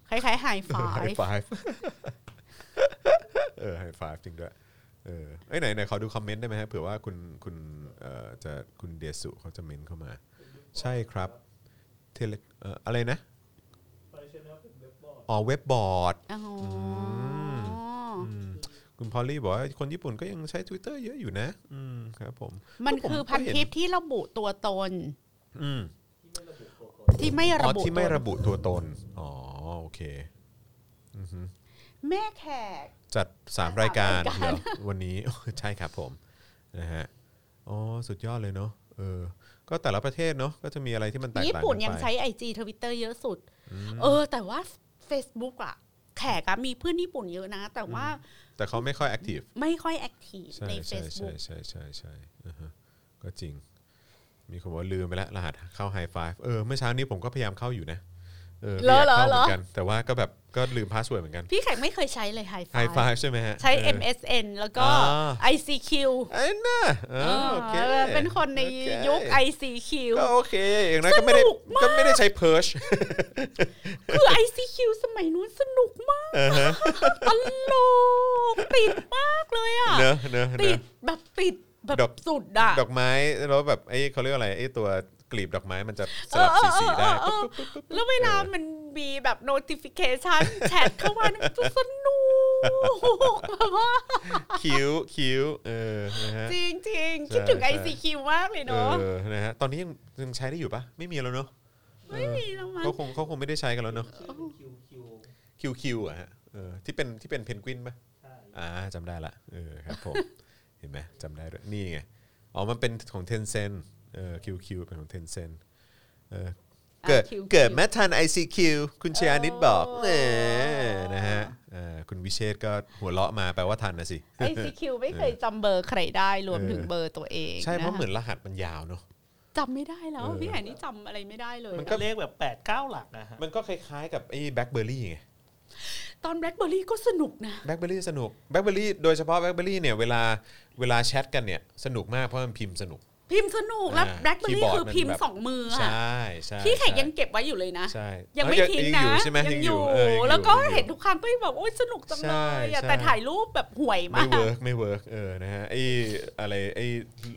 [SPEAKER 3] คล้ายๆไฮไฟ
[SPEAKER 2] *laughs* five เออ high five จริงด้วย เออไอ้ยไหนไหนขอดูคอมเมนต์ได้ไหมฮะเผื่อว่าคุณคุณเอ่อจะคุณเดสุเขาจะเมนเข้ามา ใช่ครับเทเลเอ่ออะไรนะอ๋อเว็บบอร์ด
[SPEAKER 3] อ๋ออ
[SPEAKER 2] คุณพอลลี่บอกว่าคนญี่ปุ่นก็ยังใช้ Twitter เยอะอยู่นะ อืมครับผม
[SPEAKER 3] มันคือพันทิป
[SPEAKER 2] ก็เห็
[SPEAKER 3] ที่ระบุตัวตน
[SPEAKER 2] อืม
[SPEAKER 3] ที่ไม่
[SPEAKER 2] อ๋
[SPEAKER 3] ระ
[SPEAKER 2] อ
[SPEAKER 3] บุ
[SPEAKER 2] ที่ไม่
[SPEAKER 3] ตัว
[SPEAKER 2] ระบุตัวตน อ๋อโอเค
[SPEAKER 3] แม่แขก
[SPEAKER 2] จัด
[SPEAKER 3] จัดสาม
[SPEAKER 2] 3 รายการ
[SPEAKER 3] รายการ
[SPEAKER 2] เหรอวันนี้ ใช่ครับผมนะฮะอ๋อสุดยอดเลยเนาะเออ ก็แต่ละประเทศเนาะก็จะมีอะไรที่มันแตกต่าง
[SPEAKER 3] ญี่
[SPEAKER 2] กันไป
[SPEAKER 3] ปุ่นยังใช้ไอจีทวิตเตอร์เยอะสุด เออ แต่ว่า Facebook อะแขกอะมีเพื่อนญี่ปุ่นเยอะนะ แต่ว่า
[SPEAKER 2] แต่เขาไม่ค่อยแอคทีฟ
[SPEAKER 3] ไม่ค่อยแอคทีฟ
[SPEAKER 2] ใช่
[SPEAKER 3] ใน
[SPEAKER 2] ใช่ใช่
[SPEAKER 3] Facebook
[SPEAKER 2] ใช่ใช่ใช่อ่าฮะก็จริง มีคนบอกว่าลืมไปแล้ว รหัสเข้าไฮไฟเออเมื่อเช้านี้ผมก็พยายามเข้าอยู่นะ เออ
[SPEAKER 3] เหรอ
[SPEAKER 2] ไม่ยาก
[SPEAKER 3] เหรอ
[SPEAKER 2] เข้ามืนกัน แต่ว่าก็แบบก็ลืมพาสเวิร์ดเหมือนกัน
[SPEAKER 3] พี่แขกไม่เคยใช้เลยไฮไฟ
[SPEAKER 2] ไฮไฟใช่ไหมฮะ
[SPEAKER 3] ใช้
[SPEAKER 2] เออ
[SPEAKER 3] MSN แล้วก็
[SPEAKER 2] อ่
[SPEAKER 3] ICQ
[SPEAKER 2] ไอ้น่ะเออโอเค
[SPEAKER 3] เออเป็นคนใน
[SPEAKER 2] โอเ
[SPEAKER 3] ยุค ICQ
[SPEAKER 2] ก็โอเคอย่างนั้นก็ไม่ได้
[SPEAKER 3] สนุกมาก
[SPEAKER 2] ก็ไม่ได้ใช้เพิร์ช
[SPEAKER 3] คือ ICQ สมัยนู้นสนุกมากตลกติดมากเลยอ่ะ
[SPEAKER 2] เนอะเนอะเน
[SPEAKER 3] ติ
[SPEAKER 2] อะ
[SPEAKER 3] ดแบบติดแบบ
[SPEAKER 2] ดอก
[SPEAKER 3] สุดอ่ะ
[SPEAKER 2] ดอกไม้แล้วแบบไอ้เขาเรียกว่าอะไรไอ้ตัวกลีบดอกไม้มันจะส
[SPEAKER 3] เอ
[SPEAKER 2] ลั
[SPEAKER 3] อบ เอ
[SPEAKER 2] สี
[SPEAKER 3] อ
[SPEAKER 2] สี
[SPEAKER 3] เอ
[SPEAKER 2] ได้
[SPEAKER 3] อเออแล้วเวลามันมีแบบ notification แชทเข้ามาเนี่ยมันจะสนุกแบบว่า
[SPEAKER 2] คิ้วคิ้วเออนะฮะ
[SPEAKER 3] จริงจริงๆ
[SPEAKER 2] ใช่
[SPEAKER 3] คิดถึง
[SPEAKER 2] ใช่
[SPEAKER 3] ICQ มากเลย
[SPEAKER 2] เอ
[SPEAKER 3] เนาะ
[SPEAKER 2] อนะฮะตอนนี้ยังยังใช้ได้อยู่ปะไม่มีแล้วเนอะ
[SPEAKER 3] ไม่มีแล้วมั้ง
[SPEAKER 2] เขาคงเขาคงไม่ได้ใช้กันแล้วเนอะ
[SPEAKER 5] ชื่อเป็นคิวคิว
[SPEAKER 2] คิวคิวอะฮะเออที่เป็นที่เป็นเพนกวินปะ
[SPEAKER 5] ใช่
[SPEAKER 2] อ่าจำได้ละเออครับผม *laughs* เห็นไหมจำได้ด้วยนี่ไงอ๋อมันเป็นของ Tencent เออ QQ เป็นของ Tencent เออเกิด
[SPEAKER 3] อ่ะคิว
[SPEAKER 2] เกิด
[SPEAKER 3] คิว
[SPEAKER 2] แม้ทัน ICQ คุณชยานิดบอก
[SPEAKER 3] โอ้
[SPEAKER 2] แหมนะฮะเออคุณวิเชษก็หัวเราะมาแปลว่าทันนะสิ
[SPEAKER 3] ICQ ไม่เคยจำเบอร์ใครได้รวมถึง
[SPEAKER 2] เออ
[SPEAKER 3] เบอร์ตัวเอง
[SPEAKER 2] ใช่เพราะ
[SPEAKER 3] ค
[SPEAKER 2] เหมือนรหัสมันยาวเนอะ
[SPEAKER 3] จำไม่ได้แล้ว
[SPEAKER 2] เออ
[SPEAKER 3] พี่แหนนี่จำอะไรไม่ได้เลย
[SPEAKER 2] มันก็
[SPEAKER 4] ก็เลขแบบแปดเก้าหลักนะฮะ
[SPEAKER 2] มันก็คล้ายๆกับไอ้แบล็คเบอร์รี่ไง
[SPEAKER 3] ตอน BlackBerry ก็สนุกนะ
[SPEAKER 2] แบล็คเบอร์รี่สนุกแบล็คเบอร์รี่โดยเฉพาะแบล็คเบอร์รี่เนี่ยเวลาเวลาแชทกันเนี่ยสนุกมากเพราะมันพิมพ์สนุก
[SPEAKER 3] พิมพ์สนุกแล้ว
[SPEAKER 2] อ่าคี
[SPEAKER 3] BlackBerry
[SPEAKER 2] ย์บอร์ด
[SPEAKER 3] คือพิม
[SPEAKER 2] มันแบ
[SPEAKER 3] พ์
[SPEAKER 2] บ
[SPEAKER 3] สองมือ
[SPEAKER 2] ใช
[SPEAKER 3] อะ
[SPEAKER 2] ่ใช่
[SPEAKER 3] พี่แขกยัง
[SPEAKER 2] ใช่
[SPEAKER 3] เก็บไว้อยู่เลยนะ
[SPEAKER 2] ใช่
[SPEAKER 3] ยังไม่
[SPEAKER 2] อ๋อ
[SPEAKER 3] ทิ้งนะ
[SPEAKER 2] อยู่ใช่ไหมยังอยู่เออยังอยู่
[SPEAKER 3] แล้วก็
[SPEAKER 2] ยังอยู่
[SPEAKER 3] เห็นทุกครั้งก็แบบโอ้ยสนุกจังเลยอะ
[SPEAKER 2] ใช่
[SPEAKER 3] แต่ถ่ายรูปแบบห่วยมา
[SPEAKER 2] ไม่
[SPEAKER 3] ก
[SPEAKER 2] เวิร์กไม่เวิร์กเออนะฮะไอ้อะไรไอ้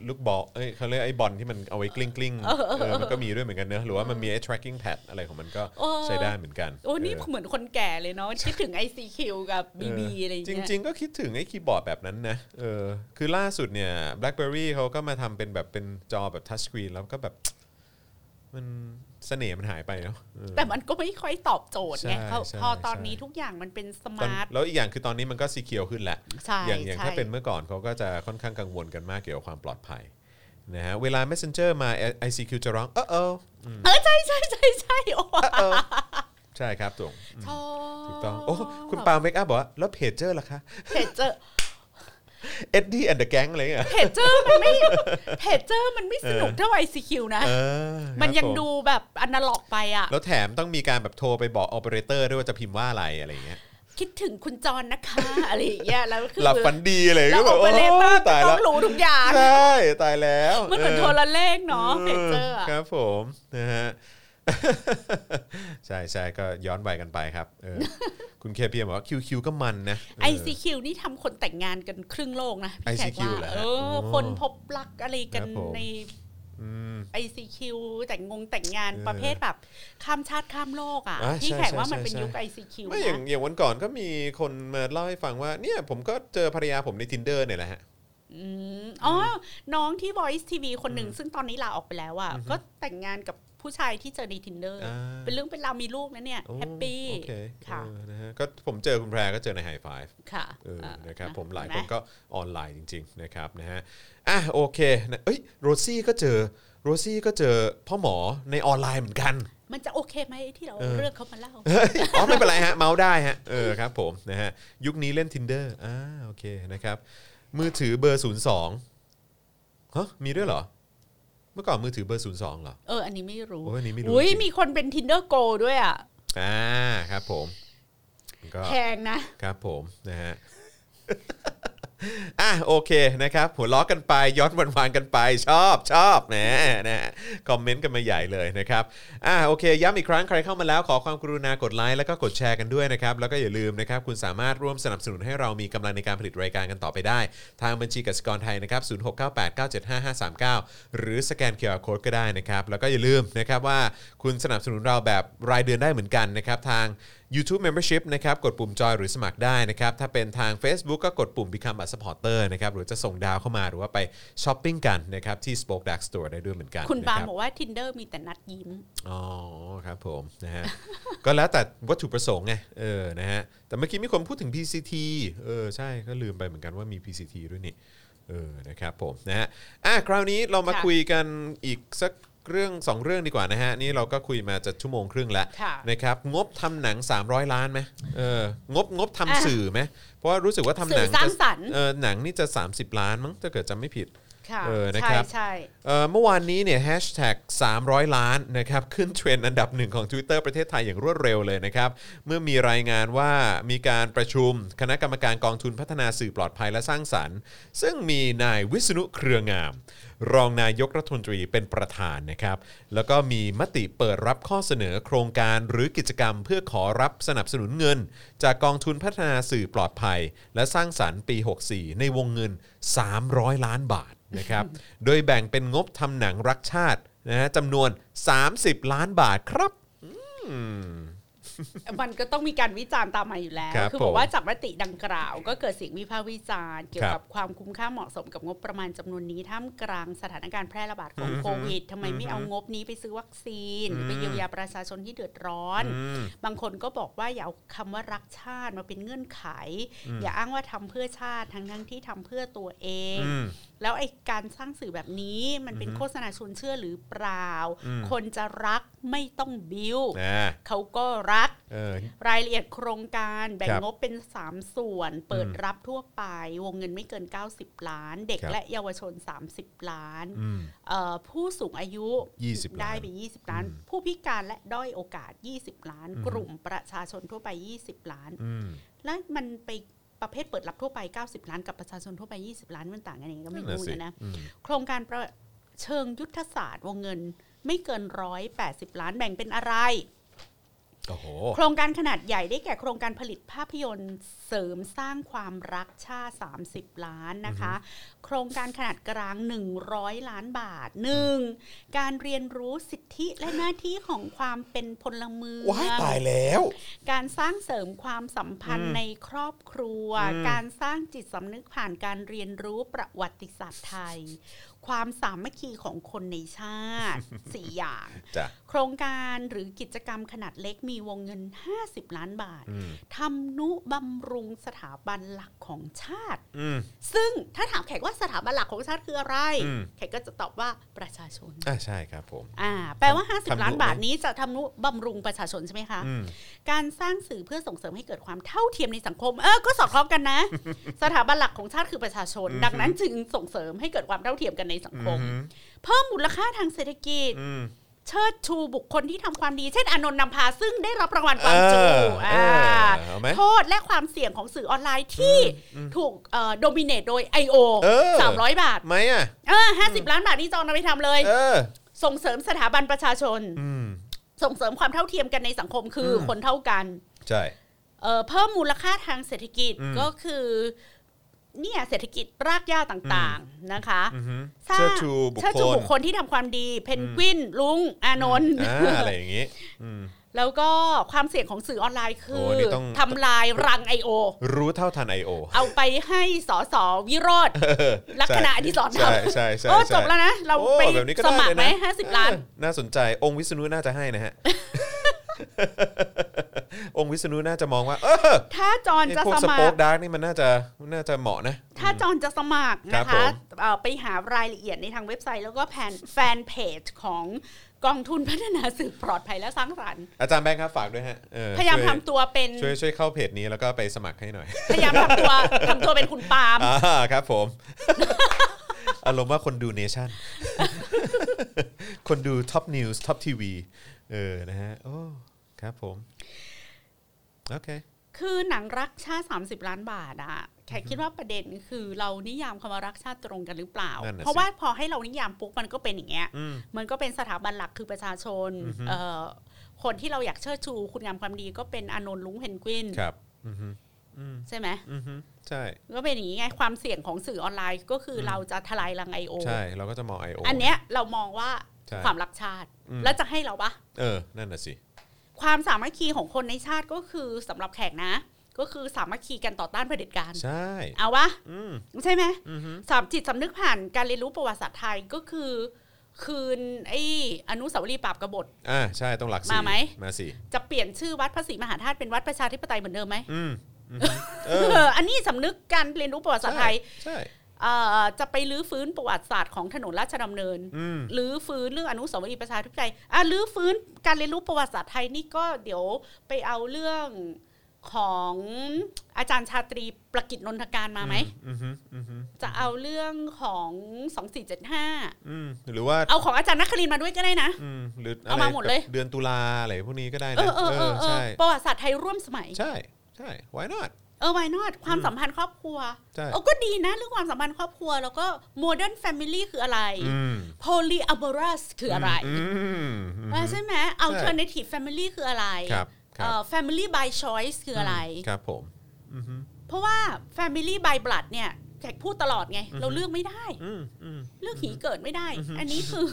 [SPEAKER 2] ลูกบอลเอ้ยเขาเรียกไอ้บอลที่มันเอาไว้กลิ้งกลิ้งๆเออมันก็มีด้วยเหมือนกันเนอะหรือว่ามันมีไอ้ tracking pad อะไรของมันก็
[SPEAKER 3] เออ
[SPEAKER 2] ใช้ได้เหมือนกัน
[SPEAKER 3] โอ้นี่
[SPEAKER 2] เ
[SPEAKER 3] เหมือนคนแก่เลยเนาะคิดถึง ICQ กับ BB อะไรอย่าง
[SPEAKER 2] จ
[SPEAKER 3] เงี้ย
[SPEAKER 2] ริง ๆ ก็คิดถึงไอ้คีย์บอร์ดแบบนั้นนะเออคือล่าสุดเนี่ย BlackBerry เขาก็มาทำเป็นแบบเป็นจอแบบทัชสกรีนแล้วก็แบบ มันเสน่ห์มันหายไปเนาะเออ
[SPEAKER 3] แต่มันก็ไม่ค่อยตอบโจทย์ไง
[SPEAKER 2] ใช่
[SPEAKER 3] เขา
[SPEAKER 2] ใช่
[SPEAKER 3] พอตอน
[SPEAKER 2] ใช่
[SPEAKER 3] นี้ทุกอย่างมันเป็นส
[SPEAKER 2] ตอน
[SPEAKER 3] มาร์ท
[SPEAKER 2] แล้วอีกอย่างคือตอนนี้มันก็ซีเคียวขึ้นแหละ
[SPEAKER 3] ใช่
[SPEAKER 2] อย่างอย่าง
[SPEAKER 3] ใช่
[SPEAKER 2] ถ้าเป็นเมื่อก่อนเขาก็จะค่อนข้างกังวลกันมากเกี่ยวกับความปลอดภัยนะฮะเวลา Messenger มา ICQ จะร้องเออเออ
[SPEAKER 3] เออใช่ใช่ใช่ใช่โอ้
[SPEAKER 2] เออใช่ครับถูก
[SPEAKER 3] ชอบ
[SPEAKER 2] ถูกต้องโอ้คุณปาล์มเมคอัพบอกว่า แล้วเพจเจอร์ล่ะคะ
[SPEAKER 3] เพจเจอร์
[SPEAKER 2] เอ็ดดี้แอนด์เดอะแก๊งอะไรเงี้ย
[SPEAKER 3] เพจเจอร์มันไม่ *laughs* เพจเจอร์มันไม่สนุกเท่า ICQ นะ
[SPEAKER 2] เออ
[SPEAKER 3] มันยัง
[SPEAKER 2] ครับผ
[SPEAKER 3] ดูแบบอนาล็อกไปอ่ะ
[SPEAKER 2] แล้วแถมต้องมีการแบบโทรไปบอก o อเปอเรเตอร์ด้วยว่าจะพิมพ์ว่าอะไรอะไรเงี้ย
[SPEAKER 3] คิดถึงคุณจรนะคะอะไรอย่างเงี้ยแล้วคือ
[SPEAKER 2] หลับฝันดีเลย
[SPEAKER 3] แล้ว
[SPEAKER 2] ก็แบบ
[SPEAKER 3] โอเปอเร
[SPEAKER 2] โอ้
[SPEAKER 3] เตอร์ก็
[SPEAKER 2] ตาย
[SPEAKER 3] ต้
[SPEAKER 2] แล้
[SPEAKER 3] อ
[SPEAKER 2] ว
[SPEAKER 3] งรู้ทุกอย่าง
[SPEAKER 2] ใช่ตายแล้ว
[SPEAKER 3] มันเหมือนโท
[SPEAKER 2] ออ
[SPEAKER 3] รเลขเนาะเพจเจอร์อะ
[SPEAKER 2] ครับผมนะฮะ *laughs* ใช่ใช่ก็ย้อนวัยกันไปครับเอ
[SPEAKER 3] *laughs*
[SPEAKER 2] อ คุณเคเพียบอกว่าคิวคิวก็มันนะเออ
[SPEAKER 3] ICQ นี่ทำคนแต่งงานกันครึ่งโลกนะพี่แขก
[SPEAKER 2] ICQ
[SPEAKER 3] ว่า
[SPEAKER 2] เหรอฮะ
[SPEAKER 3] เออ
[SPEAKER 2] โอ้
[SPEAKER 3] คนพบรักอะไรกัน
[SPEAKER 2] ครับผม
[SPEAKER 3] ใน
[SPEAKER 2] อืม
[SPEAKER 3] ICQ แต่งงงแต่งงาน
[SPEAKER 2] เออ
[SPEAKER 3] ประเภทแบบ ข้ามชาติข้ามโลกอ่ะ
[SPEAKER 2] อ่ะ
[SPEAKER 3] พี่
[SPEAKER 2] ใช่
[SPEAKER 3] แขกว่ามัน
[SPEAKER 2] ใช่
[SPEAKER 3] เป็น
[SPEAKER 2] ใช่
[SPEAKER 3] ยุค ICQ
[SPEAKER 2] ไม่อย่าง
[SPEAKER 3] นะ
[SPEAKER 2] อย่างวันก่อนก็มีคนมาเล่าให้ฟังว่า เนี่ยผมก็เจอภรรยาผมใน tinder เนี่ยแหละฮะ
[SPEAKER 3] อืมอ๋ออน้องที่ Voice TV คนหนึ่งซึ่งตอนนี้ลาออกไปแล้วอ่ะก็แต่งงานกับผู้ชายที่เจอใน tinder
[SPEAKER 2] อ่า
[SPEAKER 3] เป็นเรื่องเป็นราวมีลูกนะเนี่ย
[SPEAKER 2] โอ้
[SPEAKER 3] แฮปปี้
[SPEAKER 2] โอเค
[SPEAKER 3] ค่ะ
[SPEAKER 2] เออนะฮะก็ผมเจอคุณแพรก็เจอในไฮไฟฟ์
[SPEAKER 3] ค่ะ
[SPEAKER 2] เออ
[SPEAKER 3] อ่
[SPEAKER 2] นะครับผมหลายค
[SPEAKER 3] เห็
[SPEAKER 2] น
[SPEAKER 3] ไห
[SPEAKER 2] ก็ออนไลน์จริง ๆ นะครับนะฮะอ่ะโอเคนะเอ้ยโรซี่ก็เจอโรซี่ก็เจอพ่อหมอในออนไลน์เหมือนกัน
[SPEAKER 3] มันจะโอเคไหมที่เรา
[SPEAKER 2] เออ
[SPEAKER 3] เลือกเขามาเล่า
[SPEAKER 2] เฮ้ยอ๋อไม่เป็นไรฮะ เมาส์ได้ฮะเออครับผมนะฮะยุคนี้เล่น tinder อ่าโอเคนะครับ มือถือเบอร์ 02ฮะมีด้วยเหรอ เมื่อก่อนมือถือเบอร์ 02เหรอ
[SPEAKER 3] เออ อันนี้ไม่รู้
[SPEAKER 2] โอ้ยอันนี้ไม่รู้
[SPEAKER 3] ย
[SPEAKER 2] จริง
[SPEAKER 3] มีคนเป็น tinder go ด้วยอ่ะ
[SPEAKER 2] อ่าครับผมก็
[SPEAKER 3] แพงนะ
[SPEAKER 2] ครับผมนะฮะ *laughs* อ่ะโอเคนะครับ หัวล้อกันไปย้อนวันวานๆกันไป ชอบชอบแหมนะฮะคอมเมนต์กันมาใหญ่เลยนะครับอ่ะโอเค ย้ำอีกครั้งใครเข้ามาแล้วขอความกรุณากดไลค์แล้วก็กดแชร์กันด้วยนะครับ แล้วก็อย่าลืมนะครับ คุณสามารถร่วมสนับสนุนให้เรามีกำลังในการผลิตรายการกันต่อไปได้ ทางบัญชีกสิกรไทยนะครับ0698975539 หรือสแกน QR Code ก็ได้นะครับ แล้วก็อย่าลืมนะครับว่าคุณสนับสนุนเราแบบรายเดือนได้เหมือนกันนะครับ ทาง YouTube Membership นะครับ กดปุ่มจอยหรือสมัครได้นะครับ ถ้าเป็นทาง Facebook ก็กดปุ่ม Become a supporter นะครับ หรือจะส่งดาวเข้ามาหรือว่าไปช้อปปิ้งกันนะครับ ที่ Spoke Dark Store ได้ด้วยเหมือนกัน
[SPEAKER 3] คุณบาม
[SPEAKER 2] นะรับ
[SPEAKER 3] บอกว่า tinder มีแต่นัดยิ้ม
[SPEAKER 2] อ๋อครับผมนะฮ *laughs* ะ ก็แล้วแต่วัตถุประสงค์ไงเออนะฮะแต่เมื่อกี้มีคนพูดถึง PCT เออใช่ก็ลืมไปเหมือนกันว่ามี PCT ด้วยนี่เออนะครับผมนะฮะอ่ะคราวนี้เรามา
[SPEAKER 3] ค่ะ
[SPEAKER 2] คุยกันอีกสักเรื่องสองเรื่องดีกว่านะฮะนี่เราก็คุยมาจะชั่วโมงครึ่งแล้ว
[SPEAKER 3] ค่ะ
[SPEAKER 2] นะครับงบทำหนัง 300 ล้านไหมเอองบงบทำ
[SPEAKER 3] อ่ะ
[SPEAKER 2] สื่อไหมเพราะว่ารู้สึกว่าทำหนัง
[SPEAKER 3] สื่อสร้าง
[SPEAKER 2] จะ
[SPEAKER 3] สรรค์
[SPEAKER 2] เออหนังนี่จะ 30 ล้านมั้งถ้าเกิดจำไม่ผิด
[SPEAKER 3] ค่ะ
[SPEAKER 2] เออนะ
[SPEAKER 3] ใช่
[SPEAKER 2] ครับ
[SPEAKER 3] ใช่
[SPEAKER 2] เอ่อเมื่อวานนี้เนี่ยแฮชแท็ก300 ล้านนะครับขึ้นเทรนด์อันดับหนึ่งของ Twitter ประเทศไทยอย่างรวดเร็วเลยนะครับ เมื่อมีรายงานว่ามีการประชุมคณะกรรมการกองทุนพัฒนาสื่อปลอดภัยและสร้างสรรค์ ซึ่งมีนายวิษณุเครืองาม รองนายกรัฐมนตรีเป็นประธานนะครับ แล้วก็มีมติเปิดรับข้อเสนอโครงการหรือกิจกรรม เพื่อขอรับสนับสนุนเงิน จากกองทุนพัฒนาสื่อปลอดภัย และสร้างสรรค์ปี 64 ในวงเงิน 300 ล้านบาท นะครับ โดยแบ่งเป็นงบทำหนังรักชาตินะฮะจำนวน 30 ล้านบาทครับ
[SPEAKER 3] มันก็ต้องมีการวิจารณ์ตามมาอยู่แล้ว
[SPEAKER 2] ครับ
[SPEAKER 3] อบอก
[SPEAKER 2] ผม
[SPEAKER 3] ว่าจากมติดังกล่าว ก็เกิดเสียงวิพากษ์วิจารณ์เกี่ย
[SPEAKER 2] ครั
[SPEAKER 3] ว
[SPEAKER 2] บ
[SPEAKER 3] กับความคุ้มค่าเหมาะสมกับงบประมาณจำนวนนี้ท่ามกลางสถานการณ์แพร่ระบาดของโควิดทำไมไม่เอางบนี้ไปซื้อวัคซีนหรือไปเยียวยาประชาชนที่เดือดร้อน
[SPEAKER 2] อืม
[SPEAKER 3] บางคนก็บอกว่าอย่าเอาคำว่ารักชาติมาเป็นเงื่อนไข อย่าอ้างว่าทำเพื่อชาติทั้งทั้งๆที่ทำเพื่อตัวเอง
[SPEAKER 2] อืม
[SPEAKER 3] แล้วไอ้การสร้างสื่อแบบนี้มันเป็นโฆษณาชวนเชื่อหรือเปล่า คนจะรักไม่ต้องบิ้ว
[SPEAKER 2] อ่า
[SPEAKER 3] เขาก็รัก
[SPEAKER 2] เออ
[SPEAKER 3] รายละเอียดโครงการแบ่ง
[SPEAKER 2] ครับ
[SPEAKER 3] งบเป็น 3 ส่วน เปิดรับทั่วไป วงเงินไม่เกิน 90 ล้าน เด็ก
[SPEAKER 2] ครับ
[SPEAKER 3] และเยาวชน 30 ล้าน
[SPEAKER 2] อืม
[SPEAKER 3] เอ่อผู้สูงอายุ
[SPEAKER 2] ยี่สิบล้าน
[SPEAKER 3] ได้ไป 20 ล้าน ผู้พิการและด้อยโอกาส 20 ล้าน กลุ่มประชาชนทั่วไป 20 ล้าน
[SPEAKER 2] อืม
[SPEAKER 3] แล้วมันไปประเภทเปิดรับทั่วไป 90 ล้านกับประชาชนทั่วไป 20 ล้านมันต่างกันยังไงก็ไม่
[SPEAKER 2] นั่น
[SPEAKER 3] รู้
[SPEAKER 2] น่ะสิ
[SPEAKER 3] นะนะ
[SPEAKER 2] อืม
[SPEAKER 3] โครงการประเชิงยุทธศาสตร์วงเงินไม่เกิน 180 ล้านแบ่งเป็นอะไร
[SPEAKER 2] โอ้โห
[SPEAKER 3] โครงการขนาดใหญ่ได้แก่โครงการผลิตภาพยนตร์เสริมสร้างความรักชาติ 30 ล้านนะคะ โครงการขนาดกลาง 100 ล้านบาท 1. การเรียนรู้สิทธิและหน้าที่ของความเป็นพลเมือง
[SPEAKER 2] ว้ายตายแล้ว
[SPEAKER 3] การสร้างเสริมความสัมพัน
[SPEAKER 2] อื
[SPEAKER 3] ธ์
[SPEAKER 2] ม
[SPEAKER 3] ในครอบครัว
[SPEAKER 2] อืม
[SPEAKER 3] การสร้างจิตสำนึกผ่านการเรียนรู้ประวัติศาสตร์ไทย ความสามัคคีของคนในชาติ
[SPEAKER 2] *laughs*
[SPEAKER 3] สี่อย่าง
[SPEAKER 2] จ้ะ
[SPEAKER 3] โครงการหรือกิจกรรมขนาดเล็กมีวงเงิน 50 ล้านบาท
[SPEAKER 2] อืม
[SPEAKER 3] ทำนุบำรุงสถาบันหลักของชาติ
[SPEAKER 2] อืม
[SPEAKER 3] ซึ่งถ้าถามแขกว่าสถาบันหลักของชาติคืออะไร
[SPEAKER 2] อืม
[SPEAKER 3] แขกก็จะตอบว่าประชาชน
[SPEAKER 2] อ่าใช่ครับผม
[SPEAKER 3] อ่า แปลว่า
[SPEAKER 2] ทำนุ
[SPEAKER 3] 50 ล้านบาท
[SPEAKER 2] ไหม
[SPEAKER 3] นี้จะทำนุบำรุงประชาชนใช่ไหมคะ
[SPEAKER 2] อืม
[SPEAKER 3] การสร้างสื่อเพื่อส่งเสริมให้เกิดความเท่าเทียมในสังคม เออ ก็สอดคล้องกันนะ สถาบันหลักของชาติคือประชาชน
[SPEAKER 2] อืม
[SPEAKER 3] ดังนั้นจึงส่งเสริมให้เกิดความเท่าเทียมกันในสังคม เพิ่มมูลค่าทางเศรษฐกิจ
[SPEAKER 2] อืม
[SPEAKER 3] เชิดชูบุคคลที่ทำความดี เช่นอานนท์นำพาซึ่งได้รับรางวัลความจู
[SPEAKER 2] เออเอออ่
[SPEAKER 3] า
[SPEAKER 2] เอาไหม
[SPEAKER 3] โทษและความเสี่ยงของสื่อออนไลน์ที่ถูกโดมิเนตโดย I.O.
[SPEAKER 2] เออ
[SPEAKER 3] สามร้อยบาท
[SPEAKER 2] ไหมอ่ะ
[SPEAKER 3] เออห้าสิบล้านบาทนี่จองเอาไปทำเลย
[SPEAKER 2] เออ
[SPEAKER 3] ส่งเสริมสถาบันประชาชน
[SPEAKER 2] อืม
[SPEAKER 3] ส่งเสริมความเท่าเทียมกันในสังคมคืออ
[SPEAKER 2] ม
[SPEAKER 3] คนเท่ากัน
[SPEAKER 2] ใช่
[SPEAKER 3] เอ่อเพิ่มมูลค่าทางเศรษฐกิจ
[SPEAKER 2] อืม
[SPEAKER 3] ก็คือเนี่ยเศรษฐกิจรากหญ้าต่างๆนะคะ
[SPEAKER 2] อือฮึ
[SPEAKER 3] สร้าง
[SPEAKER 2] เชื่อชูบุค
[SPEAKER 3] เชิด
[SPEAKER 2] ค
[SPEAKER 3] ชู
[SPEAKER 2] ล
[SPEAKER 3] บุคคลที่ทำความดีเพนกวิน ลุงอานนท์
[SPEAKER 2] อ่าอะไรอย่างงี้ อืม
[SPEAKER 3] *laughs* แล้วก็ความเสี่ยงของสื่อออนไลน์คือ
[SPEAKER 2] โอ้นี่ต้อง
[SPEAKER 3] ทำลายรังไอ
[SPEAKER 2] *laughs*
[SPEAKER 3] โอ
[SPEAKER 2] รู้เท่าทัน I.O.
[SPEAKER 3] เอาไปให้สอสอวิโร
[SPEAKER 2] *laughs*
[SPEAKER 3] ธ
[SPEAKER 2] เออ
[SPEAKER 3] ลักษณะ
[SPEAKER 2] ใช่
[SPEAKER 3] ที่สอนท
[SPEAKER 2] ใช่ใช่
[SPEAKER 3] ำ
[SPEAKER 2] ใช่
[SPEAKER 3] โอ้จ
[SPEAKER 2] ใช่
[SPEAKER 3] บแล้วนะ เราไป
[SPEAKER 2] โอ้แบบนี้ก็
[SPEAKER 3] ส
[SPEAKER 2] ด้
[SPEAKER 3] มัคร
[SPEAKER 2] เย
[SPEAKER 3] ไหม
[SPEAKER 2] นะ
[SPEAKER 3] ห้าสิบล้าน
[SPEAKER 2] เออน่าสนใจองค์วิษณุน่าจะให้
[SPEAKER 3] *laughs*
[SPEAKER 2] นะฮะ องค์วิษณุน่าจะมองว่า เออ
[SPEAKER 3] ถ้าจอน
[SPEAKER 2] ไอ้
[SPEAKER 3] จะ
[SPEAKER 2] พวก
[SPEAKER 3] ส
[SPEAKER 2] สป็
[SPEAKER 3] มั
[SPEAKER 2] อ
[SPEAKER 3] ค
[SPEAKER 2] ค
[SPEAKER 3] ร
[SPEAKER 2] ดาร์กนี่มันน่าจะน่าจะเหมาะนะ
[SPEAKER 3] ถ้าจอนจะสมัครนะ
[SPEAKER 2] ครับผ
[SPEAKER 3] คะ
[SPEAKER 2] ม
[SPEAKER 3] เอ่อไปหารายละเอียดในทางเว็บไซต์แล้วก็แฟนแฟนเพจของกองทุนพัฒนาสื่อปลอดภัยและสร้างสรรค์
[SPEAKER 2] อาจารย์แบงค์ครับฝากด้วยฮะเออ
[SPEAKER 3] พยายาม
[SPEAKER 2] ช่
[SPEAKER 3] ทำตัวเป็น
[SPEAKER 2] ช่วยช่วยเข้าเพจนี้แล้วก็ไปสมัครให้หน่อย
[SPEAKER 3] พยายามทำตัว
[SPEAKER 2] *laughs*
[SPEAKER 3] ทำตัวเป็นคุณปาล์ม
[SPEAKER 2] อ่าครับ
[SPEAKER 3] *laughs*
[SPEAKER 2] ผม อารมณ์ว่าคนดูเนชั่น คนดูท็อปนิวส์ท็อปทีวีเออนะฮะโอ้ครับผม โอเค
[SPEAKER 3] คือหนังรักชาติ 30 ล้านบาทอะแขกคิดว่าประเด็นคือเรานิยามคำว่ารักชาติตรงกันหรือเปล่า
[SPEAKER 2] นั่นน่ะสิ
[SPEAKER 3] เพราะว่าพอให้เรานิยามปุ๊บมันก็เป็นอย่างเงี้ย
[SPEAKER 2] อืม
[SPEAKER 3] มันก็เป็นสถาบันหลักคือประชาชนเอ่อคนที่เราอยากเชิดชู คุณงามความดีก็เป็นอานนท์ลุงเพนกวิน
[SPEAKER 2] ครับอือฮึอืม
[SPEAKER 3] ใช่ไหม
[SPEAKER 2] อือฮึใช่
[SPEAKER 3] ก็เป็นอย่างนี้ไงความเสี่ยงของสื่อออนไลน์ก็คือเราจะทลายรังไอโอ
[SPEAKER 2] ใช่ เราก็จะมอง I.O.
[SPEAKER 3] อันเนี้ยเรามองว่า
[SPEAKER 2] ใช่
[SPEAKER 3] ความรักชาติ
[SPEAKER 2] อืม
[SPEAKER 3] แล้วจะให้เราปะ
[SPEAKER 2] เออ นั่นน่ะสิ
[SPEAKER 3] ความสามัคคีของคนในชาติก็คือสำหรับแขกนะ ก็คือสามัคคีกันต่อต้านเผด็จการ
[SPEAKER 2] ใช่
[SPEAKER 3] เอาวะ
[SPEAKER 2] อืม
[SPEAKER 3] ใช่ไหม
[SPEAKER 2] อือฮึ
[SPEAKER 3] สามจิตสำนึกผ่านการเรียนรู้ประวัติศาสตร์ไทยก็คือ คืนไอ้อนุสาวรีย์ปราบกบฏ
[SPEAKER 2] อ่า ใช่ ต้องหลักสี่
[SPEAKER 3] มาไหม
[SPEAKER 2] มาสี่
[SPEAKER 3] จะเปลี่ยนชื่อวัดพระศรีมหาธาตุเป็นวัดประชาธิปไตยเหมือนเดิมไหม
[SPEAKER 2] อืมอืมเอ
[SPEAKER 3] เอ
[SPEAKER 2] อ
[SPEAKER 3] ออันนี้สำนึกการเรียนรู้ประวัติศาสตร์ไทย
[SPEAKER 2] ใช่
[SPEAKER 3] เอ่อจะไปลื้อฟื้นประวัติศาสตร์ของถนนราชดำเนิน
[SPEAKER 2] อืม
[SPEAKER 3] ลื้อฟื้นเรื่องอนุสาวรีย์ประชาธิปไตยอ่ะลื้อฟื้นการเรียนรู้ประวัติศาสตร์ไทยนี่ก็เดี๋ยวไปเอาเรื่อง ของอาจารย์ชาตรีประกิจนนทการมาไหม
[SPEAKER 2] อือฮึอือฮึ
[SPEAKER 3] จะเอาเรื่องของ2475
[SPEAKER 2] อืมหรือว่า
[SPEAKER 3] เอาของอาจารย์นักครินทร์มาด้วยก็ได้นะ
[SPEAKER 2] อืมหรืออะ
[SPEAKER 3] เอา
[SPEAKER 2] ไร
[SPEAKER 3] มาหมดเลย
[SPEAKER 2] แบบเดือนตุลาอะไรพวกนี้ก็ได้
[SPEAKER 3] เอ
[SPEAKER 2] นะ
[SPEAKER 3] อเออเออเออ
[SPEAKER 2] ใช่
[SPEAKER 3] ประวัติศาสตร์ไทยร่วมสมัย
[SPEAKER 2] ใช่ใช่ why not
[SPEAKER 3] เออ why not ความสัมพันธ์ครอบครัว
[SPEAKER 2] ใช่
[SPEAKER 3] เออก็ดีนะ เรื่องความสัมพันธ์ครอบครัว แล้วก็ modern family คืออะไร
[SPEAKER 2] อืม
[SPEAKER 3] polyamorous คืออะไร
[SPEAKER 2] อืมอืม
[SPEAKER 3] เออใช่ไหม alternative family คืออะไร
[SPEAKER 2] ครับครับ
[SPEAKER 3] เอ่อ family by choice คืออะไร
[SPEAKER 2] ครับผม
[SPEAKER 3] เพราะว่า family by blood เนี่ยแขกพูดตลอดไง เราเลือกไม่ได้
[SPEAKER 2] อืมอืม
[SPEAKER 3] เลือกหีเกิดไม่ได้ อันนี้
[SPEAKER 2] *laughs*
[SPEAKER 3] คือ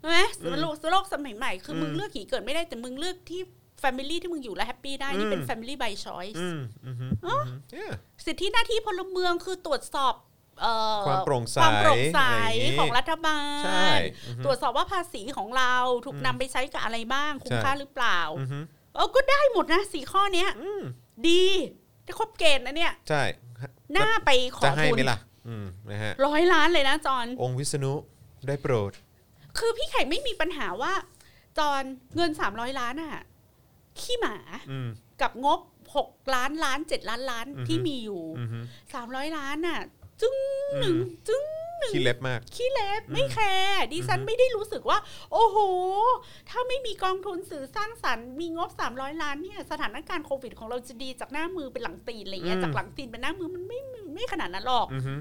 [SPEAKER 3] ใช่ไหมโลกโลกสมัยใหม่คืออ
[SPEAKER 2] ม
[SPEAKER 3] มึงเลือกหีเกิดไม่ได้แต่มึงเลือกที่ Family ที่มึงอยู่และแฮปปี้ได้ นี่เป็น
[SPEAKER 2] อืม
[SPEAKER 3] Family by Choice
[SPEAKER 2] อืมอืมอืมเนี่ย
[SPEAKER 3] สิทธิหน้าที่พลเมืองคือตรวจสอบเอ่อ
[SPEAKER 2] ความโปร่งใส
[SPEAKER 3] ความโปร่งใส
[SPEAKER 2] อะไรอย่างงี้
[SPEAKER 3] ของรัฐบา
[SPEAKER 2] ใช่
[SPEAKER 3] ล
[SPEAKER 2] อือฮึ
[SPEAKER 3] ตรวจสอบว่าภาษีของเราถูกนำไปใช้กับอะไรบ้าง คุ้ม
[SPEAKER 2] ใช่
[SPEAKER 3] ค่าหรือเปล่า
[SPEAKER 2] อือฮึ
[SPEAKER 3] เออก็ได้หมดนะสี่ข้อเนี้ย
[SPEAKER 2] อืม
[SPEAKER 3] ดีถ้าครบเกณฑ์นะเนี่ย
[SPEAKER 2] ใช่
[SPEAKER 3] หน้าไปขอ
[SPEAKER 2] จะให้
[SPEAKER 3] ทุน
[SPEAKER 2] ไหมล่ะ อืมนะฮะ
[SPEAKER 3] ร้อยล้านเลยนะจอน
[SPEAKER 2] องค์วิษณุได้โปรด
[SPEAKER 3] คือพี่แขกไม่มีปัญหาว่า จอนเงินสามร้อยล้านอะขี้หมา
[SPEAKER 2] อืม
[SPEAKER 3] กับงบหกล้านล้านเจ็ดล้านล้าน
[SPEAKER 2] อือฮึ
[SPEAKER 3] ที่มีอยู่
[SPEAKER 2] อืม
[SPEAKER 3] สามร้อยล้านอะจึ้งหนึ่งจึ้ง
[SPEAKER 2] ขี้เล็บมาก
[SPEAKER 3] ขี้เล็บไม่แคร์ดิฉันไม่ได้รู้สึกว่า โอ้โห ถ้าไม่มีกองทุนสื่อสร้างสรรค์มีงบ 300 ล้านเนี่ยสถานการณ์โควิดของเราจะดีจากหน้ามือเป็นหลังตีนอะไรเงี้ย
[SPEAKER 2] อืม
[SPEAKER 3] จากหลังตีนเป็นหน้ามือมันไม่ไม่ขนาดนั้นหรอก
[SPEAKER 2] อือฮึ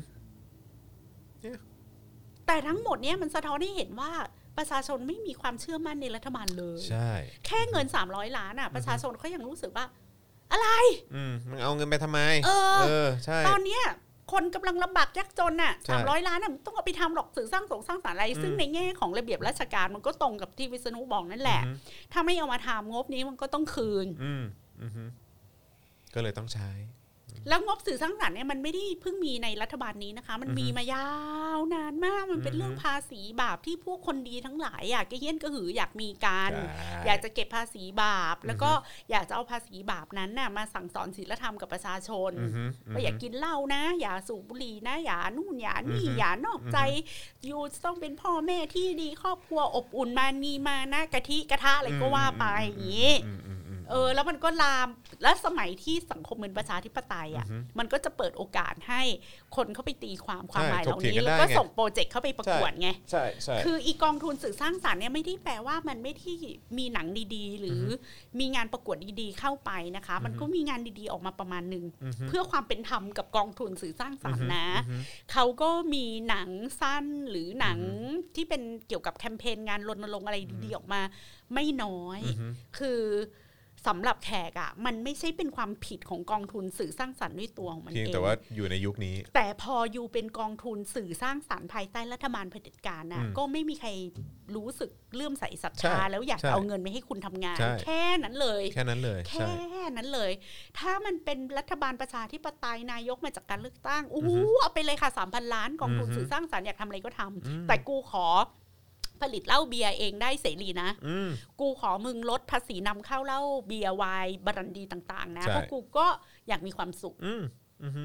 [SPEAKER 3] แต่ทั้งหมดเนี่ยมันสะท้อนให้เห็นว่าประชาชนไม่มีความเชื่อมั่นในรัฐบาลเลย
[SPEAKER 2] ใช่
[SPEAKER 3] แค่เงิน 300 ล้านอ่ะ ประชาชนเขายังรู้สึกว่า อะไร
[SPEAKER 2] อืมมึงเอาเงินไปทำไม
[SPEAKER 3] เออ
[SPEAKER 2] เออ ใช่
[SPEAKER 3] ตอนเนี้ยคนกำลังลำบากยากจนน่ะ
[SPEAKER 2] ใช่
[SPEAKER 3] สามร้อยล้านน่ะมันต้องเอาไปทำหรอกสื่อสร้างสงสร้างสารอะไร
[SPEAKER 2] อืม
[SPEAKER 3] ซึ่งในแง่ของระเบียบราชการมันก็ตรงกับที่วิษณุบอกนั่นแหละ ถ้าไม่เอามาทำงบนี้มันก็ต้องคืน
[SPEAKER 2] อืมอือฮึก็เลยต้องใช้
[SPEAKER 3] แล้วงบสื่อสร้างสรรค์เนี่ยมันไม่ได้เพิ่งมีในรัฐบาลนี้นะคะ มันมีมายาวนานมากมันเป็น
[SPEAKER 2] อือฮึ
[SPEAKER 3] เรื่องภาษีบาปที่พวกคนดีทั้งหลายอยากจะเย็นกระหืออยากมีกัน
[SPEAKER 2] ใช่
[SPEAKER 3] อยากจะเก็บภาษีบาป แล้วก็อยากจะเอาภาษีบาปนั้นน่ะมาสั่งสอนศีลธรรมกับประชาชน
[SPEAKER 2] อือฮึฮึ
[SPEAKER 3] ว่าอย่ากินเหล้านะ อย่าสูบบุหรี่นะ อย่านู่นอย่านี่
[SPEAKER 2] อือฮึ
[SPEAKER 3] อย่านอกใจ อยู่ต้องเป็นพ่อแม่ที่ดีครอบครัวอบอุ่นมานีมานะกะทิกระทะอะไรก็ว่าไป
[SPEAKER 2] อืม
[SPEAKER 3] อย่างนี้
[SPEAKER 2] อืมอืมอืม
[SPEAKER 3] เออ แล้วมันก็ลามและสมัยที่สังคมเป็นประชาธิปไตยอ่ะ
[SPEAKER 2] อือฮึ
[SPEAKER 3] มันก็จะเปิดโอกาสให้คนเข้าไปตีความความ
[SPEAKER 2] ใช่
[SPEAKER 3] หมายเหล่า
[SPEAKER 2] ถกเถียง
[SPEAKER 3] นี้
[SPEAKER 2] กัน
[SPEAKER 3] แล้ว
[SPEAKER 2] ได้
[SPEAKER 3] ก็
[SPEAKER 2] ไง
[SPEAKER 3] ส่งโปรเจกต์เข้าไปประกวดไง
[SPEAKER 2] ใช่ใช่
[SPEAKER 3] คืออีกองทุนสื่อสร้างสารรค์เนี่ยไม่ได้แปลว่ามันไม่ที่มีหนังดีๆ หรืออมีงานประกวดดีๆเข้าไปนะคะ มันก็มีงานดีๆออกมาประมาณหนึ่ง
[SPEAKER 2] อือฮึ
[SPEAKER 3] เพื่อความเป็นธรรมกับกองทุนสื่อสร้างสรรค์นะ
[SPEAKER 2] อือฮึ
[SPEAKER 3] เขาก็มีหนังสั้นหรือหนังที่เป็นเกี่ยวกับแคมเปญงานรณรงค์อะไรดีๆออกมา ไม่น้อย
[SPEAKER 2] อือฮึ
[SPEAKER 3] คือสำหรับแขกอะ่ะ มันไม่ใช่เป็นความผิดของกองทุนสื่อสร้างสรรค์ด้วยตัวของมัน
[SPEAKER 2] เพียง
[SPEAKER 3] เอง
[SPEAKER 2] แต่ว่าอยู่ในยุคนี้
[SPEAKER 3] แต่พออยู่เป็นกองทุนสื่อสร้างสารรค์ภายใต้รัฐบาลเผด็จการน่ะ
[SPEAKER 2] อืม
[SPEAKER 3] ก็ไม่มีใครรู้สึกเลื่อมใสศรัทธา
[SPEAKER 2] ใช่
[SPEAKER 3] แล้วอยาก
[SPEAKER 2] ใช่
[SPEAKER 3] เอาเงินไปให้คุณทำงาน
[SPEAKER 2] ใช่
[SPEAKER 3] แค่นั้นเลย
[SPEAKER 2] แค่นั้นเลย
[SPEAKER 3] แค
[SPEAKER 2] ใช่
[SPEAKER 3] ่นั้นเลย ถ้ามันเป็นรัฐบาลประชาธิปไตยนายกมาจากการเลือกตั้งอู้หูเอาไปเลยค่ะสามพันล้านกองทุน
[SPEAKER 2] อือฮึ
[SPEAKER 3] สื่อสร้างสารรค์อยากทำอะไรก็ทำ
[SPEAKER 2] อืม
[SPEAKER 3] แต่กูขอผลิตเหล้าเบียร์เองได้เสรีนะ
[SPEAKER 2] อืม
[SPEAKER 3] กูขอมึงลดภาษีนำเข้าเหล้าเบียร์ไวน์บรันดีต่าง ๆ นะ
[SPEAKER 2] ใช่
[SPEAKER 3] เพราะกูก็อยากมีความสุข
[SPEAKER 2] อืมอือฮึ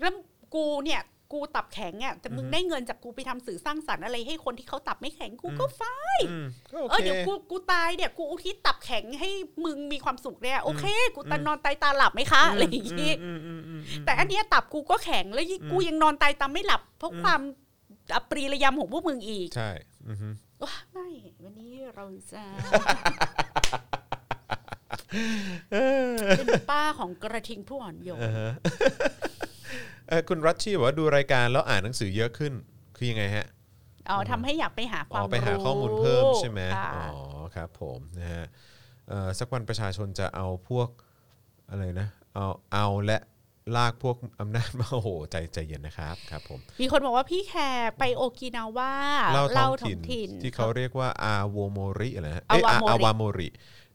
[SPEAKER 3] แล้วกูเนี่ยกูตับแข็งอ่ะแต่มึง
[SPEAKER 2] อือฮึ
[SPEAKER 3] ได้เงินจากกูไปทำสื่อสร้างสรรค์อะไรให้คนที่เขาตับไม่แข็งกูก็ฟ้า
[SPEAKER 2] อืมก็โอ
[SPEAKER 3] เออ
[SPEAKER 2] เค
[SPEAKER 3] เดี๋ยวกูกูตายเนี่ยกูอุทิศตับแข็งให้มึงมีความสุขเนี่ยโอเค กูตา
[SPEAKER 2] อืม
[SPEAKER 3] นอนตายตาหลับไหมคะอะไรอย่างงี้
[SPEAKER 2] อืมอืมอืมม
[SPEAKER 3] แต่อันเนี้ยตับกูก็แข็งแล้วยิ่ง
[SPEAKER 2] อืม
[SPEAKER 3] กูยังนอนตายตาไม่หลับ เพราะ
[SPEAKER 2] อืม
[SPEAKER 3] ความอับปรีระยำของพวกมึงอีก
[SPEAKER 2] ใช่อือฮึ
[SPEAKER 3] ว้าไม่ วันนี้เราจะ
[SPEAKER 2] เออ
[SPEAKER 3] เป็นป้าของกระทิงผู้อ่อนโยน
[SPEAKER 2] อ่าฮะเออคุณรัชชี่บอกว่าดูรายการแล้วอ่านหนังสือเยอะขึ้น คือยังไงฮะ
[SPEAKER 3] อ๋อทำให้อยากไปหาค
[SPEAKER 2] อ๋
[SPEAKER 3] วาม
[SPEAKER 2] อ
[SPEAKER 3] รู้
[SPEAKER 2] ไปหาข้อมูลเพิ่มใช่ไหม
[SPEAKER 3] ค่ะ
[SPEAKER 2] อ๋อครับผมนะฮะเอ่อสักวันประชาชนจะเอาพวกอะไรนะเอาเอาและลากพวกอำนาจมา *laughs* โอ้โหใจใจเย็นนะครับครับผม
[SPEAKER 3] มีคนบอกว่าพี่แขกไปโอกินาว่า
[SPEAKER 2] เล่าท้องถิ่นที่เขาเรียกว่าอาโวโมริอะไรนะเอ้ยอา
[SPEAKER 3] อาวา
[SPEAKER 2] อาวา
[SPEAKER 3] โมริ
[SPEAKER 2] โมริ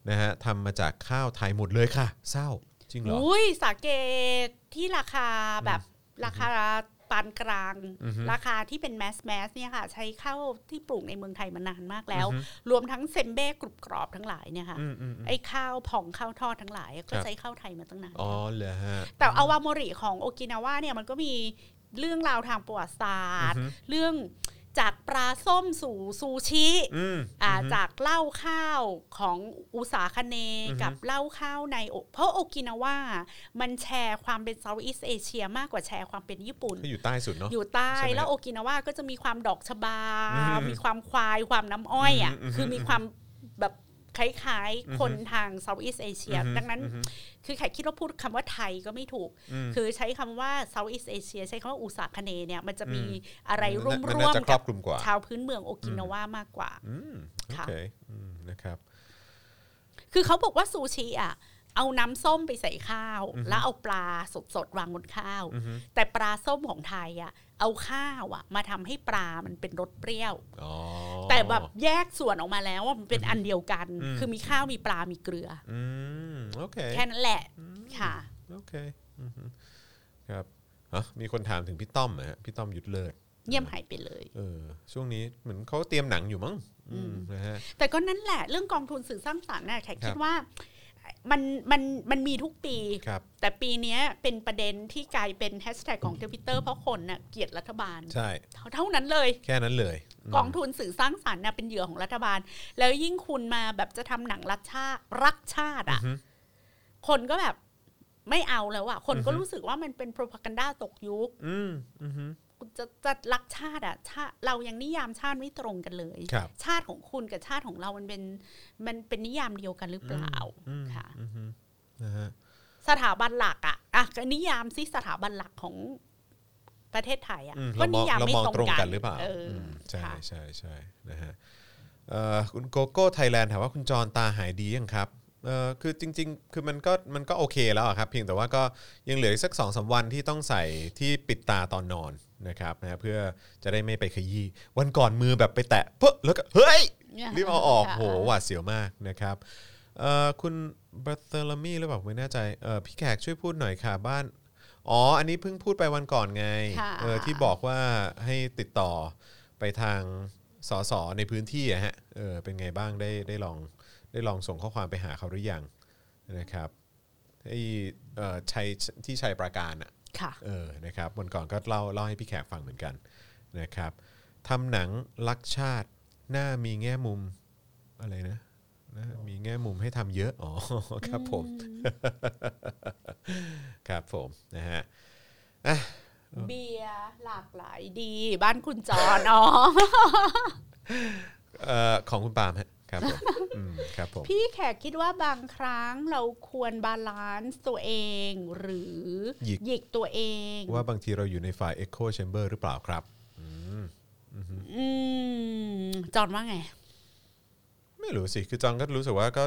[SPEAKER 2] นะฮะทำมาจากข้าวไทยหมดเลยค่ะ เศร้าจริงเหรอ
[SPEAKER 3] อุ้ยสาเกที่ราคาแบบราคาปานกลาง
[SPEAKER 2] อือฮึ
[SPEAKER 3] ราคาที่เป็นแมสแมสเนี่ยค่ะ ใช้ข้าวที่ปลูกในเมืองไทยมานานมากแล้ว
[SPEAKER 2] อือฮึ
[SPEAKER 3] รวมทั้งเซมเบ้กรุบกรอบทั้งหลายเนี่ยค่ะ
[SPEAKER 2] อืมอืมอืม
[SPEAKER 3] ไอ้ข้าวผ่องข้าวทอดทั้งหลาย ก็
[SPEAKER 2] ครับ
[SPEAKER 3] ใช้ข้าวไทยมาตั้งนาน
[SPEAKER 2] อ๋อเหรอฮะ
[SPEAKER 3] แต่อาวาโมริของโอกินาว่าเนี่ยมันก็มีเรื่องราวทางประวัติศาสตร์
[SPEAKER 2] อือฮึ
[SPEAKER 3] เรื่อง จากปลาส้มสู่ซูชิ
[SPEAKER 2] อืม
[SPEAKER 3] อ่าจากเหล้าข้าวของอุสาคเนย์
[SPEAKER 2] อือฮึ
[SPEAKER 3] กับเหล้าข้าวในโอเพราะโอกินาวามันแชร์ความเป็นเซาท์อีสเอเชียมากกว่าแชร์ความเป็นญี่ปุ่น
[SPEAKER 2] ก็อยู่ใต้สุดเนาะ
[SPEAKER 3] อยู่ใต้
[SPEAKER 2] ใช่ไหม
[SPEAKER 3] แล้วโอกินาวาก็จะมีความดอกชบา
[SPEAKER 2] อืม
[SPEAKER 3] มีความควายความน้ำอ้อยอ่ะ
[SPEAKER 2] อืมอืม
[SPEAKER 3] คือมีความแบบคล้าย
[SPEAKER 2] อืม
[SPEAKER 3] ๆ คนทางเซาท์อีสเอเชีย
[SPEAKER 2] อืม
[SPEAKER 3] ดังนั้น
[SPEAKER 2] อืม
[SPEAKER 3] คือไข่คิดว่าพูดคำว่าไทยก็ไม่ถูก
[SPEAKER 2] ม
[SPEAKER 3] คือใช้คำว่าเซาท์อีสเอเชียใช้คำว่าอุษาคเนย์เนี่ย มันจะมี
[SPEAKER 2] อื
[SPEAKER 3] อะไรร่วม
[SPEAKER 2] มั
[SPEAKER 3] ๆ
[SPEAKER 2] น่าจะคร
[SPEAKER 3] กั
[SPEAKER 2] อบคลุมกว่า
[SPEAKER 3] ชาวพื้นเมืองโอกินาวามากกว่า
[SPEAKER 2] อืมโอ
[SPEAKER 3] ค่ะ
[SPEAKER 2] เคอืมนะครับ
[SPEAKER 3] คือเขาบอกว่าซูชิอ่ะ เอาน้ำส้มไปใส่ข้าว แล้วเอาปลาสดๆวางบนข้าว
[SPEAKER 2] อือฮึ
[SPEAKER 3] แต่ปลาส้มของไทยอ่ะ เอาข้าวอ่ะ มาทำให้ปลามันเป็นรสเปรี้ยว
[SPEAKER 2] อ๋อ
[SPEAKER 3] แต่แบบแยกส่วนออกมาแล้วว่ามันเป็นอันเดียวกัน
[SPEAKER 2] อืม
[SPEAKER 3] คือมีข้าวมีปลา มีเกลือ
[SPEAKER 2] อืมโอเค
[SPEAKER 3] แค่นั้นแหละค่ะ
[SPEAKER 2] โอเคอือฮึครับฮะมีคนถามถึงพี่ต้อมนะฮะพี่ต้อมยุทธเลิศ
[SPEAKER 3] เงียบหายไปเลย
[SPEAKER 2] เออ ช่วงนี้เหมือนเขาเตรียมหนังอยู่มั้งอืมนะฮะ
[SPEAKER 3] แต่ก็นั่นแหละเรื่องกองทุนสื่อสร้างสรรค์น่ะแขก
[SPEAKER 2] ครั
[SPEAKER 3] คิด
[SPEAKER 2] บ
[SPEAKER 3] ว่ามันมันมันมีทุกปี
[SPEAKER 2] ครับ
[SPEAKER 3] แต่ปีเนี้ยเป็นประเด็นที่กลายเป็นแฮชแท็กของทวิตเตอร์เพราะคนน่ะเกลียดรัฐบาล
[SPEAKER 2] ใช่
[SPEAKER 3] เท่าเท่านั้นเลย
[SPEAKER 2] แค่นั้นเลยม
[SPEAKER 3] กองทุนสื่อสร้างสรรค์น่ะเป็นเหยื่อของรัฐบาล แล้วยิ่งคุณมาแบบจะทำหนังรักชาติรักชาติ
[SPEAKER 2] อือ
[SPEAKER 3] อ่ะ
[SPEAKER 2] ฮึ
[SPEAKER 3] คนก็แบบไม่เอาแล้วอ่ะ คนก็
[SPEAKER 2] อือฮึ
[SPEAKER 3] รู้สึกว่ามันเป็นโปรพากันดาตกยุค
[SPEAKER 2] อืมอือฮึ
[SPEAKER 3] คุณจะจะรักชาติอะชาติเรายังนิยามชาติไม่ตรงกันเลย
[SPEAKER 2] ครับ
[SPEAKER 3] ชาติของคุณกับชาติของเรามันเป็นมันเป็นนิยามเดียวกันหรือเปล่า
[SPEAKER 2] อืม
[SPEAKER 3] ค่ะ
[SPEAKER 2] อือฮึนะฮะ
[SPEAKER 3] สถาบันหลักอะอ่ะก็นิยามซิสถาบันหลักของประเทศไทยอะ
[SPEAKER 2] อืม
[SPEAKER 3] ก็
[SPEAKER 2] เราม
[SPEAKER 3] นิ
[SPEAKER 2] อง
[SPEAKER 3] ยาม
[SPEAKER 2] เรา
[SPEAKER 3] ไม่
[SPEAKER 2] มอง
[SPEAKER 3] ตรง
[SPEAKER 2] ตรง
[SPEAKER 3] กั
[SPEAKER 2] กัน
[SPEAKER 3] น
[SPEAKER 2] หรือเปล่า
[SPEAKER 3] เอออ
[SPEAKER 2] มใช่
[SPEAKER 3] ค่ะ
[SPEAKER 2] ใช่ใช่นะฮะเอ่อคุณโกโก้ไทยแลนด์ถามว่าคุณจรตาหายดียังครับเออคือจริง ๆ คือมันก็มันก็โอเคแล้วอะครับ เพียงแต่ว่าก็ยังเหลืออีกสักสองสามวันที่ต้องใส่ที่ปิดตาตอนนอนนะครับนะฮะเพื่อจะได้ไม่ไปขยี้วันก่อนมือแบบไปแตะเพ้อแล้วก็เฮ้ย รีบเอาออก
[SPEAKER 3] ค่ะ
[SPEAKER 2] โหหวาดเสียวมากนะครับเอ่อคุณบาเตอร์มี่หรือเปล่าไม่แน่ใจเอ่อพี่แขกช่วยพูดหน่อยค่ะบ้าน อ๋อ อันนี้เพิ่งพูดไปวันก่อนไง
[SPEAKER 3] ค่ะ
[SPEAKER 2] เออที่บอกว่าให้ติดต่อไปทางสสในพื้นที่อะฮะเออเป็นไงบ้างได้ได้ลองได้ลองส่งข้อความไปหาเขาหรือยังนะครับไอ้เอ่อชัยที่ชัยปราการอะ
[SPEAKER 3] ค่ะ
[SPEAKER 2] เออ นะครับ วันก่อนก็เล่าเล่าให้พี่แขกฟังเหมือนกันนะครับทำหนังรักชาติหน้ามีแง่มุมอะไรนะนะมีแง่มุมให้ทำเยอะ *laughs* อ๋อ ครับผม ครับผมนะฮะ
[SPEAKER 3] เบียร์หลากหลายดี บ้านคุณจอนอ๋อ
[SPEAKER 2] เอ่อของคุณปาล์มฮะครับผมอืมครับผม
[SPEAKER 3] พี่แขกคิดว่าบางครั้งเราควรบาลานซ์ตัวเอง หรือ
[SPEAKER 2] หยิก
[SPEAKER 3] หยิกตัวเอง
[SPEAKER 2] ว่าบางทีเราอยู่ในฝ่าย Echo Chamber หรือเปล่าครับ
[SPEAKER 3] อืมจอนว่าไง
[SPEAKER 2] ไม่รู้สิ คือจองก็รู้สึกว่าก็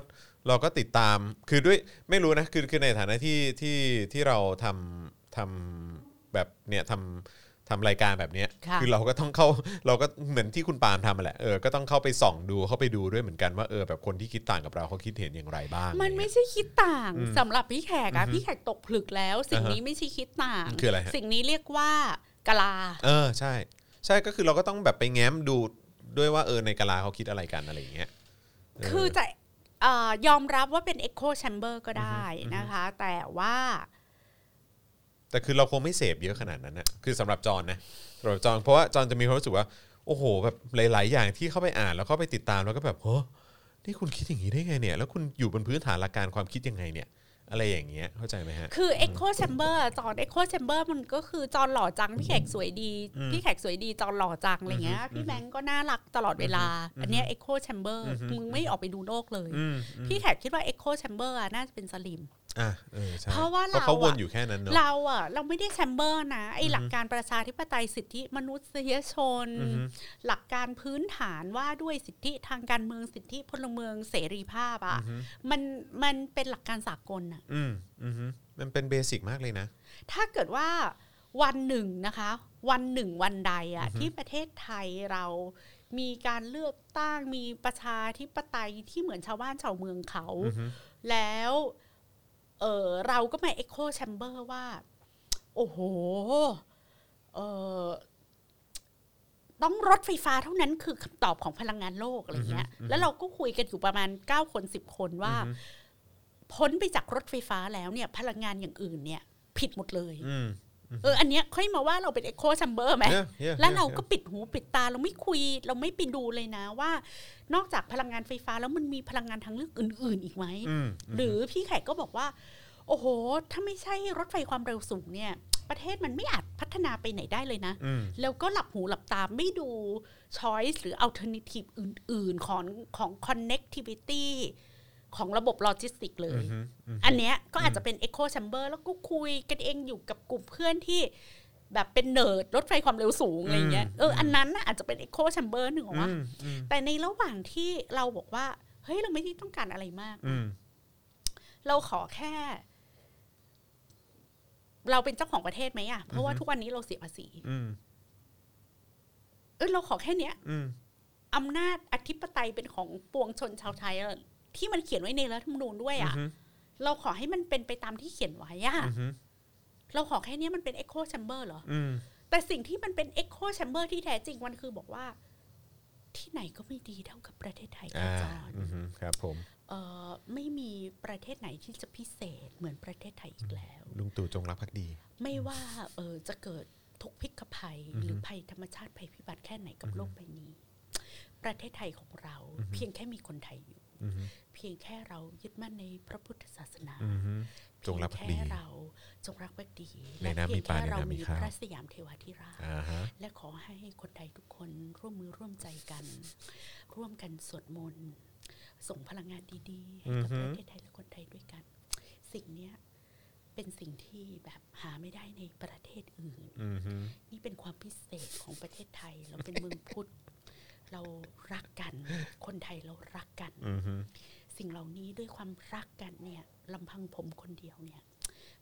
[SPEAKER 2] เราก็ติดตาม คือด้วยไม่รู้นะ คือคือในฐานะที่ที่ที่เราทำทำแบบเนี่ยทำทำรายการแบบเนี้ย
[SPEAKER 3] ค่ะ
[SPEAKER 2] อเราก็ต้องเข้าเราก็เหมือนที่คุณปาล์มทำมาแหละ เออ ก็ต้องเข้าไปส่องดูเข้าไปดูด้วยเหมือนกันว่าเออแบบคนที่คิดต่างกับเราเขาคิดเห็นอย่างไรบ้าง
[SPEAKER 3] มัน
[SPEAKER 2] อะไร
[SPEAKER 3] ไม่
[SPEAKER 2] เงี้ย
[SPEAKER 3] ใช่คิดต่าง
[SPEAKER 2] อืม
[SPEAKER 3] สำหรับพี่แขกอะ
[SPEAKER 2] อือฮึ
[SPEAKER 3] พี่แขกตกผลึกแล้ว สิ่ง
[SPEAKER 2] อ่าฮะ
[SPEAKER 3] นี้ไม่ใช่คิดต่าง
[SPEAKER 2] คืออะไรฮะ
[SPEAKER 3] สิ่งนี้เรียกว่ากะลา
[SPEAKER 2] เออ ใช่ ใช่ ก็คือเราก็ต้องแบบไปแง้มดูด้วยว่าเออในกะลาเขาคิดอะไรกันอะไรอย่างเงี้ยเ
[SPEAKER 3] คือจะเอ่อยอมรับว่าเป็น Echo Chamber ก็ได้นะคะ แต่ว่า
[SPEAKER 2] แต่คือเราคงไม่เสพเยอะขนาดนั้นนะคือสำหรับจอนนะสำหรับจอนเพราะว่าจอนจะมีความรู้สึกว่า โอ้โห แบบหลาย ๆ อย่างที่เข้าไปอ่านแล้วเข้าไปติดตามแล้วก็แบบโหนี่คุณคิดอย่างนี้ได้ไงเนี่ย แล้วคุณอยู่บนพื้นฐานหลักการความคิดยังไงเนี่ย อะไรอย่างเงี้ยเข้าใจไหมฮะ
[SPEAKER 3] คือ Echo Chamber อะจอน Echo Chamber มันก็คือจอนหล่อจัง พี่แขกสวยดี
[SPEAKER 2] อืม
[SPEAKER 3] พี่แขกสวยดีจอนหล่อจังอะไรเงี้ยพี่แบงก์ก็น่ารักตลอดเวลา อันเนี้ย Echo Chamber
[SPEAKER 2] อือฮึ
[SPEAKER 3] มึงไม่ออกไปดูโลกเลย
[SPEAKER 2] อืม
[SPEAKER 3] พี่แขกคิดว่า Echo Chamber อะน่าจะเป็นสลิม
[SPEAKER 2] อ่ะเออใช่
[SPEAKER 3] เพราะว่าเราอะ
[SPEAKER 2] เขาวนอยู่แค่นั้นเนอะ
[SPEAKER 3] เราอ่ะเราไม่ได้แชมเบอร์นะไอหลักการประชาธิปไตยสิทธิมนุษยชน
[SPEAKER 2] อือฮึ
[SPEAKER 3] หลักการพื้นฐานว่าด้วยสิทธิทางการเมืองสิทธิพลเมืองเสรีภาพอ่ะมันมันเป็นหลักการสากลอ่ะ
[SPEAKER 2] อืมอืมฮึมันเป็นเบสิกมากเลยนะ
[SPEAKER 3] ถ้าเกิดว่าวันหนึ่งนะคะ วันหนึ่งวันใดอ่ะที่ประเทศไทยเรามีการเลือกตั้งมีประชาธิปไตยที่เหมือนชาวบ้านชาวเมืองเขา
[SPEAKER 2] อือฮึ
[SPEAKER 3] แล้วเออเราก็มาเอ็กโคแชมเบอร์ว่า โอ้โหเออต้องรถไฟฟ้าเท่านั้นคือคำตอบของพลังงานโลกอะไรเงี้ย แล้วเราก็คุยกันอยู่ประมาณ 9 คน 10 คนว่า
[SPEAKER 2] อือฮึ
[SPEAKER 3] พ้นไปจากรถไฟฟ้าแล้วเนี่ย พลังงานอย่างอื่นเนี่ย ผิดหมดเลย
[SPEAKER 2] อืม
[SPEAKER 3] เอออันเนี้ยค่อยมาว่าเราเป็นเอ็กโคแชมเบอร์ไหม
[SPEAKER 2] Yeah, yeah,
[SPEAKER 3] แล้วเรา
[SPEAKER 2] yeah,
[SPEAKER 3] ก็ปิดหูปิดตาเราไม่คุยเราไม่ไปดูเลยนะว่า นอกจากพลังงานไฟฟ้าแล้วมันมีพลังงานทางเลือกอื่น ๆ อีกไหม
[SPEAKER 2] yeah. อืม
[SPEAKER 3] หรือพี่แขกก็บอกว่า โอ้โห ถ้าไม่ใช่รถไฟความเร็วสูงเนี่ย ประเทศมันไม่อาจพัฒนาไปไหนได้เลยนะ
[SPEAKER 2] อืม
[SPEAKER 3] แล้วก็หลับหูหลับตาไม่ดู choice หรือ alternative อื่น ๆ ของของ connectivity ของระบบโลจิสติกเลย
[SPEAKER 2] อือฮึอือฮึ
[SPEAKER 3] อันเนี้ยก็อาจจะเป็น echo chamber แล้วก็คุยกันเองอยู่กับกลุ่มเพื่อนที่แบบเป็นเนิร์ดรถไฟความเร็วสูงอะไรเงี้ย เออ อันนั้นน่ะอาจจะเป็น echo chamber หนึ่งหรอวะ
[SPEAKER 2] อืมอืม
[SPEAKER 3] แต่ในระหว่างที่เราบอกว่า เฮ้ย เราไม่ได้ต้องการอะไรมาก
[SPEAKER 2] อืม
[SPEAKER 3] เราขอแค่ เราเป็นเจ้าของประเทศไหมอะเพราะว่าทุกวันนี้เราเสียภาษี
[SPEAKER 2] อืม
[SPEAKER 3] เออเราขอแค่เนี้ย
[SPEAKER 2] อืม
[SPEAKER 3] อำนาจอธิปไตยเป็นของปวงชนชาวไทยเออที่มันเขียนไว้ในรัฐธรรมนูญด้วยอะ่ะ เราขอให้มันเป็นไปตามที่เขียนไว้อะ่ะ
[SPEAKER 2] อืม
[SPEAKER 3] เราขอแค่เนี้ยมันเป็น Echo Chamber เหรอ
[SPEAKER 2] อืม
[SPEAKER 3] แต่สิ่งที่มันเป็น Echo Chamber ที่แท้จริงมันคือบอกว่า ที่ไหนก็ไม่ดีเท่ากับประเทศไทย
[SPEAKER 2] อ่า
[SPEAKER 3] จอน
[SPEAKER 2] อืมครับผม
[SPEAKER 3] เออไม่มีประเทศไหนที่จะพิเศษเหมือนประเทศไทยอีกแล้ว
[SPEAKER 2] ลุงตู่จงรักภักดี
[SPEAKER 3] ไม่ว่าเออจะเกิดทุกข์พิกภัย หรือภัยธรรมชาติภัยพิบัติแค่ไหนกับโลกใบนี้ ประเทศไทยของเรา เพียงแค่มีคนไทยอยู่
[SPEAKER 2] อือฮึ
[SPEAKER 3] เพียงแค่เรายึดมั่นในพระพุทธศาสนา
[SPEAKER 2] อืม จงรักภักดี
[SPEAKER 3] เพียแค่เราจงรักภักดี
[SPEAKER 2] ในน้ำ
[SPEAKER 3] และเพียง
[SPEAKER 2] มีปลา
[SPEAKER 3] แค่เรา
[SPEAKER 2] ในน้ำมี
[SPEAKER 3] มี
[SPEAKER 2] ข้าว
[SPEAKER 3] พระสยามเทวาธิราช
[SPEAKER 2] อ่าฮะ
[SPEAKER 3] และขอให้คนไทยทุกคนร่วมมือร่วมใจกัน ร่วมกันสวดมนต์ส่งพลังงานดีๆให้กับ
[SPEAKER 2] อือฮึ
[SPEAKER 3] ประเทศไทยและคนไทยด้วยกัน สิ่งเนี้ยเป็นสิ่งที่แบบหาไม่ได้ในประเทศอื่น
[SPEAKER 2] อืมฮึ
[SPEAKER 3] นี่เป็นความพิเศษของประเทศไทย เราเป็นเมืองพุทธ เรารักกัน คนไทยเรารักกัน
[SPEAKER 2] อืมฮึ
[SPEAKER 3] สิ่งเหล่านี้ด้วยความรักกันเนี่ยลำพังผมคนเดียวเนี่ย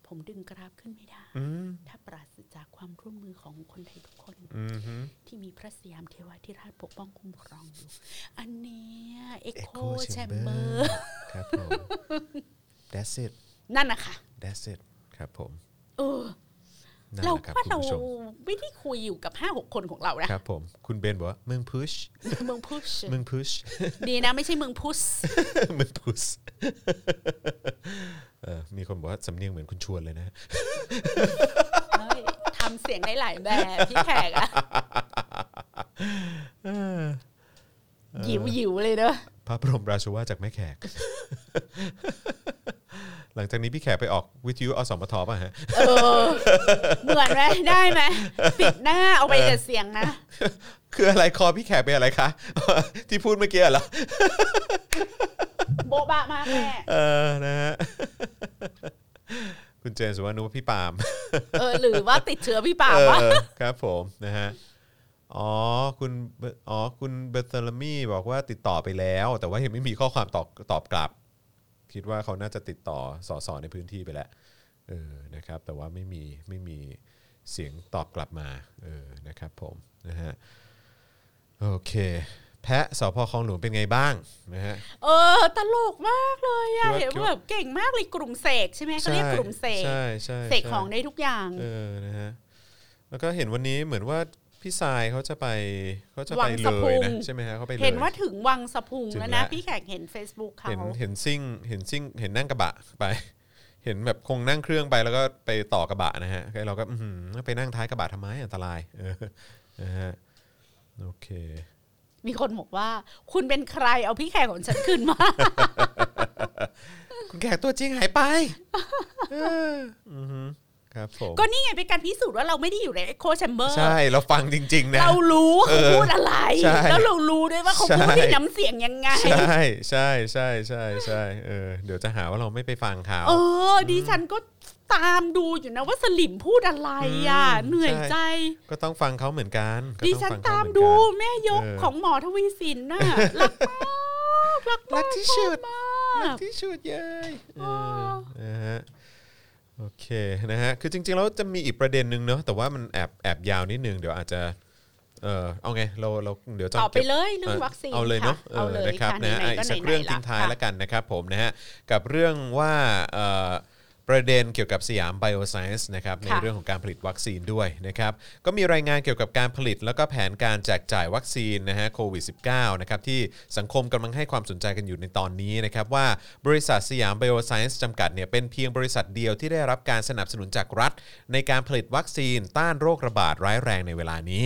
[SPEAKER 3] ผมดึงกราฟขึ้นไม่ได้
[SPEAKER 2] อืม
[SPEAKER 3] ถ้าปราศจากความร่วมมือของคนไทยทุกคน
[SPEAKER 2] อืมฮึ
[SPEAKER 3] ที่มีพระสยามเทวาธิราชปกป้องคุ้มครองอยู่ อันเนี้ยเอ็กโค
[SPEAKER 2] Echo
[SPEAKER 3] แชมเบอ
[SPEAKER 2] Chamber
[SPEAKER 3] ร์
[SPEAKER 2] *laughs* ครับผม that's it
[SPEAKER 3] นั่นนะคะ
[SPEAKER 2] that's it ครับผม
[SPEAKER 3] เออ
[SPEAKER 2] นั่น
[SPEAKER 3] เรา
[SPEAKER 2] แหละครับ
[SPEAKER 3] ว่า
[SPEAKER 2] คุณ
[SPEAKER 3] เรา
[SPEAKER 2] ผู้ชม
[SPEAKER 3] ไม่ได้คุยอยู่กับห้าหกคนของเรานะครับ
[SPEAKER 2] ผม คุณเบนบอกว่าเมืองพุช
[SPEAKER 3] เมืองพุช
[SPEAKER 2] เมืองพุช
[SPEAKER 3] ดีนะ ไม่ใช่เมืองพุช
[SPEAKER 2] *laughs* เหมือนพุสเออมีคนบอกว่าสำเนียงเหมือนคุณชวนเลยนะ
[SPEAKER 3] เฮ้ยทำเสียงได้หลายแบบพี่แขกอะหยิวหยิวๆเลยเนอะ
[SPEAKER 2] พระบรมราชวาจากแม่แขก *laughs* หลังจากนี้พี่แขกไปออกวิทยุอสมทป่ะฮะ
[SPEAKER 3] เออ เหมือนไหมได้ไหมปิดหน้าเอาไปแต่เสียงนะ
[SPEAKER 2] คืออะไรคอพี่แขกเป็นอะไรคะ *laughs* ที่พูดเมื่อกี้เหรอ
[SPEAKER 3] โบ๊ะบะมากแม่
[SPEAKER 2] เออนะฮะ *laughs* คุณเจนสุวรรณุว่าพี่ปาล์ม
[SPEAKER 3] เออ หรือว่าติดเชื้อพี่ป่าววะ
[SPEAKER 2] เออครับผมนะฮะ อ๋อคุณเบอ๋อคุณเบอร์เทลมี่บอกว่าติดต่อไปแล้ว แต่ว่ายังไม่มีข้อความตอบตอบกลับ คิดว่าเขาน่าจะติดต่อสอสอในพื้นที่ไปแล้วเออนะครับ แต่ว่าไม่มีไม่มีเสียงตอบกลับมาเออนะครับผมนะฮะโอเค แพะสพคลองหลวงเป็นไงบ้างนะฮะ
[SPEAKER 3] เออตลกมากเลยอะ
[SPEAKER 2] คิ
[SPEAKER 3] เห็
[SPEAKER 2] ด
[SPEAKER 3] น
[SPEAKER 2] ว่าคิด
[SPEAKER 3] ว่า
[SPEAKER 2] ว่า
[SPEAKER 3] แบบเก่งมากเลยกลุ่มเสกใช่ไหมเขาเรียกกลุ่มเสก
[SPEAKER 2] ใช่ใช่ใช่
[SPEAKER 3] เสกของได้ทุกอย่าง
[SPEAKER 2] เออ นะฮะ แล้วก็เห็นวันนี้เหมือนว่าพี่ทรายเขาจะไปเขาจะ
[SPEAKER 3] วั
[SPEAKER 2] ไป
[SPEAKER 3] ง
[SPEAKER 2] เล
[SPEAKER 3] สะพุ
[SPEAKER 2] ย
[SPEAKER 3] ง
[SPEAKER 2] นะใช่ไหมฮะเขาไปเลย
[SPEAKER 3] เห็นว่าถึงวังสะพุง
[SPEAKER 2] ถึง
[SPEAKER 3] แล้วนะ
[SPEAKER 2] แล้ว
[SPEAKER 3] พี่แขกเห็น Facebook เขา
[SPEAKER 2] เห็นเห็นซิ่งเห็นซิ่งเห็นนั่งกระบะไป เห็นแบบคงนั่งเครื่องไปแล้วก็ไปต่อกระบะนะฮะแล้วเราก็อื้อหือไปนั่งท้ายกระบะทำไมอันตรายเออนะฮะโอเค
[SPEAKER 3] มีคนบอกว่า คุณเป็นใครเอาพี่แขกของฉันขึ้นมา *laughs*
[SPEAKER 2] คุณแขกตัวจริงหายไปเอออือหือครับผม
[SPEAKER 3] ก็นี่ไงเป็นการพิสูจน์ว่าเราไม่ได้อยู่ในโคแชมเบอร์
[SPEAKER 2] ใช่เราฟังจริง ๆ นะ
[SPEAKER 3] เรารู้
[SPEAKER 2] เอ
[SPEAKER 3] เขา
[SPEAKER 2] อ
[SPEAKER 3] พูดอะไร
[SPEAKER 2] ใช่
[SPEAKER 3] แล้วเรารู้ด้วยว่าเขาพูด
[SPEAKER 2] ใช่
[SPEAKER 3] ด้วยน้ำเสียงยังไง
[SPEAKER 2] ใช่ใช่ใช่ใช่ใช่เออเดี๋ยวจะหาว่าเราไม่ไปฟังข่าว
[SPEAKER 3] เออ ดิฉันก็ตามดูอยู่นะว่าสลิมพูดอะไรอ่ะ
[SPEAKER 2] อืม
[SPEAKER 3] เหนื่อย
[SPEAKER 2] ใช่
[SPEAKER 3] ใจ
[SPEAKER 2] ก็ต้องฟังเขาเหมือนกันก็
[SPEAKER 3] ดิ
[SPEAKER 2] อง
[SPEAKER 3] ฉัน
[SPEAKER 2] ฟังเข
[SPEAKER 3] ตาม
[SPEAKER 2] เหอนกัน
[SPEAKER 3] ดูแม่ยก
[SPEAKER 2] เออ
[SPEAKER 3] ของหมอทวีสินน่ะรักมากรัก
[SPEAKER 2] รั
[SPEAKER 3] มาก ก
[SPEAKER 2] ที่สุด
[SPEAKER 3] ม
[SPEAKER 2] รั
[SPEAKER 3] าก ก
[SPEAKER 2] ที่สุดเย้ยเออ
[SPEAKER 3] อ
[SPEAKER 2] นะฮะโอเคนะฮะคือจริงๆแล้วจะมีอีกประเด็นหนึ่งเนาะแต่ว่ามันแอบแอบยาวนิดนึงเดี๋ยวอาจจะเออเอาไงเราเราเดี๋ยวจะ
[SPEAKER 3] ต่อไป
[SPEAKER 2] ก็บ
[SPEAKER 3] เลยเรื่องวัคซีน
[SPEAKER 2] เอาเลยเนาะ
[SPEAKER 3] ค่เอาเลย
[SPEAKER 2] นะครับ
[SPEAKER 3] ค่ะ
[SPEAKER 2] นะ
[SPEAKER 3] ไห
[SPEAKER 2] อ่ะ
[SPEAKER 3] ๆ
[SPEAKER 2] อีกสัก
[SPEAKER 3] ไหนๆ
[SPEAKER 2] เรื่องทิ้งท้าย
[SPEAKER 3] ค่ะ
[SPEAKER 2] แล้วกันนะครับผมนะฮะกับเรื่องว่าเอ่อ ประเด็นเกี่ยวกับสยามไบโอไซส์นะครับใน
[SPEAKER 3] ค่ะ
[SPEAKER 2] เรื่องของการผลิตวัคซีนด้วยนะครับก็มีรายงานเกี่ยวกับการผลิต แล้วก็แผนการแจกจ่ายวัคซีนนะฮะโควิด -19 นะครับที่สังคมกำลังให้ความสนใจกันอยู่ในตอนนี้นะครับว่าบริษัทสยามไบโอไซส์จำกัดเนี่ยเป็นเพียงบริษัทเดียวที่ได้รับการสนับสนุนจากรัฐ ในการผลิตวัคซีนต้านโรคระบาดร้ายแรงในเวลานี้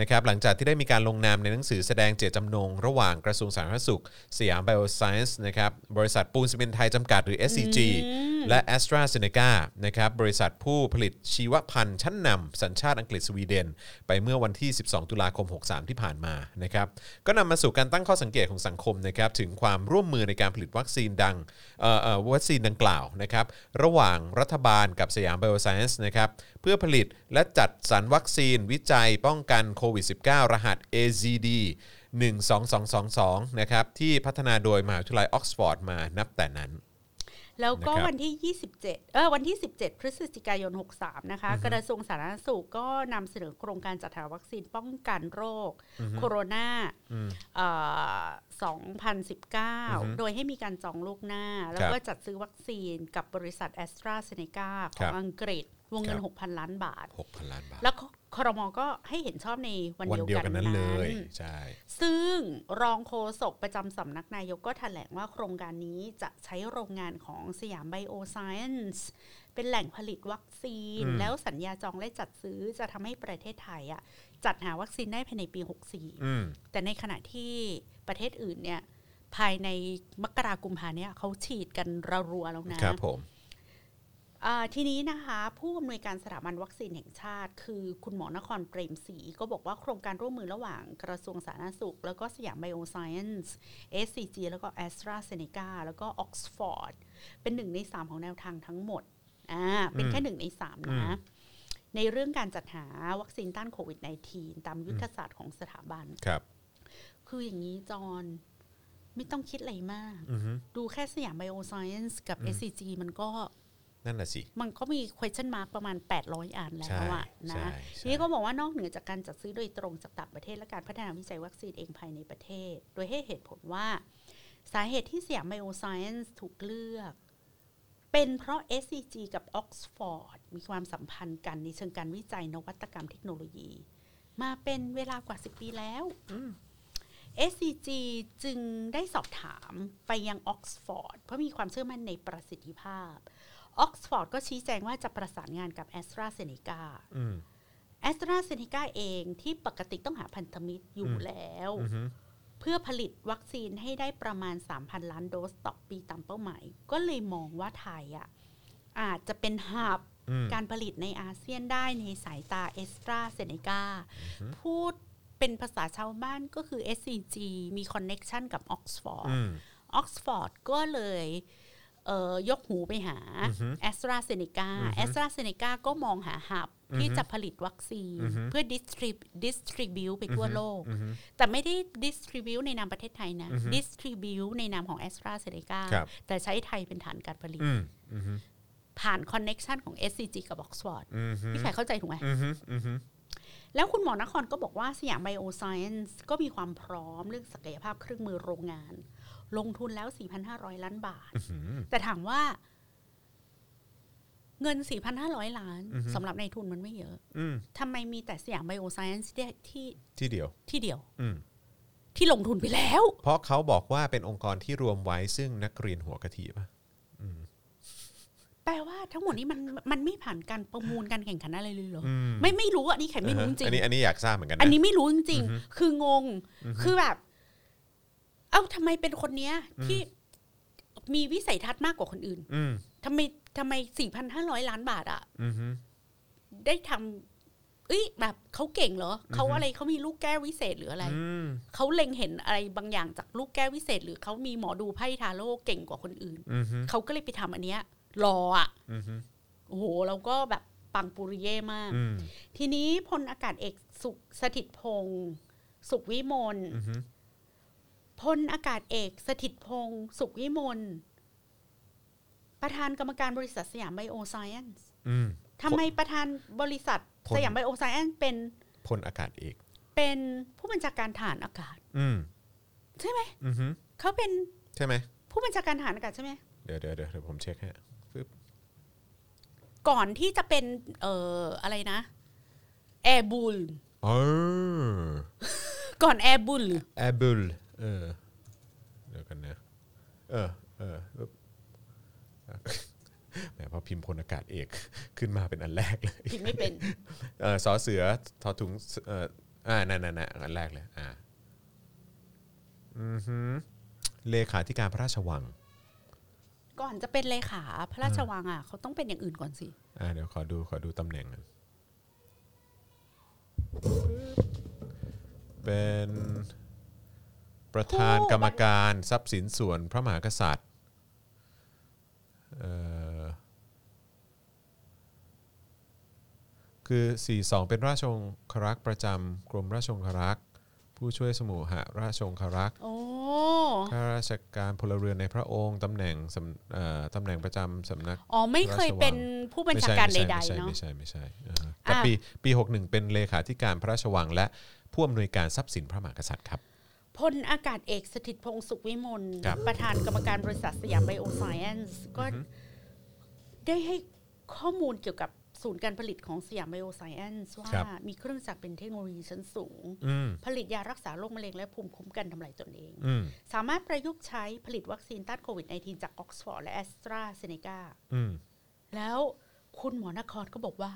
[SPEAKER 2] นะครับหลังจากที่ได้มีการลงนามในหนังสือแสดงเจตจำนง ระหว่างกระทรวงสาธารณสุข สยามไบโอไซส์นะครับบริษัทปูนซีเมนต์ไทยจำกัดหรือ SCG และ a s t r a z e ซ e c a นะครับบริษัทผู้ผลิตชีวพันธุ์ชั้นนำสัญชาติอังกฤษสวีเดน ไปเมื่อวันที่ 12 ตุลาคม 63 ที่ผ่านมานะครับก็นำมาสู่การตั้งข้อสังเกตของสังคมนะครับถึงความร่วมมือในการผลิตวัคซีนดังเอ่อเอ่อวัคซีนดังกล่าวนะครับระหว่างรัฐบาลกับสยามไบโอไซส์นะครับเพื่อผลิตและจัดสรรวัคซีนวิจัยป้องกันโควิด -19 รหัส AZD 12222นะครับที่พัฒนาโดยมหาวิทยาลัยออกซฟอร์ดมานับแต่นั้น
[SPEAKER 3] แล้วก็
[SPEAKER 2] นะครับ
[SPEAKER 3] วันที่ 27 เออวันที่ 17 พฤศจิกายน 63 นะคะ กระทรวงสาธารณสุขก็นำเสนอโครงการจัดหาวัคซีนป้องกันโรคโคโรนาเอ่อ2019 โดยให้มีการจองล่วงหน้า แล้วก็จัดซื้อวัคซีนกับบริษัทแอสตราเซเนกา
[SPEAKER 2] ค
[SPEAKER 3] ข
[SPEAKER 2] รั
[SPEAKER 3] อง
[SPEAKER 2] บ
[SPEAKER 3] อังกฤษ วงเงิน
[SPEAKER 2] ครับ
[SPEAKER 3] 6,000 ล้านบาท
[SPEAKER 2] 6,000 ล้านบาท
[SPEAKER 3] แล้วครมก็ให้เห็นชอบในวัน
[SPEAKER 2] วัน
[SPEAKER 3] เดียว
[SPEAKER 2] เดียวกั
[SPEAKER 3] กัน
[SPEAKER 2] น
[SPEAKER 3] นั้
[SPEAKER 2] นั้น นเลยใช่
[SPEAKER 3] ซึ่งรองโฆษกประจำสำนักนายกก็แถลงว่าโครงการนี้จะใช้โรงงานของสยามไบโอไซเอนซ์เป็นแหล่งผลิตวัคซีน
[SPEAKER 2] อืม
[SPEAKER 3] แล้วสัญญาจองและจัดซื้อจะทำให้ประเทศไทยอ่ะจัดหาวัคซีนได้ภายในปี
[SPEAKER 2] อืม
[SPEAKER 3] 64 แต่ในขณะที่ประเทศอื่นเนี่ยภายในมกรากุมภาเนี่ยเขาฉีดกันระรัวแล้วนะ
[SPEAKER 2] ครับผม
[SPEAKER 3] อ่าทีนี้นะคะผู้อำนวยการสถาบันวัคซีนแห่งชาติ คือคุณหมอนครเปรมศรีก็บอกว่าโครงการร่วมมือระหว่างกระทรวงสาธารณสุข แล้วก็สยามไบโอไซเอนซ์ SCG แล้วก็ a s t r a z e ซ e c a แล้วก็ออกซฟอร์ดเป็นหนึ่งในสามของแนวทางทั้งหมดอ่าเป็นแค่หนึ่งในสามนะ ในเรื่องการจัดหาวัคซีนต้านโควิด -19 ตามยุทธศาสตร์ของสถาบัน
[SPEAKER 2] ครับ
[SPEAKER 3] คืออย่างนี้จอนไม่ต้องคิดอะไรมาก ดูแค่สยามไบโอไซเอนซ์กับ SCG มันก็
[SPEAKER 2] นั่นน่ะสิ
[SPEAKER 3] มันก็มี question mark ประมาณ 800 อันแล้วอะ
[SPEAKER 2] ใช่
[SPEAKER 3] นะ
[SPEAKER 2] ใช่
[SPEAKER 3] ทีนี้ก็บอกว่านอกเหนือจากการจัดซื้อโดยตรงจากต่างประเทศและการพัฒนาวิจัยวัคซีนเองภายในประเทศ โดยให้เหตุผลว่า สาเหตุที่สยามไบโอไซเอนซ์ถูกเลือก เป็นเพราะ SCG กับ Oxford มีความสัมพันธ์กันในเชิงการวิจัยนวัตกรรมเทคโนโลยี มาเป็นเวลากว่า 10 ปีแล้ว SCG จึงได้สอบถามไปยังออกซฟอร์ดเพราะมีความเชื่อมั่นในประสิทธิภาพออกซฟอร์ดก็ชี้แจงว่าจะประสานงานกับแอสตราเซเนกา
[SPEAKER 2] อืม
[SPEAKER 3] แอสตราเซเนกาเองที่ปกติต้องหาพันธมิตรอยู่แล้ว
[SPEAKER 2] อือฮึ
[SPEAKER 3] เพื่อผลิตวัคซีนให้ได้ประมาณ 3,000 ล้านโดสต่อปีตามเป้าหมาย ก็เลยมองว่าไทยอ่ะอาจจะเป็นหับ
[SPEAKER 2] อืม
[SPEAKER 3] การผลิตในอาเซียนได้ในสายตาเอสตราเซเนกาพูดเป็นภาษาชาวบ้านก็คือ SCG มีคอนเน็กชันกับออกซฟอร์ด
[SPEAKER 2] อืม
[SPEAKER 3] ออกซฟอร์ดก็เลยเอ่อยกหูไปหาแอสตราเซเนกาแอสตราเซเนกาก็มองหาหับที่จะผลิตวัคซีน เพื่อดิสทริบดิสทริบิวไปทั่วโลก แต่ไม่ได้ดิสทริบิวในนามประเทศไทยนะดิสทริบิวในนามของแอสตราเซเนกา
[SPEAKER 2] ครับ
[SPEAKER 3] แต่ใช้ไทยเป็นฐานการผลิต
[SPEAKER 2] อืม
[SPEAKER 3] ผ่านคอนเน็ชันของ SCG กับ Oxford
[SPEAKER 2] อืม
[SPEAKER 3] พี่แขกเข้าใจถูกไหม
[SPEAKER 2] อืมอืม
[SPEAKER 3] แล้วคุณหมอนครก็บอกว่าสยามไบโอไซเอนซ์ก็มีความพร้อมเรื่องศักยภาพเครื่องมือโรงงาน ลงทุนแล้ว 4,500 ล้านบาท แต่ถามว่า เงิน 4,500 ล้านสำหรับในายทุนมันไม่เยอะ
[SPEAKER 2] อืม
[SPEAKER 3] ทำไมมีแต่สยามไบโอไซเอนซ์ที่ที่
[SPEAKER 2] ที่เดียว
[SPEAKER 3] ที่เดียว
[SPEAKER 2] อืม
[SPEAKER 3] ที่ลงทุนไปแล้ว
[SPEAKER 2] เพราะเขาบอกว่าเป็นองค์กรที่รวมไว้ซึ่งนักเรียนหัวกะทิป่ะ
[SPEAKER 3] แปลว่าทั้งหมดนี้มันมันไม่ผ่านการประมูลการแข่งขันอะไรเลยเหรออ
[SPEAKER 2] ม
[SPEAKER 3] ไม่ไม่รู้อ่ะนี่แขกไม่รู้จริ
[SPEAKER 2] อัน
[SPEAKER 3] ง
[SPEAKER 2] นี้อันนี้อยากทราบเหมือนกันนะ
[SPEAKER 3] อันนี้ไม่รู้จริงๆ คืองง คือแบบ เอ้าทำไมเป็นคนเนี้ย ที่มีวิสัยทัศน์มากกว่าคนอื่น
[SPEAKER 2] อืม
[SPEAKER 3] ทำไมทำไม 4,500 ล้านบาทอะ
[SPEAKER 2] อืมฮึ
[SPEAKER 3] ได้ทำเอ้ย แบบเขาเก่งเหรอ เขาอะไรเขามีลูกแก้ววิเศษหรืออะไร
[SPEAKER 2] อืม
[SPEAKER 3] เขาเล็งเห็นอะไรบางอย่างจากลูกแก้ววิเศษ หรือเขามีหมอดูไพ่ทาโร่เก่งกว่าคนอื่น
[SPEAKER 2] อืมฮึ
[SPEAKER 3] เขาก็เลยไปทำอันเนี้ย รออะ
[SPEAKER 2] อืมฮึ
[SPEAKER 3] โอ้โหเราก็แบบปังปุริเย่มาก
[SPEAKER 2] อืม
[SPEAKER 3] ทีนี้พลอากาศเอกสุขสถิตพงศ์สุขวิมล
[SPEAKER 2] อืมฮึ
[SPEAKER 3] พลอากาศเอกสถิตพงศ์สุขวิมลประธานกรรมการบริษัทสยามไบโอไซเอนซ์
[SPEAKER 2] อืม
[SPEAKER 3] ทำไมประธานบริษัท
[SPEAKER 2] พล
[SPEAKER 3] สยามไบโอไซเอนซ์เป็น
[SPEAKER 2] พลอากาศเอก
[SPEAKER 3] เป็นผู้บัญชาการฐานอากาศ
[SPEAKER 2] อืม
[SPEAKER 3] ใช่ไหม
[SPEAKER 2] อืมฮึ
[SPEAKER 3] เขาเป็น
[SPEAKER 2] ใช่ไหม
[SPEAKER 3] ผู้บัญชาการฐานอากาศใช่ไหม
[SPEAKER 2] เดี๋ยวเดี๋ยวเดี๋ยวผมเช็คให้ปึ๊บ
[SPEAKER 3] ก่อนที่จะเป็นเอ่ออะไรนะแอร์บุล
[SPEAKER 2] เออ
[SPEAKER 3] ก่อนแอร์บุล
[SPEAKER 2] แอบูลเออเดี๋ยวกันนะ เออเออปึ๊บ *laughs* แหมพอพิมพ์พลอากาศเอก *laughs* ขึ้นมาเป็นอันแรกเลย *laughs*
[SPEAKER 3] พิมพ์ไม่เป็น
[SPEAKER 2] เออสอเสือทอถุงเสือเอออ่านั่นนั่นนั่นอันแรกเลยอ่าอือหือเลขาธิการพระราชวัง
[SPEAKER 3] ก่อนจะเป็นเลขาพระราชวังอ่ะเขาต้องเป็นอย่างอื่นก่อนสิ
[SPEAKER 2] อ่าเดี๋ยวขอดูขอดูตำแหน่งกันเป็นประธาน
[SPEAKER 3] ผู้
[SPEAKER 2] กรรมการทรัพย์สินส่วนพระมหากษัตริย์เอ่อคือ 42 เป็นราชองครักษ์ประจำกรมราชองครักษ์ผู้ช่วยสมุหราชองครักษ์
[SPEAKER 3] โอ้
[SPEAKER 2] ข้าราชการพลเรือนในพระองค์ตำแหน่งสำเอ่อตำแหน่งประจำสำนัก
[SPEAKER 3] อ๋อไม่เคยเป็นผู้บัญชาการใด
[SPEAKER 2] ไม่ช่
[SPEAKER 3] ๆ เนาะ
[SPEAKER 2] ไม่ใช่ไม่ใช่ไม่ใช่อ่าฮะแต่
[SPEAKER 3] อ่ะ
[SPEAKER 2] ปีปี 61 เป็นเลขาธิการพระราชวัง และผู้อำนวยการทรัพย์สินพระมหากษัตริย์ครับ
[SPEAKER 3] พลอากาศเอกสถิตพงศ์สุขวิมล
[SPEAKER 2] ครับ
[SPEAKER 3] ประธานกรรมการบริษัทสยามไบโอไซเอนซ์ก็ได้ให้ข้อมูลเกี่ยวกับศูนย์การผลิตของสยามไบโอไซเอนซ์ว่ามีเครื่องจักรเป็นเทคโนโลยีชั้นสูง
[SPEAKER 2] อืม
[SPEAKER 3] ผลิตยารักษาโรคมะเร็งและภูมิคุ้มกันทำลายตนเอง
[SPEAKER 2] อืม
[SPEAKER 3] สามารถประยุกต์ใช้ผลิตวัคซีนต้านโควิด -19 จากออกซฟอร์ดและแอสตราเซเนกา
[SPEAKER 2] อืม
[SPEAKER 3] แล้วคุณหมอนครก็บอกว่า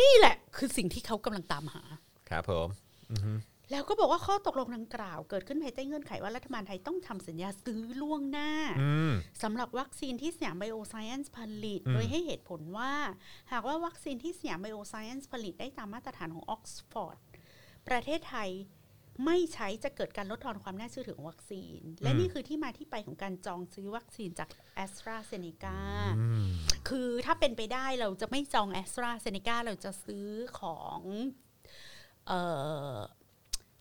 [SPEAKER 3] นี่แหละคือสิ่งที่เขากำลังตามหา
[SPEAKER 2] ครับผม
[SPEAKER 3] แล้วก็บอกว่าข้อตกลงดังกล่าว เกิดขึ้นภายใต้เงื่อนไขว่ารัฐบาลไทยต้องทำสัญญาซื้อล่วงหน้า
[SPEAKER 2] อืม
[SPEAKER 3] สำหรับวัคซีนที่สยามไบโอไซเอนซ์ผลิต
[SPEAKER 2] อืม
[SPEAKER 3] โดยให้เหตุผลว่า หากว่าวัคซีนที่สยามไบโอไซเอนซ์ผลิตได้ตามมาตรฐานของออกซฟอร์ดประเทศไทยไม่ใช้จะเกิดการลดทอนความน่าเชื่อถือของวัคซีน และนี่คือที่มาที่ไปของการจองซื้อวัคซีนจากแอสตราเซเนกา
[SPEAKER 2] อืม
[SPEAKER 3] คือถ้าเป็นไปได้เราจะไม่จองแอสตราเซเนกาเราจะซื้อของเออ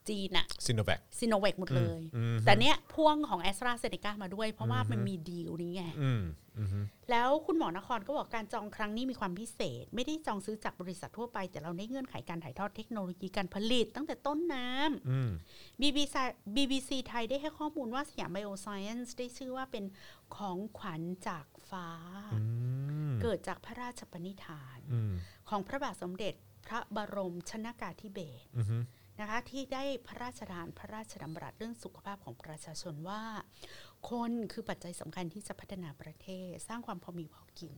[SPEAKER 3] จีนอะ
[SPEAKER 2] ซินโนแวค
[SPEAKER 3] ซีโนแวคหมดเลย
[SPEAKER 2] อืม
[SPEAKER 3] แต่เนี้ยพ่วงของแอสตราเซเนกามาด้วย เพราะว่ามันมีดีลนี้ไง
[SPEAKER 2] อืมอืม
[SPEAKER 3] แล้วคุณหมอนครก็บอกการจองครั้งนี้มีความพิเศษ ไม่ได้จองซื้อจากบริษัททั่วไป แต่เราได้เงื่อนไขการถ่ายทอดเทคโนโลยีการผลิตตั้งแต่ต้นน้ำ
[SPEAKER 2] อืม
[SPEAKER 3] BBC BBC ไทยได้ให้ข้อมูลว่าสยามไบโอไซเอนซ์ได้ชื่อว่าเป็นของขวัญจากฟ้า
[SPEAKER 2] อืม
[SPEAKER 3] เกิดจากพระราชปณิธาน
[SPEAKER 2] อืม
[SPEAKER 3] ของพระบาทสมเด็จพระบรมชนากาธิเบศร
[SPEAKER 2] อืม
[SPEAKER 3] นะคะที่ได้พระราชทานพระราชดำรัสเรื่องสุขภาพของประชาชนว่า คนคือปัจจัยสำคัญที่จะพัฒนาประเทศ สร้างความพอมีพอกิน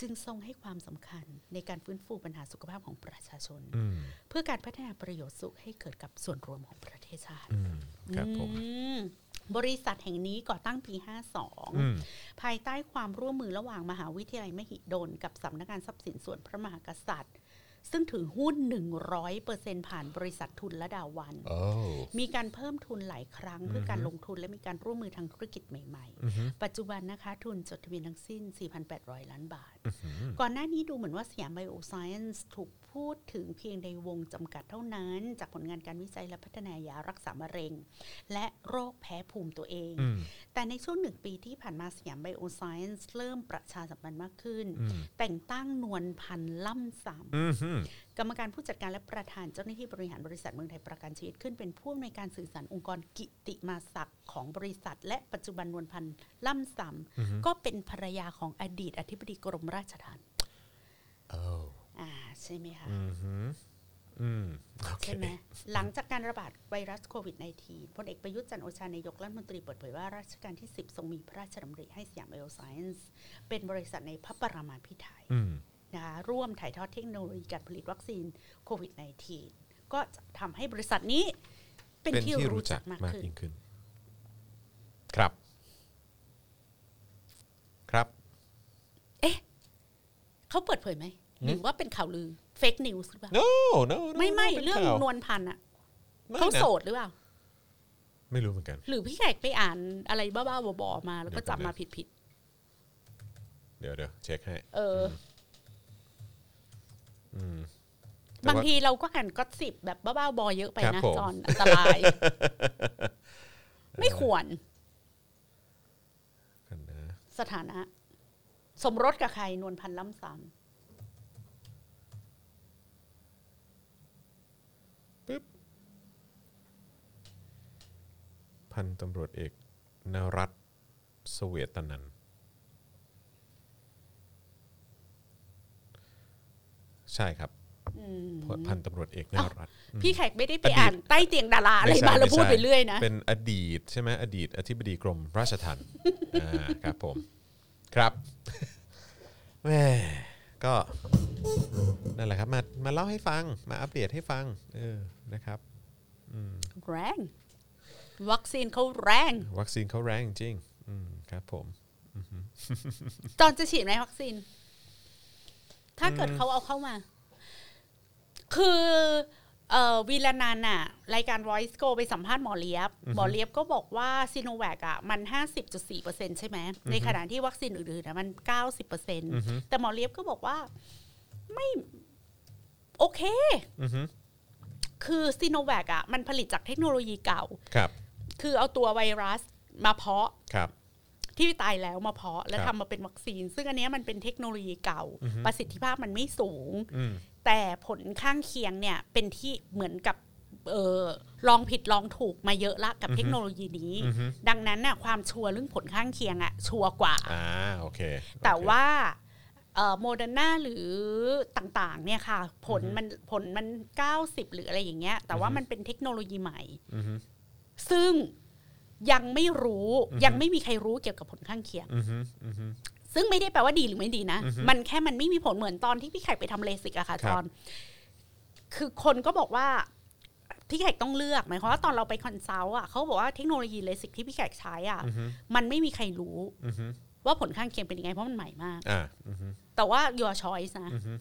[SPEAKER 3] จึงทรงให้ความสำคัญในการฟื้นฟูปัญหาสุขภาพของประชาชน
[SPEAKER 2] อืม
[SPEAKER 3] เพื่อการพัฒนาประโยชน์สุขให้เกิดกับส่วนรวมของประเทศชาติ
[SPEAKER 2] อืมครับผม
[SPEAKER 3] อืมบริษัทแห่งนี้ก่อตั้งปี 52
[SPEAKER 2] อืม
[SPEAKER 3] ภายใต้ความร่วมมือระหว่างมหาวิทยาลัยมหิดล กับสำนักงานทรัพย์สินส่วนพระมหากษัตริย์ ซึ่งถือหุ้น 100%ผ่านบริษัททุนและดาวัน
[SPEAKER 2] โอ้
[SPEAKER 3] มีการเพิ่มทุนหลายครั้งเพื่อการลงทุนและมีการร่วมมือทางธุรกิจใหม่
[SPEAKER 2] อืม
[SPEAKER 3] ๆ ปัจจุบันนะคะ ทุนจดทะเบียนทั้งสิ้น 4,800 ล้านบาท
[SPEAKER 2] อืม
[SPEAKER 3] ก่อนหน้านี้ดูเหมือนว่าสยามไบโอไซเอนซ์ถูกพูดถึงเพียงในวงจำกัดเท่านั้น จากผลงานการวิจัยและพัฒนายารักษามะเร็ง และโรคแพ้ภูมิตัวเอง
[SPEAKER 2] อืม
[SPEAKER 3] แต่ในช่วงหนึ่งปีที่ผ่านมาสยามไบโอไซเอนซ์เริ่มประชาสัมพันธ์มากขึ้น
[SPEAKER 2] อืม
[SPEAKER 3] แต่งตั้งนวลพันธ์ล่ำสาม
[SPEAKER 2] อืมอืม
[SPEAKER 3] กรรมการผู้จัดการและประธานเจ้าหน้าที่บริหารบริษัทเมืองไทยประกันชีวิตขึ้นเป็นผู้อำนวยการสื่อสารองค์กรกิติมาศักดิ์ของบริษัท และปัจจุบันนวลพันธ์ล่ำสามก็เป็นภรรยาของอดีตอธิบดีกรมราชทัณฑ์
[SPEAKER 2] โอ้
[SPEAKER 3] อ่าใช่ไหมคะ
[SPEAKER 2] อืมอืมโอเค
[SPEAKER 3] ใช่ไหมหลังจากการระบาดไวรัสโควิด -19 พลเอกประยุทธ์จันทร์โอชานายกรัฐมนตรีเปิดเผยว่ารัชกาลที่ 10 ทรงมีพระราชดำริให้สยามไบโอไซเอนซ์เป็นบริษัทในพระปรามาภิไธย
[SPEAKER 2] อืม
[SPEAKER 3] นะคะร่วมถ่ายทอดเทคโนโลยีการผลิตวัคซีนโควิด -19 ก็จะทำให้บริษัทนี้เป็น
[SPEAKER 2] เป็น
[SPEAKER 3] ที่
[SPEAKER 2] ที่
[SPEAKER 3] รู้
[SPEAKER 2] รู้
[SPEAKER 3] จั
[SPEAKER 2] จั
[SPEAKER 3] ก
[SPEAKER 2] ก
[SPEAKER 3] มาก
[SPEAKER 2] มาก
[SPEAKER 3] ขึ้น
[SPEAKER 2] ยิ่งขึ้น ครับ ครับ
[SPEAKER 3] เอ๊ะ เขาเปิดเผยไหมหรือว่าเป็นข่าวลือเฟกนิวส์หรือเปล่า
[SPEAKER 2] no no no
[SPEAKER 3] ไม่ไม่
[SPEAKER 2] ป็
[SPEAKER 3] เรื่อง
[SPEAKER 2] ข่าน
[SPEAKER 3] วลพันธ์อะ
[SPEAKER 2] ไม่นะ
[SPEAKER 3] เขาโสดหรือเปล่า
[SPEAKER 2] ไม่รู้เหมือนกัน
[SPEAKER 3] หรือพี่แขกไปอ่านอะไรบ้าๆบอๆมาแล้วก็
[SPEAKER 2] เดี๋ยว
[SPEAKER 3] จั
[SPEAKER 2] ก่อบ นนะ
[SPEAKER 3] มาผิด
[SPEAKER 2] เดี๋ยวเดี๋ยวเช็คให้
[SPEAKER 3] ๆเอออ
[SPEAKER 2] อืม
[SPEAKER 3] บางทีเราก็อ่านก็สิบแบบบ้าๆบอเยอะไป
[SPEAKER 2] ครับ
[SPEAKER 3] นะ
[SPEAKER 2] ผม
[SPEAKER 3] จอนอันต
[SPEAKER 2] *laughs*
[SPEAKER 3] ราย ไม่ควร
[SPEAKER 2] กันนะ
[SPEAKER 3] สถานะ สมรสกับใครนวลพันธ์ล้ำซ้
[SPEAKER 2] พันตำรวจเอกนรัตน์เสเวตนันท์ ใช่ครับ
[SPEAKER 3] อืม
[SPEAKER 2] พันตำรวจเอกนารัตน์
[SPEAKER 3] พี่แขกไม่ได้ไป
[SPEAKER 2] อดีต
[SPEAKER 3] อ่านใต้เตียงดาราอะไร
[SPEAKER 2] ใช่
[SPEAKER 3] มาแล้ว
[SPEAKER 2] ใช่
[SPEAKER 3] พูดไปเรื่อยนะ
[SPEAKER 2] เป็นอดีตใช่ไหมอดีตอธิบดีกรมราชทัณฑ์ อ่าครับผม ครับ *laughs* แหมก็นั่นแหละครับ มามาเล่าให้ฟังมาอัปเดตให้ฟัง เออนะครับ
[SPEAKER 3] แรง วัคซีนเขาแรง
[SPEAKER 2] วัคซีนเขาแรงจริงอืมครับผม
[SPEAKER 3] จอนจะฉีดไหมวัคซีน ถ้าเกิดเขาเอาเข้ามา คือเอ่อวีลานันท์น่ะ รายการ Voice Go ไปสัมภาษณ์หมอเลียบ หมอเลียบก็บอกว่าซีโนแว c อ่ะ มัน 50.4%ใช่ไหม ในขณะที่วัคซีนอื่นๆนะมัน 90%แต่หมอเลียบก็บอกว่า ไม่โอเค
[SPEAKER 2] อือฮึ
[SPEAKER 3] คือซีโนแว c อ่ะ มันผลิตจากเทคโนโลยีเก่า
[SPEAKER 2] ครับ
[SPEAKER 3] คือเอาตัวไวรัสมาเพาะ
[SPEAKER 2] ครับ
[SPEAKER 3] ที่ตายแล้วมาเพาะและ
[SPEAKER 2] ครับ
[SPEAKER 3] ทำมาเป็นวัคซีน ซึ่งอันเนี้ยมันเป็นเทคโนโลยีเก่า ประสิทธิภาพมันไม่สูง
[SPEAKER 2] อืม
[SPEAKER 3] แต่ผลข้างเคียงเนี่ยเป็นที่เหมือนกับเออลองผิดลองถูกมาเยอะละกับเทคโนโลยีนี้
[SPEAKER 2] อือฮึ
[SPEAKER 3] ดังนั้นน่ะความชัวร์เรื่องผลข้างเคียงอะชัวร์กว่า
[SPEAKER 2] อ่าโอเคโอเค
[SPEAKER 3] แต่ว่าโมเดอร์นาหรือต่างๆเนี่ยค่ะ ผลมันผลมัน 90 หรืออะไรอย่างเงี้ย แต่ว่ามันเป็นเทคโนโลยีใหม่
[SPEAKER 2] อือฮึ
[SPEAKER 3] ซึ่งยังไม่รู้ยังไม่มีใครรู้เกี่ยวกับผลข้างเคียง
[SPEAKER 2] อือฮึอือฮึ
[SPEAKER 3] ซึ่งไม่ได้แปลว่าดีหรือไม่ดีนะ
[SPEAKER 2] อือฮึ
[SPEAKER 3] มันแค่มันไม่มีผลเหมือนตอนที่พี่ไข่ไปทำเลสิกอะค่ะ
[SPEAKER 2] ครั
[SPEAKER 3] จ
[SPEAKER 2] บ
[SPEAKER 3] อน คือคนก็บอกว่าพี่ไข่ต้องเลือกหมายความว่าตอนเราไปคอนซัลท์อะเขาบอกว่าเทคโนโลยีเลสิกที่พี่ไข่ใช้อะ
[SPEAKER 2] อือฮึ
[SPEAKER 3] มันไม่มีใครรู้
[SPEAKER 2] อือฮึ
[SPEAKER 3] ว่าผลข้างเคียงเป็นยังไงเพราะมันใหม่มาก
[SPEAKER 2] อ่าอือฮึ
[SPEAKER 3] แต่ว่า your choice นะ
[SPEAKER 2] อือฮึ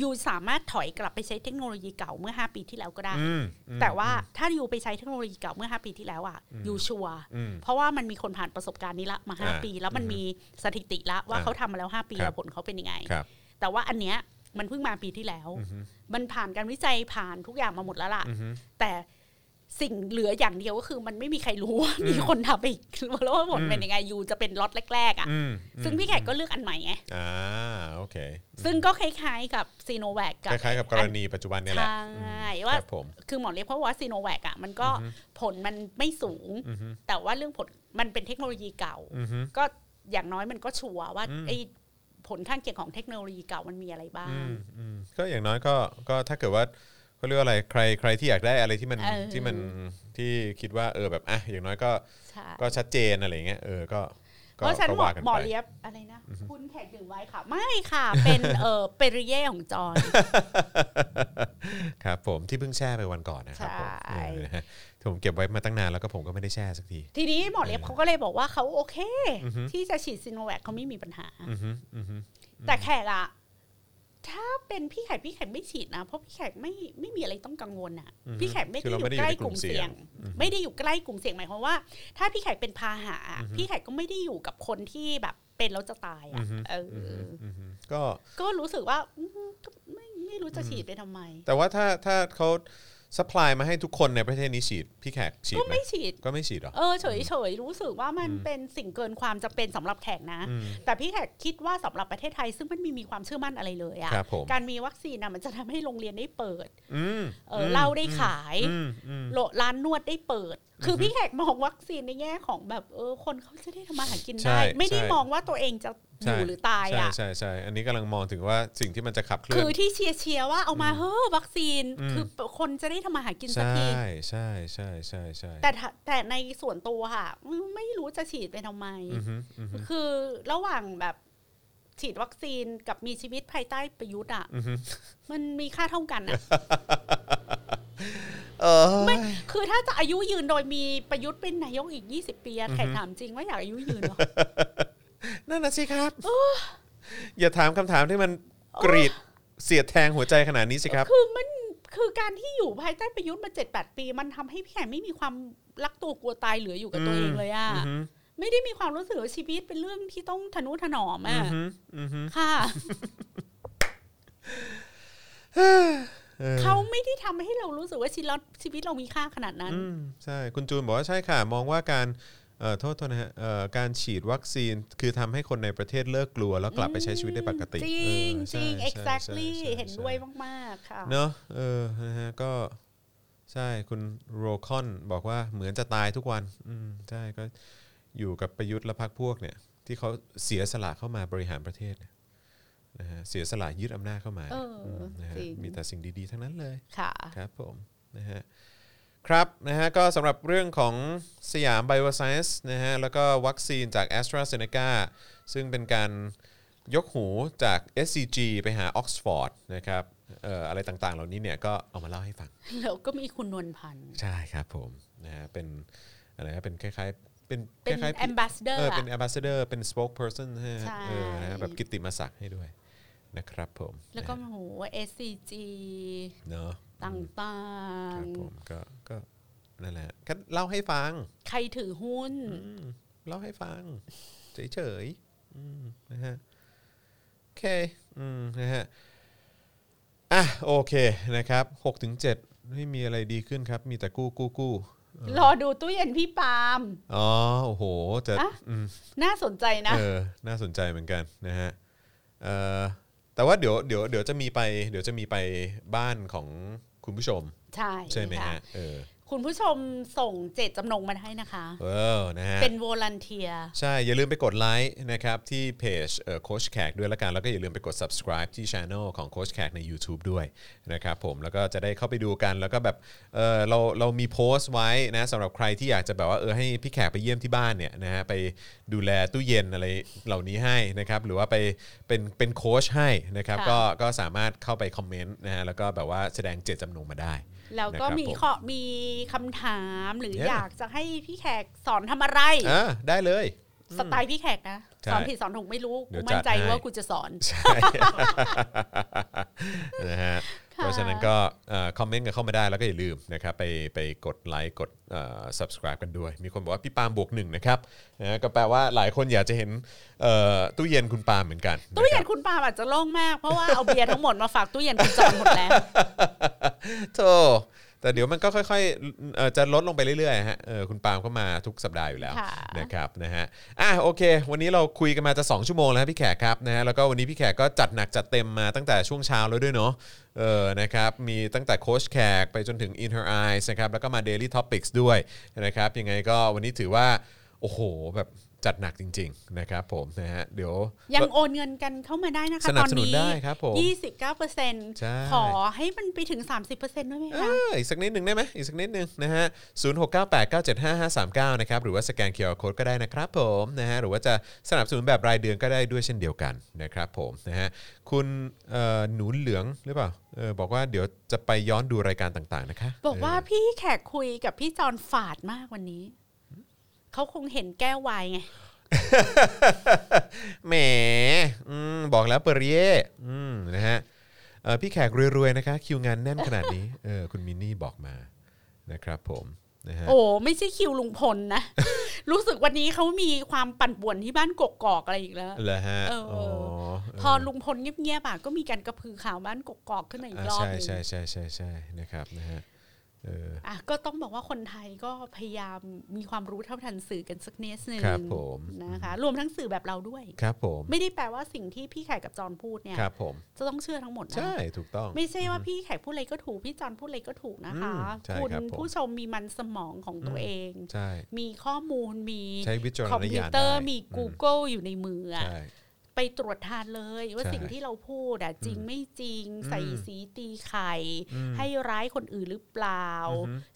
[SPEAKER 3] you สามารถถอยกลับไปใช้เทคโนโลยีเก่าเมื่อ 5 ปีที่แล้วก็ได้
[SPEAKER 2] อืมอืม
[SPEAKER 3] แต่ว่าถ้าอยู่ไปใช้เทคโนโลยีเก่าเมื่อ 5 ปีที่แล้วอะอยู่ชัวร์
[SPEAKER 2] อืม
[SPEAKER 3] เพราะว่ามันมีคนผ่านประสบการณ์นี้ละมาห้า
[SPEAKER 2] อ่า
[SPEAKER 3] ปี แล้วมัน
[SPEAKER 2] อือฮึ
[SPEAKER 3] มีสถิติละว่า
[SPEAKER 2] อ่า
[SPEAKER 3] เขาทำมาแล้วห้าปี
[SPEAKER 2] ครับ
[SPEAKER 3] แล้วผลเขาเป็นยังไง
[SPEAKER 2] ครับ
[SPEAKER 3] แต่ว่าอันเนี้ยมันเพิ่งมาปีที่แล้ว
[SPEAKER 2] อือฮึ
[SPEAKER 3] มันผ่านการวิจัยผ่านทุกอย่างมาหมดแล้วล่ะ
[SPEAKER 2] อือฮึ
[SPEAKER 3] แต่สิ่งเหลืออย่างเดียวก็คือมันไม่มีใครรู้ว่ามีคนทำไปอีกแล้วว่าผล
[SPEAKER 2] อืม
[SPEAKER 3] เป็นยังไงอยู่จะเป็นล็อตแรก ๆอ่ะ
[SPEAKER 2] อืม
[SPEAKER 3] ซึ่งพี่แขกก็เลือกอันใหม่ไง
[SPEAKER 2] อ่าโอเค
[SPEAKER 3] ซึ่งก็คล้ายๆกับซีโนแวคกั
[SPEAKER 2] คล้ายๆกับกรณีปัจจุบันเนี่ยแหละ
[SPEAKER 3] ใช่
[SPEAKER 2] ค
[SPEAKER 3] ว่า
[SPEAKER 2] รับผม
[SPEAKER 3] คือหมอเรียกเพราะว่าซีโนแวคอ่ะมันก็ผลมันไม่สูง
[SPEAKER 2] อือฮึ
[SPEAKER 3] แต่ว่าเรื่องผลมันเป็นเทคโนโลยีเก่า
[SPEAKER 2] อือฮึ
[SPEAKER 3] ก็อย่างน้อยมันก็ชัวร์ว่า
[SPEAKER 2] อืม
[SPEAKER 3] ไอ้ผลข้างเคียงของเทคโนโลยีเก่ามันมีอะไรบ้าง
[SPEAKER 2] อืมอืมก็อย่างน้อยก็ก็ถ้าเกิดว่าเขาเรียกว่าอะไรใครใครที่อยากได้อะไรที่มัน
[SPEAKER 3] เออ
[SPEAKER 2] ที่มันที่คิดว่าเออแบบอ่ะอย่างน้อยก็
[SPEAKER 3] ใช่
[SPEAKER 2] ก็ชัดเจนอะไรอย่างเงี้ยเออก็
[SPEAKER 3] เพ
[SPEAKER 2] ก็
[SPEAKER 3] ราะฉะนั
[SPEAKER 2] ก็
[SPEAKER 3] นหมอ
[SPEAKER 2] ว่ากัน
[SPEAKER 3] หมอ
[SPEAKER 2] ไป
[SPEAKER 3] เลียบอะไรนะ คุณแขกดื่มไว้ค่ะ ไม่ค่ะ *laughs* เป็นเออเปริเย่ของจอน
[SPEAKER 2] *laughs* ครับผมที่เพิ่งแช่ไปวันก่อนนะครับผม
[SPEAKER 3] ใช่
[SPEAKER 2] เออนะฮะผมเก็บไว้มาตั้งนานแล้วก็ผมก็ไม่ได้แช่สักที
[SPEAKER 3] ทีนี้หมอเลียบเขาก็เลยบอกว่าเขาโอเค
[SPEAKER 2] อือฮึ
[SPEAKER 3] ที่จะฉีดซิโนแวคเขาไม่มีปัญหา
[SPEAKER 2] อือฮึอือฮึ
[SPEAKER 3] แต่แขกอะถ้าเป็นพี่แขกพี่แขกไม่ฉีดนะ เพราะพี่แขกไม่ไม่มีอะไรต้องกังวลอะพี่แขกไม่ได้อยู่ใกล้กลุ่มเสี่ยง ไม่ได้อยู่ใกล้กลุ่มเสี่ยงหมายความว่า ถ้าพี่แขกเป็นพาหะอะพี่แขกก็ไม่ได้อยู่กับคนที่แบบเป็นแล้วจะตายอะเอออ
[SPEAKER 2] อือฮึก็
[SPEAKER 3] ก็รู้สึกว่าอืมก็ไม่ไม่รู้จะฉีดไปทำไม
[SPEAKER 2] แต่ว่าถ้าถ้าเขาสป라이มาให้ทุกคนในประเทศนี้ฉีดพี่แขกฉีด
[SPEAKER 3] ก็
[SPEAKER 2] ไหม
[SPEAKER 3] ไม่ฉีด
[SPEAKER 2] ก็ไม่ฉีดเหรอ
[SPEAKER 3] เออเฉยเฉยๆรู้สึกว่ามันเป็นสิ่งเกินความจำเป็นสำหรับแขกนะ
[SPEAKER 2] อืม
[SPEAKER 3] แต่พี่แขกคิดว่าสำหรับประเทศไทย ซึ่งมันไม่มีความเชื่อมั่นอะไรเลยอะ
[SPEAKER 2] ครับผม
[SPEAKER 3] การมีวัคซีนนะมันจะทำให้โรงเรียนได้เปิด
[SPEAKER 2] อืม
[SPEAKER 3] เอออเหล้าได้ขาย
[SPEAKER 2] อืมอืม
[SPEAKER 3] โลร้านนวดได้เปิด คือพี่แขกมองวัคซีนในแง่ของแบบเออคนเขาจะได้ทำมาหากิน
[SPEAKER 2] ใช่
[SPEAKER 3] ได้ ไม่ได้
[SPEAKER 2] ใช่
[SPEAKER 3] มองว่าตัวเองจะอยู่หรือตาย
[SPEAKER 2] ใช่
[SPEAKER 3] อะ
[SPEAKER 2] ใช่ใช่อันนี้กำลังมองถึงว่าสิ่งที่มันจะขับเคลื่
[SPEAKER 3] คื
[SPEAKER 2] อน
[SPEAKER 3] อที่เชียร์เชียร์ๆว่าเอามาเฮ้อวัคซีน
[SPEAKER 2] อืม
[SPEAKER 3] คือคนจะได้ทำมาหากินสัก
[SPEAKER 2] ใช่
[SPEAKER 3] ที
[SPEAKER 2] ใช่ใช่ใช่ใช่
[SPEAKER 3] แต่ถ้าแต่ในส่วนตัวค่ะอืมไม่รู้จะฉีดไปทำไม
[SPEAKER 2] อือฮึอือฮึ
[SPEAKER 3] คือระหว่างแบบฉีดวัคซีนกับมีชีวิตภายใต้ประยุทธ์อ่ะ
[SPEAKER 2] อือฮึ
[SPEAKER 3] มันมีค่าเท่ากันอ่ะ
[SPEAKER 2] เออ
[SPEAKER 3] ไม่ คือถ้าจะอายุยืนโดยมีประยุทธ์เป็นนายกอีก 20 ปีอะ
[SPEAKER 2] อือฮึ
[SPEAKER 3] แขกถามจริงว่าอยากอายุยืนเหรอ
[SPEAKER 2] นั่นน่ะสิครับอย่าถามคำถามที่มันกรีดเสียดแทงหัวใจขนาดนี้สิครับ
[SPEAKER 3] คือมันคือการที่อยู่ภายใต้ประยุทธ์มา 7-8 ปี มันทำให้พี่แขกไม่มีความรักตัวกลัวตายเหลืออยู่กับตัวเองเลยอ่ะ
[SPEAKER 2] อือฮึ
[SPEAKER 3] ไม่ได้มีความรู้สึกว่าชีวิตเป็นเรื่องที่ต้องทนุถนอม
[SPEAKER 2] อื
[SPEAKER 3] อ่ะ
[SPEAKER 2] อฮึอือฮึ
[SPEAKER 3] ค่ะ
[SPEAKER 2] ออ
[SPEAKER 3] เขาไม่ได้ทำให้เรารู้สึกว่าชีวิตเราชีวิตเรามีค่าขนาดนั้น
[SPEAKER 2] อืมใช่คุณจูนบอกว่าใช่ค่ะ มองว่าการเอ่อโทษโทษนะฮะเอ่อการฉีดวัคซีนคือทำให้คนในประเทศเลิกกลัว แล้วกลับไปใช้ชีวิตได้ปกติ
[SPEAKER 3] จริง
[SPEAKER 2] เออ
[SPEAKER 3] จ
[SPEAKER 2] ใช่
[SPEAKER 3] ริง
[SPEAKER 2] ใช่ใช่
[SPEAKER 3] exactly
[SPEAKER 2] ใช่
[SPEAKER 3] เห็น
[SPEAKER 2] ใช่
[SPEAKER 3] ด้วยมากๆค่ะ
[SPEAKER 2] เนอะเออนะฮะก็ใช่คุณโรคอนบอกว่าเหมือนจะตายทุกวันอืมใช่ก็อยู่กับประยุทธ์และพรรคพวกเนี่ย ที่เขาเสียสละเข้ามาบริหารประเทศเนี่ย นะฮะเสียสละยึดอำนาจเข้ามา
[SPEAKER 3] เออ
[SPEAKER 2] นะฮะ
[SPEAKER 3] จริง
[SPEAKER 2] มีแต่สิ่งดีๆ ทั้งนั้นเลย
[SPEAKER 3] ค่ะ
[SPEAKER 2] ครับผมนะฮะครับนะฮะก็สำหรับเรื่องของสยามไบโอไซส์นะฮะแล้วก็วัคซีนจาก a s t r a z เซ e c a ซึ่งเป็นการยกหูจาก SCG ไปหา Oxford นะครับเอ่ออะไรต่างๆ เหล่านี้เนี่ยก็เอามาเล่าให้ฟัง
[SPEAKER 3] แล้วก็มีคุณนวลพันธ์
[SPEAKER 2] ใช่ครับผมนะฮะเป็นอะไรนะเป็นคล้ายๆ เป็นค
[SPEAKER 3] เป็น
[SPEAKER 2] ล้าย
[SPEAKER 3] แอมบาสเดอ
[SPEAKER 2] เอ
[SPEAKER 3] ร์
[SPEAKER 2] อ
[SPEAKER 3] อะ
[SPEAKER 2] เป็น ambassador เป็น spokesperson นะฮะ
[SPEAKER 3] ใช่
[SPEAKER 2] เออนะฮะแบบกิตติมศักดิ์ให้ด้วยนะครับผม
[SPEAKER 3] แล้วก็
[SPEAKER 2] นะฮะ
[SPEAKER 3] โอ้โห SCG
[SPEAKER 2] เนาะ
[SPEAKER 3] ต่าง
[SPEAKER 2] ครับผมก็ก็นั่นแหละก็เล่าให้ฟัง
[SPEAKER 3] ๆ ใครถือหุ้น
[SPEAKER 2] เล่าให้ฟัง เฉยๆอืมนะฮะโอเคอืมนะฮะอ่ะโอเคนะครับ6ถึง7ไม่มีอะไรดีขึ้นครับ มีแต่กู้กู้กู้
[SPEAKER 3] รอดูตู้เย็นพี่ปาล์ม
[SPEAKER 2] อ๋อโอ้โหจะ
[SPEAKER 3] อ่ะ
[SPEAKER 2] อืม
[SPEAKER 3] น่าสนใจนะ
[SPEAKER 2] เออน่าสนใจเหมือนกันนะฮะเอ่อแต่ว่าเดี๋ยวเดี๋ยวเดี๋ยวจะมีไป เดี๋ยวจะมีไปบ้านของคุณผู้ชม
[SPEAKER 3] ใช่
[SPEAKER 2] ใช่ไหม
[SPEAKER 3] ค่ะ
[SPEAKER 2] ฮะเออ
[SPEAKER 3] คุณผู้ชมส่งเจตจำนงมาให้นะคะ
[SPEAKER 2] เออนะฮะ
[SPEAKER 3] เป็นโวลันเทีย
[SPEAKER 2] ใช่ อย่าลืมไปกดไลค์นะครับ ที่เพจโค้ชแขกด้วยละกัน แล้วก็อย่าลืมไปกด subscribe ที่ Channel ของโค้ชแขกใน YouTube ด้วยนะครับผมแล้วก็จะได้เข้าไปดูกัน แล้วก็แบบเออเราเรามีโพสต์ไว้นะสำหรับใครที่อยากจะแบบว่าเออให้พี่แขกไปเยี่ยมที่บ้านเนี่ยนะฮะไปดูแลตู้เย็นอะไรเหล่านี้ให้นะครับ หรือว่าไปเป็นเป็นโค้ชให้นะครับ
[SPEAKER 3] ค่ะ
[SPEAKER 2] ก็ก็สามารถเข้าไปคอมเมนต์นะฮะแล้วก็แบบว่าแสดงเจตจำนงมาได้
[SPEAKER 3] แล้วก็
[SPEAKER 2] นะครับ
[SPEAKER 3] มี
[SPEAKER 2] ผม
[SPEAKER 3] ขอมีคำถามหรือ
[SPEAKER 2] Yeah
[SPEAKER 3] อยากจะให้พี่แขกสอนทำอะไร
[SPEAKER 2] อ่าได้เลย
[SPEAKER 3] สไตล์พี่แขกนะ
[SPEAKER 2] ใช่
[SPEAKER 3] สอนผิดสอนถูกไม่รู้
[SPEAKER 2] เดี๋
[SPEAKER 3] กู
[SPEAKER 2] ยว
[SPEAKER 3] มั่นใจ
[SPEAKER 2] จัดให้
[SPEAKER 3] ว่ากูจะสอน
[SPEAKER 2] ใช่ *laughs* นะฮะเพราะฉะนั้นก็คอมเมนต์กันเข้ามาได้แล้วก็อย่าลืมนะครับไปไปกดไลค์กดเอ่อ subscribe กันด้วย มีคนบอกว่าพี่ปาล์มบวกหนึ่งนะครับนะฮะก็แปลว่าหลายคนอยากจะเห็นเอ่อตู้เย็นคุณปาล์มเหมือนกันะ
[SPEAKER 3] ตู้เย็
[SPEAKER 2] รั
[SPEAKER 3] น
[SPEAKER 2] บ
[SPEAKER 3] คุณปาล์มอาจจะโล่งมากเพราะว่าเอาเบียร์ทั้งหมดมาฝากตู้เย็นคุณจอนหมดแล้ว
[SPEAKER 2] *laughs* โธ่แต่เดี๋ยวมันก็ค่อยๆเอ่อจะลดลงไปเรื่อยๆฮะเออคุณปาล์มเข้ามาทุกสัปดาห์อยู่แล้ว
[SPEAKER 3] ค่ะ
[SPEAKER 2] นะครับนะฮะอ่ะโอเค วันนี้เราคุยกันมาจะ 2 ชั่วโมงแล้วฮะพี่แขกครับนะฮะแล้วก็วันนี้พี่แขกก็จัดหนักจัดเต็มมาตั้งแต่ช่วงเช้าแล้วด้วยเนาะ เออ นะครับ มีตั้งแต่โค้ชแขกไปจนถึง In Her Eyes นะครับ แล้วก็มา Daily Topics ด้วยนะครับ ยังไงก็วันนี้ถือว่า โอ้โห แบบจัดหนักจริง ๆ นะครับผมนะฮะ เดี๋ยว
[SPEAKER 3] ยังโอนเงินกันเข้ามาได้นะคะ
[SPEAKER 2] สนั
[SPEAKER 3] ต
[SPEAKER 2] บ
[SPEAKER 3] อน
[SPEAKER 2] สนุน
[SPEAKER 3] นี้
[SPEAKER 2] ได้ครับผม
[SPEAKER 3] ยี่สิบเก้าเปอร์เซ็นต์
[SPEAKER 2] ใช่
[SPEAKER 3] ขอให้มันไปถึงสามสิบเปอร์เซ็นต์ด้วยไหม
[SPEAKER 2] เอ
[SPEAKER 3] คะ
[SPEAKER 2] ออีกสักนิดหนึ่งได้ไหมอีกสักนิดหนึ่งนะฮะ0 6 9 8 9 7 5 5 3 9 นะครับ หรือว่าสแกนเคอร์โคดก็ได้นะครับผมนะฮะ หรือว่าจะสนับสนุนแบบรายเดือนก็ได้ด้วยเช่นเดียวกันนะครับผมนะฮะ คุณเอ่อหนูเหลืองหรือเปล่า เออ บอกว่าเดี๋ยวจะไปย้อนดูรายการต่างๆ นะคะ
[SPEAKER 3] บอกว่า
[SPEAKER 2] เ
[SPEAKER 3] พี่แขกคุยกับพี่จอนฝาดมากวันนี้ เขาคงเห็นแก้ววายไง
[SPEAKER 2] แหม *laughs* อืมบอกแล้วเปรีเย่อืมนะฮะเอ่อพี่แขกรวยๆนะคะ คิวงานแน่นขนาดนี้ เออคุณมินนี่บอกมานะครับผมนะฮะ
[SPEAKER 3] โอ้ไม่ใช่คิวลุงพลนะ
[SPEAKER 2] *laughs*
[SPEAKER 3] รู้สึกวันนี้เขามีความปั่นป่วนที่บ้านกกอกอะไรอีกแล้ว
[SPEAKER 2] เหรอฮะ
[SPEAKER 3] เอออ๋
[SPEAKER 2] อ
[SPEAKER 3] พอลุงพลเงียบๆอ่ะก็มีการกระพือข่าวบ้านกกอกขึ้นมาอีก
[SPEAKER 2] อ่าร
[SPEAKER 3] อบ
[SPEAKER 2] ใช่
[SPEAKER 3] หนึง
[SPEAKER 2] ใช่ใช่ใช่ใช่นะครับนะฮะเออ
[SPEAKER 3] อ่ะก็ต้องบอกว่าคนไทยก็พยายามมีความรู้เท่าทันสื่อกันสักนิดนึง
[SPEAKER 2] ครับผม
[SPEAKER 3] นะคะ รวมทั้งสื่อแบบเราด้วย
[SPEAKER 2] ครับผม
[SPEAKER 3] ไม่ได้แปลว่าสิ่งที่พี่แขกกับจอนพูดเนี่ย
[SPEAKER 2] ครับผม
[SPEAKER 3] จะต้องเชื่อทั้งหมดนะ
[SPEAKER 2] ใช่ถูกต้อง
[SPEAKER 3] ไม่ใช่ว่าพี่แขกพูดอะไรก็ถูก พี่จอนพูดอะไรก็ถูกนะคะ
[SPEAKER 2] อืมใช่
[SPEAKER 3] คุณ
[SPEAKER 2] ครับผม
[SPEAKER 3] ผู้ชมมีมันสมองของตัวเอง
[SPEAKER 2] ใช่
[SPEAKER 3] มีข้อมูลมี
[SPEAKER 2] ใช้วิจาร
[SPEAKER 3] คอม
[SPEAKER 2] ณ
[SPEAKER 3] พิ
[SPEAKER 2] ญาว ณ
[SPEAKER 3] เตอร์
[SPEAKER 2] ได้
[SPEAKER 3] มี
[SPEAKER 2] อื
[SPEAKER 3] Google อยู่ในมืออะ
[SPEAKER 2] ใช่
[SPEAKER 3] ไปตรวจทานเลย ว่า
[SPEAKER 2] ใช่
[SPEAKER 3] สิ่งที่เราพูดอะจริงไม่จริง ใส่สีตีไข่ ให้ร้ายคนอื่นหรือเปล่า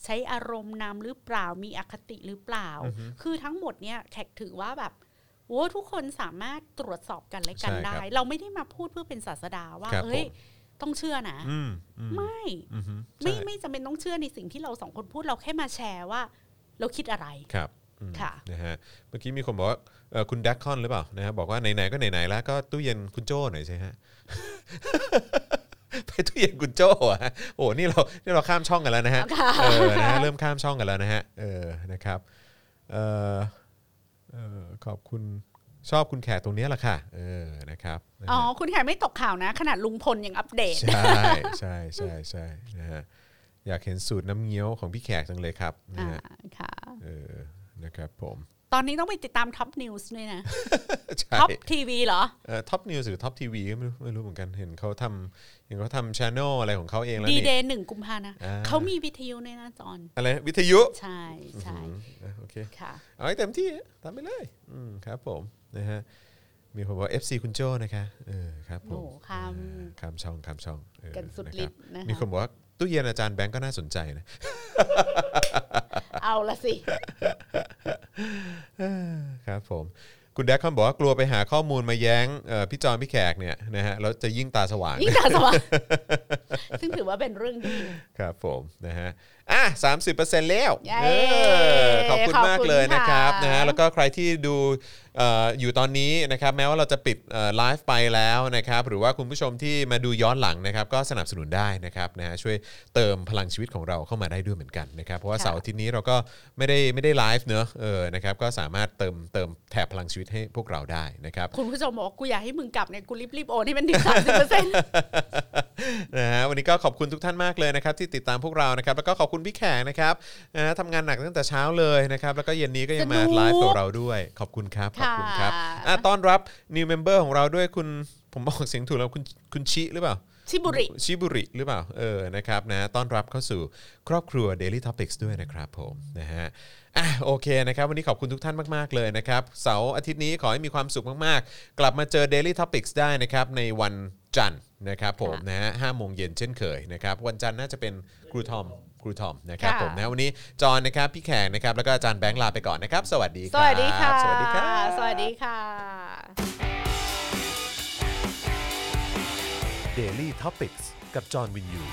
[SPEAKER 3] ใช้อารมณ์นำหรือเปล่ามีอคติหรือเปล่า
[SPEAKER 2] อือฮึ
[SPEAKER 3] คือทั้งหมดเนี่ยแขกถือว่าแบบโอ้ทุกคนสามารถตรวจสอบกันและกัน
[SPEAKER 2] ใช่ครับ
[SPEAKER 3] ได้ เราไม่ได้มาพูดเพื่อเป็นศาสดาว่า
[SPEAKER 2] ครับ
[SPEAKER 3] เอ้ย
[SPEAKER 2] ผม
[SPEAKER 3] ต้องเชื่อนะ
[SPEAKER 2] อืมอืม
[SPEAKER 3] ไม่
[SPEAKER 2] อือฮึ
[SPEAKER 3] ไม่
[SPEAKER 2] ใช่
[SPEAKER 3] ไม่จำเป็นต้องเชื่อในสิ่งที่เราสองคนพูดเราแค่มาแชร์ว่า เราคิดอะไร
[SPEAKER 2] ครับอืม
[SPEAKER 3] ค่ะ
[SPEAKER 2] นะฮะเมื่อกี้มีคนบอกว่าเอ่อคุณแดกคอนหรือเปล่านะฮะบอกว่าไหนๆก็ไหนๆแล้วก็ตู้เย็นคุณโจ้หน่อยใช่ฮะ *laughs* ไปตู้เย็นคุณโจ้อะโอ้นี่เรานี่เราข้ามช่องกันแล้วนะฮะเออนะฮะเริ่มข้ามช่องกันแล้วนะฮะเออนะครับเออเออขอบคุณชอบคุณแขกตรงเนี้ยแหละค่ะเออนะครับนะฮะ
[SPEAKER 3] อ๋อ คุณแขกไม่ตกข่าวนะ ขนาดลุงพลยังอัปเดต
[SPEAKER 2] ใช่ใช่ใช่ใช่นะฮะอยากเห็นสูตรน้ำเงี้ยวของพี่แขกจังเลยครับนะ
[SPEAKER 3] อ่า
[SPEAKER 2] ฮะ
[SPEAKER 3] ค่ะ
[SPEAKER 2] เออนะครับผม *laughs*
[SPEAKER 3] ตอนนี้ต้องไปติดตามท็อปนิวส์ด้วยนะ
[SPEAKER 2] ใช่
[SPEAKER 3] ท็อปทีวีเหรอ
[SPEAKER 2] ท็อปนิวส์หรือท็อปทีวีก็ไม่รู้ไม่รู้เหมือนกันเห็นเขาทำเห็นเขาทำชานอลอะไรของเขาเองแล้ว
[SPEAKER 3] ดี
[SPEAKER 2] นี่
[SPEAKER 3] เดย์หนึ่งกุมภานะ
[SPEAKER 2] อ่า
[SPEAKER 3] เขามีวิทยุในหน้าจอน
[SPEAKER 2] อะไรวิทยุ
[SPEAKER 3] ใช่ใช่
[SPEAKER 2] อืมอ่ะโอเค
[SPEAKER 3] ค่ะ
[SPEAKER 2] เอาให้เต็มที่ทำไปเลยอืมครับผมนะฮะ มีคนบอก FC คุณโจ้นะคะเออครับผม
[SPEAKER 3] โอ้ข้าม
[SPEAKER 2] เออข้ามช่องข้ามช่องเออ
[SPEAKER 3] กันสุด
[SPEAKER 2] ะครับ
[SPEAKER 3] ฤทธิ์นะ
[SPEAKER 2] มีคน
[SPEAKER 3] คะ
[SPEAKER 2] บอกว่าตู้เย็นอาจารย์แบงก์ก็น่าสนใจนะ
[SPEAKER 3] เอาละสิ
[SPEAKER 2] ครับผมคุณแดกคอนบอกว่ากลัวไปหาข้อมูลมาแย้งเอ่อพี่จอนพี่แขกเนี่ยนะฮะแล้วจะยิ่งตาสว่าง
[SPEAKER 3] ยิ่งตาส
[SPEAKER 2] *laughs*
[SPEAKER 3] ว่างซึ่งถือว่าเป็นเรื่องดี
[SPEAKER 2] ครับผมนะฮะอ่ะสามสิบเปอร์เซ็นต์แล้ว
[SPEAKER 3] เย้
[SPEAKER 2] เออขอบคุณ
[SPEAKER 3] ขอบคุณ
[SPEAKER 2] มากเลยนะครับ
[SPEAKER 3] ค่ะ
[SPEAKER 2] นะฮะแล้วก็ใครที่ดูเอ่ออยู่ตอนนี้นะครับแม้ว่าเราจะปิดเอ่อไลฟ์ไปแล้วนะครับหรือว่าคุณผู้ชมที่มาดูย้อนหลังนะครับก็สนับสนุนได้นะครับนะฮะช่วยเติมพลังชีวิตของเราเข้ามาได้ด้วยเหมือนกันนะครับเพราะว่า
[SPEAKER 3] ค่ะ
[SPEAKER 2] เสาร์อาทิตย์นี้เราก็ไม่ได้ไม่ได้ไลฟ์เนอะเออนะครับก็สามารถเติมเติมแถบพลังชีวิตให้พวกเราได้นะครับ
[SPEAKER 3] คุณผู้ชมบอกว่ากูอยากให้มึงกลับเนี่ย กูรีบรีบๆโอนให้มันถึงสามสิบเปอร์เซ็นต์
[SPEAKER 2] นะฮะวันนี้ก็ขอบคุณทุกท่านมากเลยนะครับที่ติดตามพวกเรานะครับแล้วก็ขอบคุณพี่แขกนะครับนะฮะทำงานหนักตั้งแต่เช้าเลยนะครับแล้วก็เย็นนี้ก็ยังมาไลฟ์กับเราด้วย ขอบคุณครับขอบคุณครับอ่ะต้อนรับ new member ของเราด้วยคุณผมบอกเสียงถูกแล้วคุณคุณชิหรือเปล่า
[SPEAKER 3] ชิบุริ
[SPEAKER 2] ชิบุริหรือเปล่า เออ นะครับ นะ ต้อนรับเข้าสู่ครอบครัว Daily Topics ด้วยนะครับผม นะฮะ อ่ะ โอเค นะครับ วันนี้ขอบคุณทุกท่านมาก ๆ เลยนะครับ เสาร์อาทิตย์นี้ขอให้มีความสุขมาก ๆ กลับมาเจอ Daily Topics ได้นะครับ ในวันจันทร์นะครับผม นะฮะห้าโมงเย็นเช่นเคยนะครับ วันจันทร์น่าจะเป็นครูทอม ครูทอม นะครับ
[SPEAKER 3] ค่ะ
[SPEAKER 2] ผม นะ วันนี้ จอห์นนะครับ พี่แขกนะครับ แล้วก็อาจารย์แบงค์ลาไปก่อนนะครับ สวัสดีค
[SPEAKER 3] ส
[SPEAKER 2] รับ
[SPEAKER 3] วัสดีค่ะ
[SPEAKER 2] สวัสดีครับ
[SPEAKER 3] สวัสดีค่ะ
[SPEAKER 1] Daily t o p i c กกับจอห์นวินยู